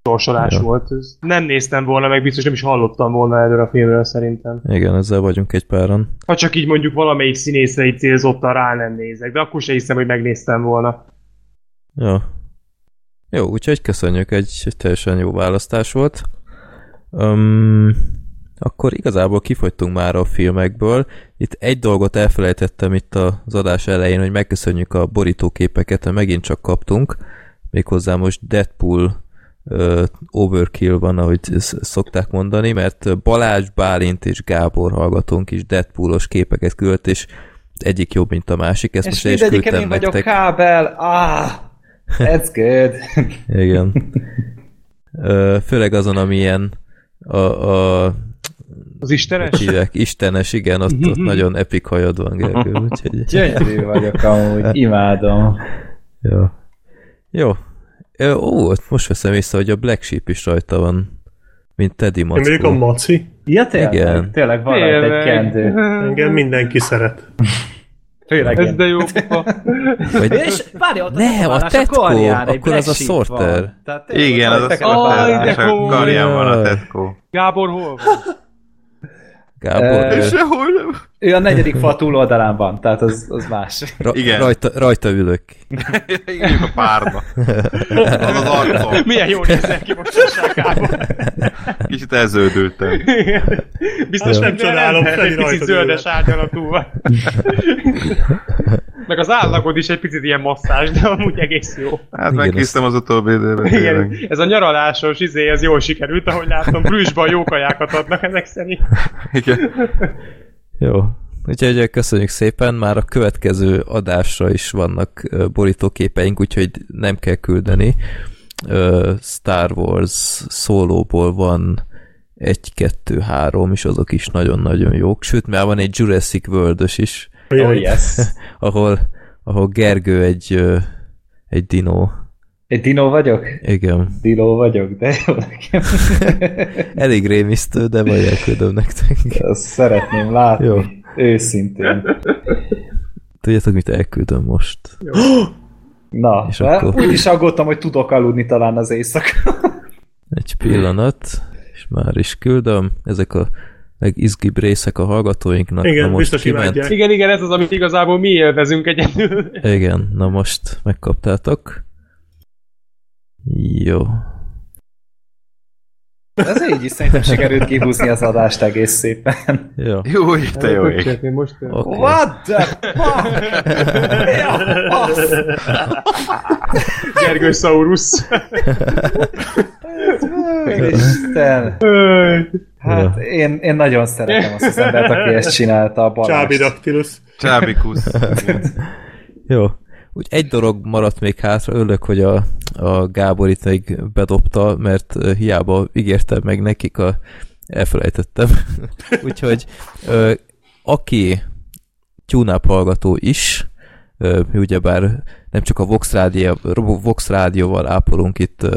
Speaker 8: sorsolás
Speaker 3: Ja.
Speaker 8: volt. Ez Nem néztem volna, meg biztos nem is hallottam volna erről a filmről szerintem.
Speaker 3: Igen, ezzel vagyunk egy páran.
Speaker 8: Ha csak így mondjuk valamelyik színészre így célzottan rá nem nézek, de akkor se hiszem, hogy megnéztem volna.
Speaker 3: Jó. Jó, úgyhogy köszönjük, egy, egy teljesen jó választás volt. Um, akkor igazából kifogytunk már a filmekből. Itt egy dolgot elfelejtettem itt az adás elején, hogy megköszönjük a borítóképeket, mert megint csak kaptunk. Méghozzá most Deadpool ö, overkill van, ahogy sz- szokták mondani, mert Balázs, Bálint és Gábor hallgatónk is Deadpoolos képeket küldt, és egyik jobb, mint a másik. Ezt
Speaker 7: És
Speaker 3: most el is
Speaker 7: mindegyiken
Speaker 3: küldtem
Speaker 7: én vagyok
Speaker 3: nektek.
Speaker 7: kábel. Ah, that's good.
Speaker 3: Igen. Ö, Főleg azon, amilyen a, a
Speaker 8: Az Istenes?
Speaker 3: hívják, istenes, igen, ott, ott nagyon epik hajad van, Gergő, úgyhogy...
Speaker 7: Gyönyörű vagyok
Speaker 3: Hát-
Speaker 7: amúgy, imádom.
Speaker 3: Jó. Jó. Ö, Ó, ott most veszem észre, hogy a Black Sheep is rajta van, mint Teddy
Speaker 2: Én mondjuk a
Speaker 3: Mackó.
Speaker 2: maci,
Speaker 7: Ja, tényleg,
Speaker 3: Igen.
Speaker 7: tényleg van rajta egy kendő.
Speaker 2: engem mindenki szeret.
Speaker 7: Főleg
Speaker 8: Ez de jó.
Speaker 3: Vagy,
Speaker 7: És várj, ott
Speaker 3: Nem, a
Speaker 7: szopálás
Speaker 3: tetkó,
Speaker 7: karján, egy
Speaker 3: akkor az a
Speaker 7: black sheep
Speaker 3: sorter.
Speaker 7: van. Tehát tényleg
Speaker 4: Igen, az a
Speaker 7: rajta kell
Speaker 8: Aj,
Speaker 4: szopálás,
Speaker 8: de
Speaker 4: a karján van a
Speaker 3: komoly.
Speaker 4: tetkó.
Speaker 8: Gábor hol van?
Speaker 3: Gábor,
Speaker 7: Ö,
Speaker 3: ö,
Speaker 4: Sehol nem.
Speaker 7: Ő a negyedik fa túloldalán van, tehát az, az más.
Speaker 3: ra-
Speaker 4: igen.
Speaker 3: rajta, rajta ülök.
Speaker 4: Igen, a párna. Az az arcom.
Speaker 8: Milyen jól nézel ki most a Gábor.
Speaker 4: Kicsit elződültem.
Speaker 8: Biztos
Speaker 2: Jó.
Speaker 8: nem csodálom,
Speaker 2: Rendben,
Speaker 8: Feri
Speaker 2: egy
Speaker 8: rajta
Speaker 2: picit
Speaker 8: zöldes
Speaker 2: zöldes
Speaker 8: árnyalatú van. Meg az állagod is egy picit ilyen masszázs, de amúgy egész jó.
Speaker 4: Hát
Speaker 3: Igen,
Speaker 4: megkésztem az utóbbi időben.
Speaker 8: Igen,
Speaker 4: tényleg.
Speaker 8: ez a nyaralásos izé, ez jól sikerült, ahogy látom, Brüsszban jó kajákat adnak ezek szerint.
Speaker 4: Igen.
Speaker 3: Jó. Úgyhogy ö, köszönjük szépen, már a következő adásra is vannak ö, borítóképeink, úgyhogy nem kell küldeni. Ö, Star Wars szólóból van egy, kettő, három, és azok is nagyon-nagyon jók. Sőt, már van egy Jurassic world is,
Speaker 7: Oh yes.
Speaker 3: ahol, ahol Gergő egy, ö, egy dinó.
Speaker 7: Egy dinó vagyok?
Speaker 3: Igen.
Speaker 7: Dinó vagyok, de jó nekem.
Speaker 3: Elég rémisztő, de majd elküldöm nektek.
Speaker 7: Azt szeretném látni.
Speaker 3: Jó.
Speaker 7: Őszintén.
Speaker 3: Tudjátok, mit elküldöm most?
Speaker 7: Na,
Speaker 3: És
Speaker 7: És
Speaker 3: akkor?
Speaker 7: úgy is aggódtam, hogy tudok aludni talán az éjszaka.
Speaker 3: Egy pillanat, és már is küldöm. Ezek a legizgibb részek a hallgatóinknak.
Speaker 2: Igen,
Speaker 3: na most
Speaker 2: biztos imádják.
Speaker 8: Igen, igen, ez az, amit igazából mi élvezünk egyedül.
Speaker 3: Igen, na most megkaptátok. Jó.
Speaker 7: Ez így is szerintem sikerült kihúzni az adást egész szépen.
Speaker 3: Jó.
Speaker 4: Jó, ég, te jó ég.
Speaker 8: Én most eh,
Speaker 3: Okay.
Speaker 7: What the fuck? Mi a fasz?
Speaker 8: Gergő Saurus.
Speaker 7: Isten. Hát én, én nagyon szeretem azt az embert, aki ezt csinálta a
Speaker 2: Csábi
Speaker 7: Balást.
Speaker 2: Daktilus.
Speaker 4: Csábikusz.
Speaker 3: Jó. Úgy egy dolog maradt még hátra, örülök, hogy a, a Gábor itt még bedobta, mert ö, hiába ígértem meg nekik, a, elfelejtettem. Úgyhogy ö, aki tune-up hallgató is, ö, mi ugyebár nem csak a Vox, Rádió, Robo- Vox Rádióval ápolunk itt ö,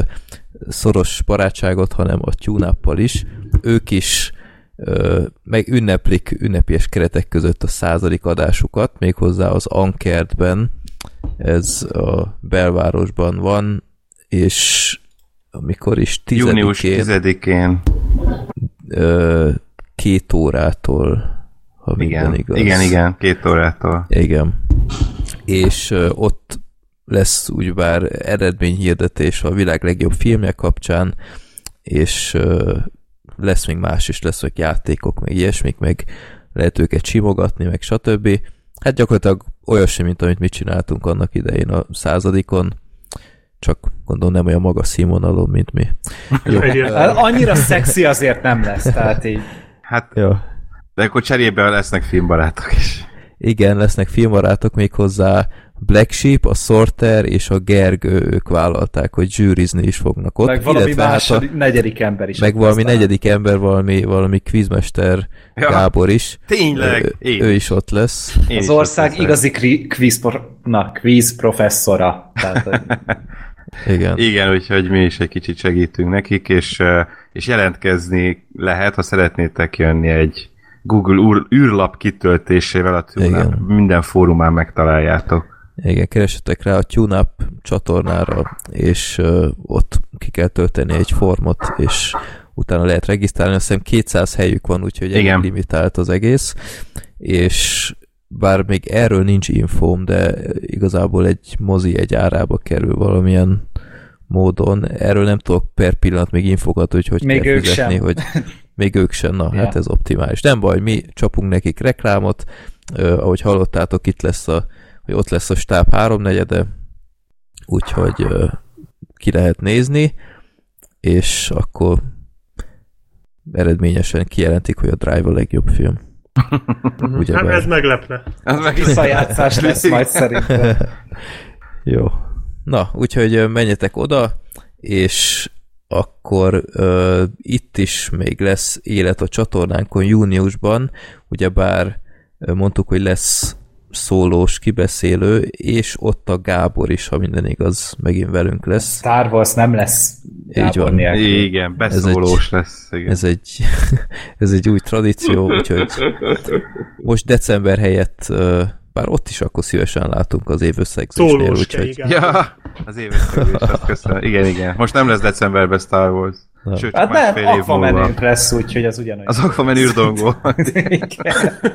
Speaker 3: szoros barátságot, hanem a tune is, ők is ö, meg ünneplik ünnepélyes keretek között a századik adásukat, méghozzá az Ankertben, ez a belvárosban van, és amikor is tizedikén,
Speaker 4: Június 10-én.
Speaker 3: ö, két órától, ha minden
Speaker 4: Igen.
Speaker 3: igaz.
Speaker 4: igen, igen, két órától.
Speaker 3: Igen. És ö, ott lesz ugyebár eredményhirdetés a világ legjobb filmje kapcsán, és ö, lesz még más is, lesznek játékok, meg ilyesmik, meg lehet őket simogatni, meg stb. Hát gyakorlatilag olyasmi, mint amit mi csináltunk annak idején a századikon, csak gondolom nem olyan magas színvonalon, mint mi.
Speaker 2: Jó. Egyértelmű.
Speaker 7: Hát Annyira szexi azért nem lesz, tehát így.
Speaker 4: Hát,
Speaker 3: Jó.
Speaker 4: de akkor cserében lesznek filmbarátok is.
Speaker 3: Igen, lesznek filmbarátok még hozzá, Black Sheep, a Sorter és a Gergő, ők vállalták, hogy zsűrizni is fognak ott.
Speaker 7: Meg valami
Speaker 3: illetve hát
Speaker 7: más,
Speaker 3: a,
Speaker 7: negyedik ember is.
Speaker 3: meg
Speaker 7: ott
Speaker 3: valami
Speaker 7: lesz talán.
Speaker 3: negyedik ember, valami, valami quizmester
Speaker 4: Ja.
Speaker 3: ja. Gábor is.
Speaker 4: Tényleg?
Speaker 3: Ő,
Speaker 4: Én
Speaker 3: ő is ott lesz.
Speaker 4: Én is
Speaker 7: Az
Speaker 4: ott
Speaker 7: ország
Speaker 4: leszek.
Speaker 7: igazi kri- quiz, pro- na, quiz professzora. Tehát, hogy
Speaker 3: Igen.
Speaker 4: Igen, úgyhogy mi is egy kicsit segítünk nekik, és, eh, és jelentkezni lehet, ha szeretnétek jönni egy Google űr, űrlap kitöltésével a tune
Speaker 3: Igen.
Speaker 4: minden fórumán megtaláljátok.
Speaker 3: Igen, keresetek rá a TuneUp csatornára, és ö, ott ki kell tölteni egy formot, és utána lehet regisztrálni. Azt hiszem 200 helyük van, úgyhogy
Speaker 4: Igen.
Speaker 3: elég limitált az egész. És bár még erről nincs infóm, de igazából egy mozi egy árába kerül valamilyen módon. Erről nem tudok per pillanat még infokat, hogy hogy
Speaker 7: Még
Speaker 3: kell
Speaker 7: ők
Speaker 3: fizetni,
Speaker 7: sem.
Speaker 3: hogy még ők sem. Na,
Speaker 7: Ja.
Speaker 3: hát ez optimális. Nem baj, mi csapunk nekik reklámot. Ö, ahogy hallottátok, itt lesz a hogy ott lesz a stáb háromnegyede, úgyhogy ö, ki lehet nézni, és akkor eredményesen kijelentik, hogy a Drive a legjobb film. Ugye
Speaker 2: Hát ez meglepne.
Speaker 4: Az meg
Speaker 7: visszajátszás lesz majd szerintem.
Speaker 3: Jó. Na, úgyhogy ö, menjetek oda, és akkor ö, itt is még lesz élet a csatornánkon júniusban, ugyebár ö, mondtuk, hogy lesz szólós kibeszélő, és ott a Gábor is, ha minden igaz, megint velünk lesz.
Speaker 7: Star Wars nem lesz
Speaker 3: Így van.
Speaker 7: nélkül.
Speaker 4: Igen, beszólós lesz. Igen.
Speaker 3: Ez egy, ez egy új tradíció, úgyhogy most december helyett, ö, bár ott is akkor szívesen látunk az év összegzésnél,
Speaker 2: Szólós kell,
Speaker 3: úgyhogy
Speaker 2: igen.
Speaker 4: Ja, Hát az éves szövés, azt köszönöm. Igen, igen. Most nem lesz decemberben Star Wars.
Speaker 3: Nem.
Speaker 4: Sőt, csak
Speaker 7: Hát
Speaker 4: másfél
Speaker 7: nem,
Speaker 4: év
Speaker 7: akva
Speaker 4: múlva.
Speaker 7: menünk lesz, úgyhogy az ugyanolyan.
Speaker 4: Az Aquaman űrdongó.
Speaker 7: Igen.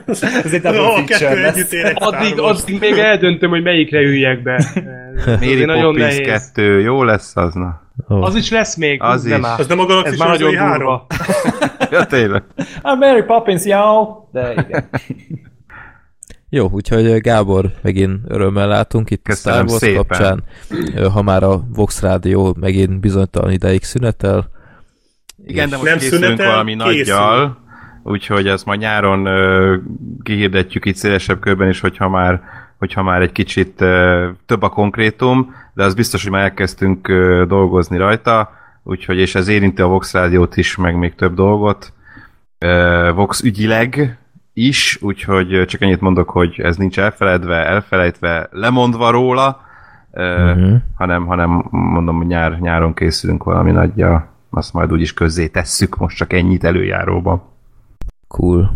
Speaker 7: Ez egy
Speaker 2: Ó,
Speaker 7: double
Speaker 2: a kettő
Speaker 7: feature
Speaker 2: együtt
Speaker 7: lesz.
Speaker 2: ér egy Star
Speaker 6: Addig,
Speaker 2: Wars.
Speaker 6: addig még eldöntöm, hogy melyikre üljek be. Ez
Speaker 4: Méri
Speaker 6: azért nagyon
Speaker 4: Poppins
Speaker 6: nehéz.
Speaker 4: 2, jó lesz az, na.
Speaker 6: Az is lesz még,
Speaker 4: Az
Speaker 6: nem
Speaker 4: is.
Speaker 6: áll.
Speaker 2: Az nem a
Speaker 6: Ez már
Speaker 2: galaxis
Speaker 6: nagyon
Speaker 2: három?
Speaker 6: durva.
Speaker 4: Ja, tényleg.
Speaker 7: I'm Hát Mary Poppins, yo! De igen.
Speaker 3: Jó, úgyhogy ö, Gábor, megint örömmel látunk itt
Speaker 4: Köszönöm
Speaker 3: a Star Wars
Speaker 4: szépen.
Speaker 3: kapcsán. Ö, Ha már a Vox Rádió megint bizonytalan ideig szünetel,
Speaker 4: Igen, de most
Speaker 2: Nem
Speaker 4: nem készülünk
Speaker 2: szünetel,
Speaker 4: valami
Speaker 2: készül.
Speaker 4: nagyjal, úgyhogy ezt majd nyáron ö, kihirdetjük itt szélesebb körben is, hogyha már, hogyha már egy kicsit ö, több a konkrétum, de az biztos, hogy már elkezdtünk ö, dolgozni rajta, úgyhogy és ez érinti a Vox rádiót is, meg még több dolgot, ö, Vox ügyileg is, úgyhogy ö, csak ennyit mondok, hogy ez nincs elfeledve, elfelejtve, lemondva róla, ö,
Speaker 3: Mhm.
Speaker 4: hanem, hanem mondom, hogy nyár, nyáron készülünk valami nagyja, azt majd úgyis közzé tesszük, most csak ennyit előjáróban.
Speaker 3: cool.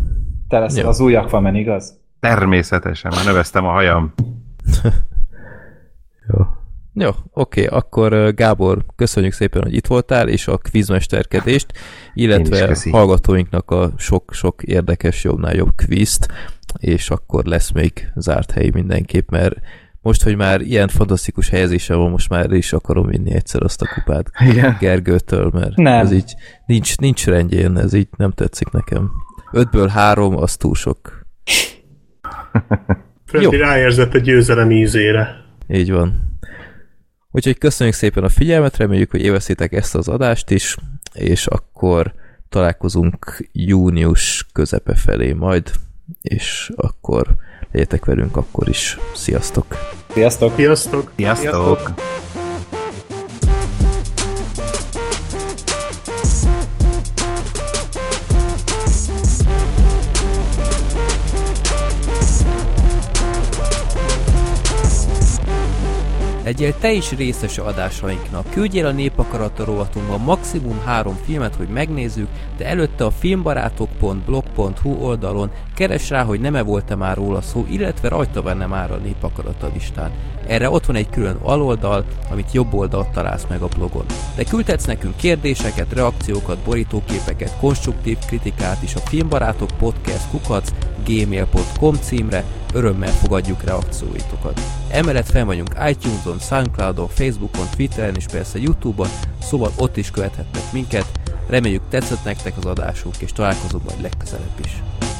Speaker 7: Te leszel
Speaker 3: Jó.
Speaker 7: az új Aquaman, igaz?
Speaker 4: Természetesen, már növeztem a hajam.
Speaker 3: Jó. Jó, oké, akkor ö, Gábor, köszönjük szépen, hogy itt voltál, és a kvízmesterkedést,
Speaker 4: Én is
Speaker 3: illetve
Speaker 4: köszi.
Speaker 3: hallgatóinknak a sok-sok érdekes, jobbnál jobb kvízt, és akkor lesz még zárt hely mindenképp, mert most, hogy már ilyen fantasztikus helyezése van, most már is akarom vinni egyszer azt a kupát
Speaker 4: Igen.
Speaker 3: Gergőtől, mert
Speaker 7: Nem.
Speaker 3: ez így nincs, nincs rendjén, ez így nem tetszik nekem. Ötből három, az túl sok.
Speaker 2: Freddy
Speaker 3: Jó.
Speaker 2: ráérzett a győzelem ízére.
Speaker 3: Így van. Úgyhogy köszönjük szépen a figyelmet, reméljük, hogy élveztétek ezt az adást is, és akkor találkozunk június közepe felé majd, és akkor legyetek velünk akkor is. Sziasztok!
Speaker 7: Sziasztok!
Speaker 2: Sziasztok!
Speaker 4: Sziasztok!
Speaker 3: Legyél te is részes a adásainknak. Küldjél a Népakarat rovatunkba maximum három filmet, hogy megnézzük, de előtte a filmbarátok.blog.hu oldalon keres rá, hogy nem-e volt-e már róla szó, illetve rajta benne már a Népakarat a listán. Erre ott van egy külön aloldal, amit jobb oldalt találsz meg a blogon. De küldhetsz nekünk kérdéseket, reakciókat, borítóképeket, konstruktív kritikát is a filmbarátok podcast kukac gmail.com címre, örömmel fogadjuk reakcióitokat. Emellett fel vagyunk iTunes-on, Soundcloud-on, Facebookon, Twitteren és persze Youtube-on, szóval ott is követhetnek minket. Reméljük tetszett nektek az adásunk, és találkozunk majd legközelebb is.